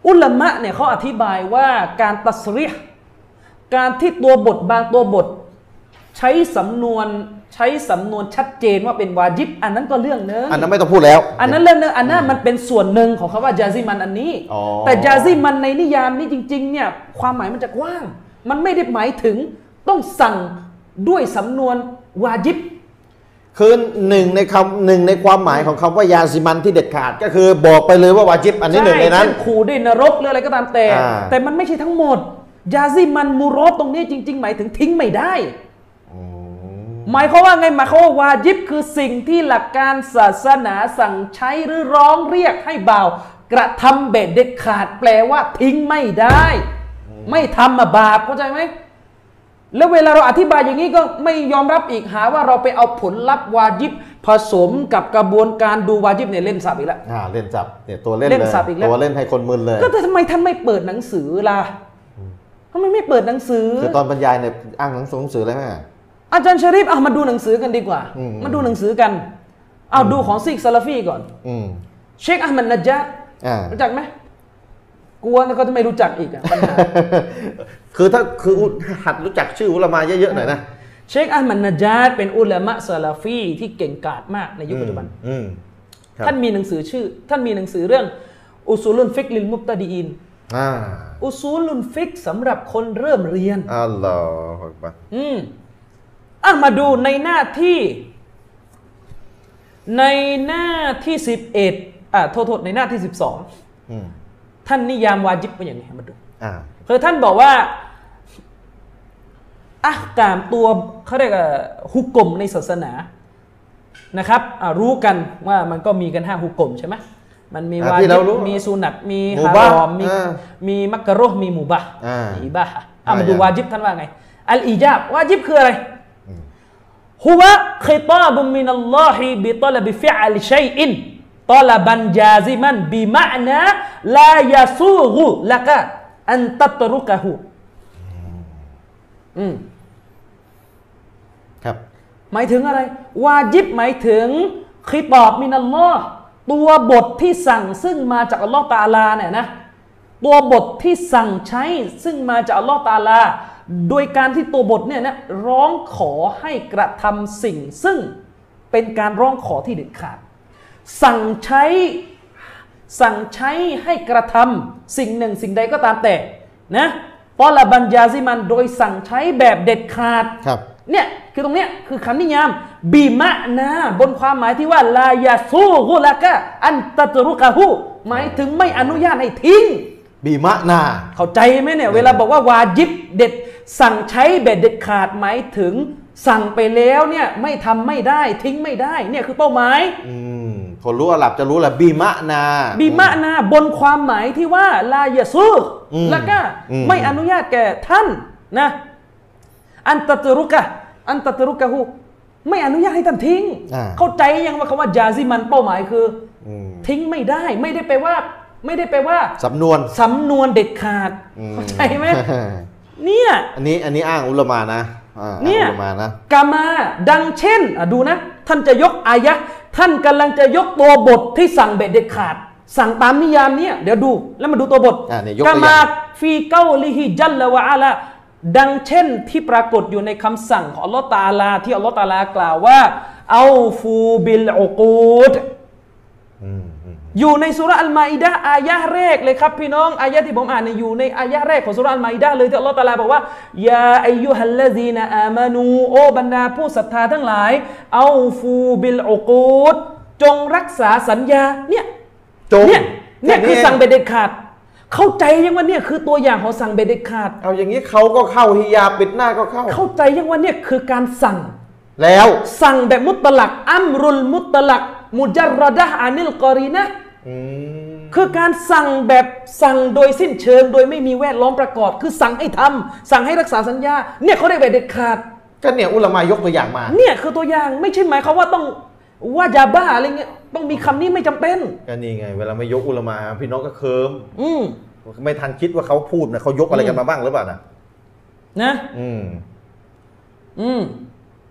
C: อุลามะเนี่ยเขาอธิบายว่าการตัสริห์การที่ตัวบทบางตัวบท ใช้สำนวนใช้สำนวนชัดเจนว่าเป็นวาญิบ อันนั้นก็เรื่องหนึง
A: อันนั้นไม่ต้องพูดแล้ว
C: อันนั้นเรื่องหนึงอันนั้นมันเป็นส่วนหนึ่งของคำว่ายาซิมันอันนี้
A: อ๋อ
C: แต่ยาซิมันในนิยามนี้จริง ๆ เนี่ย ความหมายมันจะกว้าง มันไม่ได้หมายถึงต้องสั่งด้วยสำนวนวาญิบ
A: คือหนึ่งในคำหนึ่งในความหมายของคำว่ายาซิมันที่เด็ดขาด ก็คือบอกไปเลยว่าวาจิบอันนี้หนึ่งในนั้น
C: ช่ช่ขู่ด้วยนรกหรืออะไรก็ตามแต่
A: อ่า
C: แต่มันไม่ใช่ทั้งหมด ยาซิมันมูรอตรงนี้จริง ๆ หมายถึงทิ้งไม่ได้ หมายความว่าไงหมายความว่าวาญิบคือสิ่งที่หลักการศาสนาสั่งใช้หรือร้องเรียกให้บ่าว กระทำเบ็ดเด็ดขาดแปลว่าทิ้งไม่ได้ ไม่ทำมาบาปเข้าใจไหมแล้วเวลาเราอธิบายอย่างนี้ก็ไม่ยอมรับอีกหาว่าเราไปเอาผลลัพธ์วาญิบผสมกับกระบวนการดูวาญิบเนี่ยเล่นสับอีกแล้ว
A: อ่าเล่นจับเนี่ยตัวเล่น
C: เล่น
A: เลย
C: สับอีกแล้ว
A: ตัวเล่นให้คนมึนเลย
C: ก็แต่ทำไมท่านไม่เปิดหนังสือล่ะทำไมไม่เปิดหนังสือ
A: คือตอนบรรยายเนี่ยอ้างหนังสือหนังสืออะไรไหม
C: อาจารย์ชะริฟเอามาดูหนังสือกันดีกว่า
A: อืม
C: มาดูหนังสือกัน เอาดูของซิกซาลาฟีก่อน
A: อืม
C: เชคอัลมันนัจญาด
A: อ่า
C: รู้จักไหมกลัวแล้วก็จะไม่รู้จักอีก อะปัญหา
A: คือถ้าคือหัดรู้จักชื่ออุลามาเยอะๆหน่อยนะ
C: เชคอัลมันนัจญาดเป็นอุลามะซาลาฟีที่เก่งกาจมากในยุคปัจจุบัน
A: อืมครับ
C: ท่านมีหนังสือชื่อ ท่านมีหนังสือเรื่อง อุซูลุนฟิกลิลมุบตะดีอิน
A: อ่า
C: อุซูลุนฟิกสำหรับคนเริ่มเรียน
A: อัลลอฮฺอักบัร
C: อืมอ่ะมาดูในหน้าที่ ในหน้าที่สิบเอ็ดอ่ะโทษโทษในหน้าที่สิบสอง
A: อืม
C: ท่านนิยามวาจิบเป็นอย่างไรมาดู
A: อ่า
C: คือท่านบอกว่าอักกามตัวเขาเรียกว่าฮุกกลมในศาสนานะครับอ่ะรู้กันว่ามันก็มีกันห้าฮุกกลมใช่ไหมมันมี
A: อ่ะ
C: วา
A: ที่
C: จิ
A: เรา
C: บ
A: รู้
C: มีสุนัตมี
A: หมู่
C: ฮา
A: บ้าร
C: อมมี
A: อ่า
C: มีมักกะโรห์มีหมูบะห์
A: อ่า
C: อิบาฮะอ่ะมา
A: อ่า
C: ดู
A: อย่าง
C: วาจิบท่านว่าไง อัลอีญาบวาจิบคืออะไร هو خطاب من الله بطلب فعل شيء طلبا جازما بمعنى لا يسوغ لك أن تتركه อืม
A: ครับ
C: หมายถึงอะไร วาจิบหมายถึงคิตอบมินัลลอฮ์ตัวบทที่สั่งซึ่งมาจากอัลลอฮ์ตะอาลาเนี่ยนะ ตัวบทที่สั่งใช้ซึ่งมาจากอัลลอฮ์ตะอาลา โดยการที่ตัวบทเนี่ยนะร้องขอให้กระทำสิ่ง ซึ่งเป็นการร้องขอที่เด็ดขาด สั่งใช้สั่งใช้ให้กระทำสิ่งหนึ่งสิ่งใดก็ตามแต่นะตอละบัญญาซิมันโดยสั่งใช้แบบเด็ดขาด
A: ครับ
C: เนี่ยคือตรงเนี้ยคือคำนิยามบีมะนาบนความหมายที่ว่าลายาซูกุละกะอันตะตรุกะฮูหมายถึงไม่อนุญาตให้ทิ้ง
A: บีมะนา
C: เข้าใจไหมเนี่ยเวลาบอกว่าวาจิบเด็ด สั่งใช้เบ็ดเด็ดขาดหมายถึง สั่งไปแล้วเนี่ยไม่ทำไม่ได้ทิ้งไม่ได้เนี่ยคือเป้าหมาย
A: อืมคนรู้อาหรับจะรู้แหละบีมะนา
C: บีมะนาบนความหมายที่ว่าลายาซู
A: อืม
C: ละกะ
A: อืม
C: ไม่อนุญาตแก่ท่านนะอันตะตรุกะอันตะตรุกะฮูไม่อนุญาตให้ท่านทิ้ง
A: อ่า
C: เข้าใจยังว่าคำว่ายาซิมันเป้าหมายคือ
A: อืม
C: ทิ้งไม่ได้ ไม่ได้แปลว่า ไม่ได้แปลว่า
A: สำนวน
C: สำนวนเด็ดขาด
A: อืม
C: เข้าใจไหมเนี่ย
A: อันนี้อันนี้อ้างอุลามานะอ่าอ้าง
C: เนี่ย
A: อุลามานะ
C: กามาดังเช่นอ่ะดูนะ ท่านจะยกอายะห์ท่านกำลังจะยกตัวบทที่สั่งเบ็ดเด็ดขาด สั่งตามนิยามเนี่ยเดี๋ยวดูแล้วมาดูตัวบท
A: อ่ะเนี่ยยกตัวอย่าง
C: กามาฟีเกาลิฮิจัลละวะอาละดังเช่นที่ปรากฏอยู่ในคำสั่งของอัลลอฮ์ตะอาลาที่อัลลอฮ์ตะอาลากล่าวว่าเอาฟูบิลอุกูด
A: อืมอืม
C: อยู่ในสุราอัลมาอิดะห์อายะห์แรกเลยครับพี่น้องอายะห์ที่ผมอ่านเนี่ยอยู่ในอายะห์แรกของสุราอัลมาอิดะห์เลยที่อัลลอฮฺตะอาลาบอกว่ายาอายุฮัลละซีนะอามานูโอบรรดาผู้ศรัทธาทั้งหลาย เอาฟูบิลอุกูด จงรักษาสัญญาเนี่ย
A: จง
C: เนี่ยเนี่ยคือสั่ง
A: เบ็
C: เบ็ดเด็ดขาด เข้าใจยังว่าเนี่ยคือตัวอย่างของสั่งเบ็ดเด็ดขาด
A: เอาอย่างนี้เขาก็เข้าฮิยาปิดหน้าก็เข้า
C: เข้าใจยังว่าเนี่ยคือการสั่ง
A: แล้ว
C: สั่งแบบมุตลัก อัมรุลมุตลัก มุจัรรดะอานิลกอรีนะ
A: อืม
C: คือการสั่งแบบสั่งโดยสิ้นเชิง โดยไม่มีแวดล้อมประกอบ คือสั่งให้ทำสั่งให้รักษาสัญญา เนี่ยเขาเรียกแบบเด็ดขาด
A: ก็เนี่ยอุลามายกตัวอย่างมา
C: เนี่ยคือตัวอย่างไม่ใช่หมายความว่าต้องว่ายาบ้าอะไรเงี้ยต้องมีคำนี้ไม่จำเป็น
A: ก็นี่ไง เวลาไม่ยกอุลามาพี่น้องก็เคิม
C: อืม
A: ไม่ทันคิดว่าเขาพูดนะเขายกอะไรกันมาบ้างหรือเปล่านะ
C: นะ
A: อืม
C: อืม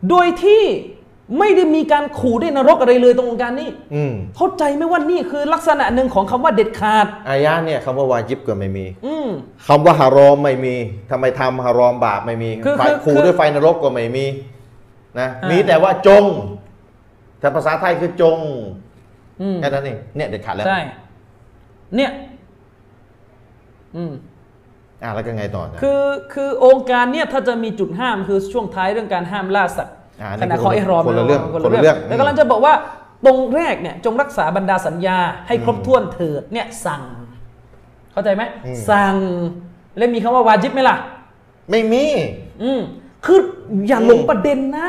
C: โดยที่ไม่ได้มีการขู่ด้วยนรกอะไรเลยตรงการนี้
A: อืม
C: เข้าใจไหมว่านี่คือลักษณะหนึ่งของคำว่าเด็ดขาด
A: อายะเนี่ยคำว่าวาจิบก็ไม่มี
C: อืม
A: คำว่าฮารอมไม่มีทำไมทำฮารอมบาปไม่มี
C: คือ
A: ไฟ
C: คือ
A: ขู่
C: คือ
A: ด้วยไฟนรกก็ไม่มีนะ
C: อ่ามี
A: มีแต่ว่าจงแต่ภาษาไทยคือจง
C: อืม
A: แค่นั้นเองเนี่ยเด็ดขาดแล้ว
C: ใช่เนี่ย อืม
A: อ่ะแล้วก็ไงต่อนะ
C: คือคือองค์การเนี่ยถ้าจะมีจุดห้ามคือช่วงท้ายเรื่องการห้ามล่าสัตว์
A: อ่า
C: ขณะ
A: นี่คือ
C: ข้อไอรอม
A: คนละเรื่อง
C: คน
A: คนละ
C: ละ
A: เรื่
C: เรื่
A: อ
C: อง ง
A: อืม
C: แล้วกำลังจะบอกว่าตรงแรกเนี่ยจงรักษาบรรดาสัญญาให้ครบถ้วนเถิดเนี่ยสั่ง เข้าใจไหมสั่ง แล้วมีคำว่าวาจิบไหมล่ะ
A: ไม่มี
C: อืมคืออย่าหลงประเด็นนะ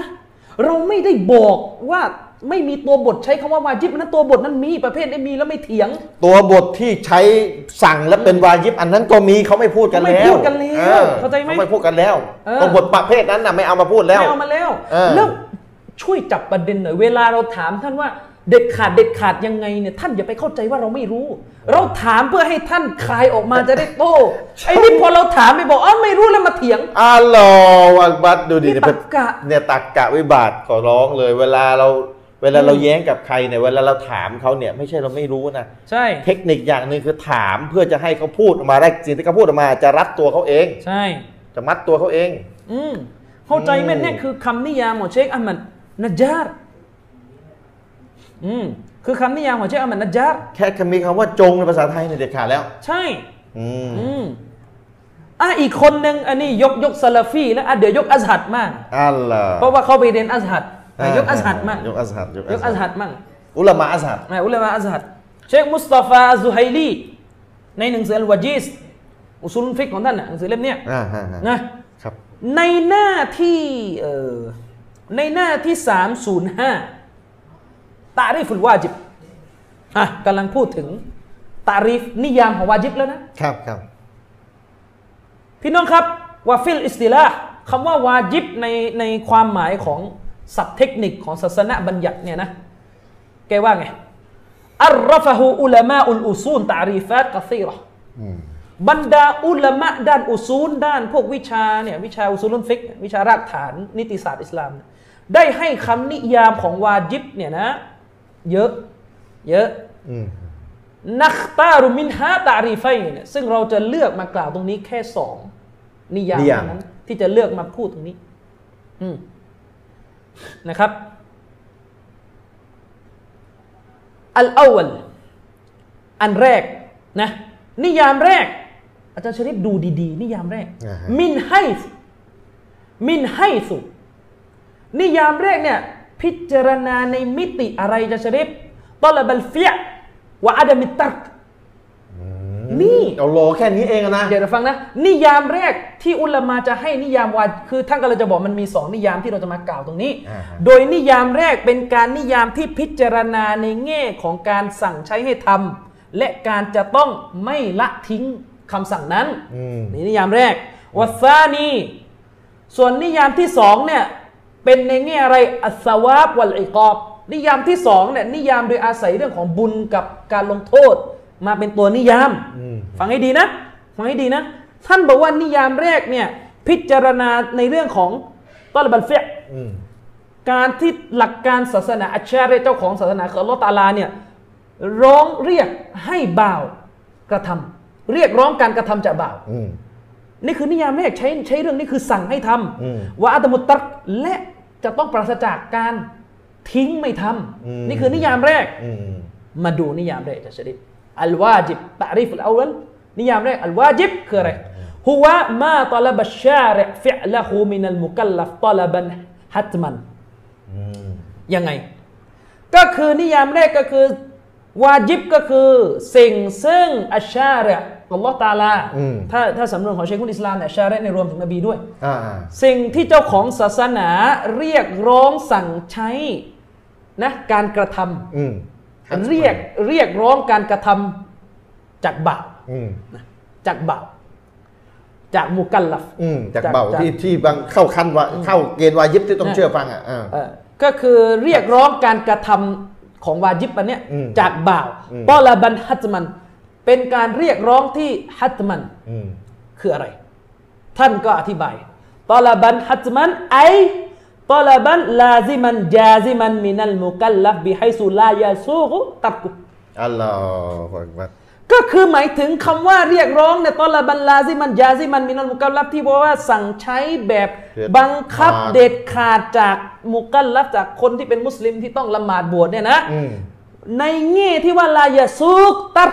C: เราไม่ได้บอกว่าไม่มีตัวบทใช้คำว่าวาจิบนะตัวบทนั้นมีประเภทได้มีแล้วไม่เถียง
A: ตัวบทที่ใช้สั่งและเป็นวาญิบอันนั้นก็มีเขาไม่พูดกันแล้ว
C: ไม่พูดกันแล้ว
A: ออ
C: เข้าใจไหม
A: เขาไม่พูดกันแล้ว
C: เออ
A: ตัวบทประเภทนั้นน่ะไม่เอามาพูดแล้ว
C: ไม่เอามาแล้ว
A: เออ
C: แล้วช่วยจับประเด็นหน่อยเวลาเราถามท่านว่าเด็ดขาดเด็ดขาดยังไงเนี่ยท่านอย่าไปเข้าใจว่าเราไม่รู้ เราถามเพื่อให้ท่านคลายออกมาจะได้โต้ไอ้นี่พอเราถามไปบอกอ้าวไม่รู้แล้วมาเถียง
A: อัลลอฮฺอักบัดดูดิ
C: นี่
A: เนี่ยเป็น
C: ตักกะ
A: เนี่ยตักกะวิบาทขอร้องเลย เวลาเราเวลาเราแย้งกับใครเนี่ยเวลาเราถามเขาเนี่ยไม่ใช่เราไม่รู้นะ
C: ใช่
A: เทคนิคอย่างหนึ่งคือถามเพื่อจะให้เขาพูดออกมาได้สิ่งที่เขาพูดออกมาจะรัดตัวเขาเอง
C: ใช่
A: จะมัดตัวเขาเอง
C: อืมเข้าใจไหม
A: อืม
C: เนี่ยคือคำนิยามของเชคอัมมัดนัจญาร์อืมคือคำนิยามของเชคอัมมัดนัจญาร์
A: แค่มีคำว่าจงในภาษาไทยเนี่ยเด็ดขาดแล้ว
C: ใช่
A: อืม
C: อืมอ่ะอีกคนหนึ่งอันนี้ยกยกซาลาฟีแล้วอ่ะเดี๋ยวยกอัซฮัดมาก
A: อัลลอฮ์
C: เพราะว่าเขาไปเรียนอัซฮัด
A: อ่ะ
C: ยกอัซฮัดมั่ง
A: ยกอัสฮัด
C: ยกอัซฮัดมั่ง
A: อุลามะอัสฮัด
C: นะอุลามะอัซฮัดเชคมุสตาฟาอัซซุไฮลีในหนังสืออัลวาจีสอุซุลฟิกของท่านน่ะหนังสือเล่มเนี้ย
A: อ่าฮะฮะ
C: นะครับ ในหน้าที่เอ่อในหน้าที่ 305ตารีฟุลวาจิบอ่ะกำลังพูดถึงตารีฟนิยามของวาจิบแล้วนะ
A: ครับครับ
C: พี่น้องครับวาฟิลอิสติลาห์คำว่าวาจิบในในความหมายของศัพท์เทคนิคของศาสนบัญญัติเนี่ยนะ แกว่าไง อัลรฟะฮูอุลามะอุลอุซูนตารีฟาตกะซีเราะห์
A: อืม
C: บรรดาอุลามะด้านอุซูนด้านพวกวิชาเนี่ยวิชาอุซูลุนฟิกห์วิชารากฐานนิติศาสตร์อิสลามเนี่ยได้ให้คำนิยามของวาจิบเนี่ยนะ เยอะ เยอะ
A: อืม
C: นักตารุมินฮาตารีไฟเนี่ยซึ่งเราจะเลือกมากล่าวตรงนี้แค่สองนิยาม
A: นิยาม
C: เท่านั้นที่จะเลือกมาพูดตรงนี้ อืมนะครับอัลอวัลอันแรกนะ นิยามแรก อาจารย์ชริฟดูดีๆ นิยามแรก
A: อ่าฮะ
C: มินไฮส์มินไฮสุนิยามแรกเนี่ย พิจารณาในมิติอะไรจะชริฟตอลบัลเฟียะวะอาดามิตตักนี่
A: เอาโลแค่นี้เองอะนะ
C: เดี๋ยวเราฟังนะ นิยามแรกที่อุลามาจะให้นิยามวาคือท่านก็เลยจะบอกมันมีสองนิยามที่เราจะมากล่าวตรงนี้
A: อ่าฮะ
C: โดยนิยามแรกเป็นการนิยามที่พิจารณาในแง่ของการสั่งใช้ให้ทำและการจะต้องไม่ละทิ้งคำสั่งนั้น
A: อืม
C: นี่นิยามแรกวัสซานีส่วนนิยามที่สองเนี่ยเป็นในแง่อะไรอัสวาบวัลอิกอบนิยามที่สองเนี่ยนิยามโดยอาศัยเรื่องของบุญกับการลงโทษ มาเป็นตัวนิยาม
A: อืม
C: ฟังให้ดีนะ ฟังให้ดีนะ ท่านบอกว่านิยามแรกเนี่ย พิจารณาในเรื่องของตอลบัลเฟะห์
A: อืม
C: การที่หลักการศาสนาอัชชาริยะเจ้าของศาสนาคืออัลลอฮ์ตะอาลาเนี่ย ร้องเรียกให้บ่าวกระทำเรียกร้องการกระทำจากบ่าว
A: อืม
C: นี่คือนิยามแรกใช้ใช้เรื่องนี้คือสั่งให้ทำ
A: อืม
C: ว่าอัตมุตตักและจะต้องปราศจากการทิ้งไม่ทำ
A: อืม
C: นี่คือนิยามแรก
A: อืม
C: มาดูนิยามแรกจะชริฟอัลวาจิบตาริฟอัลอาวัลนิยามแรกอัลวาจิบคืออะไรฮุวะมาตลบัชชาริฟิอละฮูมินัลมุกัลลัฟตลบันฮัตมัน
A: อืม
C: ยังไง ก็คือนิยามแรกก็คือ วาจิบก็คือสิ่งซึ่งอัชชาเรอะอัลลอฮ์ตะอาลา
A: อืม
C: ถ้าถ้าสำนวนของเชคุลอิสลามเนี่ยอัชชาเระในยรวมถึงนบีด้วย
A: อ่า
C: สิ่งที่เจ้าของศาสนาเรียกร้องสั่งใช้นะการกระทำ
A: ๆอืม
C: เรียกเรียกร้องการกระทำจากบาป
A: อืม
C: จากบาปจากมุกัลลัฟ
A: อืมจาก
C: จาก
A: เบา
C: จาก
A: ที่ที่บางเข้าขั้นว่าเข้าเกณฑ์วายิบที่ต้องเชื่อฟังอ่ะอ่า
C: เอ่อก็คือเรียกร้องการกระทำของวาญิบอันเนี้ย
A: อืม
C: จากบ่าว
A: อืม
C: ปอลาบันฮัตมัน เป็นการเรียกร้องที่ฮัตมัน
A: อืม
C: คืออะไร ท่านก็อธิบายตอลาบันฮัตมันไอตอลาบันลาซิมันยาซิมันมินัลมุกัลลัฟบิไฮซุลายาซูกุตับกุ
A: อัลลอฮฺอักบัร
C: ก็คือหมายถึงคำว่าเรียกร้องเนี่ยตอลาบันลาซิมันยาซิมันมินัลมุกัลลัฟที่บอกว่าสั่งใช้แบบ
A: เด็ด
C: บังคับ
A: ขาด
C: เด็ดขาดจากมุกัลลัฟจากคนที่เป็นมุสลิมที่ต้องละหมาดบวชเนี่ยนะ
A: อืม
C: ในแง่ที่ว่าลายาซุกตัด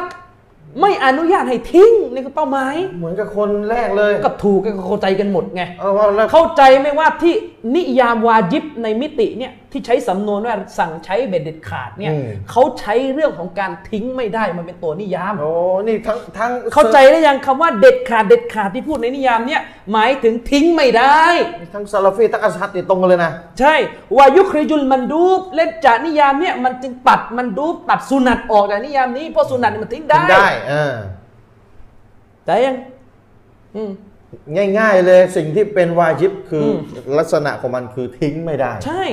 C: ไม่อนุญาตให้ทิ้งนี่คือเป้าหมาย
A: เหมือนกับคนแรกเลย
C: ก็ถูกกันก็เข้าใจกันหมดไง
A: เออว่าแล้ว
C: เข้าใจไหมว่าที่นิยามวาจิบในมิติเนี่ยที่ใช้สำนวนว่าสั่งใช้เบ็ดเด็ดขาดเนี่ย
A: อืม
C: เขาใช้เรื่องของการทิ้งไม่ได้มันเป็นตัวนิยาม
A: โอ้นี่ทั้งทั้ง
C: เข้าใจได้ยังคำว่าเด็ดขาดเด็ดขาดที่พูดในนิยามเนี่ยหมายถึงทิ้งไม่ได้
A: ทั้งซาลาฟีทั้งอัสฮัดนี่ตรงกันเลยนะ
C: ใช่วายุคริจุลมันดูบเล่นจากนิยามเนี่ยมันจึงตัดมันดูบตัดสุนัตออกจากนิยามนี้เพราะสุนัตมันทิ้งได้
A: ได้เออ
C: แต่ยังอืม
A: ง่าย ๆ เลยสิ่งที่เป็นวาญิบคืออ
C: ม
A: ลักษณะของมันคือทิ้งไม่ได้
C: ใช่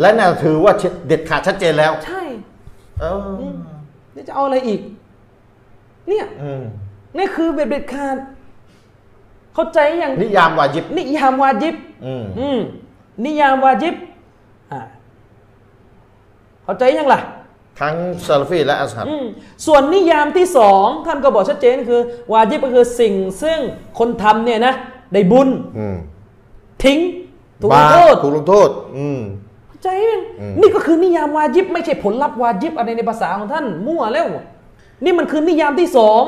A: และน่าถือว่าเด็ดขาดชัดเจนแล้ว
C: ใช่
A: เอออ
C: นี่จะเอาอะไรอีก เนี่ย
A: อืม
C: นี่คือเบ็ดเบ็ดขาดเข้าใจยัง
A: นิยามวาญิบ
C: นิยามวาจิบ
A: อืม
C: อืมนิยามวาจิบอ่าเข้าใจยังล่ะ
A: ทั้งซาลาฟีและอัสฮัด
C: อืมส่วนนิยามที่สองท่านก็บอกชัดเจนคือ วาจิบก็คือสิ่งซึ่งคนทำเนี่ยนะได้บุญ
A: อืม
C: ทิ้งถูกล
A: บาง
C: โทษ
A: ถูกลงโทษ อืม
C: เข้าใจยัง
A: อืม
C: นี่ก็คือนิยามวาจิบ ไม่ใช่ผลลัพธ์วาจิบอะไรในภาษาของท่านมั่วแล้ว นี่มันคือนิยามที่สอง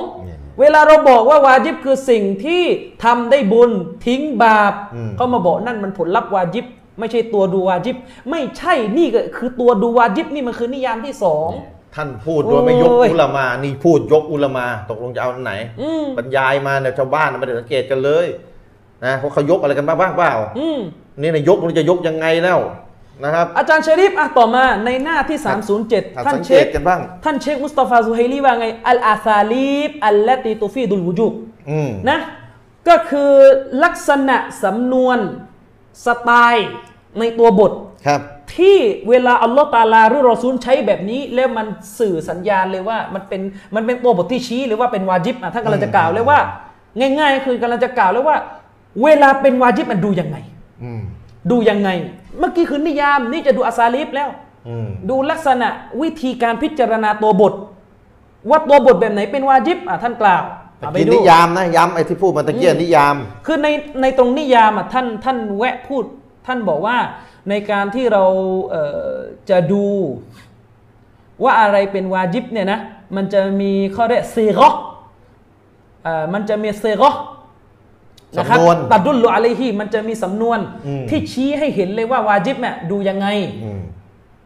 C: เวลาเราบอกว่าวาจิบคือสิ่งที่ทำได้บุญทิ้งบาป
A: อืม
C: ก็มาบอกนั่นมันผลลัพธ์วาจิบ ไม่ใช่ตัวดูวาจิบ ไม่ใช่นี่ก็คือตัวดูวาจิบนี่มันคือนิยามที่สอง
A: ท่านพูดโดยไม่ยก
C: โอ้ย
A: อุลามา นี่พูดยกอุลามา ตกลงจะเอาอันไหน
C: อืม
A: บรรยายมาเนี่ยชาวบ้านไม่ได้สังเกตกันเลยนะเพราะเขายกอะไรกันบ้างบ้างเปล่า
C: อืม
A: นี่นายยกมันจะยกยังไงแล้วนะครับ
C: อาจารย์ชะริฟอ่ะต่อมาในหน้าที่ 307
A: ท่า
C: ท่าน น
A: สังเก
C: เช็
A: ต
C: ค
A: กันบ้าง
C: ท่านเช็คมุสตาฟาซูไฮลีว่าไง อัลอาซาลีบ อัลละตีตูฟีดุลวูจูบ
A: อืม
C: นะก็คือลักษณะสำนวนสไตล์ในตัวบท
A: ครับ
C: ที่เวลาอัลลอฮ์ตะอาลาหรือรอซูลใช้แบบนี้ แล้วมันสื่อสัญญาณเลยว่ามันเป็นมันเป็นตัวบทที่ชี้หรือว่าเป็นวาจิบอ่ะท่านกำลังจะกล่าวเลยว่า ง่าย ๆ คือกำลังจะกล่าวเลยว่า เวลาเป็นวาจิบมันดูยังไง
A: อืม
C: ดูยังไง เมื่อกี้คือนิยามนี่จะดูอาซาลิฟแล้ว
A: อืม
C: ดูลักษณะวิธีการพิจารณาตัวบท ว่าตัวบทแบบไหนเป็นวาจิบอ่ะท่านกล่าว
A: ตะ
C: เอาไป
A: กี้
C: ดู
A: นิยามนะ ย้ำไอ้ที่พูดมาตะเกียนิยาม
C: คือในในตรงนิยามอ่ะท่านท่านแวะพูดท่านบอกว่าในการที่เราเอ่อจะดูว่าอะไรเป็นวาจิบเนี่ยนะมันจะมีข้อเรียกซีกะห์เอ่อมันจะมีซีกะห์นะครับ
A: สำนวน
C: ตัดดุลลุอะลัยฮีมันจะมีสำนวน
A: อืม
C: ที่ชี้ให้เห็นเลยว่าวาจิบเนี่ยดูยังไง
A: อืม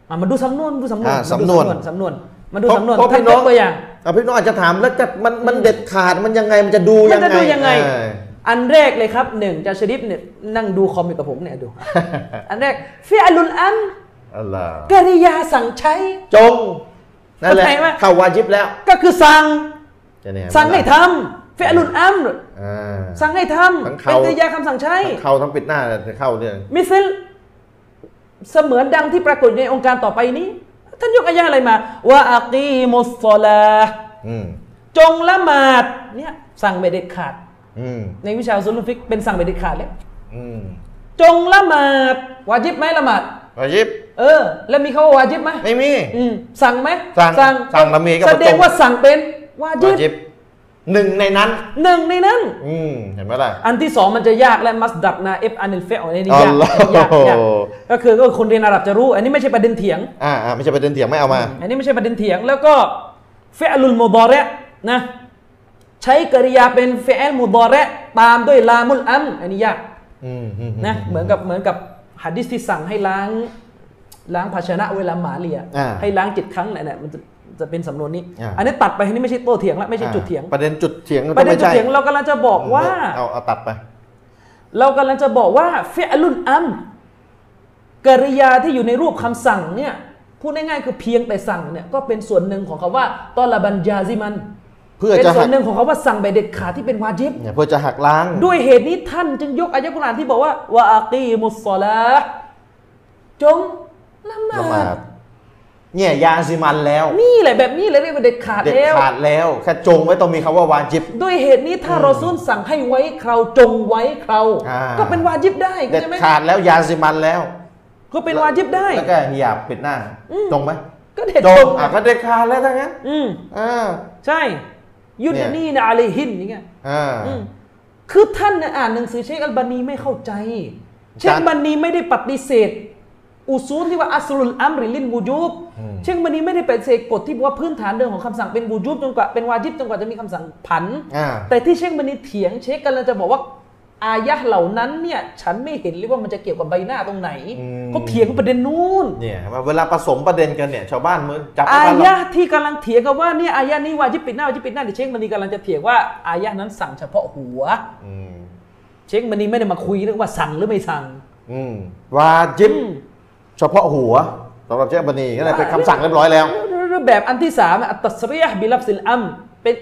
C: อ่ะมาดูสำนวนดูสำนวน
A: อ่า
C: มาดู
A: สำนวน
C: สำนวนมาดูสำนวน
A: เพราะ
C: ท่า
A: พี่
C: น
A: น้
C: ย
A: อง
C: กตัวอย่าง
A: อ่ะพี่น้องอาจจะถามแล้วจะมันมันเด็ดขาดมันยังไงมันจะดู
C: มั
A: ยั
C: น
A: งไง
C: จะดูยังไง
A: เออ
C: อันแรกเลยครับหนึ่งจาชริฟเนี่ยนั่งดูคอมอยู่กับผมเนี่ยดู อันแรกฟิอัลุลอัม
A: อัลลอฮ์
C: กริยาสั่งใช้
A: จง นั่นแหละ
C: เข้าใจไหม
A: เข้าวาจิบแล้ว
C: ก็คือสั่ง
A: จะเนี่ย
C: สั่งให้ทำฟิอัลุลอัม
A: อ่า
C: สั่งให้ทำ
A: ทั้
C: เป็น
A: ง
C: ก
A: เขา
C: ริยาคำสั่งใช้
A: ทั้งเข้าทั้งปิดหน้าเนี่ยเข้าเนี่ย
C: มิซิลเสมือนดังที่ปรากฏอยู่ในองค์การต่อไปนี้ ท่านยกอายะอะไรมาว่าอากีมุสซอลาห์
A: อืม
C: จงละหมาดเนี่ยสั่งไม่เด็ดขาด
A: อืม
C: ในวิชาซุลฟิกเป็นสั่งไม่เด็ดขาดเลย
A: อืม
C: จงละหมาดวาจิบไหมละหมาด
A: วาจิบ
C: เออ แล้วมีคำว่าวาจิบไหม
A: ไม่มี
C: อืมสั่งไหม
A: สั่งสั่งแล้วมีก็
C: แส
A: ป
C: ดง
A: ระตู
C: ว่าสั่งเป็นวาว
A: า
C: จิ
A: จิ
C: บบ
A: หนึ่งในนั้น
C: หนึ่งในนั้น
A: อืม เห็นไหมล่ะ
C: อันที่สองมันจะยากและมัสดักนาเอฟอันิลเฟอในนี้ยาก
A: อัลลอฮ์
C: ยากยากก็คือก็คนเรียนอาหรับจะรู้ อันนี้ไม่ใช่ประเด็นเถียง
A: อ่าอ่าไม่ใช่ประเด็นเถียงไม่เอามา
C: อันนี้ไม่ใช่ประเด็นเถียง แล้วก็เฟอลุลมุดอเระนะใช้กริยาเป็นเฟอลมุดอเระตามด้วยลามุลอัมอันนี้ยาก
A: อืมอืม
C: นะเหมือนกับเหมือนกับหัดดิสที่สั่งให้ล้าง ล้างภาชนะเวลาหมาเลีย
A: อ่า
C: ให้ล้างเจ็ดครั้งเนี่ยเนี่ยมันจะจะเป็นสำนวนนี้
A: อ่า
C: อันนี้ตัดไปอันนี้ไม่ใช่โต้เถียงแล้วไม่ใช่จุดเถียง
A: ประเด็นจุดเถียง
C: ประเด็น
A: ไม่
C: จุด
A: ใช่
C: เถียงเรากำลังจะบอกว่า
A: เอาเอาตัดไป
C: เรากำลังจะบอกว่าเฟอลุนอัมกริยาที่อยู่ในรูปคำสั่งเนี่ยพูดง่ายๆคือเพียงแต่สั่งเนี่ยก็เป็นส่วนหนึ่งของคำว่าตอลาบันยาซิมัน
A: เพื่อ
C: เป็น
A: จะ
C: ส่
A: หั
C: ว
A: ก
C: นหนึ่งของคำว่าสั่งใบเด็ดขาดที่เป็นวาจิบ
A: เนี่ยเพื่อจะหักล้าง
C: ด้วยเหตุนี้ท่านจึงยกอายะกุรอานที่บอกว่าวะอากีมุสซอลาห์จงละห
A: ละห
C: มา
A: มา
C: ด
A: ดเนี่ยยาซิมันแล้ว
C: นี่แหละแบบนี้เลยเรียกว่าเด็ดขาด
A: เด็ด
C: แล้ว
A: ขาดแล้วแค่จงไว้ต้องมีคำว่าวาจิบ
C: ด้วยเหตุนี้ถ้าเราซุนสั่งให้ไว้เคราจงไว้เครา
A: อ่า
C: ก็เป็นวาจิบได้
A: เด็ด
C: ใช่ไหม
A: ขาดแล้วยาซิมันแล้ว
C: ก็เป็นวาจิบได้
A: แล้วก็ฮิญาบปิดหน้าจงไหม
C: ก็เด็ด
A: จ
C: จ
A: ง
C: ง
A: อ่ะก็เด็ดขาดแล้วทั้งนั้น
C: อืม
A: อ่า
C: ใช่ ยุน
A: เนี่ย
C: นี่นะอะไรหินนี่ไง
A: อ่า
C: อืมคือท่านน่ะอ่านหนังสือเชคอัลบานีไม่เข้าใจ เชค
A: จาน
C: อัลบานีไม่ได้ปฏิเสธ อุซูลที่ว่าอัสลุลอัมริลินวูจูบ
A: อืม
C: เชคอัลบานีไม่ได้ปฏิเสธกฎที่บอกว่าพื้นฐานเดิมของคำสั่งเป็นวูจูบจนกว่าเป็นวาจิบจนกว่าจะมีคำสั่งผัน
A: อ่า
C: แต่ที่เชคอัลบานีเถียงเชคกำลันจะบอกว่า อายะห์เหล่านั้นเนี่ย ฉันไม่เห็นเลยว่ามันจะเกี่ยวกับใบหน้าตรงไหนเขาเถียงประเด็นนู้น
A: เนี่ยว่าเวลาผสมประเด็นกันเนี่ยชาวบ้านมึงจับ
C: อา
A: ไม่ทันหร
C: ยะ
A: อก
C: ห์ที่กำลังเถียงกันว่าเนี่ยอายะห์นี้วาจิบปิดหน้าวาจิบปิดหน้าเดี๋ยวเชคมันนีกำลังจะเถียงว่าอายะห์นั้นสั่งเฉพาะหัว
A: อืม
C: เชคมันนีไม่ได้มาคุยเรื่องว่าสั่งหรือไม่สั่ง
A: อืมวาจิบเฉพาะหัวสำหรับเจ้าบันีก็เลยเป็นคำสั่งเรียบร้อยแล้ว
C: รูปแบบอันที่สามอัตตัสเรียห์บิลับซิลอัมเป็น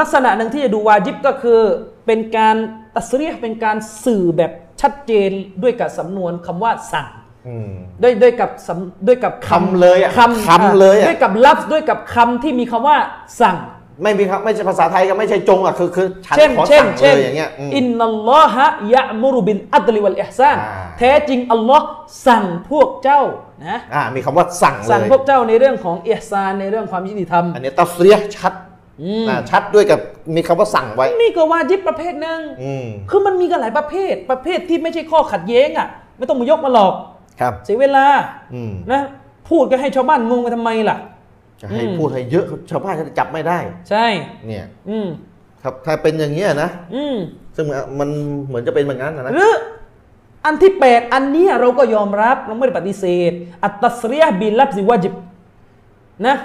C: ลักษณะหนึ่งที่จะดูวาจิบก็คือเป็นการตัสเรียห์เป็นการสื่อแบบชัดเจนด้วยกับสำนวนคำว่าสั่ง
A: อืม
C: ด้วยด้วยกับสำด้วยกับ
A: คำเลยอะ
C: คำ
A: คำเลยอะ
C: ด้วยกับลับด้วยกับคำที่มีคำว่าสั่ง
A: ไม่มีครับไม่ใช่ภาษาไทยก็ไม่ใช่จงอ่ะคือคือฉัน
C: เช่น
A: ขอ
C: เช่น
A: สั่งเล
C: เช่น
A: ยอย่างเงี้ยอืม
C: อินนัลลอฮะยะมุรุบินอัตลิวัลอิฮซาน
A: อ่า
C: แท้จริงอัลลอฮ์สั่งพวกเจ้านะ
A: อ่ามีคำว่าสั่งเล
C: สั่ง
A: ย
C: พวกเจ้าในเรื่องของอิฮซานในเรื่องความยุติธรรม
A: อันนี้ตัฟเสียชัด
C: อืม
A: นะชัดด้วยกับมีคำว่าสั่งไว้
C: นี่ก็วาจิบประเภทหนึ่ง
A: อืม
C: คือมันมีกันหลายประเภท ประเภทที่ไม่ใช่ข้อขัดแย้งอ่ะ ไม่ต้องมายกมาหลอก
A: ครับ
C: เสียเวลา
A: อืม
C: นะพูดก็ให้ชาวบ้านงงไปทำไมล่ะ
A: จะให้
C: อืม
A: พูดให้เยอะชาวบ้านจะจับไม่ได้
C: ใช่
A: เนี่ย
C: อืม
A: ครับถ้าเป็นอย่างเงี้ยนะ
C: อืม
A: ซึ่งมันมันเหมือนจะเป็นแบบนั้นนะนะ
C: หรืออันที่แปดอันเนี้ยเราก็ยอมรับเราไม่ได้ปฏิเสธ อัตตัสเรียห์บิลับซิวาจิบนะ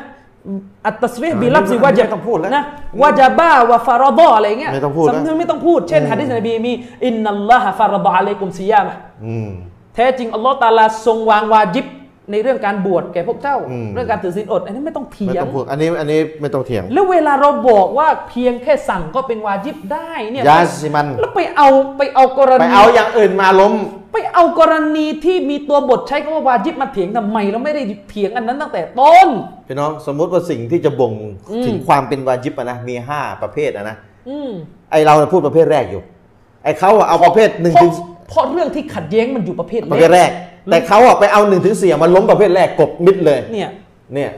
C: อัตตัสเรียห์บิลับซิวาจิบ
A: ไม่ต้องพูดแล้ว
C: นะวาจาบ้าวะฟารอดออะไรเงี้ย
A: ไม่ต้องพูดแล้ว
C: สำนวนไม่ต้องพูด เช่นฮะดิษนบีมีอินนัลลอฮะฟารอดออะลัยกุมซิยามะห์
A: อืม
C: แท้จริง อัลลอฮ์ตะอาลาทรงวางวาจิบ ในเรื่องการบวชแก่พวกเจ้า
A: อืม
C: เรื่องการถือศีลอด อันนี้ไม่ต้องเถี
A: ไม่
C: ย
A: ต้
C: ง
A: องพูดอันนี้อันนี้ไม่ต้องเถียง
C: แล้วเวลาเราบอกว่าเพียงแค่สั่งก็เป็นวาจิบได้เนี่ย
A: ยาสิมัน
C: แล้วไปเอาไปเอากร
A: ไป
C: ณี
A: เอาอย่างอื่นมาล้ม
C: ไปเอากรณีที่มีตัวบทใช้คำว่าวาจิบมาเถียงทำไมเราไม่ได้เถียงอันนั้นตั้งแต่ต้น
A: พี่น้องสมมติว่าสิ่งที่จะบ่งถึงความเป็นวาจิบอะนะมีห้าประเภทอะนะ
C: อืม
A: ไอเราน่ะพูดประเภทแรกอยู่ ไอเขาอะเอาประเภทหนึ่ง
C: เพราะ
A: ถึง
C: เพราะเรื่องที่ขัดแย้งมันอยู่ประเภท
A: ประเภทแรก แต่เขาอะไปเอาหนึ่งถึงสี่มาล้มประเภทแรกกบมิดเลย
C: เนี่ย
A: เนี่ย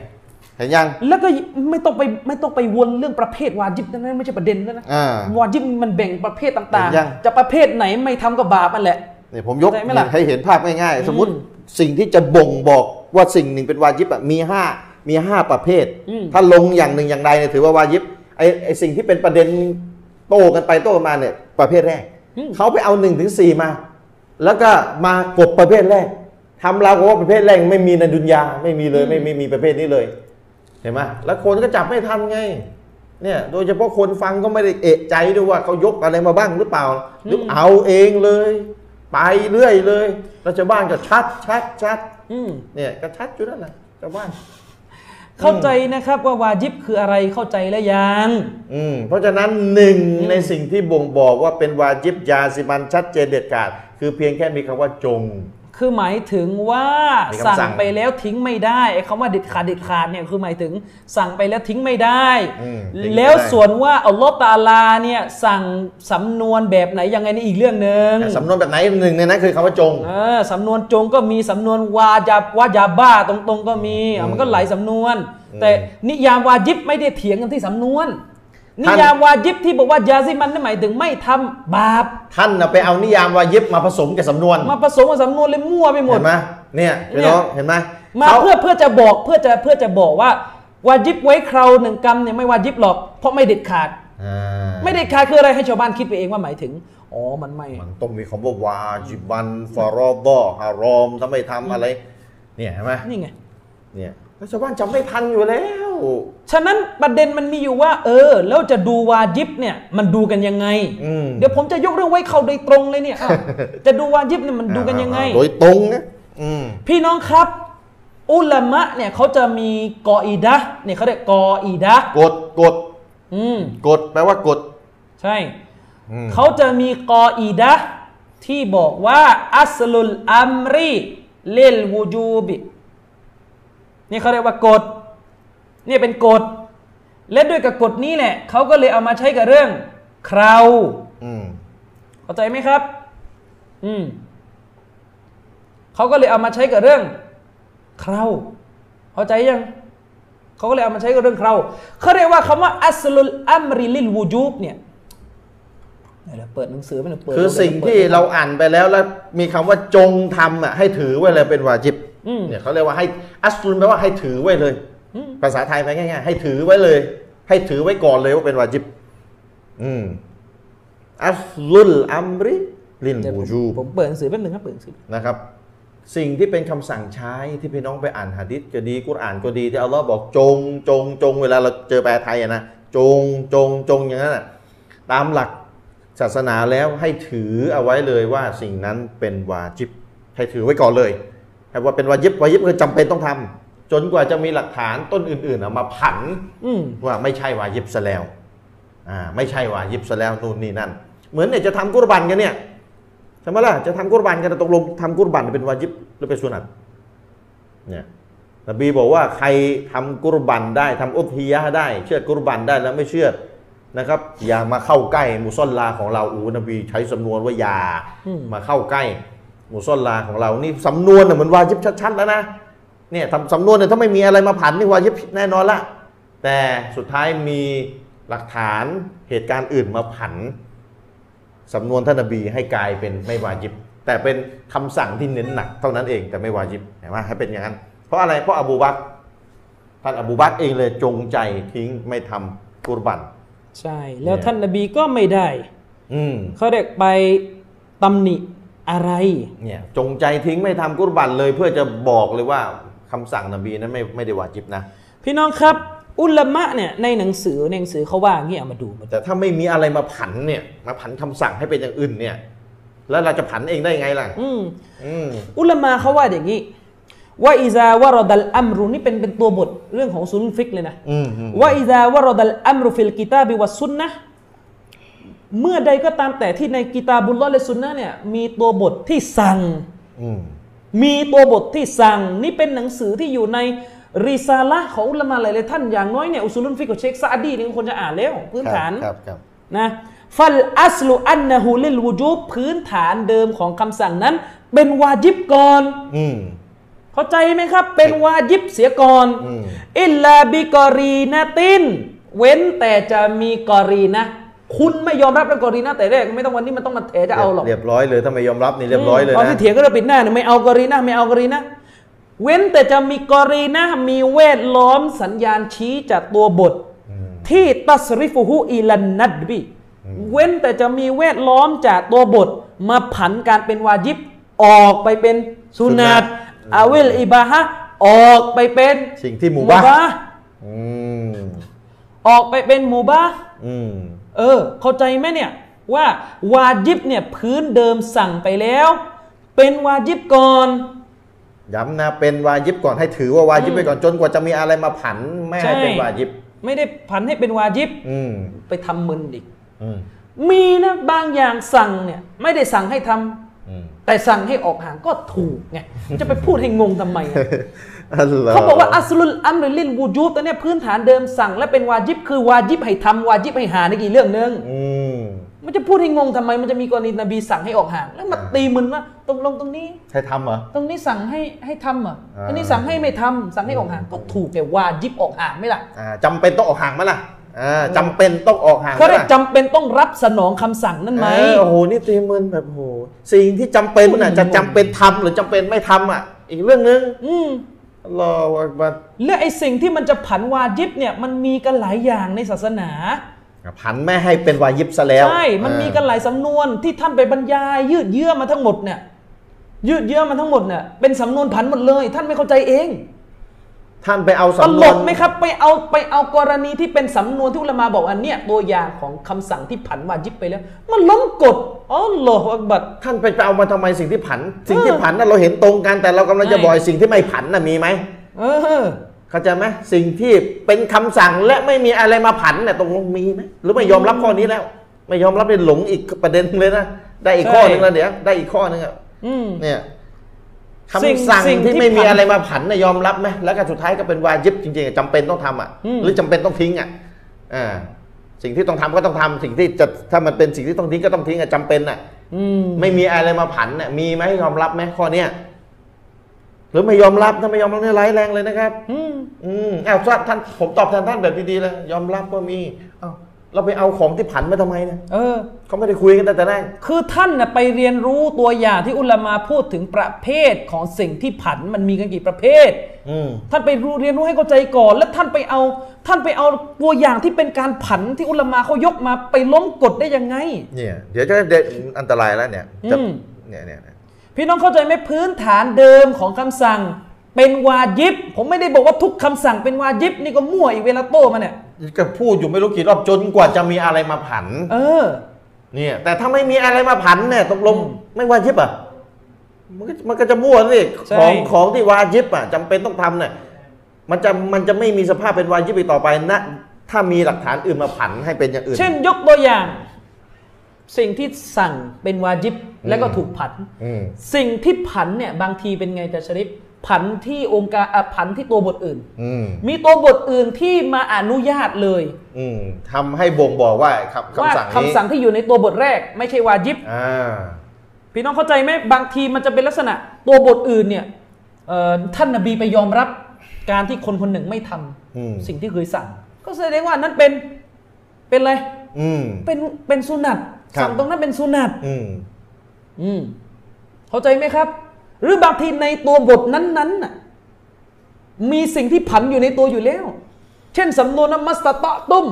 A: เห็นยัง
C: แล้วก็ไม่ต้องไปไม่ต้องไปวนเรื่องประเภทวาจิบนั้นไม่ใช่ประเด็นแล้วนะ
A: อ่าว
C: าจิบมันแบ่งประเภทต่าง
A: ยัง
C: ๆ จะประเภทไหนไม่ทำกับบาปมันแหละ
A: เนี่ยผมยก
C: ได้ไหมล่ะ
A: ให้เห็นภาพง่ายๆ สมมติ
C: อืม
A: สิ่งที่จะบ่งบอกว่าสิ่งหนึ่งเป็นวาจิบอะมีห้ามีห้าประเภท
C: อืม
A: ถ้าลงอย่างหนึ่งอย่างใดเนี่ยถือว่าวาจิบไอไอสิ่งที่เป็นประเด็นโต้กันไปโต้กันมาเนี่ยประเภทแรก เขาไปเอาหนึ่งถึงสี่มา แล้วก็มากบประเภทแรกทำเราวกับว่าประเภทแรกไม่มีในดุนยาไม่มีเลยไม่ไม่มีประเภทนี้เลยเห็นไหมแล้วคนก็จับไม่ทันไง เนี่ย โดยเฉพาะคนฟังก็ไม่ได้เอะใจด้วยว่าเขายกอะไรมาบ้างหรือเปล่า หรือเอาเองเลย ไปเรื่อยเลยแล้วชาวบ้านก็ชัดชัดชัด
C: อืม
A: เนี่ยก็ชัดอยู่นั่นนะชาวบ้าน
C: เข้าใจนะครับว่าวาจิบคืออะไรเข้าใจแล้วยัง
A: อืมเพราะฉะนั้นหนึ่งในสิ่งที่บ่งบอกว่าเป็นวาจิบยาสิมันชัดเจนเด็ดขาด คือเพียงแค่มีคำว่าจง
C: คือหมายถึงว่า
A: มีคำสั่ง
C: สั่งไปแล้วทิ้งไม่ได้ไอ้คำว่าเด็ดขาดเด็ดขาดเนี่ยคือหมายถึงสั่งไปแล้วทิ้งไม่ได้
A: อืมทิ้งไม่ได้
C: แล้วส่วนว่าอัลลอฮ์ตะอาลาเนี่ยสั่งสำนวนแบบไหนยังไงนี่อีกเรื่องหนึ่ง
A: แต่สำนวนแบบไหนหนึ่งในนั้นคือคำว่าจง
C: เออสำนวนจงก็มีสำนวนวาจาวาจาบ้าตรงๆก็มีอ่ะมันก็หลายสำนวน แต่นิยามวาจิบไม่ได้เถียงกันที่สำนวน นิ
A: ท่าน
C: ยามวาจิบที่บอกว่ายาซิมันนั่นหมายถึงไม่ทำบาป
A: ท่านน่ะไปเอานิยามวายิบมาผสมกับสำนวน
C: มาผสมกับสำนวนเลยมั่วไปหมด
A: เห็นไหมเนี่ยพี่น้องเห็นไหม
C: มา
A: ข
C: เพื่อเพื่อจะบอกเพื่อจะเพื่อจะบอกว่าวาจิบไว้คราวหนึ่งกรรมเนี่ยไม่วาจิบหรอก เพราะไม่เด็ดขาด
A: อ่า
C: ไม่เด็ดขาดคืออะไรให้ชาวบ้านคิดไปเองว่าหมายถึงอ๋อมันไม่
A: มันต้องมีคำว่าวาจิบันฟารอบอฮารอมถ้าไม่ทำอะไร เนี่ยเห็นไหม
C: นี่ไง
A: เนี่ยแล้วชาวบ้านจำไม่ทันอยู่แล้ว
C: ฉะนั้นประเด็นมันมีอยู่ว่า เออ แล้วจะดูวาจิบเนี่ยมันดูกันยังไง
A: อืม
C: เดี๋ยวผมจะยกเรื่องไว้เขาโดยตรงเลยเนี่ยอ้าวจะดูวาจิบเนี่ยมันดูกันยังไง
A: อ่าๆๆโดยตรงนะอืม
C: พี่น้องครับ อุลามะเนี่ยเขาจะมีกออีดะห์เนี่ยเขาเรียกกออีดะห์
A: กดกด
C: อืม
A: กดแปลว่ากด
C: ใช่
A: อืม
C: เขาจะมีกออีดะห์ที่บอกว่าอัสลุลอัมรีเลลวูจูบินี่เขาเรียกว่ากฎเนี่ยเป็นกฎและด้วยกับกฎนี้แหละเขาก็เลยเอามาใช้กับเรื่องคราว
A: อืม
C: เข้าใจไหมครับ อืมเขาก็เลยเอามาใช้กับเรื่องเคราเข้าใจยัง เขาก็เลยเอามาใช้กับเรื่องเคราเขาเรียกว่าคำว่าอัสลุลอัมริลิลวูจูบเนี่ยไหนเราเปิดหนังสือไม่หนูเปิด
A: คือสิ่งที่เราอ่านไปแล้วแล้วมีคำว่าจงทำอ่ะให้ถือไว้เลยเป็นวาจิบ
C: อืม
A: เนี่ยเขาเรียกว่าให้อัสลุนแปลว่าให้ถือไว้เลย
C: อืม
A: ภาษาไทยแปลง่ายๆให้ถือไว้เลย ให้ถือไว้ก่อนเลยว่าเป็นวาจิบอืมอัสลุลอัมริลิน
C: เดี๋ยวผ
A: บู
C: ม
A: จูบ
C: ผมเปิดหนังสือแป๊บหนึงครับเปิดหนังสือ
A: นะครับ สิ่งที่เป็นคำสั่งใช้ที่พี่น้องไปอ่านหะดิษก็ดีกุรอ่านก็ดีที่อัลลอฮ์บอกจงจงจงเวลาเราเจอแปลไทยอะนะจงจงจงอย่างนั้นอ่ะตามหลัก ศาสนาแล้วให้ถือเอาไว้เลยว่าสิ่งนั้นเป็นวาจิบ ให้ถือไว้ก่อนเลยให้ว่าเป็นวาจิบวาจิบคือจำเป็นต้องทำจนกว่าจะมีหลักฐานต้นอื่นๆเอามาผัน
C: อืม
A: ว่าไม่ใช่วาจิบซะแล้วอ่าไม่ใช่วาจิบซะแล้วนู่นนี่นั่น เหมือนเนี่ยจะทำกุรบันกันเนี่ยใช่ไหมล่ะจะทำกุรบันกันแต่ตกลงทำกุรบันเป็นวาจิบหรือเป็นสุนัตเนี่ยนบีบอกว่าใครทำกุรบันได้ทำอุทิยะห์ได้ เชื่อดกุรบันได้แล้วไม่เชื่อด นะครับอย่ามาเข้าใกล้มุซอลลาของเราอูนบีใช้สำนวนว่าอย่ามาเข้าใกล้มุซอลลาของเรานี่สำนวนน่ะมันวาจิบชัดๆแล้วนะเนี่ยทำสำนวนเนี่ยถ้าไม่มีอะไรมาผันนี่วาจิบแน่นอนละแต่สุดท้ายมีหลักฐานเหตุการณ์อื่นมาผันสำนวนท่านนบีให้กลายเป็นไม่วาจิบ แต่เป็นคำสั่งที่เน้นหนักเท่านั้นเองแต่ไม่วาจิบเห็นไหมให้เป็นอย่างนั้น เพราะอะไรเพราะอบูบักรท่านอบูบักรเองเลยจงใจทิ้งไม่ทำกุรบัน
C: ใช่ แล้วท่านนบีก็ไม่ได้
A: อืม
C: เขาเรียกไปตำหนิอะไร
A: เนี่ยจงใจทิ้งไม่ทำกุรบันเลย เพื่อจะบอกเลยว่าคำสั่งนบีนั้นไม่ไม่ได้วาจิบนะ
C: พี่น้องครับ อุลามะเนี่ยในหนังสือในหนังสือเขาว่าอย่างงี้เอามาดูมา
A: แต่ถ้าไม่มีอะไรมาผันเนี่ย มาผันคำสั่งให้เป็นอย่างอื่นเนี่ย แล้วเราจะผันเองได้ไงล่ะ
C: อืม
A: อืม
C: อุลามาเขาว่าอย่างนี้ ว่าอิซาวารดัลอัมรุนี่เป็นเป็นตัวบทเรื่องของซุนฟิกเลยนะ
A: อืมอืม
C: ว่าอิซาวารดัลอัมรุฟิลกิตาบิวัสซุนนะห์เมื่อใดก็ตามแต่ที่ในกิตาบุลลอฮ์และซุนนะห์เนี่ยมีตัวบทที่สั่ง
A: อืม
C: มีตัวบทที่สั่ง นี่เป็นหนังสือที่อยู่ในริซาละห์ของอุลามะหลายๆท่านอย่างน้อยเนี่ยอุซูลุนฟิกกับเชคซาอดีนี่ก็ควรจะอ่านแล้วพื้นฐาน
A: ครับครับ
C: นะฟัลอัสลุอันนะฮูลิลวูจูบพื้นฐานเดิมของคำสั่งนั้น เป็นวาจิบก่อน
A: อืม
C: เข้าใจไหมครับ เป็นวาจิบเสียก่อน
A: อืม
C: อิลลาบิกอรีนาติน เว้นแต่จะมีกอรีนะ คุณไม่ยอมรับเรื่องกอรีนะแต่แรกไม่ต้องวันนี้มันต้องมาเถจะเอาหรอก
A: เรียบร้อยเลยถ้าไม่ยอมรับนี่เรียบร้อยเลย
C: ตอน
A: นะ
C: ที่เถียงก็เราปิดหน้าเนี่ยไม่เอากอรีนะไม่เอากอรีนะเว้นแต่จะมีกอรีนะมีเวทล้อมสัญญาณชี้จากตัวบท
A: อืม
C: ที่ตัสริฟุฮุอีลันนัดบีเว้นแต่จะมีเวทล้อมจากตัวบท มาผันการเป็นวาญิบ ออกไปเป็นสุนัต
A: สุนัต
C: อาเวลอิบาฮะออกไปเป็น
A: สิ่งที่มุบาฮ์
C: บาฮ์
A: อืม
C: ออกไปเป็นมูบาฮ์
A: อืม
C: เออ เข้าใจไหมเนี่ย ว่าวาญิบเนี่ยพื้นเดิมสั่งไปแล้ว เป็นวาญิบก่อน
A: ย้ำนะเป็นวาจิบก่อนให้ถือว่าวาจิบไปก่อนจนกว่าจะมีอะไรมาผันไม่ให้เป็น
C: ใช่
A: วาจิบ
C: ไม่ได้ผันให้เป็นวาญิบ
A: อืม
C: ไปทำมึนอีก
A: อืม
C: มีนะบางอย่างสั่งเนี่ยไม่ได้สั่งให้ทำ
A: อืม
C: แต่สั่งให้ออกห่างก็ถูกไง จะไปพูดให้งงทำไม อะ
A: อัลลฮ์
C: เขาบอกว่าอัสลุลอัมริลินวูจูบแต่เนี่ยพื้นฐานเดิมสั่งและเป็นวาจิบ คือวาจิบให้ทำวาจิบให้หาในกี่เรื่องหนึง
A: อืม
C: มันจะพูดให้งงทำไม มันจะมีกรณีนบีสั่งให้ออกห่าง แล้วมาตีมึนว่าตรงลงตรงนี้
A: ใครทำเหรอ
C: ตรงนี้สั่งให้ให้ทำเหรอ่ะ
A: อ่า
C: อันนี้สั่งให้ไม่ทำสั่งให้ออกห่างก็ถูกแต่วาจิบออกห่างไม่ล่ะ
A: อ่าจำเป็นต้องออกห่างไหมล่ะอ่าจำเป็นต้องออกห่าง
C: เขา
A: ไหม
C: ได้
A: ล่ะ
C: จำเป็นต้องรับสนองคำสั่งนั่นไหม
A: เออโอ้โหนี่ตีมืนแบบโอ้โหสิ่งที่จำเป็นน่ะจะจำเป็นทำหรือจำเป็นไม่ทำอ่ะ อีกเรื่องนึง
C: อืม
A: รอวักบัด
C: และไอสิ่งที่มันจะผันวาจิบเนี่ยมันมีกันหลายอย่างในศาสนา
A: ผันไม่ให้เป็นวายิบซะแล้ว
C: ใช่ มันมีกันหลายสำนวนที่ท่านไปบรรยายยืดเยื้อมาทั้งหมดเนี่ย ยืดเยื้อมันทั้งหมดเนี่ยเป็นสำนวนผันหมดเลย ท่านไม่เข้าใจเอง
A: ท่านไปเอา
C: ต
A: สำน
C: ล
A: วน
C: กไหมครับไปเอาไปเอากรณีที่เป็นสำนวนที่อุลามาบอกอันเนี้ยตัวอย่างของคำสั่งที่ผันวาจิบไปแล้ว มันล้มกฎอ๋อหลอฮฺอักบัด
A: ท่านไปไปเอามาทำไมสิ่งที่ผัน สิ่งที่ผันน่ะเราเห็นตรงกันแต่เรากำลังจะ
C: ใช่
A: บอกสิ่งที่ไม่ผันน่ะมีไหม
C: เออ
A: เข้าใจไหมสิ่งที่เป็นคำสั่งและไม่มีอะไรมาผันเนี่ยตรงลงมีไหมหรือไม่ยอมรับข้อนี้แล้ว ไม่ยอมรับเนี่ยหลงอีกประเด็นเลยนะได้อีกข้อหนึงแล้วเดี๋ยวได้อีกข้อหนึงอ่ะ
C: อืม
A: เนี่ย
C: สิ่ง
A: คำสั่ง
C: สิ่งที่
A: ที่ไม่มี
C: ผัน
A: อะไรมาผันนะยอมรับไหมแล้วก็สุดท้ายก็เป็นวาญิบจริงๆอะจำเป็นต้องทำอ่ะ
C: อืม
A: หรือจำเป็นต้องทิ้งอ่ะอ่าสิ่งที่ต้องทำก็ต้องทำสิ่งที่จะถ้ามันเป็นสิ่งที่ต้องทิ้งก็ต้องทิ้งอ่ะจำเป็นอ่ะ
C: อืม
A: ไม่มีอะไรมาผันอ่ะมีไหมยอมรับไหมข้อเนี้ยหรือไม่ยอมรับถ้าไม่ยอมรับเนี่ยร้ายแรงเลยนะครับ
C: อืม
A: อืมอ้าวท่านผมตอบแทนท่านแบบดีๆเลยยอมรับว่ามีอ้าวเราไปเอาของที่ผันมาทำไมเนี่ย
C: เออ
A: เขาไม่ได้คุยกันตั้งแต่แรก
C: คือท่านนะไปเรียนรู้ตัวอย่างที่อุลามาพูดถึงประเภทของสิ่งที่ผันมันมีกันกี่ประเภท
A: อืม
C: ท่านไปรู้เรียนรู้ให้เข้าใจก่อน แล้วท่านไปเอา ท่านไปเอาตัวอย่างที่เป็นการผันที่อุลามาเขายกมาไปล้มกฎได้ยังไง
A: เนี่ยเดี๋ยวจะเดี๋ยวอันตรายแล้วเนี่ยจะ
C: อืม
A: เนี่ยเนี่ยเนี่ย
C: พี่น้องเข้าใจไหมพื้นฐานเดิมของคำสั่ง เป็นวาญิบ ผมไม่ได้บอกว่าทุกคำสั่งเป็นวาญิบนี่ก็มั่วอีกเวลาโตมาเนี่ย
A: ก็พูดอยู่ไม่รู้กี่รอบจนกว่าจะมีอะไรมาผัน
C: เออ
A: เนี่ยแต่ถ้าไม่มีอะไรมาผันเนี่ยตกลง
C: อืม
A: ไม่วาจิบอ่ะมันก็มันก็จะมั่วสิ
C: ใช่
A: ของของที่วาจิบอ่ะจำเป็นต้องทำเนี่ยมันจะมันจะไม่มีสภาพเป็นวาจิบอีกต่อไปนะถ้ามีหลักฐานอื่นมาผันให้เป็นอย่างอื่น
C: เช่นยกตัวอย่าง สิ่งที่สั่งเป็นวาญิบแล้วก็ถูกผัน
A: อืม
C: สิ่งที่ผันเนี่ยบางทีเป็นไงจะชริฟผันที่องค์การอ่ะผันที่ตัวบทอื่น
A: อืม
C: มีตัวบทอื่นที่มาอนุญาตเลย
A: อืมทำให้บ่งบอกว่าคำ
C: ว่า
A: คำสั่ง
C: คำ
A: นี้
C: สั่งที่อยู่ในตัวบทแรก ไม่ใช่วาญิบ
A: อ่า
C: พี่น้องเข้าใจไหมบางทีมันจะเป็นลักษณะตัวบทอื่นเนี่ยเอ่อท่านนบีไปยอมรับการที่คนคนหนึ่งไม่ทำ
A: อืม
C: สิ่งที่เคยสั่ง ก็แสดงว่านั้นเป็นเป็นอะไร
A: อืม
C: เป็นเป็นสุนัต
A: ครับ
C: สั่งตรงนั้นเป็นสุนัต
A: อืม
C: อืมเข้าใจไหมครับ หรือบางทีในตัวบทนั้นๆน่ะมีสิ่งที่ผันอยู่ในตัวอยู่แล้ว เช่นสำนวนนะมัสตะตะตุ้ม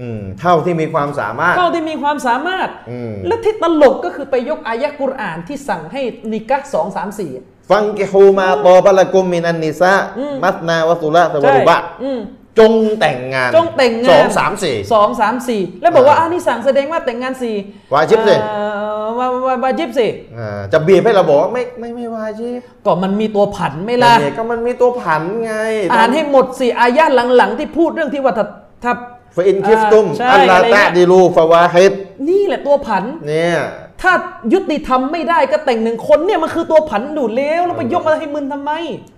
A: อืมเท่าที่มีความสามารถ
C: เท่าที่มีความสามารถ
A: อืม
C: และที่ตลกก็คือไปยกอายะกุรอานที่สั่งให้นิกะสองสามสี่
A: ฟังกิฮูมาตอบะละกุมมินันนิซะ
C: อืม
A: มัสนาวะสุละสวะรุบะ
C: อืม
A: จงแต่งงาน
C: จงแต่งงาน
A: สองสามสี่
C: สองสามสี่แล้วบอกว่า
A: อ่า
C: อ้าวนี่สั่งแสดงว่าแต่งงานสี่
A: วาญิบสิ
C: เอ่อวาวาวาจิบสิ
A: อ่าจะบีบให้เราบอกว่าไม่ไม่ไม่วาจี
C: ก็มันมีตัวผันไหม่ล่ะ
A: เนี่ยก็มันมีตัวผันไง
C: อ่านให้หมดสิอายะหลังๆ ที่พูดเรื่องที่ว่าถ้าถ้า
A: ฟาอินคิฟตุม
C: อ่าใช่
A: อัลลา
C: อะไรเนี่
A: ตะ
C: ย
A: ดีลูฟาวาฮิด
C: นี่แหละตัวผัน
A: เนี่ย
C: ถ้ายุติธรรมไม่ได้ก็แต่งหนึ่งคนเนี่ยมันคือตัวผันดูดแล้วแล้วไปยกมาให้มึนทำไม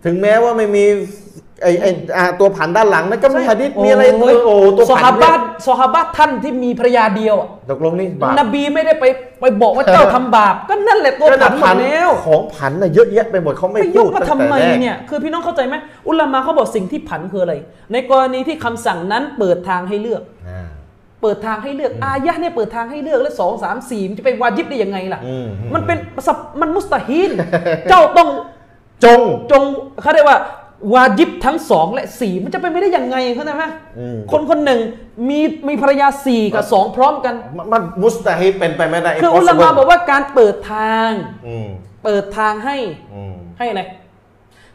A: ถึงแม้ว่าไม่มีไอไออ่าตัวผันด้านหลังนะก็มีฮะดิษมีอะไร
C: โอ้
A: เอยอโอ้ตัว
C: ส
A: ผัน
C: หา
A: เนี่
C: บาย ตสหาบาตท่านที่มีภรรยาเดียวอะ
A: ตกลงนี่บาป
C: นบีไม่ได้ไปไปบอกว่าเจ้าทำบาป ก็นั่นแหละตัวผันหมดแล้ว
A: ของผันน่ะเยอะแยะไปหมดเขาไม่
C: ไปย
A: พู
C: ก
A: ด
C: มา
A: ตั้ง
C: ทำ
A: แต่
C: ไม
A: แรก
C: เนี่ย คือพี่น้องเข้าใจไหมอุลามะเขาบอกสิ่งที่ผันคืออะไร ในกรณีที่คำสั่งนั้นเปิดทางให้เลือก
A: อ่า
C: เปิดทางให้เลือกอายะห์เนี่ยเปิดทางให้เลือกแล้วสองสามสี่มันจะไปวาญิบได้ยังไงล่ะ
A: อืม
C: มันเป็นสับมันมุสตาฮีนเจ้าต้อง
A: จง
C: จงเขาเรียกว่าวาญิบทั้งสองและสี่มันจะเป็นไม่ได้ยังไงเข้าใจไหม
A: อืม
C: คนคนหนึ่งมีมีภรรยาสี่กับสองพร้อมกัน
A: มันมันมุสตาฮิบเป็นไปไม่ได้
C: คืออุ
A: impossible
C: ลามาบอกว่าการเปิดทาง
A: อืม
C: เปิดทางให้
A: อืม
C: ให้อะไร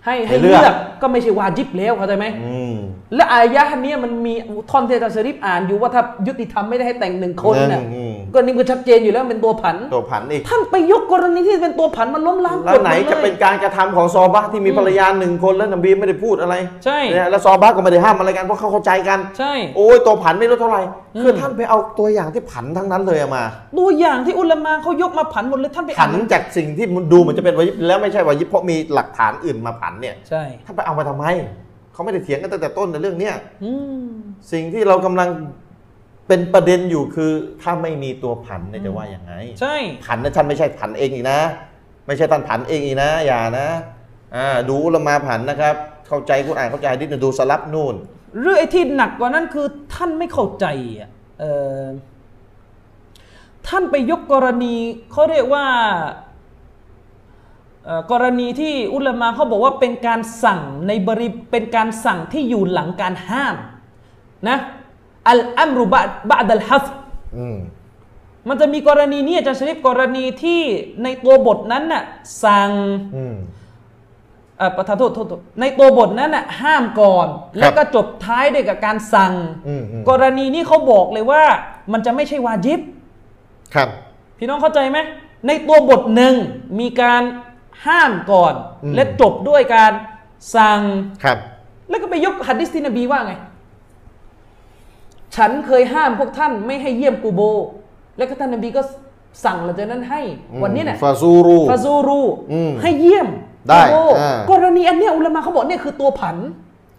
C: ให้
A: ให้
C: ให้
A: เลื
C: เลื
A: อก
C: อกก็ไม่ใช่วาญิบแล้วเข้าใจไหม
A: อืม
C: และอายะห์เนี้มันมีท่อนที่อาจารย์ชริฟอ่านอยู่ว่าถ้ายุติธรรมไม่ได้ให้แต่งหนึ่งคน
A: หง
C: น่ะ
A: อืม
C: ก็นี่มันชัดเจนอยู่แล้วเป็นตัวผัน
A: ตัวผันอีก
C: ท่านไปยกกรณีที่เป็นตัวผันมันล้มล้าง
A: แล้
C: ก
A: ว
C: ฎ
A: ไหน
C: มด
A: จะ
C: เล
A: เป็น
C: ย
A: การกระทำของซอบ้าที่มีภรรยาหนึ่งคนแล้วนบีไม่ได้พูดอะไร
C: ใช่
A: เนี่ยแล้วซอบ้าก็ไม่ได้ห้ามอะไรกันเพราะเขาเข้าใจกัน
C: ใช่
A: โอ้ยตัวผันไม่รู้เท่าไหร่
C: อืม
A: คือท่านไปเอาตัวอย่างที่ผันทั้งนั้นเลยอะมา
C: ตัวอย่างที่อุลามะเขายกมาผันหมดเลยท่านไป
A: ผั
C: อ่านน
A: จากสิ่งที่มันดูเหมือนจะเป็นวายิบแล้วไม่ใช่วายิบเพราะมีหลักฐานอื่นมาผันเนี่ย
C: ใช่
A: ถ้าไปเอามาทำไม เขาไม่ได้เถียงกันตั้งแต่ต้นในเรื่องเนี้ย
C: อืม
A: สิ่งที่เรากำลังเป็นประเด็นอยู่คือ ถ้าไม่มีตัวผันเนี่ยจะว่าอย่างไง
C: ใช่
A: ผันนะท่านไม่ใช่ผันเองอีกนะ ไม่ใช่ท่านผันเองอีกนะ อย่านะอ่าดูอุลามาผันนะครับ เข้าใจคุณอ่านเข้าใจดิษดูสลับนู่น
C: หรือไอ้ที่หนักกว่านั้นคือท่านไม่เข้าใจอ่ะเออท่านไปยกกรณีเขาเรียกว่าเอ่อกรณีที่อุลามาเขาบอกว่าเป็นการสั่งในบริเป็นการสั่งที่อยู่หลังการห้ามนะอัลอัมรุบะบะดัลฮัฟ
A: อืม
C: มันจะมีกรณีนี้อาจารย์ชริปกรณีที่ในตัวบทนั้นน่ะสั่ง
A: อืม
C: เอ่อประทานโทษโทษโทษในตัวบทนั้นน่ะห้ามก่อน แล้วก็จบท้ายด้วยกับการสั่ง
A: อืมอืม
C: กรณีนี้เขาบอกเลยว่ามันจะไม่ใช่วาจิบ
A: ครับ
C: พี่น้องเข้าใจไหมในตัวบทหนึ่งมีการห้ามก่อน
A: อืม
C: และจบด้วยการสั่ง
A: ครับ
C: แล้วก็ไปยกหัดดิสตินบีว่าไง ฉันเคยห้ามพวกท่านไม่ให้เยี่ยมกูโบร์แล้วก็ท่านนบีก็สั่งหลังจากนั้นให้
A: อืม
C: วันนี้เนี่ย
A: ฟาซูรู
C: ฟาซูรู
A: อืม
C: ให้เยี่ยม
A: ได้
C: กูโบร์
A: อ่า
C: กรณีอันเนี้ยอุลามะเขาบอกเนี่ยคือตัวผัน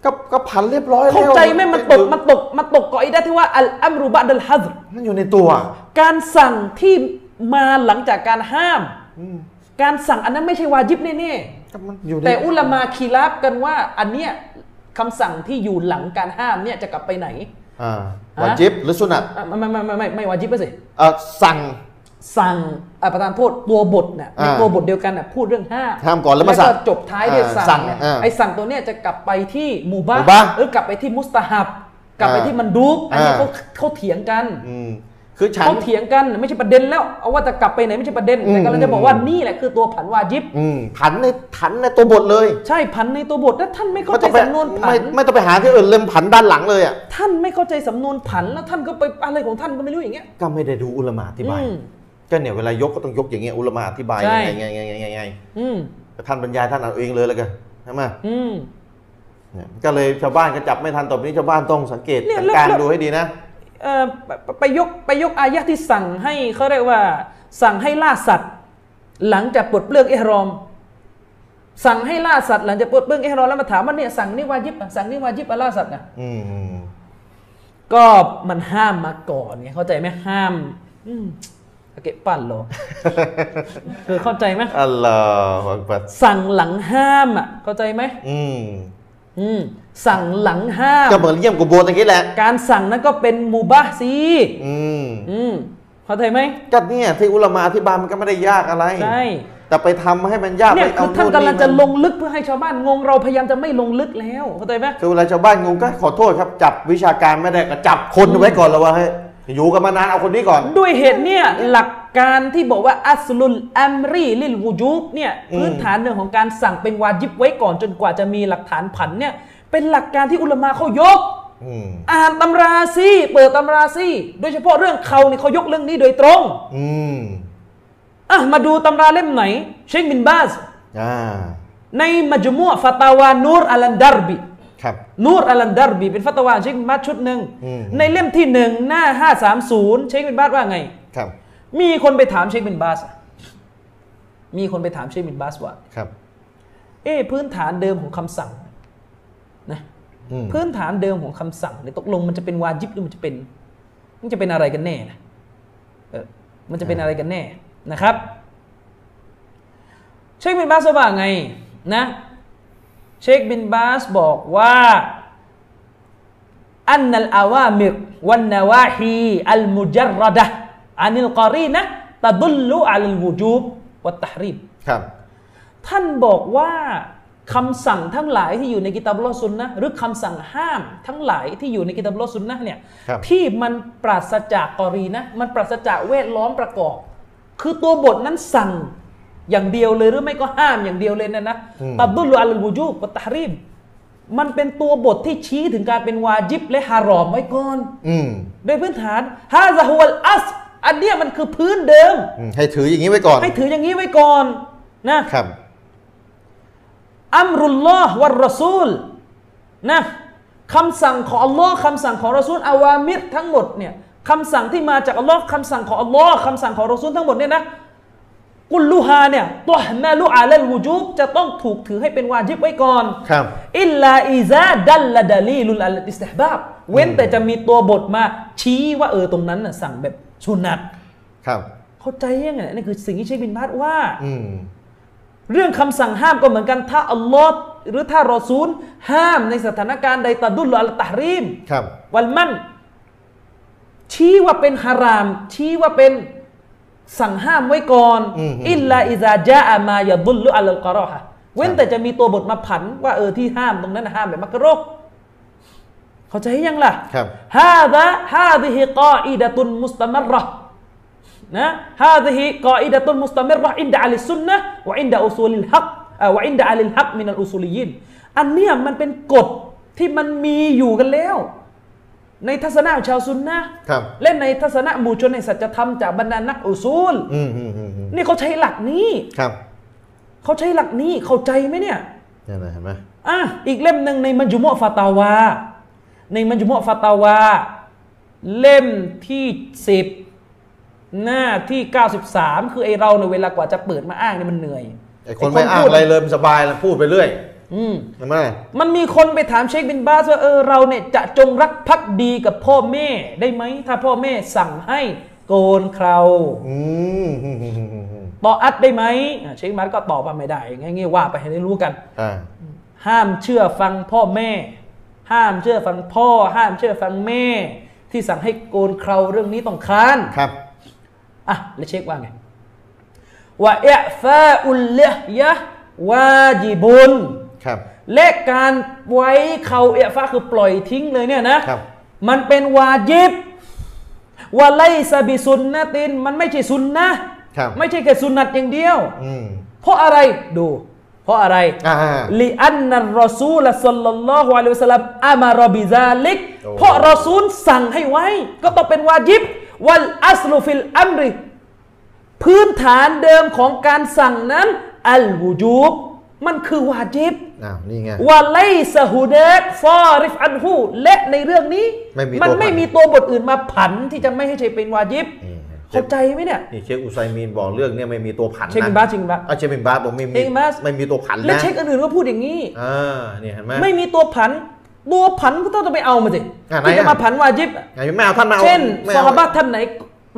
A: ก็ก็พันเรียบร้อยแล้ว
C: เข้าใจไหมมันตกมันตกมันตกกออิดะที่ว่าอัลอัมรุบะดัลฮัซร
A: มันอยู่ในตัว
C: การสั่งที่มาหลังจากการห้าม การสั่งอันนั้นไม่ใช่วาจิบแน่
A: แต่มันอยู่
C: ๆ
A: ใน
C: แต่อุลามาคีรับกันว่า อันเนี้ยคำสั่งที่อยู่หลังการห้ามเนี่ยจะกลับไปไหน
A: อ่าวาจิบหรือสุนัต
C: อ่ะไม่ไม่ไม่ไม่ไม่วาจิบไปสิ
A: เอ่อสั่ง
C: สั่งอ่ะประธานโทษตัวบทเนี่ย
A: อ่า
C: ในตัวบทเดียวกันน่ะพูดเรื่องห้าม
A: ห้ามก่อนแล้วมาสั่ง
C: จบท้ายด้วย
A: อ่าสั่
C: สั่
A: ง
C: งเนี่ย
A: อ่า
C: ไอ้สั่งตัวเนี้ยจะกลับไปที่มูบา
A: มูบา
C: หรือกลับไปที่มุสตาฮับ กลับไป
A: อ่า
C: ที่มันดูบอันนี้
A: อ่า
C: เขาเขาเถียงกัน
A: อืมคือฉัน
C: เขาเถียงกันไม่ใช่ประเด็นแล้ว เอาว่าจะกลับไปไหนไม่ใช่ประเด็น
A: อืม
C: แต่กำลังจะบอกว่า
A: อืม
C: นี่แหละคือตัวผันวาจิบ
A: อืมผันในผันในตัวบทเลย
C: ใช่ผันในตัวบทแล้วท่านไม่เข้าใจ
A: ไป
C: สำนวนผั
A: ไม่
C: น
A: ไม่ต้องไปหาที่อื่นเล่มผันด้านหลังเลยอ่ะ
C: ท่านไม่เข้าใจสำนวนผันแล้วท่านก็ไปอะไรของท่านก็ไม่รู้อย่างเงี้ย
A: ก็ไม่ได้ดูอุลามะอธิบาย
C: อืม
A: ก็เนี่ยเวลายกก็ต้องยกอย่างเงี้ยอุลามะอธิบาย
C: ใช่
A: ไงไงไงไงไงไง
C: อืม
A: แต่ท่านบรรยายท่านเอาเองเลยแล้วกันใช่ไหม
C: อืม
A: เนี่ยก็เลยชาวบ้านก็จับไม่ทันตอนนี้ชาวบ้านต้องสังเกต
C: เนี่ย
A: สัง
C: แล้ว
A: การ
C: แล้ว
A: ดูให้ดีนะ
C: เอ่อไปไปไปยกไปยกอายะห์ที่สั่งให้เขาเรียกว่า สั่งให้ล่าสัตว์ หลังจากปลดเปลื้องเอฮรอม สั่งให้ล่าสัตว์หลังจากปลดเปลื้องเอฮรอมแล้วมาถามว่าเนี่ยสั่งนี่วาจิบอะสั่งนี่วาจิบอะล่าสัตว์นะ
A: อืมอืม
C: ก็มันห้ามมาก่อนไงเข้าใจไหมห้ามอืมโอเกปั่น เหรอ คือเข้าใจไหม
A: อัลลอฮฺอักบัร
C: สั่งหลังห้ามอ่ะเข้าใจไหม
A: อืม
C: อืมสั่งหลังห้าม
A: ก็เหมือนเยี่ยมกุโบตะกี้แหละ
C: การสั่งนั้นก็เป็นมูบาซี
A: อืม
C: อืมเข้าใจไหม
A: ก็เนี่ยที่อุลามะอธิบายมันก็ไม่ได้ยากอะไร
C: ใช่
A: แต่ไปทำให้มันยาก
C: เนี่ย
A: ไป
C: คือท่าน
A: โ
C: กำลังจะ
A: มั
C: ลงลึกเพื่อให้ชาวบ้านงงเราพยายามจะไม่ลงลึกแล้วเข้าใจไหม
A: คือเวลาชาวบ้านงงก็ขอโทษครับ จับวิชาการไม่ได้ก็จับคนไว้ก่อนแล้วว่าให้อยู่กันมานานเอาคนนี้ก่อน
C: ด้วยเหตุเนี่ยหลักการที่บอกว่าอัสลุลอัมรีลิลวูจูบเนี่ย
A: อืม
C: พื้นฐานเรื่องของการสั่งเป็นวาจิบไว้ก่อนจนกว่าจะมีหลักฐานผันเนี่ยเป็นหลักการที่อุลามะเขายก
A: อืม
C: อ่านตำราซีเปิดตำราซีโดยเฉพาะเรื่องเขาเนี่ยเขายกเรื่องนี้โดยตรง
A: อืม
C: อ่ะมาดูตำราเล่มไหน เชคบินบาส
A: อ่า
C: ในมัจมุอะฟาตาวานูรอัลันดารบี
A: ครับ
C: นูรอัลันดารบีเป็นฟัตาวาเชคบินบาสชุดหนึ่ง
A: อืม
C: ในเล่มที่หนึ่งหน้า530เชคบินบาสว่าไง
A: ครับ
C: มีคนไปถามเชคบินบาสอะมีคนไปถามเชคบินบาสว่า
A: ครับ
C: เอ๊ะพื้นฐานเดิมของคำสั่งนะ
A: อืม
C: พื้นฐานเดิมของคำสั่งเนี่ยตกลงมันจะเป็นวาจิบหรือมันจะเป็น มันจะเป็นอะไรกันแน่นะเออมันจะเป็นอะไรกันแน่นะครับ เชคบินบาสว่าไงนะ เชคบินบาสบอกว่า อันนัลอาวามิกวันนาวาฮีอัลมุจรรดะอานิลกอรีนะตะดุลลุอัลลวูจูบวัตตหรีบ
A: ครับ
C: ท่านบอกว่าคำสั่งทั้งหลายที่อยู่ในกิตาบอัลลอฮ์ซุนนะห์หรือคำสั่งห้ามทั้งหลายที่อยู่ในกิตาบอัลลอฮ์ซุนนะห์เนี่ย
A: ครับ
C: ที่มันปราศจากกอรีนะมันปราศจากเวทล้อมประกอบ คือตัวบทนั้นสั่งอย่างเดียวเลยหรือไม่ก็ห้ามอย่างเดียวเลยนะนะตับดุลอัลลวูจูบวัตตะฮริมมันเป็นตัวบทที่ชี้ถึงการเป็นวาจิบและฮารอมไว้ก่อน
A: อืม
C: โดยพื้นฐานฮาซาฮุลอัสอันเนี้ยมันคือพื้นเดิม
A: อืมให้ถืออย่างนี้ไว้ก่อน
C: ให้ถืออย่างนี้ไว้ก่อนนะ
A: ครับ
C: อัมรุลลอฮ์วัรรอซูลนะคำสั่งของอัลลอฮ์คำสั่งของรอซูลอาวามิรทั้งหมดเนี่ยคำสั่งที่มาจากอัลลอฮ์คำสั่งของอัลลอฮ์คำสั่งของรอซูลทั้งหมดเนี่ยนะกุลลูฮาเนี่ยตัวแม่ลูอาเลลวูจูบจะต้องถูกถือให้เป็นวาจิบไว้ก่อน
A: ครับ
C: อิลลาอิซาดัลลดาลีลุลอัลอิสติฮบาบเว้นแต่จะมีตัวบทมาชี้ว่าเออตรงนั้นน่ะสั่งแบบสุนัต
A: ครับ
C: เข้าใจยังไงนี่คือสิ่งที่เชคบินบาสว่า
A: อืม
C: เรื่องคำสั่งห้ามก็เหมือนกันถ้าอัลลอฮ์หรือถ้ารอซูล ห้ามในสถานการณ์ใดตะดุลอัลตะฮรีม
A: ครับ
C: วันมัน ชี้ว่าเป็นฮาราม ชี้ว่าเป็นสั่งห้ามไว้ก่อนอิลลาอิซาจาอามายาดุลลุอัลกอรอฮะเว้นแต่จะมีตัวบทมาผัน ว่าเออที่ห้ามตรงนั้นน่ะห้ามแบบมักกะโรกเข้าใจยังล่ะ
A: ครับ
C: ฮาดะฮาดิฮิกออิดะตุนมุสตะมัรเราะห์ นะฮาซิฮิกออิดะตุนมุสตามิรรออินดะอัลิสซุนนะห์วะอินดะอุซูลิลฮักเอ่อวะอินดะอัลิลฮักมินัลอุซูลียินอันเนี้ยมันเป็นกฎที่มันมีอยู่กันแล้ว ในทัศนะของชาวซุนนะห์
A: ครับ
C: และในทัศนะหมู่ชนในสัจธรรมจากบรรดานักอุซูล
A: อืมอืมอืมอืม
C: นี่เขาใช้หลักนี้
A: ครับ
C: เขาใช้หลักนี้เข้าใจไหมเนี่ย
A: นี่นะเห็นไหม
C: อ่ะอีกเล่มหนึ่งในมัจญุโมะฟาตาวา ในมัจญุโมะฟาตาวา เล่มที่สิบหน้าที่ 93 คือไอเราในยเวลากว่าจะเปิดมาอ้างเนี่ยมันเหนื่อย
A: ไอ้คนไม่อ้างอะไรเลยมันสบายแล้วพูดไปเรื่อย
C: อืม
A: เห็นไหม
C: มันมีคนไปถามเชคบินบาสว่าเออเราเนี่ยจะจงรักภักดีกับพ่อแม่ได้ไหม ถ้าพ่อแม่สั่งให้โกนเครา
A: อืมอืมอืมอืมอืมอืม
C: ต่ออัดได้ไหมอ่ะเชคบินบาสก็ตอบว่าไม่ได้ง่ายๆว่าไปให้ได้รู้กัน
A: อ่า
C: ห้ามเชื่อฟังพ่อแม่ ห้ามเชื่อฟังพ่อ ห้ามเชื่อฟังแม่ ที่สั่งให้โกนเคราเรื่องนี้ต้องค้าน
A: ครับ
C: อ่ะแล้วเช็คว่าไงว่าเอะฟาอุลเลห์ยะวาจิบุน
A: ครับ
C: และการไว้เขาเอะฟาคือปล่อยทิ้งเลยเนี่ยนะครับ มันเป็นวาจิบวะไลซาบิซุนนะตินมันไม่ใช่ซุนนะครับ ไม่ใช่แค่ซุนนัตอย่างเดียว
A: อืม
C: เพราะอะไรดู เพราะอะไร
A: อ่า
C: ลิอันนัรรอซูลสัลลัลลอฮุอะลัยฮิวะสัลลัมอามารอบิซาลิก
A: โอ้
C: เพราะรอซูลสั่งให้ไว้ ก็ต้องเป็นวาญิบ วัลอัสลุฟิลอัมริพื้นฐานเดิมของการสั่งนั้น อัลวูจูบ มันคือวาญิบ
A: อ้าวนี่ไง
C: วะไลซะฮูเดกฟอริฟอันฮูและในเรื่องนี้
A: ไม่มี
C: น
A: ตัวผัน
C: ไม่มีตัวบทอื่นมาผันที่จะไม่ให้ใช้เป็นวาญิบ
A: นี่
C: เข้าใจไหมเนี่ย
A: นี่เชคอุไซมีนบอกเรื่องเนี่ยไม่มีตัวผันนะ
C: เชคบินบาสเชคบินบาส
A: อ่ะเชคบินบาสบอกไม่มี
C: เชคบินบาส
A: ไม่มีตัวผัน
C: และ
A: นะ
C: เช็คอื่นๆก็พูดอย่างนี้
A: อ่านี่เห็นไหม
C: ไม่มีตัวผัน ตัวผันก็ต้องไปเอามาสิ
A: อ่ะไหน
C: ที่จะ
A: อ่ะ
C: มาผันวาญิบ
A: ไงไม่เอาท่านไม่เอา
C: เช่น
A: ไม่
C: ซอ
A: เอา
C: ฮาบะท่านไหน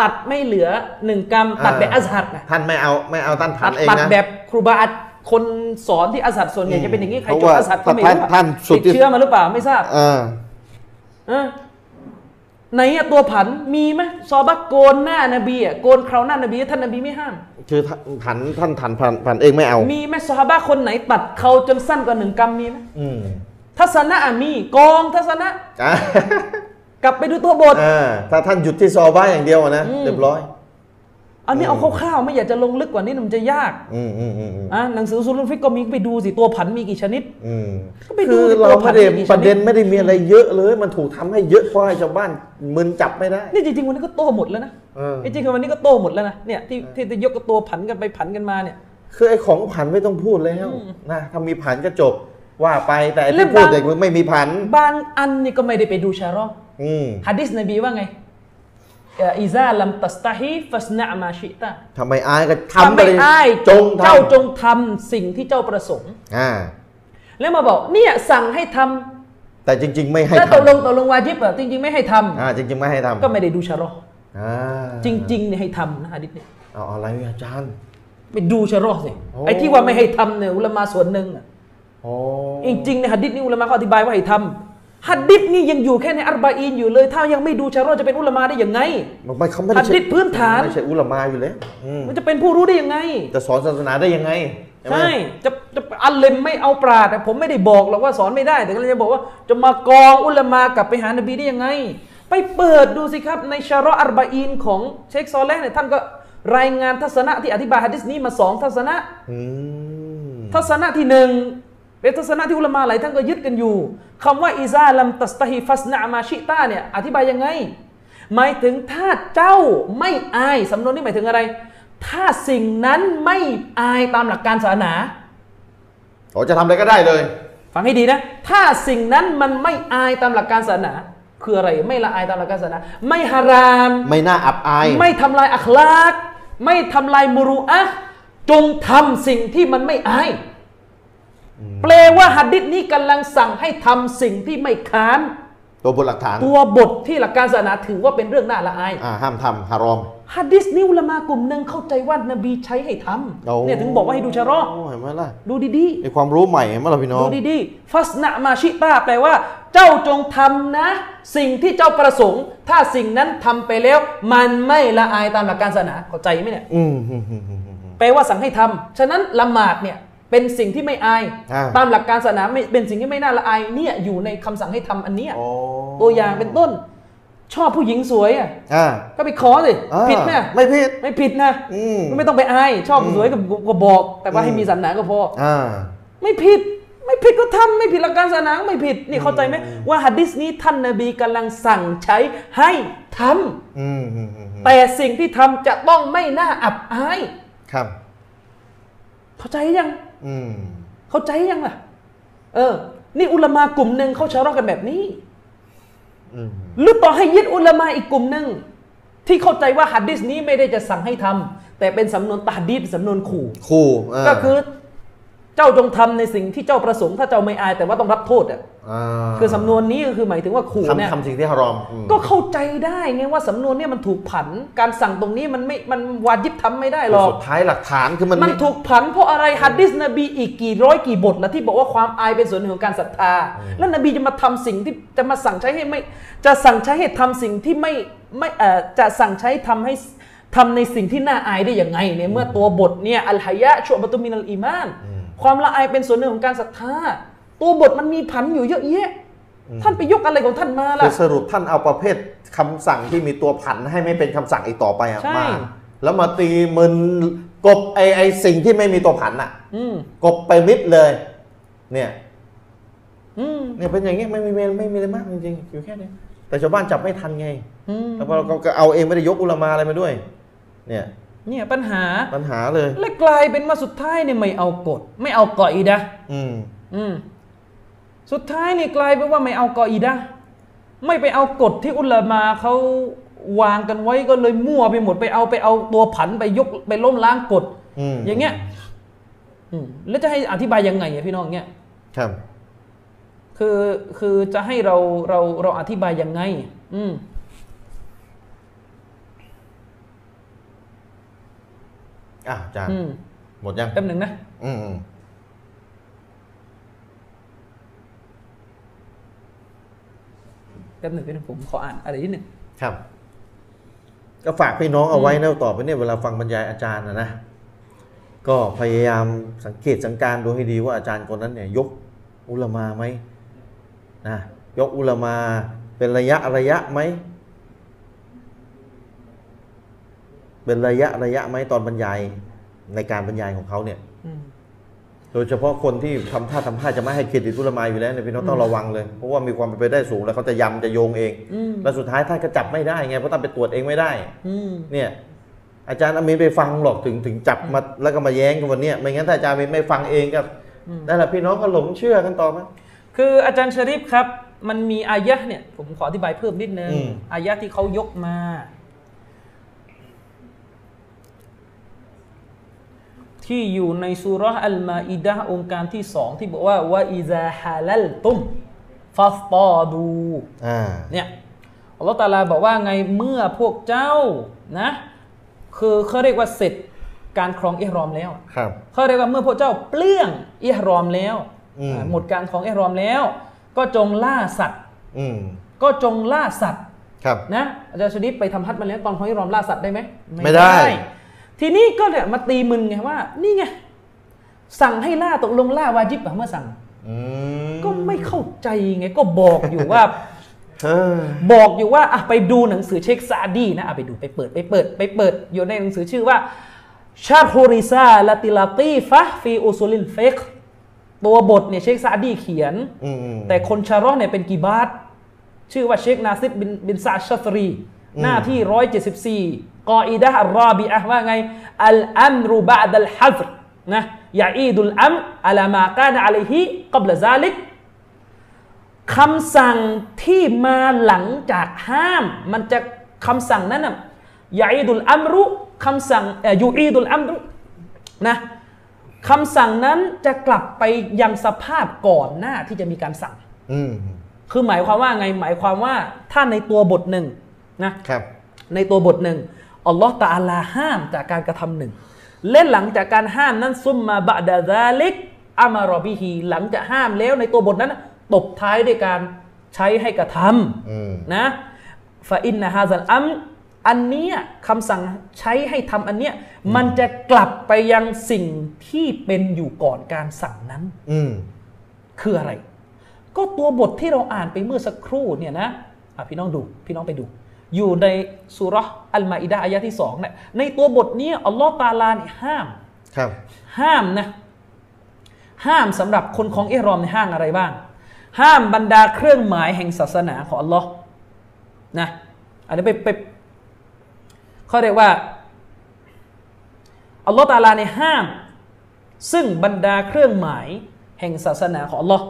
C: ตัดไม่เหลือหนึ่งกรรมตัดแบบอัสฮัดนะ
A: ท่านไม่เอาไม่เอาท่านผั
C: ตั
A: น
C: ด
A: เอง
C: ตัด
A: นะ
C: แบบครูบาอาจารย์คนสอนที่อัสฮัดส่วนใหญ่จะเป็นอย่างนี้ใครจบอัสฮัดก็ไม่
A: เพราะว่าท่านท่าน
C: รู้
A: สุด
C: ติดเชื้อมาหรือเปล่าไม่ทราบ
A: อ่า
C: เออไหนอะตัวผันมีไหมซอฮาบะโกนหน้านบีอะโกนเคราวหน้านบีท่านนบีไม่ห้าม
A: คือท่านผันท่านผันผันผันเองไม่เอา
C: มีไหมซอฮาบะคนไหนตัดเขาจนสั้นกว่าหนึ่งกรรมมีไหม
A: อืม
C: ทัศนะอะมีกองทัศนะ
A: อ่าก
C: ลับไปดูตัวบท
A: อ่าถ้าท่านหยุดที่ซอบ้าอย่างเดียวอะนะ
C: อืม
A: เรียบร้อย
C: อันนี้เอาคร่าวๆไม่อยากจะลงลึกกว่านี้มันจะยาก
A: อืมอืมอืมอืม
C: อ่ะหนังสือซุลฟิกก็มีไปดูสิตัวผันมีกี่ชนิด
A: อืม
C: ก็ไปดู
A: คือ
C: ดิ
A: เรา
C: ตัวผั
A: ไม่
C: น
A: ได้
C: มีกี่ชนิด
A: ประเด็นไม่ได้มีอะไรเยอะเลย มันถูกทำให้เยอะเพราะให้ชาวบ้านมึนจับไม่ได้
C: นี่จริงๆวันนี้ก็โตหมดแล้วนะ
A: เออ
C: ไอ้จริงๆวันนี้ก็โตหมดแล้วนะเนี่ยที่ที่จะยกตัวผันกันไปผันกันมาเนี่ย
A: คือไอ้ของผันไม่ต้องพูดแล้วนะถ้ามีผันก็จบว่าไปแต่ไอ้
C: เล่
A: ที่
C: ม
A: พูด
C: บาง
A: เด็กมันไม่มีผัน
C: บางอันนี่ก็ไม่ได้ไปดูชารอ
A: อืม
C: ฮะดิษนบีว่าไงเอ่ออิซาลัมตัสตาฮีฟัสนะมาชิตา
A: ทำไมอายก็ทำ
C: ทำ
A: ไป
C: ไม่
A: เลย
C: ได้
A: จ
C: จ
A: ง
C: ง
A: ท
C: เจ้าจงทำสิ่งที่เจ้าประสงค์
A: ำอ่า
C: แล้วมาบอกเนี่ยสั่งให้ท
A: แต่จริง ๆ ไม่
C: ำ
A: ให้
C: แล้ว
A: ท
C: ตกลงตกลงวาจิบเหรอจริง ๆ ไม่ให้ท
A: ำอ่าจริง ๆ ไม่ให้
C: ำ
A: ทำ
C: ก็ไม่ได้ดูชารอ
A: อ่า
C: จริงๆเนี่ยให้ทำนะฮะดิษเนี่ย
A: เอาอะไรอ่ะอาจารย์
C: ไปดูชารอสิ
A: โอ้
C: ไอ้ที่ว่าไม่ให้ทำเนี่ยอุลามาส่วนหนึ่งอะ
A: โอ้
C: จริงๆในหัดดิษนี่อุลามะเขาอธิบายว่าให้ทำหัดดิษนี่ยังอยู่แค่ในอัรบาอีนอยู่เลย ถ้ายังไม่ดูชาโรจะเป็นอุลามะได้ยังไง
A: มันไม่เขาไม่ได้
C: หัดดิษพื้นฐาน
A: ไม่ใช่อุลามาอยู่แล้วอืม
C: มันจะเป็นผู้รู้ได้ยังไง
A: จะสอนศาสนาได้ยังไงใช่ไหม
C: ใช่จะจะอัลเลมไม่เอาปราดผมไม่ได้บอกหรอกว่าสอนไม่ได้ แต่ก็เลยจะบอกว่าจะมากองอุลามะกลับไปหานบีได้ยังไง ไปเปิดดูสิครับในชาโรอัรบาอีนของเชคซอลแลห์เนี่ยท่านก็รายงานทัศนะที่อธิบายหัดดิษนี้มาสองทัศนะ
A: อืม
C: ทัศนะที่หนึ่งเป็นทัศนะที่อุลามะหลายท่านก็ยึดกันอยู่คำว่าอิซาลัมตัสตาฮิฟัสนามาชิตาเนี่ยอธิบายยังไง หมายถึงถ้าเจ้าไม่อายสำนวนนี้หมายถึงอะไร ถ้าสิ่งนั้นไม่อายตามหลักการศาสนา
A: เขาจะทำอะไรก็ได้เลย
C: ฟังให้ดีนะ ถ้าสิ่งนั้นมันไม่อายตามหลักการศาสนา คืออะไรไม่ละอายตามหลักการศาสนา ไม่ฮาราม
A: ไม่น่าอับอาย
C: ไม่ทำลายอัคลากไม่ทำลายมุรุอะห์จงทำสิ่งที่มันไม่อายแปลว่าหัดดิษนี้กำลังสั่งให้ทำสิ่งที่ไม่ค้าน
A: ตัวบนหลักฐาน
C: ตัวบทที่หลักการศาสนาถือว่าเป็นเรื่องน่าละอาย
A: อ่าห้ามทำฮารอม
C: หัดดิษนี้อุลามากลุ่มหนึ่งเข้าใจว่านบีใช้ให้ท
A: โอ้
C: ำเนี่ยถึงบอกว่าให้ดูชะรอ
A: โอ้เห็นไหมล่ะ
C: ดูดี
A: ไอความรู้ใหม่เห็นไหมล่ะพี่น้
C: ๆ
A: อง
C: ดูดีๆฟัสนะมาชิตาแปลว่า เจ้าจงทำนะ สิ่งที่เจ้าประสงค์ ถ้าสิ่งนั้นทำไปแล้ว มันไม่ละอายตามหลักการศาสนาเข้าใจไหมเนี่ย
A: อืม
C: แปลว่าสั่งให้ทำ ฉะนั้นละหมาดเนี่ยเป็นสิ่งที่ไม่อาย
A: อ่า
C: ตามหลักการศาสนาไม่เป็นสิ่งที่ไม่น่าละอายเนี่ยอยู่ในคำสั่งให้ทำอันเนี้ย
A: โอ้
C: ตัวอย่างเป็นต้น ชอบผู้หญิงสวยอ่ะ
A: อ่า
C: ก็ไปขอสิ
A: อ่า
C: ผิดไหม
A: ไม่ผิด
C: ไม่ผิดนะ
A: อืม
C: ไม่ต้องไปอายชอบสวยก็ก็บอก แต่ว่า
A: อืม
C: ให้มีศาสนาก็พอ
A: อ่า
C: ไม่ผิดไม่ผิดก็ทำไม่ผิดหลักการศาสนาก็ไม่ผิดนี่เข้าใจไหมว่าหัดดิษนี้ท่านนบีกำลังสั่งใช้ให้ทำ
A: อืมอืมอืมอืม
C: แต่สิ่งที่ทำจะต้องไม่น่าอับอาย
A: ครับ
C: เข้าใจยัง
A: อืม
C: เข้าใจยังล่ะ เออ นี่อุลามากลุ่มหนึ่งเขาชาร้อกันแบบนี้
A: อืม
C: หรือต่อให้ยึดอุลามาอีกกลุ่มหนึ่งที่เข้าใจว่าหัดดิษนี้ไม่ได้จะสั่งให้ทำแต่เป็นสำนวนตาดีดสำนวนขู่
A: คู่อ่า
C: ก็คือเจ้าจงทำในสิ่งที่เจ้าประสงค์ถ้าเจ้าไม่อายแต่ว่าต้องรับโทษอ่ะ
A: อ่า
C: คือสำนวนนี้ก็คือหมายถึงว่าขู่เนี่ย
A: ทำทำสิ่งที่ฮารอมอืม
C: ก็เข้าใจได้ไงว่าสำนวนเนี่ยมันถูกผัน การสั่งตรงนี้มันไม่มันวาจิบทำไม่ได้หรอก
A: สุดท้ายหลักฐานคือมัน
C: มันถูกผันเพราะอะไรฮัดดิสนบีอีกกี่ร้อยกี่บทละที่บอกว่าความอายเป็นส่วนหนึ่งของการศรัทธา แล้วนบีจะมาทำสิ่งที่จะมาสั่งใช้ให้ไม่จะสั่งใช้ให้ทำสิ่งที่ไม่ไม่เอ่อจะสั่งใช้ทำให้ทำในสิ่งที่น่าอายได้ยังไงเนี่ยเมื่อตัวบทเนี่ยอัลฮายะชั่วบตุมินัลอีมาน ความละอายเป็นส่วนหนึ่งของการศรัทธา ตัวบทมันมีผันอยู่เยอะแยะ ท่านไปยกอะไรของท่านมาล่ะ
A: คือสรุปท่านเอาประเภทคำสั่งที่มีตัวผันให้ไม่เป็นคำสั่งอีกต่อไปอะ
C: ใช่
A: มา แล้วมาตีมึนกบไอไอสิ่งที่ไม่มีตัวผันอ่ะ
C: อืม
A: กบไปมิดเลย เนี่ย
C: อืม
A: เนี่ยเป็นอย่างเงี้ยไม่มีเมนไม่มีอะไรมากจริงๆอยู่แค่นี้แต่ชาวบ้านจับไม่ทันไง
C: อืม
A: แล้วพอเราก็เอาเองไม่ได้ยกอุลามาอะไรมาด้วย เนี่ย
C: เนี่ยปัญหา
A: ปัญหาเลย
C: และกลายเป็นว่าสุดท้ายเนี่ยไม่เอากฎ ไม่เอากออีดะห์
A: อืม
C: อืมสุดท้ายเนี่ยกลายเป็นว่าไม่เอากออีดะห์ไม่ไปเอากฎที่อุลามาเขาวางกันไว้ก็เลยมั่วไปหมดไปเอาไปเอาตัวผันไปยกไปล้มล้างกฎ
A: อืม
C: อย่างเงี้ยอืมแล้วจะให้อธิบายยังไงอะพี่น้องเงี้ย
A: ครับ
C: คือคือจะให้เราเราเราอธิบายยังไง อืม
A: อ่ะอาจารย์
C: อืม
A: หมดยัง
C: แป๊บหนึ่งนะ
A: อืมอืม
C: แป๊บหนึ่งพี่น้องผมขออ่านอะไรนิดหนึ่ง
A: ครับ ก็ฝากพี่น้องเอาไว้นะต่อไปเนี่ยเวลาฟังบรรยายอาจารย์นะนะ ก็พยายามสังเกตสังการดูให้ดีว่าอาจารย์คนนั้นเนี่ย ยกอุลามาไหมนะยกอุลามาเป็นระยะระยะไหม เป็นระยะระยะไหมตอนบรรยายในการบรรยายของเขาเนี่ย
C: อืม
A: โดยเฉพาะคนที่ทำท่าทำท่าจะไม่ให้เครดิตอุลามาอยู่แล้วเนี่ยพี่น้องต้องระวังเลย เพราะว่ามีความเป็นไปได้สูงแล้วเขาจะยำจะโยงเอง
C: อืม
A: แล้วสุดท้ายท่านก็จับไม่ได้ไงเพราะท่านไปตรวจเองไม่ได้
C: อืม
A: เนี่ยอาจารย์อามินไปฟังหรอกถึงถึงจับมาแล้วก็มาแย้งกันวันเนี้ยไม่งั้นถ้าอาจารย์อามินไม่ฟังเองก็นั่นแหละพี่น้องก็หลงเชื่อกันต่อไหม
C: คืออาจารย์ชริฟครับ มันมีอายะห์เนี่ย ผมขออธิบายเพิ่มนิดนึง
A: อืม
C: อายะห์ที่เขายกมา ที่อยู่ในสุราะห์อัลมาอิดะห์องค์การที่สองที่บอกว่าวะอิซาฮาลัลตุมฟัสตอดู
A: อ่า
C: เนี่ยอัลลอฮฺตะอาลาบอกว่าไงเมื่อพวกเจ้านะ คือเขาเรียกว่าเสร็จการครองอิหรอมแล้ว
A: ครับ
C: เขาเรียกว่าเมื่อพวกเจ้าเปลื้องอิหรอมแล้ว
A: อืม
C: อ่าหมดการของอิหรอมแล้ว ก็จงล่าสัตว์
A: อืม
C: ก็จงล่าสัตว์
A: ครับ
C: นะอาจารย์ชลิดไปทำฮัทมาแล้วตอนของอิหรอมล่าสัตว์ได้ไหม
A: ไม่ได้
C: ทีนี้ก็เนี่ยมาตีมึนไงว่า นี่ไงสั่งให้ล่าตกลงล่าวาจิบปะเมื่อสั่ง
A: อืม
C: ก็ไม่เข้าใจไงก็บอกอยู่ว่า
A: เออ
C: บอกอยู่ว่าอ่ะไปดูหนังสือเชคซาดีนะอ่ะไปดูไปเปิดไปเปิดไปเปิด อยู่ในหนังสือชื่อว่าชาฮูริซาลาติลาตีฟะฟีอุซูลินเฟกตัวบทเนี่ยเชคซาดีเขียน
A: อืมอืม
C: แต่คนชาร์เนี่ยเป็นกีบาตชื่อว่าเชคนาซิบบินบินซาดชัตรี
A: อืม
C: หน้าที่ 174กออิดะฮ์อัลรอบีอะฮ์ว่าไง อัลอัมรุบะดัลฮัซรนะยาอีดุลอัมรอะลามากานะอะลัยฮิกับละซาลิกคำสั่งที่มาหลังจากห้าม มันจะคำสั่งนั้นนะยาอีดุลอัมรุคำสั่งเอ่อยูอีดุลอัมรุนะคำสั่งนั้นจะกลับไปยังสภาพก่อนหน้าที่จะมีการสั่ง
A: อืม
C: คือหมายความว่าไงหมายความว่าถ้าในตัวบทหนึ่งนะครับ ในตัวบทหนึ่งอัลลอฮ์ตะอาลาห้ามจากการกระทำหนึ่งและหลังจากการห้ามนั้นซุมมาบะดาซาลิกอามารอบิฮีหลังจากห้ามแล้วในตัวบทนั้นตบท้ายด้วยการใช้ให้กระทำ
A: อืม
C: นะฟาอินนะฮะซันอัมอันเนี้ยคำสั่งใช้ให้ทำอันเนี้ยมันจะกลับไปยังสิ่งที่เป็นอยู่ก่อนการสั่งนั้น
A: อืม
C: คืออะไร ก็ตัวบทที่เราอ่านไปเมื่อสักครู่เนี่ยนะ อ่ะพี่น้องดู พี่น้องไปดู อยู่ในสุเราะห์อัลมาอิดะห์อายะที่สองเนี่ยในตัวบทนี้อัลลอฮ์ตะอาลาเนี่ยห้าม
A: ครับ
C: ห้ามนะ ห้ามสำหรับคนของเอรอมในยห้ามอะไรบ้าง ห้ามบรรดาเครื่องหมายแห่งศาสนาของอัลลอฮ์นะอันนี้ไปไปเขาเรียกว่าอัลลอฮ์ตะอาลาในยห้าม ซึ่งบรรดาเครื่องหมายแห่งศาสนาของอัลลอฮ์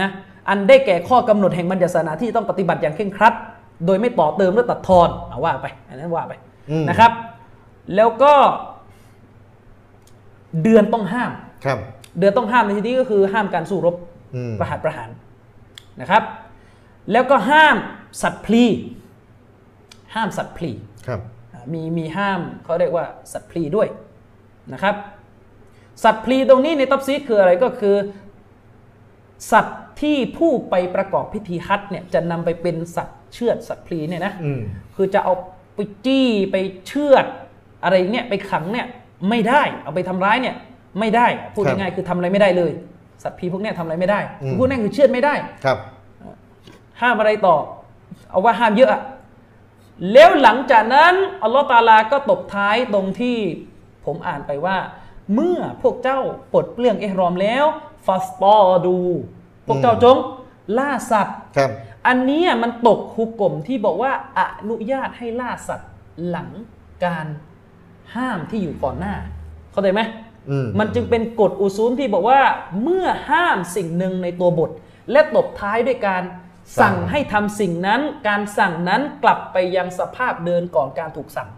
C: นะอันได้แก่ข้อกำหนดแห่งบัญญัติศาสนาที่ต้องปฏิบัติอย่างเคร่งครัด โดยไม่ต่อเติมหรือตัดทอนเอาว่าไป อันนั้นว่าไป
A: อืม
C: นะครับ แล้วก็เดือนต้องห้าม
A: ครับ
C: เดือนต้องห้ามในที่นี้ก็คือห้ามการสู้รบ
A: อืม
C: ประหารประหารนะครับ แล้วก็ห้ามสัตว์พลี ห้ามสัตว์พลี
A: ครับ
C: อ่ามีมีห้ามเขาเรียกว่าสัตว์พลีด้วยนะครับ สัตว์พลีตรงนี้ในตับซีดคืออะไรก็คือ สัตว์ที่ผู้ไปประกอบพิธีฮัจญ์เนี่ยจะนำไปเป็นสัตว์เชือดสัตว์พลีเนี่ยนะ
A: อืม
C: คือจะเอาไปจี้ไปเชือดอะไรอย่างเงี้ยไปขังเนี่ยไม่ได้เอาไปทำร้ายเนี่ยไม่ได้พูดง่ายๆคือทำอะไรไม่ได้เลย สัตว์พลีพวกเนี้ยทำอะไรไม่ได้คือพูดง่ายๆคือเชือดไม่ได้
A: ครับ
C: ห้ามอะไรต่อ เอาว่าห้ามเยอะอะแล้วหลังจากนั้นอัลลอฮ์ตะอาลาก็ตบท้ายตรงที่ผมอ่านไปว่า เมื่อพวกเจ้าปลดเปลื้องเอฮรอมแล้วฟาสตอดู พวกเจ้าจงล่าสัตว์
A: ครับ
C: อันเนี้ยมันตกคุกกลมที่บอกว่าอนุญาตให้ล่าสัตว์หลังการห้ามที่อยู่ก่อนหน้า เข้าใจไหม
A: อืม
C: มันจึงเป็นกฎอุซูมที่บอกว่าเมื่อห้ามสิ่งหนึ่งในตัวบท และตบท้ายด้วยการสั่งให้ทำสิ่งนั้น การสั่งนั้นกลับไปยังสภาพเดินก่อนการถูกสั่ง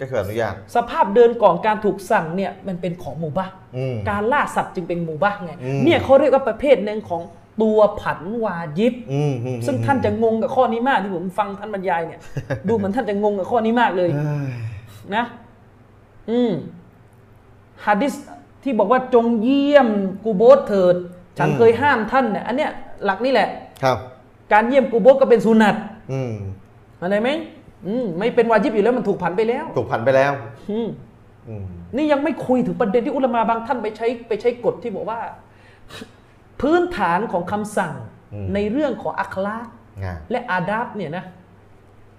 A: ก็คืออนุญาต
C: สภาพเดินก่อนการถูกสั่งเนี่ยมันเป็นของหมู่บ้าน
A: อืม
C: การล่าสัตว์จึงเป็นหมู่บ้านไง
A: อืม
C: เนี่ยเขาเรียกว่าประเภทหนึ่งของตัวผันวาญิบ
A: อืมอืม
C: ซึ่งท่านจะงงกับข้อนี้มากที่ผมฟังท่านบรรยายเนี่ย ดูเหมือนท่านจะงงกับข้อนี้มากเลย
A: เอ้ย
C: นะ อืมฮะดิษที่บอกว่าจงเยี่ยมกูโบสเถิด ฉันเคยห้ามท่านเนี่ย อันเนี้ยหลักนี่แหละ
A: ครับ
C: การเยี่ยมกูโบสก็เป็นสุนัต
A: อืม
C: อะไรไหมอืมไม่เป็นวาจิบอยู่แล้วมันถูกผันไปแล้ว
A: ถูกผันไปแล้ว
C: อืม
A: อืม
C: นี่ยังไม่คุยถึงประเด็นที่อุลามาบางท่านไปใช้ไปใช้กฎที่บอกว่า พื้นฐานของคำสั่งในเรื่องของอัคลาก
A: งาน
C: และอาดับเนี่ยนะ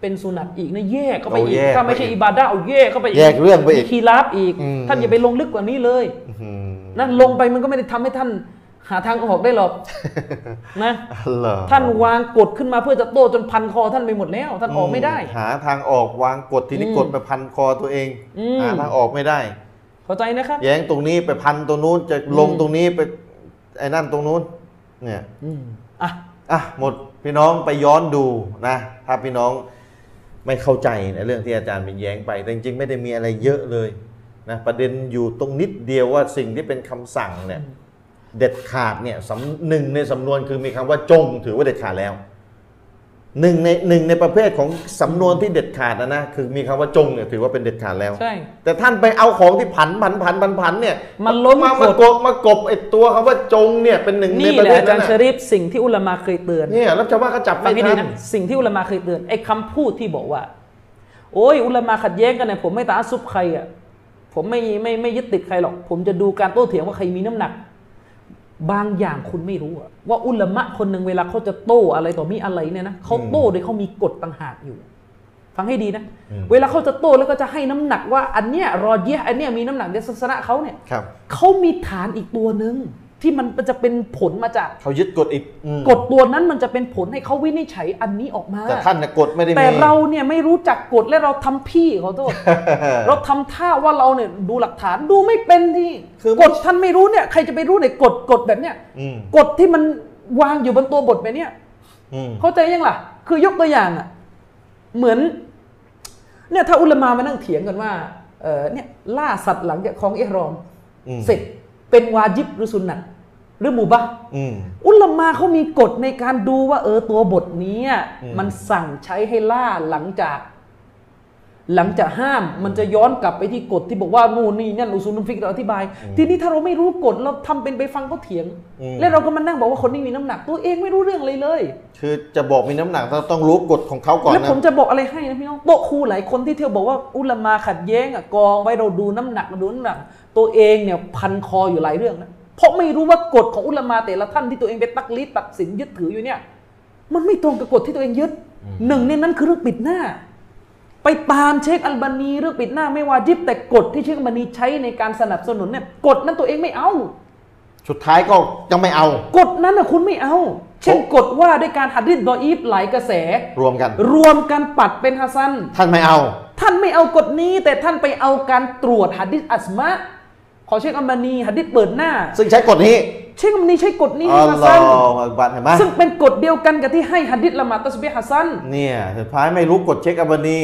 C: เป็นสุนัตอีกนะแย่เข้าไป
A: เอา
C: อีก
A: แยก
C: ถ้าไม่ใช่
A: ไปอีก
C: อิบาดะห์เอาแย่เข้าไปอี
A: แยกเรื่องไปอีก
C: มีคีราฟอีก
A: อืม
C: ท่านอย่าไปลงลึกกว่านี้เลย
A: อืม
C: นะลงไปมันก็ไม่ได้ทำให้ท่านหาทางออกได้ หรอกนะ
A: เหรอ
C: ท่านวางกฎขึ้นมาเพื่อจะโต้จนพันคอท่านไปหมดแล้ว ท่านออกไม่ได้
A: หาทางออกวางกฎทีนี้
C: อืม
A: กดไปพันคอตัวเอง
C: อืม
A: หาทางออกไม่ได้
C: เข้าใจนะครับ
A: แย้งตรงนี้ไปพันตรงนู้นจะลงตรงนี้ไปไอ้นั่นตรงนู้น เนี่ย
C: อืมอ่ะ
A: อ่ะหมดพี่น้องไปย้อนดูนะถ้าพี่น้องไม่เข้าใจในเรื่องที่อาจารย์เป็นแย้งไป แต่จริงๆไม่ได้มีอะไรเยอะเลยนะประเด็นอยู่ตรงนิดเดียวว่าสิ่งที่เป็นคำสั่งเนี่ยเด็ดขาดเนี่ยสำหนึ่งในสำนวนคือมีคำว่าจงถือว่าเด็ดขาดแล้วหนึ่งในหนึ่งในประเภทของสำนวนที่เด็ดขาดนะนะคือมีคำว่าจงเนี่ยถือว่าเป็นเด็ดขาดแล้ว
C: ใช่
A: แต่ท่านไปเอาของที่ผันผันผันผันผันเนี่ย
C: มันล้ม
A: มามาก ก
C: ฎ
A: บมากบไอตัวคำว่าจงเนี่ยเป็นหนึ่งใน
C: นี่
A: ประ
C: แห
A: เภท
C: ละอาจา
A: นั้น
C: รย์ช
A: น่ะ
C: ริฟสิ่งที่อุลามาเคยเตือน
A: เนี่ยแล้วชาวบ้านเขาจับ
C: ฟั
A: ไม่
C: งให้ดี
A: ทัน
C: นะสิ่งที่อุลามาเคยเตือนไอ้คำพูดที่บอกว่า โอ้ยอุลามาขัดแย้งกันเนี่ยผมไม่ตาซุบใครอ่ะผมไม่ไม่ไม่ยึดติดใครหรอก ผมจะดูการโต้เถียงว่าใครมีน้ำหนัก บางอย่างคุณไม่รู้อะว่าอุลามะคนหนึ่งเวลาเขาจะโต้อะไรต่อมีอะไรเนี่ยนะเขาโต้โดยเขามีกฎต่างหากอยู่ ฟังให้ดีนะ
A: อืม
C: เวลาเขาจะโต้แล้วก็จะให้น้ำหนักว่า อันเนี้ยรอเยะอันเนี้ยมีน้ำหนักในศาสนาเขาเนี่ย
A: ครับ
C: เขามีฐานอีกตัวหนึ่งที่มันจะเป็นผลมาจาก
A: เขายึดกฎอีกอืม
C: กฎตัวนั้นมันจะเป็นผลให้เขาวินิจฉัยอันนี้ออกมา
A: แต่ท่านน่ะกฎไม่ได้มี
C: แต่เราเนี่ยไม่รู้จักกฎและเราทำพี่ขอโท ษ เราทำท่าว่าเราเนี่ยดูหลักฐานดูไม่เป็นที่
A: คือไม่
C: กฎท่านไม่รู้เนี่ยใครจะไปรู้เนี่ยกฎกฎแบบเนี้ย
A: อืม
C: กฎที่มันวางอยู่บนตัวบทแบบเนี้ย
A: อืม
C: เข้าใจยังล่ะ คือยกตัวอย่างอ่ะเหมือนเนี่ยถ้าอุลามามานั่งเถียงกันว่าเออเนี่ยล่าสัตว์หลังจากของเอฮรอม
A: อืม
C: เสร็จเป็นวาจิบหรือสุนนัตหรือมูบะห์
A: อืม
C: อุลามาเขามีกฎในการดูว่าเออตัวบทเนี้ย
A: อืม
C: มันสั่งใช้ให้ล่าหลังจาก หลังจากห้ามมันจะย้อนกลับไปที่กฎที่บอกว่านู่นนี่นั่นอุซูลุมฟิกเราอธิบาย ทีนี้ถ้าเราไม่รู้กฎเราทำเป็นไปฟังเขาเถียง
A: อืม
C: แล้วเราก็มานั่งบอกว่าคนนี้มีน้ำหนัก ตัวเองไม่รู้เรื่องเลยเลย
A: คือจะบอกมีน้ำหนักต้องต้องรู้กฎของเขาก่อน
C: แล้ว
A: นะ
C: ผมจะบอกอะไรให้นะพี่น้องโต๊ะครูหลายคนที่เที่ยวบอกว่าอุลามาขัดแย้งอะกองไว้เราดูน้ำหนักเราดูน้ำหนัก ตัวเองเนี่ยพันคออยู่หลายเรื่องนะเพราะไม่รู้ว่ากฎของอุลามาแต่ละท่านที่ตัวเองไปตักลีดตัดสินยึดถืออยู่เนี่ย มันไม่ตรงกับกฎที่ตัวเองยึด หนึ่งในนั้นคือเรื่องปิดหน้า ไปตามเชคอัลบานีเรื่องปิดหน้าไม่วาจิบแต่กฎที่เชคอัลบานีใช้ในการสนับสนุนเนี่ยกฎนั้นตัวเองไม่เอา
A: สุดท้ายก็ยังไม่เอา
C: กฎนั้นนะคุณไม่เอา เช่นกฎว่าด้วยการหัดดิษดออีฟหลายกระแส
A: รวมกัน
C: รวมกันปัดเป็นฮัสซัน
A: ท่านไม่เอา
C: ท่านไม่เอากฎนี้แต่ท่านไปเอาการตรวจหัดดิษอัสมะของเชคอัลบานีหัดดิษเปิดหน้า
A: ซึ่งใช้กฎนี้
C: เชคอัลบานีใช้กฎนี้
A: อ๋อ
C: ให้ฮัส
A: รอ
C: ซัน
A: บัตรเห็นไหม
C: ซึ่งเป็นกฎเดียวกันกับที่ให้หัดดิษละหมาดตัสบิฮฮัสซัน
A: เนี่ยสุดท้ายไม่รู้กฎเช็คอัลบานี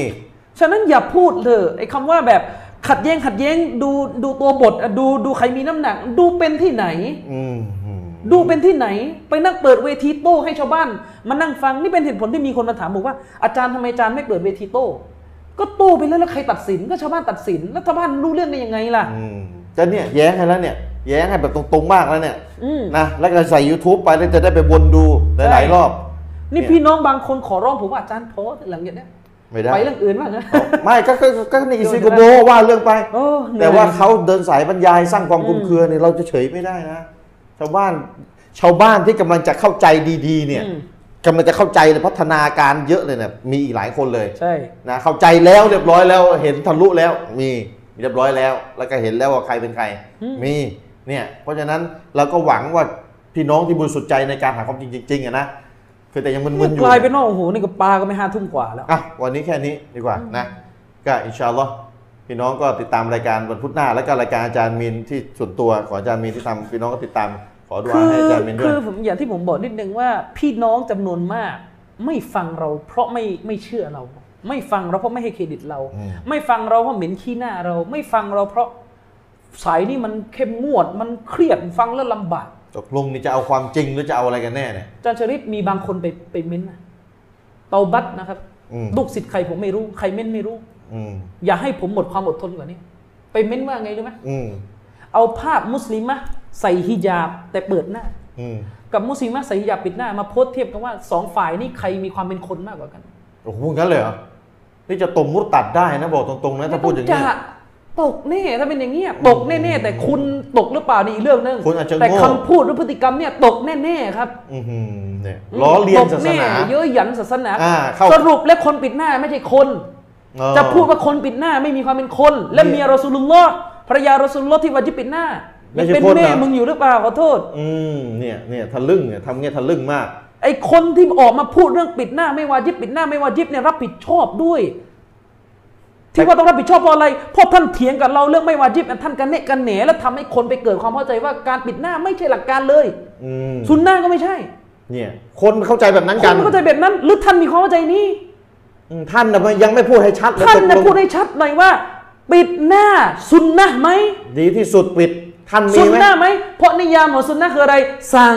C: ฉะนั้นอย่าพูดเลยไอ้คำว่าแบบขัดแย้งขัดแย้งดูดูตัวบทอะดูดูใครมีน้ำหนัก ดูเป็นที่ไหน
A: อืมอืม
C: ดูเป็นที่ไหน ไปนั่งเปิดเวทีโต้ให้ชาวบ้าน มานั่งฟังนี่เป็นเหตุผลที่มีคนมาถามบอกว่าอาจารย์ทำไมอาจารย์ไม่เปิดเวทีโต้ก็โต้ไปแล้วแล้วใครตัดสินก็ชาวบ้านตัดสิน แล้วชาวบ้านรู้เรื่องได้ยังไงล่ะ
A: อืมแต่เนี่ยแย้งให้แล้วเนี่ย แย้งให้แบบตรงๆมากแล้วเนี่ย
C: อืม
A: นะแล้วก็ใส่ YouTube ไปแล้วจะได้ไปวนดูห
C: ใช่
A: ลายๆรอบ
C: นี่พี่น้องบางคนขอร้องผมว่าอาจารย์โพสหลังจากเนี้ย
A: ไม่ได้
C: ไปเรื่องอื่นบ้างนะ
A: ไม่ก็ก็ก็ก็ในอิซิโกโบว่าเรื่องไป
C: โอ้เหนื่อย
A: แต่ว่าเขาเดินสายบรรยายสร้างความคลุมเครือเนี่ยเราจะเฉยไม่ได้นะชาวบ้านชาวบ้านที่กำลังจะเข้าใจดี ๆ เนี่ยกำลังจะเข้าใจในพัฒนาการเยอะเลยเนี่ยมีอีกหลายคนเลย
C: ใช่
A: นะเข้าใจแล้วเรียบร้อยแล้วเห็นทะลุแล้วมีเรียบร้อยแล้ว แล้วก็เห็นแล้วว่าใครเป็นใคร มีเนี่ยเพราะฉะนั้นเราก็หวังว่าพี่น้องที่บริสุทธิ์ใจในการหาความจริงจริงๆอะนะคือแต่ยังมึนๆอยู่
C: กลายเป็นว่าโอ้โหนี่ก็ปลาก็ไม่ห้าทุ่มกว่าแล้ว
A: อ่ะวันนี้แค่นี้ดีกว่านะก็อินชาอัลลอฮ์พี่น้องก็ติดตามรายการวันพุธหน้า แล้วก็รายการอาจารย์มินที่ส่วนตัวของอาจารย์มินที่ทำพี่น้องก็ติดตามขอดุอา
C: คือ
A: ให้อาจารย์มินด้ว
C: คื
A: ย
C: อผมอย่างที่ผมบอกนิดนึงว่าพี่น้องจำนวนมาก ไม่ฟังเราเพราะไม่ไม่เชื่อเรา ไม่ฟังเราเพราะไม่ให้เครดิตเรา
A: อืม
C: ไม่ฟังเราเพราะเหม็นขี้หน้าเรา ไม่ฟังเราเพราะสายนี่มันเข้มงวด มันเครียดฟังแล้วลำบาก
A: ตกลงนี่จะเอาความจริงหรือจะเอาอะไรกันแน่เนี่ย
C: อาจารย์ชริปมีบางคนไปไปเม้นนะเตาบัตนะครับ
A: อืม
C: ลูกศิษย์ใครผมไม่รู้ใครเม้นไม่รู้
A: อืม
C: อย่าให้ผมหมดความอดทนกว่านี้ไปเม้นว่าไงรู้ไหม
A: อืม
C: เอาภาพมุสลิมะใส่ฮิญาบแต่เปิดหน้า
A: อืม
C: กับมุสลิมะใส่ฮิญาบปิดหน้ามาโพสต์เทียบกันว่าสองฝ่ายนี่ใครมีความเป็นคนมากกว่ากัน
A: โอ้โหงั้นเลยเหรอนี่จะตมมุตตัดได้นะบอกตรงๆนะถ้าพูดอย่าง
C: จะ
A: นี้
C: ตกแน่ถ้าเป็นอย่างเงี้ยตกแน่ๆแต่คุณตกหรือเปล่านี่อีกเรื่องนึง
A: คุณอาจจะ
C: แต่
A: โง่
C: คำพูดหรือพฤติกรรมเนี่ยตกแน่ๆครับ
A: อือหือเนี่ยล้อเลียนศาสนา
C: ตกแเยอะหยันศาสนา
A: อ่าเข้า
C: สรุปแล้วคนปิดหน้าไม่ใช่คน
A: เออ
C: จะพูดว่าคนปิดหน้าไม่มีความเป็นคนและ
A: เนี่ย
C: เมียรอซูลุลลอฮ์ภรรยารอซูลุลลอฮ์ที่วาจิบปิดหน้า
A: ไม่ใช่
C: เป็น
A: คน
C: แม่
A: นะ
C: มึงอยู่หรือเปล่าขอโทษ
A: อืมเนี่ยเนี่ยทะลึ่งเนี่ยทำเงี้ยทะลึ่งมาก
C: ไอ้คนที่ออกมาพูดเรื่องปิดหน้าไม่วาจิบปิดหน้าไม่วาจิบเนี่ยรับผิดชอบด้วย ที่ว่าต้องรับผิดชอบเพราะอะไรเพราะท่านเถียงกับเราเรื่องไม่วาจิบเนี่ยท่านกันเนะกันแหนแล้วทำให้คนไปเกิดความเข้าใจว่าการปิดหน้าไม่ใช่หลักการเลย
A: อืม
C: ซุนน่าก็ไม่ใช่
A: เนี่ยคนเข้าใจแบบนั้น
C: ค
A: กัน
C: นเข้าใจแบบนั้น หรือท่านมีความเข้าใจนี้
A: อืมท่านน่ะยังไม่พูดให้ชัดเลย
C: ท่านนะ
A: ตกลง
C: พูดให้ชัดหน่อยว่า ปิดหน้าซุนนะห์ไหม
A: ดีที่สุดปิดท่านมี
C: ซุน
A: ไหม
C: นะห์ไหมเพราะนิยามของซุนนะห์คืออะไร สั่ง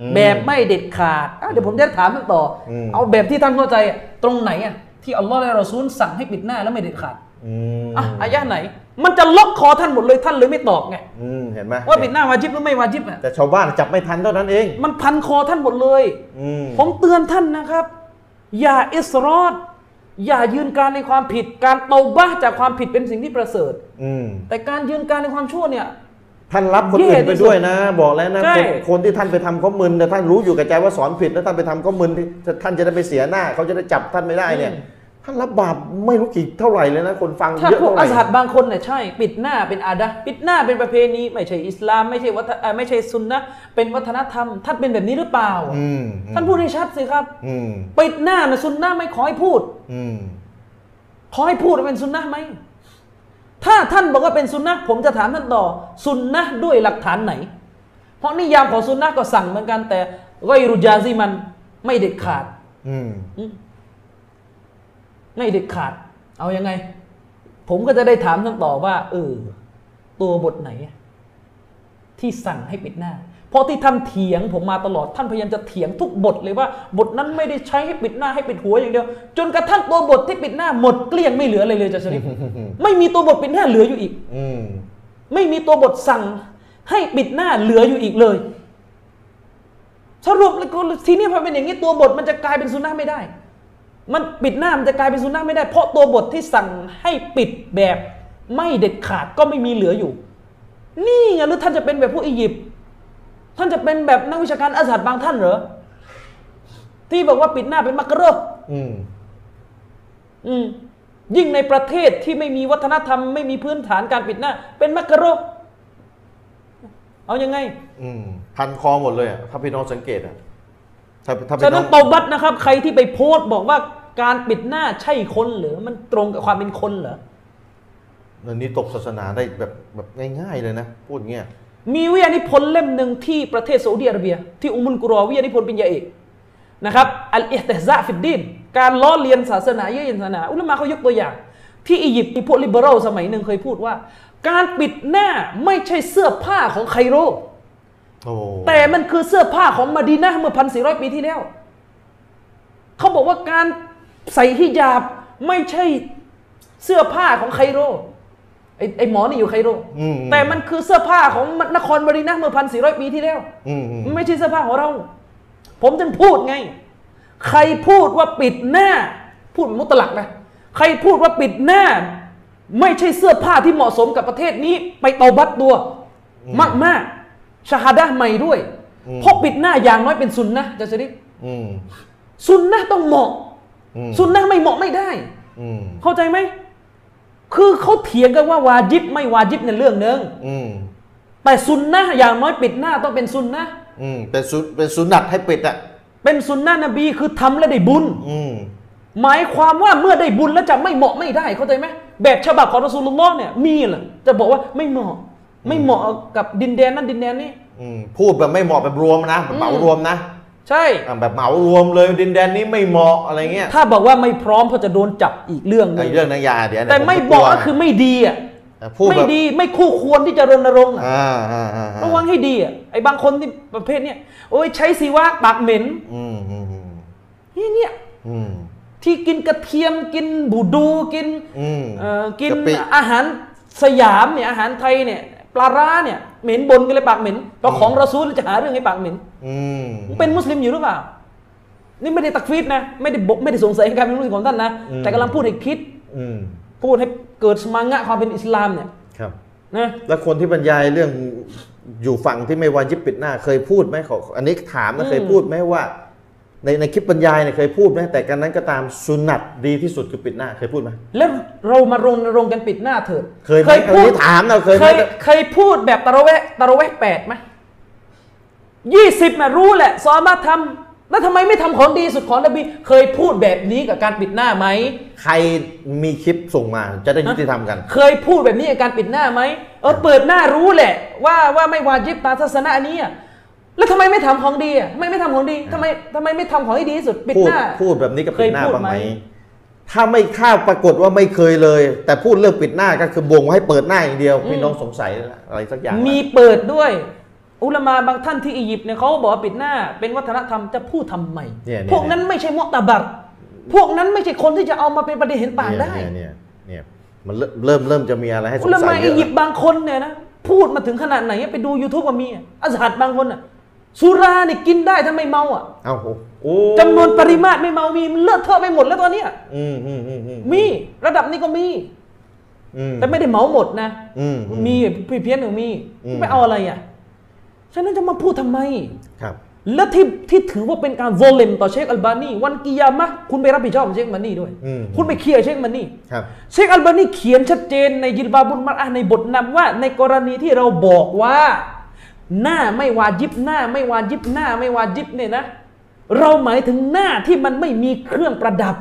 A: อืม
C: แบบไม่เด็ดขาดอ่ะเดี๋ยวผมจะถามท่านต่ออ
A: ม
C: เอาแบบที่ท่านเข้าใจอ่ะตรงไหนอ่ะที่อัลลอฮ์และรอซูลสั่งให้ปิดหน้าแล้วไม่เด็ดขาด
A: อืม
C: อ่ะอายะห์ไหน มันจะล็อกคอท่านหมดเลยท่านเลยไม่ตอบไง
A: อืมเห็นไหม
C: ว่าปิดหน้าวาจิบหรือไม่วาจิบอ่ะ
A: แต่ชาวบ้านจับไม่ทันเท่านั้นเอง
C: มันพันคอท่านหมดเลย
A: อืม
C: ผมเตือนท่านนะครับ อย่าอิสรอดอย่ายืนกรารในความผิด การเตาบะห์จากความผิดเป็นสิ่งที่ประเสริฐ
A: อืม
C: แต่การยืนกรารในความชั่วเนี่ย
A: ท่านรับคน
C: แย่
A: อื่น
C: ที่
A: ไป
C: สุด
A: ด้วยนะ บอกแล้วนะ
C: ใช่
A: คนคนที่ท่านไปทำเขามึนแต่ท่านรู้อยู่กับใจว่าสอนผิดแล้วท่านไปทำเขามึนที่ท่านจะได้ไปเสียหน้า เขาจะได้จับท่านไม่ได้เนี่ย ท่านรับบาปไม่รู้กี่เท่าไหร่เลยนะ คนฟัง
C: ถ้า
A: เยอะ
C: พวก
A: เท่าไห
C: อา
A: ร่
C: สฮัดบางคนเนี่ยใช่ ปิดหน้าเป็นอาดะห์ปิดหน้าเป็นประเพณีไม่ใช่อิสลาม ไม่ใช่วัฒเอ่อไม่ใช่ซุนนะห์เป็นวัฒนธรรม ท่านเป็นแบบนี้หรือเปล่า
A: อืม
C: ท่านพูดให้ชัดสิครับ
A: อืม
C: ปิดหน้านะซุนนะห์ไม่ขอให้พูด
A: อืม
C: ขอให้พูดว่าเป็นซุนนะห์ไหม ถ้าท่านบอกว่าเป็นซุนนะห์ผมจะถามท่านต่อซุนนะห์ด้วยหลักฐานไหน เพราะนิยามของซุนนะห์ก็สั่งเหมือนกันแต่ก็อิรุจาซีมันไม่เด็ดขาด
A: อืม
C: ไม่เด็ดขาด เอายังไง ผมก็จะได้ถามท่านต่อว่า เออ ตัวบทไหนอะที่สั่งให้ปิดหน้า เพราะที่ท่านเถียงผมมาตลอดท่านพยายามจะเถียงทุกบทเลยว่า บทนั้นไม่ได้ใช้ให้ปิดหน้าให้ปิดหัวอย่างเดียว จนกระทั่งตัวบทที่ปิดหน้าหมดเกลี้ยงไม่เหลืออะไรเลยจ้ะชริฟ ไม่มีตัวบทปิดหน้าเหลืออยู่อีก
A: อืม
C: ไม่มีตัวบทสั่งให้ปิดหน้าเหลืออยู่อีกเลย สรุปแล้วก็ทีนี้พอเป็นอย่างนี้ตัวบทมันจะกลายเป็นซุนนะห์ไม่ได้ มันปิดหน้ามันจะกลายเป็นซุนนะห์ไม่ได้ เพราะตัวบทที่สั่งให้ปิดแบบไม่เด็ดขาดก็ไม่มีเหลืออยู่ นี่ไงหรือท่านจะเป็นแบบพวกอียิปต์ท่านจะเป็นแบบนักวิชาการอาสาดบางท่านเหรอที่บอกว่าปิดหน้าเป็นมักเรอ
A: อืม
C: อืมยิ่งในประเทศที่ไม่มีวัฒนธรรม ไม่มีพื้นฐานการปิดหน้า เป็นมักกะโรคเอายังไง
A: อืม พันคอหมดเลยอ่ะถ้าพี่น้องสังเกตอ่ะถ้าถ้าพี่
C: ฉะ
A: น้
C: นั้
A: อน ง
C: ตบัตนะครับ ใครที่ไปโพสต์บอกว่าการปิดหน้าใช่คนเหรือมันตรงกับความเป็นคนเหรอ
A: อันนี้ตกศาสนาได้แบบแบบง่ายๆเลยนะ พูดอย่างเงี้ย
C: มีวิทยานิพนธ์เล่มหนึ่งที่ประเทศซาอุดิอาระเบีย ที่อุมุลกุรอวิทยานิพนธ์ปริญญาเอกนะครับอัลอิฮติซะฟิดดินการล้อเลียนศาสนาเย่อหยิ่งศาสนา อุลามะเขายกตัวอย่าง ที่อียิปต์มีพวกลิเบอรัลสมัยหนึ่งเคยพูดว่า การปิดหน้าไม่ใช่เสื้อผ้าของไคโร
A: โอ้
C: แต่มันคือเสื้อผ้าของมะดีนะห์เมื่อพันสี่ร้อยปีที่แล้ว เขาบอกว่าการใส่ฮิญาบไม่ใช่เสื้อผ้าของไคโรไอ้ไอหมอนี่อยู่ไคโร
A: อืม
C: แต่มันคือเสื้อผ้าของนครมะดีนะห์เมื่อพันสี่ร้อยปีที่แล้ว
A: อืมอืม
C: มันไม่ใช่เสื้อผ้าของเรา ผมจึงพูดไง ใครพูดว่าปิดหน้า พูดมุตลักนะ ใครพูดว่าปิดหน้า ไม่ใช่เสื้อผ้าที่เหมาะสมกับประเทศนี้ ไปเตาบัตรตัว
A: อืม
C: มากมากๆชาฮาดะห์ใหม่ด้วย
A: อืม
C: เพราะปิดหน้าอย่างน้อยเป็นซุนนะอาจะสริฟ
A: อืม
C: ซุนนะต้องเหมาะ
A: อืม
C: ซุนนะไม่เหมาะไม่ได้
A: อืม
C: เข้าใจไหม คือเขาเถียงกันว่าวาจิบไม่วาจิบในยเรื่องหนึ่ง
A: อืม
C: แต่ซุนนะอย่างน้อยปิดหน้าต้องเป็นซุนนะ
A: อืมเป็นสุเป็นสุนัตให้ปิดอ่ะ
C: เป็นสุนนะนบีคือทำแล้วได้บุญ
A: อืม
C: หมายความว่าเมื่อได้บุญแล้วจะไม่เหมาะไม่ได้เข้าใจไหมแบบฉบับของรอสูลุลลอฮ์เนี่ยมีเหรอจะบอกว่าไม่เหมาะ ไม่เหมาะกับดินแดนนั้นดินแดนนี้
A: อืม พูดแบบไม่เหมาะแบบรวมนะแบบเหมารวมนะ
C: ใช่
A: อ่ะแบบเหมารวมเลยดินแดนนี้ไม่เหมาะอะไรเงี้ย
C: ถ้าบอกว่าไม่พร้อมเพราะจะโดนจับอีกเรื่องหนึ
A: ไอ้
C: ง
A: เรื่องนังยาเดี๋ยวเนี่ย
C: แต่ไม่
A: ผ
C: บ
A: ลั
C: อก
A: ว
C: ก็คือไม่ดีอ่ะ
A: แต่พูด
C: ไม่
A: แบบ
C: ดีไม่คู่ควรที่จะรณรงค์อะ
A: อ่าอ่าอ่า
C: ระวังให้ดีอ่ะไอ้บางคนที่ประเภทเนี้ยโอ้ยใช้สีวะปากเหม็น
A: อืมอืมอืม
C: นี่เนี่ย
A: อืม
C: ที่กินกระเทียมกินบูดูกิน
A: อืม
C: เอ่อกิน
A: กะปิ
C: อาหารสยามเนี่ยอาหารไทยเนี่ยปลาร้าเนี่ยเหม็นบนกันเลยปากเหม็นเพราะของเราซูลจะหาเรื่องให้ปากเหม็น
A: อืม
C: มึงเป็นมุสลิมอยู่หรือเปล่า นี่ไม่ได้ตักฟีดนะไม่ได้บกไม่ได้สงสัยการเป็นมุสลิมของท่านนะ
A: อืม
C: แต่กำลังพูดให้คิด
A: อืม
C: พูดให้เกิดสมังงะความเป็นอิสลามเนี่ย
A: ครับ
C: นะ
A: แล้วคนที่บรรยายเรื่องอยู่ฝั่งที่ไม่วาญิบปิดหน้า เคยพูดไหมขออันนี้ถามนะเคยพูดไหมว่า ในในคลิปบรรยายเนี่ยเคยพูดไหมแต่การนั้นก็ตามสุนัตดีที่สุดคือปิดหน้า เคยพูดไหม
C: แล้วเรามารณรงค์กันปิดหน้าเถิด
A: เคยไหม
C: พู
A: อันนี้
C: ด
A: ถามนะเคยไหม
C: เคยเคยพูดแบบตะระเวะตะระเวะแปดไหมยี่สิบน่ะรู้แหละซอฮามาทำแล้วทำไมไม่ทำของดีสุดของนบีเคยพูดแบบนี้กับการปิดหน้าไหม
A: ใครมีคลิปส่งมาจะได้ยุติธรรมกัน
C: เคยพูดแบบนี้กับการปิดหน้าไหมเออเปิดหน้ารู้แหละ ว่าว่าไม่วาจิบตามทัศนะอันนี้อะแล้วทำไมไม่ทำของดีอ่ะทำไมไม่ทำของดีทำไมทำไมไม่ทำของที่ดีที่สุดปิด
A: พูด
C: หน้า
A: พูดแบบนี้กับ
C: เค
A: ปิ
C: ย
A: ดหน้า
C: พูด
A: บ้างไหม
C: ไหม
A: ถ้าไม่ข้าปรากฏว่าไม่เคยเลย แต่พูดเรื่องปิดหน้าก็คือบ่งว่าให้เปิดหน้าอย่างเดียวพี่น้องสงสัยอะไรสักอย่าง
C: มีเปิดด้วย อุลามาบางท่านที่อียิปต์เนี่ยเขาบอกว่าปิดหน้า เป็นวัฒนธรรมจะพูดทำไม
A: เนี่ยเย
C: พวกนั้นไม่ใช่มุตะบัดพวกนั้นไม่ใช่คนที่จะเอามาเป็นประเด็นเห็นต่างได้
A: เนี่ยเนี่ยเนี่ยเนี่ยมันเริ่มเริ่มเริ่มจะมีอะไรให้สง
C: อุลา
A: สั
C: มาย
A: เย
C: อี
A: อะ
C: ยิปต์บางคนเนี่ยนะพูดมาถึงขนาดไหนอะไปดู YouTube ก็มีอะอัสฮัดบางคนอ่ะสุราเนี่ยกินได้ถ้าไม่เมาอ่ะ
A: เอ้าโอ้โอ้
C: จำนวนปริมาตรไม่เมามีมันเลอะเทอะไปหมดแล้วตอนเนี้ย
A: อืมอืมอืมอืม
C: มีระดับนี้ก็มี
A: อื
C: แต่ไม่ได้เหมาหมดนะ
A: อืมอื
C: มีพี่เพี้ยนหนึ่งมี
A: อืม
C: ไม่เอาอะไรอ่ะฉะนั้นจะมาพูดทำไม
A: ครับ
C: และที่ที่ถือว่าเป็นการโวเลมต่อเชคอัลบานีวันกิยามะห์คุณไปรับผิดชอบเชคมันนี่ด้วย
A: อืม
C: คุณไปเคลียร์เชคมันนี่
A: ครับ
C: เชคอัลบานีเขียนชัดเจนในยิลบาบุลมัรอะห์ในบทนำว่า ในกรณีที่เราบอกว่า หน้าไม่วาจิบหน้าไม่วาจิบหน้าไม่วาจิบเนี่ยนะ เราหมายถึงหน้าที่มันไม่มีเครื่องประดับ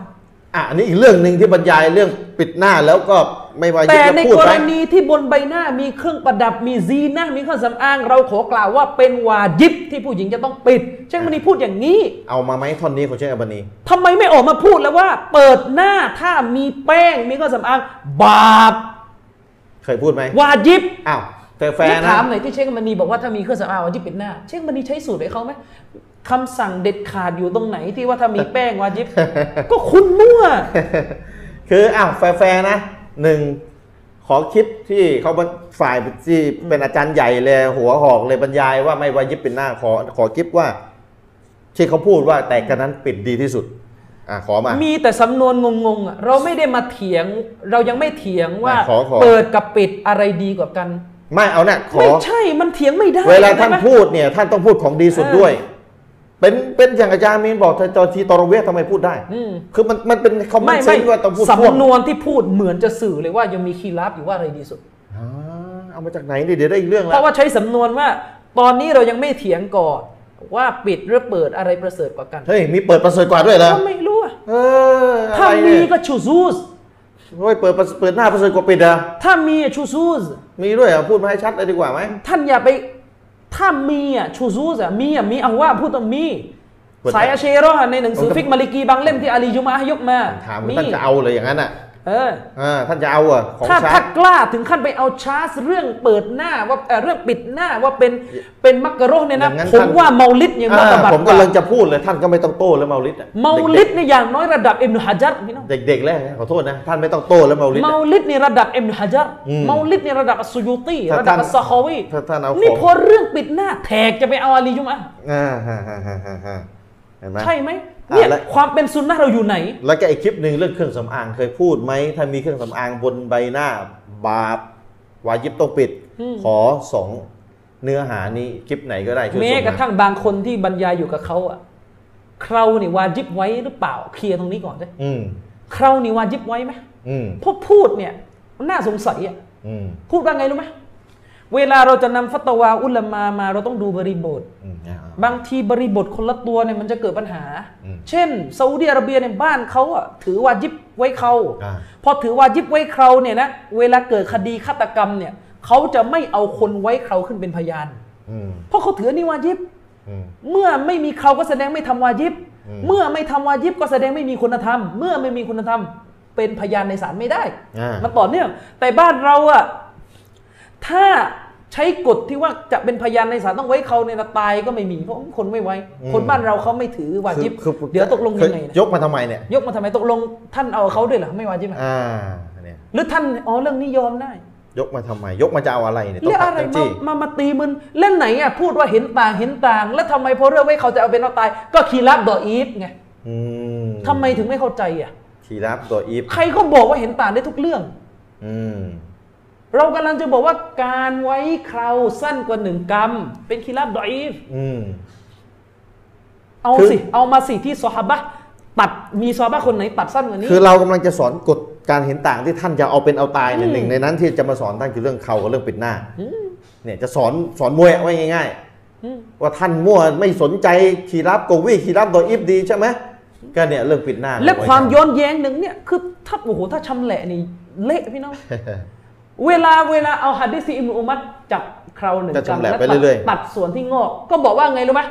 A: อ่ะอันนี้อีกเรื่องหนึ่งที่บรรยายเรื่องปิดหน้าแล้วก็ไม่ว่า
C: แต่
A: จะ
C: ใน
A: พูด
C: ก
A: ไห
C: ร
A: ม
C: ณีที่บนใบหน้ามีเครื่องประดับมีซีนะมีเครื่องสำอาง เราขอกล่าวว่าเป็นวาจิบที่ผู้หญิงจะต้องปิด เชคมันนี่พูดอย่างนี้
A: เอามาไหมท่อนนี้ของเชคอัลบานี
C: ทำไมไม่ออกมาพูดแล้วว่า เปิดหน้าถ้ามีแป้งมีเครื่องสำอาง บาป
A: เคยพูดไหม
C: วาจิบ
A: อ้าวแต่แฟน
C: ที่
A: นะ
C: ถามหน่อยที่เชคมันนีบอกว่าถ้ามีเครื่องสำอางวาจิบปิดหน้า เชคมันนีใช้สูตรไอ้เขาไหมคำสั่งเด็ดขาดอยู่ตรงไหนที่ว่าถ้ามีแป้งวาจิบ ก็คุณมั่ ว
A: คืออ้าวแฟร์ๆนะหนึ่งขอคลิปที่เขาบรรฝ่ายที่เป็นอาจารย์ใหญ่เลยหัวหอกเลยบรรยายว่าไม่วายิบเป็นหน้าขอขอคลิปว่า ที่เขาพูดว่าแต่กระนั้นปิดดีที่สุด อ่ะขอมา
C: มีแต่สำนวนงงๆอ่ะเราไม่ได้มาเถียง เรายังไม่เถียงว่า
A: ขอขอ
C: เปิดกับปิดอะไรดีกว่ากัน
A: ไม่เอานะขอ
C: ไม่ใช่มันเถียงไม่ได้
A: เวลาท่าน
C: ได้ไหม
A: พูดเนี่ย ท่านต้องพูดของดีสุดด้วย
C: เ
A: เป็นเป็นอย่างอาจารย์มีนบอกตอนที่ตอรเวททำไมพูดได้
C: อืม
A: คือมันมันเป็นคอมเมนต์
C: ไม่
A: เซ
C: ไม่
A: นว่าต้องพูด
C: สำน
A: พ่วง
C: วนที่พูดเหมือนจะสื่อเลยว่ายังมีคีรับอยู่ว่าอะไรดีสุด
A: อ่าเอามาจากไหนเนี่ยเดี๋ยวได้อีกเรื่อง
C: เพ
A: แล้ว
C: ราะว่าใช้สำนวนว่า ตอนนี้เรายังไม่เถียงก่อนว่าปิดหรือเปิดอะไรประเสริฐกว่ากัน
A: เฮ้ยมีเปิดประเสริฐกว่าด้วยเหรอ
C: ก็ไม่รู้อะ
A: เอออะ
C: ถ้า
A: ไร
C: มี
A: เนี่ย
C: ก็ชูซูส
A: เฮ้ยเปิดประเปิดหน้าประเสริฐกว่าปิดอ่ะ
C: ถ้ามีอะชูซูส
A: มีด้วยเหรอ่ะพูดมาให้ชัดเลยดีกว่าไหม
C: ท่านอย่าไปถ้ามีอะชูซูสอะมีอะมีเอาว่าพูดว่ามี
A: เปิด
C: สายอาเชโรอฮ์ในหนังสือ
A: ผมจะ
C: ฟิกมาลิกีบางเล่มที่อาลีจุมาฮ์ยกมา
A: ถาม
C: มี
A: ท่านจะเอาเลยอย่างนั้นอ่ะ
C: เออ
A: อ่าท่านจะเอาเหรอ่ะของ
C: ถ้า
A: ชั
C: ถ้า
A: ด
C: กล้าถึงขั้นไปเอาชาร์จเรื่องเปิดหน้าว่าเอ่อเรื่องปิดหน้าว่าเป็นเป็นมักกะโรคเนี่ย
A: อ
C: นะ
A: ย่างนั้น
C: ผม
A: ท่าน
C: ว่าเมาลิดยังมาตบั
A: อ่า
C: ด
A: ผมกำลังจะพูดเลยท่านก็ไม่ต้องโต้แล้วเมาลิดอ่ะ
C: เมาลิดเนี่ยอย่างน้อยระดับเอ็มนุฮะจัรพี่น้อง
A: เด็กๆเด็กๆแรกนะขอโทษนะท่านไม่ต้องโต้แล้วเมาลิด
C: เมา
A: อ่ะ
C: ลิดเนี่ยระดับเอ็มนุฮะจัร
A: อืม
C: เมาลิดเนี่ยระดับอัสซูยูตี
A: ถ้า
C: ระดับ
A: ท่าน
C: อัสซะคอวี
A: ถ้าท่านเอา
C: นี่
A: ของ
C: พอเรื่องปิดหน้าแทกจะไปเอาอาลียุมะห์
A: อ่าฮ่าฮ่าฮ่าฮ่าฮ่าเห็นไหม
C: ใช่ไหม
A: อ่ะ
C: เนี่ย
A: และ
C: ความเป็นซุนนะห์เราอยู่ไหน
A: แล้วก็ไอคลิปหนึ่งเรื่องเครื่องสำอางเคยพูดไหมถ้ามีเครื่องสำอางบนใบหน้า บาปวายิบต้องปิด
C: อืม
A: ขอสองเนื้อหานี้คลิปไหนก็ได้ช่วย
C: แม้
A: ส่ง
C: กระ
A: มา
C: ทั่งบางคนที่บรรยายอยู่กับเขาอะเคราเนี่ยวาจิบไว้หรือเปล่าเคลียร์ตรงนี้ก่อนด้
A: อืม
C: เคราเนี่ยวาจิบไว้ไหม
A: อืม
C: พวกพูดเนี่ยมันน่าสงสัยอ่ะ
A: อืม
C: พูดว่าไงรู้ไหมเวลาเราจะนำฟัตวาอุลามามาเราต้องดูบริบท
A: อืมอ่า
C: บางทีบริบทคนละตัวเนี่ยมันจะเกิดปัญหา
A: อืม
C: เช่นซาอุดิอาระเบียเนี่ยบ้านเขาอ่ะถือวาจิบไว้เขา
A: อ่า
C: พอถือวาจิบไว้เขาเนี่ยนะเวลาเกิดคดีฆาตกรรมเนี่ยเขาจะไม่เอาคนไว้เขาขึ้นเป็นพยาน
A: อืม
C: เพราะเขาถือนี่วาจิบ
A: อืม
C: เมื่อไม่มีเขาก็แสดงไม่ทำวาจิบ
A: อืม
C: เมื่อไม่ทำวาจิบก็แสดงไม่มีคุณธรรม เมื่อไม่มีคุณธรรมเป็นพยานในศาลไม่ได้
A: อ่า
C: มันต่อเนื่องแต่บ้านเราอะถ้าใช้กฎที่ว่าจะเป็นพยานในศาลต้องไว้เขาในยนะตายก็ไม่มีเพราะคนไม่ไว้ คนบ้านเราเขาไม่ถือวาจิบ
A: คือคือ
C: เดี๋ยวตกลงยังไงนะ
A: ยกมาทำไมเนี่ย
C: ยกมาทำไมตกลงท่านเอาเขาด้วยเหรอไม่วาจิบอะ
A: อ่าเนี่ย
C: หรือท่านอ๋อเรื่องนี้ยอมได้
A: ยกมาทำไม ยกมาจะเอาอะไรเนี่ยต้อ
C: เรื่องง
A: ตั
C: อะ
A: ด
C: ไร
A: เต็ม
C: มา
A: ที่
C: มามาตีมึนเล่นไหนอะพูดว่าเห็นต่างเห็นต่าง แล้วทำไมพอเรื่องไว้เขาจะเอาเป็นเอาตาย ก็คีรับดออีฟไง
A: อืม
C: ทำไมถึงไม่เข้าใจอะ
A: ทีรับตัวอีฟ
C: ใครก็บอกว่าเห็นต่างได้ทุกเรื่อง
A: อืม
C: เรากำลังจะบอกว่าการไว้เคราวสั้นกว่าหนึ่งกรัม เป็นคีรับดออีฟ
A: อืม
C: เอา
A: คือ
C: สิ เอามาสิที่ซอฮาบะห์ตัดมีซอฮาบะห์คนไหนตัดสั้นกว่านี้
A: คือเรากำลังจะสอนกฎการเห็นต่างที่ท่านจะเอาเป็นเอาตายเนี่ย
C: อืม
A: หนึ่งในนั้นที่จะมาสอนท่านคือเรื่องเขากับเรื่องปิดหน้าเนี่ยจะสอนสอนมวยเอาไว้ง่าย
C: ม
A: ๆ ว่าท่านมั่วไม่สนใจขีรับโกวี่ขีรับตัวอิฟดีใช่ไหมก็เนี่ยเรื่องปิดหน้า
C: และความ
A: เนี่ย
C: ย้อนแย้งหนึ่งเนี่ยคือถ้าโอ้โหถ้าชำแหละนี่เละพี่น้อง เวลาเวลาเอาฮะดิษที่อิมนุอุมัดจับเคราวหนึ่ง
A: จะ
C: กรัม
A: ชำแหละ
C: แล้ว
A: ไป
C: ตัด
A: เรื่อย
C: ตัดส่วนที่งอก ก็บอกว่าไงรู้ไหม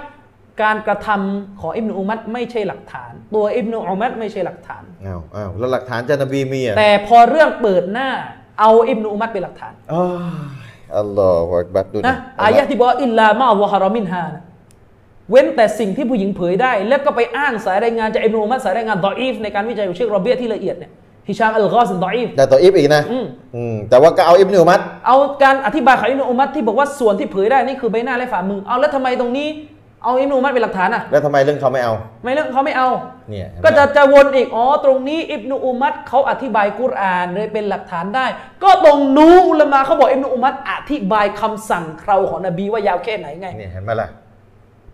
C: การกระทำของอิมนุอุมัดไม่ใช่หลักฐาน ตัวอิมนุอุมัดไม่ใช่หลักฐาน
A: ๆอ้าวอ้าวแล้วหลักฐานจานบีมีอ่ะ
C: แต่พอเรื่องเปิดหน้า เอาอิมนุอุมัดเป็นหลักฐาน
A: อ้าวอัลลอฮฺอักบัดดู
C: นะอายะห์ที่บอกว่าอิลลามาวะฮารอมินฮานะเว้นแต่สิ่งที่ผู้หญิงเผยได้ แล้วก็ไปอ้างสายรายงานจากอิมนุอุมัดสายรายงานดออีฟในการวิจัยของเชคโรเบียที่ละเอียดเนี่ยฮิชามอัลกอซิมดออีฟ
A: แต่ตัวอิฟอีกนะ
C: อืม
A: อืมแต่ว่าก็เอาอิบนุอุมัด
C: เอาการอธิบายของอิมนุอุมัดที่บอกว่าส่วนที่เผยได้นี่คือใบหน้าและฝ่ามือ เอาแล้วทำไมตรงนี้ เอาอิมนุอุมัดเป็นหลักฐานอ่ะ
A: แล้วทำไมเรื่องเขาไม่เอา
C: ไม่เรื่องเขาไม่เอา
A: เนี่ยเห็นไหม
C: ก็จะจะวนอีก อ๋อ ตรงนี้อิบนุอุมัดเขาอธิบายกุรอานเลยเป็นหลักฐานได้ ก็ตรงนู้นอุลามาเขาบอกอิบนุอุมัดอธิบายคำสั่งเคราของนบีว่ายาวแค่ไหนไง
A: เนี่ยเห็นไหมล่ะ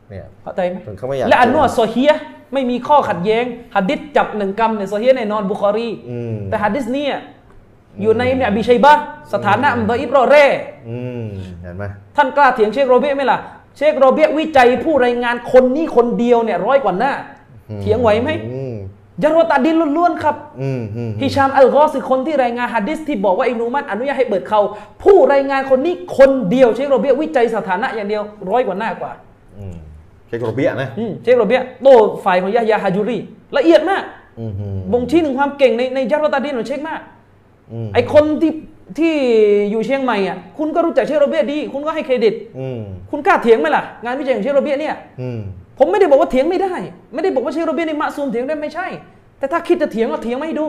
A: เนี่ย
C: เข้าใจไหม
A: ถึงเขาไม่อยาก
C: และอันนวดโซเฮียะห์ไม่มีข้อขัดแย้งหัดดิษจับหนึ่งกรรมเนี่ยโซเฮียะห์แน่นอนบุคอรี
A: อืม
C: แต่หัดดิษเนี่ยอยู่ในเนี่ยอบิชัยบะห์สถานะอันดออิบรอเร่
A: อืมเห็นไหม
C: ท่านกล้าเถียงเชคโรเบียไหมล่ะ เชคโรเบียวิจัยผู้รายงานคนนี้คนเดียวเนี่ยร้อยกว่าหน้า
A: อื
C: เถียงไหวไหม
A: อืม
C: ยารวตาดินล้วนๆครับ
A: อืมอืม
C: ฮิชามอัลกอสิคนที่รายงานฮัดดิสที่บอกว่าอิบนุอุมัดอนุญาตให้เปิดเขาผู้รายงานคนนี้คนเดียวเชคโรเบียวิจัยสถานะอย่างเดียวร้อยกว่าหน้ากว่า
A: อืมเชคโรเบียนะ
C: อืมเชคโรเบียโต้ฝ่ายของยะฮยาฮาจูรีละเอียดมาก
A: อืมอืม
C: บ่งชี้ถึงความเก่งในในยารวตาดินของเชคมาก
A: อืม
C: ไอคนที่ที่อยู่เชียงใหม่อ่ะคุณก็รู้จักเชคโรเบียดี คุณก็ให้เครดิต
A: อืม
C: คุณกล้าเถียงไหมล่ะงานวิจัยของเชคโรเบียเนี่ย
A: อืม
C: ผมไม่ได้บอกว่าเถียงไม่ได้ ไม่ได้บอกว่าเชคโรเบียนี่มะซูมเถียงได้ไม่ใช่ แต่ถ้าคิดจะเถียงก็เถียงไม่ให้ดู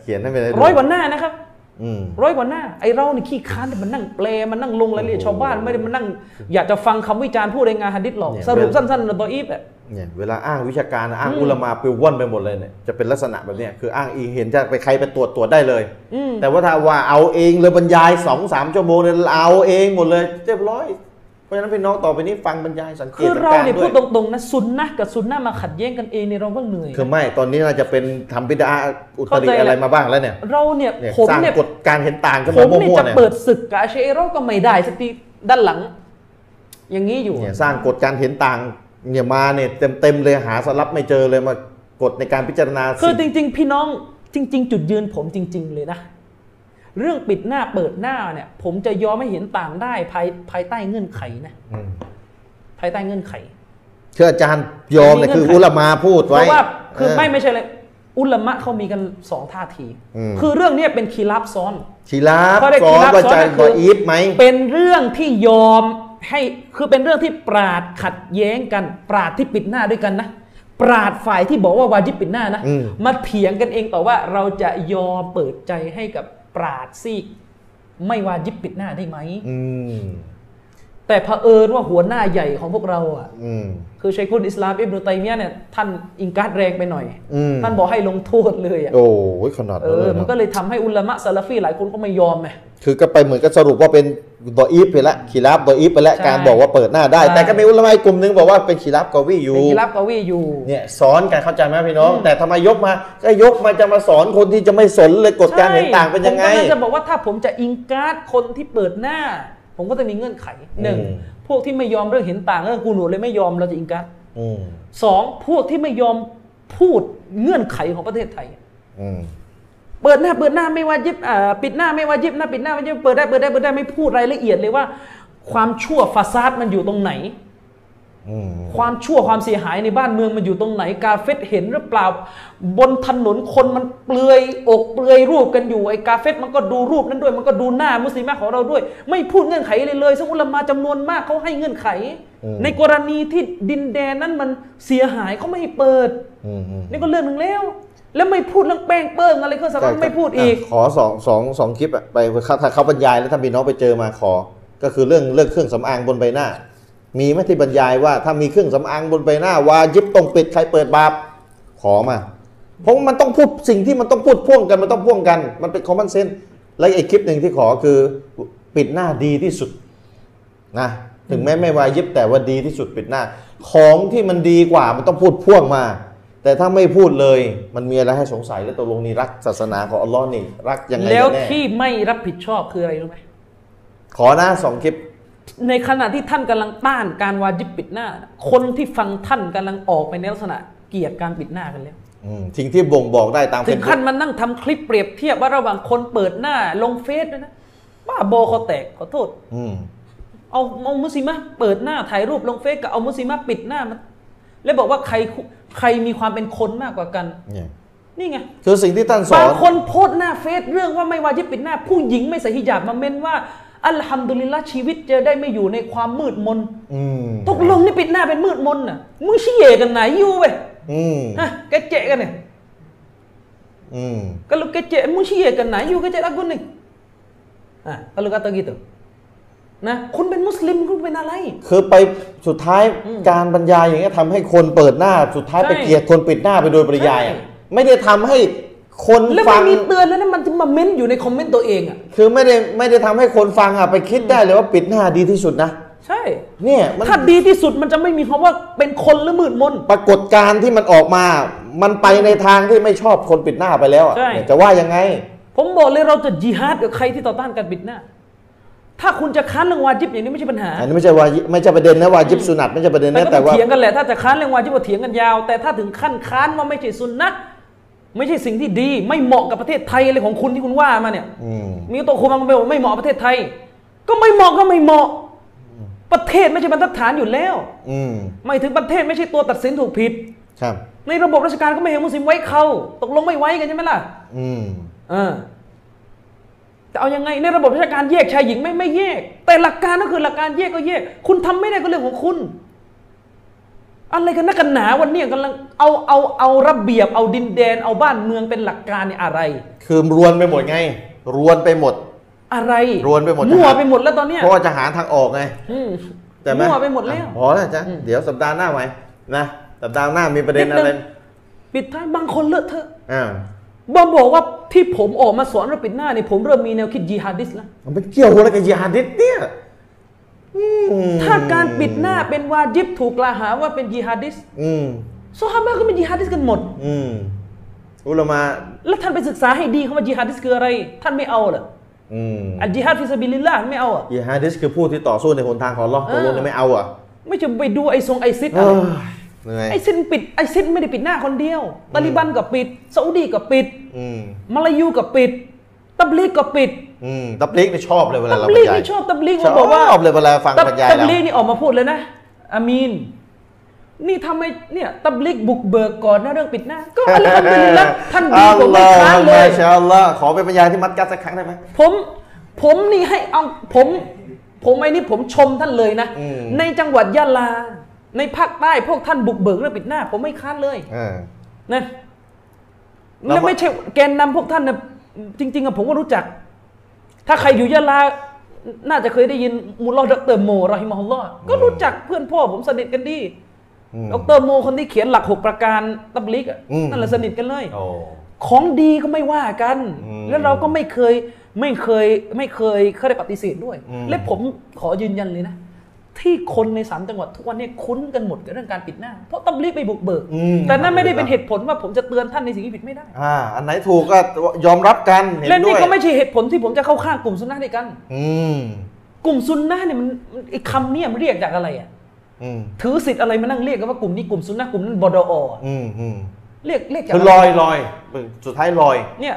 A: เขียนให้เป็น
C: ร้อยกว่าหน้านะครับ
A: อืม
C: ร้อยกว่าหน้า ไอ้เรานี่ขี้ค้านมันนั่งแปลมันนั่งลงรายละเอียด
A: โอ้โห
C: ชาวบ้านไม่ได้มานั่ง อยากจะฟังคำวิจารณ์ผู้รายงานฮัดดิษหรอก
A: เนี่ย
C: สรุป
A: เวลา
C: สั้นๆนะดออีฟอะ
A: เนี่ยเวลาอ้างวิชาการนะอ้างอุลามาปิวว่อนไปหมดเลยเนี่ยจะเป็นลักษณะแบบเนี้ยคืออ้างอิงเห็นจะไปใครไปตรวจตรวจได้เลย
C: อืม
A: แต่ว่าถ้าว่าเอาเองเลยบรรยายสองสามชั่วโมงเนี่ยเอาเองหมดเลยเรียบร้อย เพราะฉะนั้นพี่น้องต่อไปนี้ฟังบรรยายสังเกต
C: คือเราเนี่ย
A: ก
C: พู
A: ร
C: ดต
A: ด้วย
C: รงๆนะซุนนะกับซุนนะมาขัดแย้งกันเองเนี่ยเราก็เหนื่อย
A: คือไม่ตอนนี้น่าจะเป็นทำบิดาอุต
C: เข้า
A: ริ
C: ใจแหละ
A: อะไรมาบ้างแล้วเนี่ย
C: เราเนี่ย
A: เนี่ย
C: ผม
A: สร้าง
C: เนี่ย
A: กฎการเห็นต่างกั
C: ผม
A: นาม
C: เนี่ย
A: มั่วๆ
C: จะ
A: เนี่ย
C: เปิดศึกกับอาเชเอโรก็ไม่ได้สักทีด้านหลัง อย่างนี้อยู่
A: เนี่ยสร้างกฎการเห็นต่างเนี่ยมาเนี่ยเต็มๆเลยหาสลับไม่เจอเลยมากฎในการพิจารณา
C: คือจ
A: สิทธิ์
C: ริง ๆ พี่น้องจริง ๆ จุดยืนผมจริง ๆ เลยนะ เรื่องปิดหน้าเปิดหน้าเนี่ย ผมจะยอมไม่เห็นต่างได้ภายภายใต้เงื่อนไขนะ
A: อืม
C: ภายใต้เงื่อนไข
A: เชื่ออาจารย์ยอมเนี่ย
C: มีเงื่อนไข
A: คืออุลามาพูด
C: เพ
A: ไว้
C: ราะว่าคือ
A: เ
C: ไม่ไม่ใช่เลยอุลามะเขามีกันสองท่าที
A: อืม
C: คือเรื่องเนี้ยเป็นคีรับซ้อน
A: ชีลาฟ
C: เขาเรียก
A: สอน
C: คีลาฟ
A: ว่า
C: สอน
A: จะ
C: ก็คือ
A: บออีฟไหม
C: เป็นเรื่องที่ยอมให้คือเป็นเรื่องที่ปราดขัดแย้งกัน ปราดที่ปิดหน้าด้วยกันนะ ปราดฝ่ายที่บอกว่าวาจิบปิดหน้านะ
A: อืม
C: มาเถียงกันเองต่อว่าเราจะยอมเปิดใจให้กับปราดซีกไม่วาจิบปิดหน้าได้ไหม
A: อืม
C: แต่เผอิญว่าหัวหน้าใหญ่ของพวกเราอ่ะ
A: อืม
C: คือชัยคุลอิสลามอิบนุตัยมียะเนี่ยท่านอิงการดแรงไปหน่อย
A: อืม
C: ท่านบอกให้ลงโทษเลยอ่ะ
A: โอ้ยขนาด
C: เอ
A: นั้น
C: อ
A: เลย
C: มันก็
A: นะ
C: เลยทำให้อุลามะซาลาฟีหลายคนก็ไม่ยอมไง
A: คือก็ไปเหมือนก็สรุปว่าเป็นดออีฟไปละขีราฟดออีฟไปละ
C: ใช่
A: การบอกว่าเปิดหน้าได้
C: ใช่
A: แต่ก็มีอุลามาอีกกลุ่มนึงบอกว่าเป็นขีราฟกอวี่อยู่
C: เป็นกีรับกาวีอยู่
A: เนี่ยสอนกันเข้าใจไหมพี่น้อง แต่ทำไมยกมาก็ยกมาจะมาสอนคนที่จะไม่สนเลยกฎการเห็นต่างเป็นยังไง
C: ใช่ผมกำลัจะบอกว่าถ้าผมจะอิงการ์ดคนที่เปิดหน้า ผมก็จะมีเงื่อนไขหนึ่ง
A: อืม
C: พวกที่ไม่ยอมเรื่องเห็นต่างเรื่องกูหนูเลยไม่ยอมเราจะอิงการ์ด
A: อืม
C: สองพวกที่ไม่ยอมพูดเงื่อนไขของประเทศไทย
A: อืม
C: เปิดหน้าเปิดหน้าไม่ว่ายิบอ่าปิดหน้าไม่ว่ายิบหน้าปิดหน้าไม่ว่ายิบเปิดได้เปิดได้เปิดได้ไม่พูดรายละเอียดเลยว่า ความชั่วฟาซาดมันอยู่ตรงไหน
A: อืม
C: ความชั่วความเสียหายในบ้านเมืองมันอยู่ตรงไหน กาเฟตเห็นหรือเปล่า บนถนนคนมันเปลือยอกเปลือยรูปกันอยู่ไอ้กาเฟตมันก็ดูรูปนั้นด้วย มันก็ดูหน้ามุสลิมะของเราด้วย ไม่พูดเงื่อนไขเลยเลยซึ่งอุลามะจำนวนมากเขาให้เงื่อนไข ในกรณีที่ดินแดนนั้นมันเสียหายเขาไม่ให้เปิด
A: อืมอืม
C: นี่ก็เรื่องหนึ่งแล้ว แล้วไม่พูดเรื่องแป้งเปิ้งอะไรก็สารพัดไม่พูดอีก
A: ะขอสองสองสองคลิปอะไปถ้าเขาบรรยายแล้วถ้าพี่น้องไปเจอมาขอ ก็คือเรื่องเรื่องเครื่องสำอางบนใบหน้า มีไหมที่บรรยายว่าถ้ามีเครื่องสำอางบนใบหน้าวายิบต้องปิดใครเปิดบาปขอมาเพราะมันต้องพูดสิ่งที่มันต้องพูดพ่วงกันมันต้องพ่วงกัน มันเป็นคอมมอนเซนและไอ้คลิปหนึ่งที่ขอคือปิดหน้าดีที่สุดนะถึงแม้ไม่วายิบแต่ว่าดีที่สุดปิดหน้า ของที่มันดีกว่ามันต้องพูดพ่วงมา แต่ถ้าไม่พูดเลยมันมีอะไรให้สงสัยและตกลงนี่รักศาสนาของอัลลอฮ์นี่รักยังไงกัน
C: แล้ว
A: แน่
C: ที่ไม่รับผิดชอบคืออะไรรู้ไหม
A: ขอหน้าสองคลิป
C: ในขณะที่ท่านกำลังต้านการวาจิบปิดหน้า คนที่ฟังท่านกำลังออกไปในลักษณะเกลียดการปิดหน้ากันแล้ว
A: อืมสิ่งที่บ่งบอกได้ตาม
C: ถึ
A: เป็
C: ง
A: น
C: ขั้นมันนั่งทำคลิปเปรียบเทียบว่าระหว่างคนเปิดหน้าลงเฟซด้วยนะบ้าบอคอแตกขอโทษ
A: อืม
C: เอาเอามุสลิมะเปิดหน้าถ่ายรูปลงเฟซกับเอามุสลิมะปิดหน้ามัน แล้วบอกว่าใครใครมีความเป็นคนมากกว่ากัน
A: เนี่ย
C: นี่ไง
A: คือสิ่งที่ท่านสอบ
C: าง
A: น
C: คนโพสต์หน้าเฟซเรื่องว่าไม่วาจิบปิดหน้า ผู้หญิงไม่ใส่ฮิญาบมาเม้นว่า อัลฮัมดุลิลละห์ชีวิตจะได้ไม่อยู่ในความมืดมน
A: อืม
C: ตกลงนี่ปิดหน้าเป็นมืดมนน่ะ มึงชี้เหยกันไหนอยู่เว้ย
A: อืม
C: ฮะแกเจะกันเนี่ย
A: อืม
C: kalau kecek mu syiar kena you kecek lagu ni ha, kalau kata gitu nah คุณเป็นมุสลิมคุณเป็นอะไร
A: คือไปสุดท้ายการบรรยายอย่างเงี้ยทำให้คนเปิดหน้าสุดท้าย
C: ใช่
A: ไปเกลียดคนปิดหน้าไปโดยปริยายอะ
C: ใช่
A: ไม่ได้ทำให้คน
C: แล้ว
A: ฟั
C: มัน
A: ง
C: มีเตือนแล้วนะมันจะมาเม้นอยู่ในคอมเมนต์ตัวเองอ่ะ
A: คือไม่ได้ไม่ได้ทำให้คนฟังอ่ะไปคิดได้เลยว่าปิดหน้าดีที่สุดนะ
C: ใช่
A: เนี่ยมัน
C: ถ้าดีที่สุดมันจะไม่มีคำว่าเป็นคนหรือมืดมน
A: ปรากฏการณ์ที่มันออกมา มันไปในทางที่ไม่ชอบคนปิดหน้าไปแล้วอ่ะ
C: ใช่
A: เนี่ยจะว่ายังไง
C: ผมบอกเลยเราจะจิฮาดกับใครที่ต่อต้านการปิดหน้า ถ้าคุณจะค้านเรื่องวาจิบอย่างนี้ไม่ใช่ปัญหา
A: อันนี้ไม่ใช่วายิไม่ใช่ประเด็นนะวายิบสุนัตไม่ใช่ประเด็น
C: มัน
A: นะ
C: ก็
A: แต่
C: ต้อง
A: ว่า
C: เถียงกันแหละถ้าจะค้านเรื่องวาจิบก็เถียงกันยาว แต่ถ้าถึงขั้นค้านว่าไม่ใช่สุนนะไม่ใช่สิ่งที่ดี ไม่เหมาะกับประเทศไทยอะไรของคุณที่คุณว่ามาเนี่ย
A: อืม
C: มีตัวคุมมันไปบอกไม่เหมาะประเทศไทย ก็ไม่เหมาะก็ไม่เหมาะ ประเทศไม่ใช่บรรทัดฐานอยู่แล้ว
A: อืม
C: ไม่ถึงประเทศไม่ใช่ตัวตัดสินถูกผิด
A: ครับ
C: ในระบบราชการก็ไม่เห็นมุสลิมไว้เขาตกลงไม่ไว้กันใช่ไหมล่ะ
A: อืม
C: เออแต่เอายังไงในระบบราชการแยกชายหญิงไม่ไม่แยก แต่หลักการก็คือหลักการแยกก็แยก คุณทำไม่ได้ก็เรื่องของคุณ อะไรกันนักกันหนาวันเนี้ยกำลังเอาเอาเอาระเบียบเอาดินแดนเอาบ้านเมืองเป็นหลักการเนี่ยอะไร
A: คือรวนไปหมดไง รวนไปหมด
C: อะไร
A: รวนไปหมด
C: มั่วไปหมดแล้วตอนเนี้ย
A: เพราะว่าจะหาทางออกไง
C: อืม
A: แต่
C: มั่วไปหมดแล้ว
A: อ่ะพอแล้วจ้ะเดี๋ยวสัปดาห์หน้าไหมนะสัปดาห์หน้ามีประเด็นอะไร
C: นิดนึง ปิดท้ายบางคนเลอะเทอะ
A: อ่า
C: บางบอกว่าที่ผมออกมาสอนเราปิดหน้าเนี่ยผมเริ่มมีแนวคิดยิฮาดิสแล้ว
A: มันเกี่ยวอะไรกับยิฮาดิสเนี่ย อืม
C: ถ้าการปิดหน้าเป็นวาจิบถูกกล่าวหาว่าเป็นยิฮาดิส
A: อืม
C: ซอฮาบะห์ก็เป็นยิฮาดิสกันหมด
A: อืมอุลามา
C: แล้วท่านไปศึกษาให้ดีคำว่ายิฮาดิสคืออะไร ท่านไม่เอาเหรอ
A: อืม
C: อัลยิฮาดฟิสบิลลิลล่ไม่เอาเหรอ่ะ
A: ยิฮาดิสคือผู้ที่ต่อสู้ในหนทางของอัลเลอตกลง
C: เออ
A: เนี่ยไม่เอาเหรอ่ะ
C: ไม่จะไปดูไอซงไอซิด
A: เอ
C: อะไร
A: อเหนื่อย
C: ไอซิดปิดไอซิดไม่ได้ปิดหน้าคนเดียวตาลิบันก็ปิดซาอุดีก็ปิด
A: อืม
C: มาลายูก็ปิด ตับลีกก็ปิด
A: อืมตับลิกนี่ชอบเลยเวลา
C: ตั
A: เรา
C: บลีก
A: บรรยาย
C: นี่ชอบตับลีก
A: ช
C: มาบอกว่า
A: อบเลยเวลาฟัง
C: ตับบ
A: รรยาย
C: ตับ
A: แล้ว
C: ลีกนี่ออกมาพูดเลยนะอามีน นี่ทำไมเนี่ยตับลีกบุกเบิกก่อนนะเรื่องปิดหน้า ก็อัลฮัมดุลิลละท่านดีกว่าไม่ค้าน
A: อัลลอฮุ
C: เล
A: อักบั
C: ย
A: รชาอัลลอฮ์ขอเป็นพยานที่มัดกัดสักครั้งได้ไหม
C: ผมผมนี่ให้เอาผมผมไอ้นี่ผมชมท่านเลยนะ
A: อืม
C: ในจังหวัดยะลา ในภาคใต้พวกท่านบุกเบิกเรื่องปิดหน้า ผมไม่ค้านเลย
A: เออ
C: นะ
A: แล้ว
C: แล้วไม่ใช่แกนนำพวกท่านนะจริง ๆอะผมก็รู้จัก ถ้าใครอยู่ยะลา น่าจะเคยได้ยินมูลลอฮ์ดอกเตอรโมรอฮิมะฮุลลอฮ์ก็รู้จักเพื่อนพ่อผมสนิทกันดี
A: อืม
C: ดอกเตอรโมคนที่เขียนหลักหกประการตับลิกอะ
A: อืม
C: นั่นแหละสนิทกันเลย
A: โอ้
C: ของดีก็ไม่ว่ากัน
A: อืม
C: แล้วเราก็ไม่เคยไม่เคยไม่เคยเขาได้ปฏิเสธด้วย
A: อืม
C: และผมขอยืนยันเลยนะ ที่คนในสามจังหวัดทุกวันเนี้คุ้นกันหมดกับเรื่องการปิดหน้า เพราะตำรีบไปบุกเบิก
A: อืม
C: แต่นั่นไม่ได้เป็นเหตุผลว่าผมจะเตือนท่านในสิ่งที่ผิดไม่ได้
A: อ่า อันไหนถูกก็ยอมรับกันเห็น
C: และ
A: ด้
C: นี่
A: วย
C: ก็ไม่ใช่เหตุผลที่ผมจะเข้าข้างกลุ่มซุนนะห์ด้วยกัน
A: อืม
C: กลุ่มซุนนะห์เนี่ยมันมันไอ้คำเนี่ยมันเรียกจากอะไรอ่ะ
A: อืม
C: ถือสิทธิ์อะไรมานั่งเรียกกันว่ากลุ่มนี้กลุ่มซุนนะห์กลุ่มนั้นบดออะ
A: อืมอืม
C: เรียกเรียกจาก
A: คือ
C: อะไร
A: ลอยลอยสุดท้ายลอย
C: เนี่ย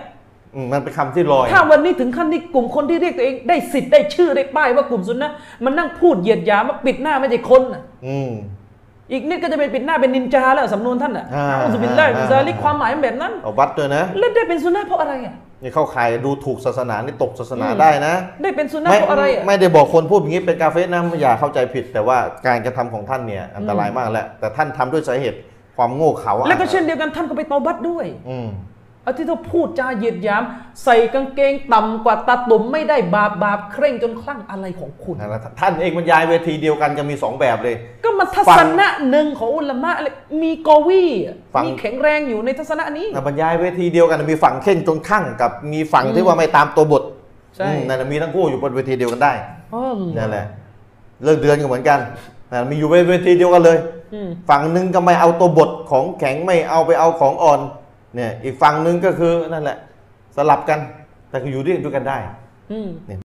A: อืมมันเป็นคำที่ลอย
C: ถ้าวันนี้ถึงขั้นที่กลุ่มคนที่เรียกตัวเองได้สิทธิ์ได้ชื่อได้ป้ายว่ากลุ่มซุนนะห์มันนั่งพูดเหยียดหยามมาปิดหน้าไม่ใช่คนน่ะ
A: อืม
C: อีกนิดก็จะเป็นปิดหน้าเป็นนินจาแล้วสำนวนท่านอ่ะ
A: อ่า
C: อุสบิลได้มินซาลิก
A: อ่า
C: ความหมายมันแบบนั้น
A: เอาวัดด้วยนะ
C: แล้วได้เป็นซุนนะห์เพราะอะไรอ่ะ
A: นี่เข้าข่ายดูถูกศาสนานี่ตกศาสนาได้นะ
C: ได้เป็นซุนนะห์
A: ไม่
C: เพราะอะไรอ่ะ
A: ไม่ได้บอกคนพูดอย่างนี้เป็นกาเฟสนะอย่าเข้าใจผิด แต่ว่าการกระทำของท่านเนี่ยอันตรายมากแหละแต่ท่านทำด้วยสาเหตุความโง่เขลาอ่ะ
C: แล้วก็เช่นเดียวกันท่านก็ไปเตอบัตด้วย
A: อืม
C: เอาที่เขาพูดจาเหยียดหยาม ใส่กางเกงต่ำกว่าตาตุ่มไม่ได้บาปบาปเคร่งจนคลั่งอะไรของคุณ
A: นั่นแหละท่านเองบรรยายเวทีเดียวกันจะมีสองแบบเลย
C: ก็มันทัศนะหนึ่งของอุลามะเลยมีกอวีอ่ะ
A: ฟัง
C: มีแข็งแรงอยู่ในทัศนะนี้
A: นะบรรยายเวทีเดียวกันมีฝั่งเข้นจนข้างกับมีฝั่งที่ว่าไม่ตามตัวบท
C: ใช่
A: อืมนั่นนะมีทั้งคู่อยู่บนเวทีเดียวกันได้
C: อ๋อเหรอ
A: นั่นแหละเรื่องเดือนก็เหมือนกันนะมีอยู่เวทีเดียวกันเลย
C: อืม
A: ฝั่งหนึ่งก็ไม่เอาตัวบทของแข็งไม่เอาไปเอาของอ่อนเนี่ยอีกฝั่งหนึ่งก็คือนั่นแหละ สลับกันแต่ก็อยู่ด้วยกันได้
C: อืม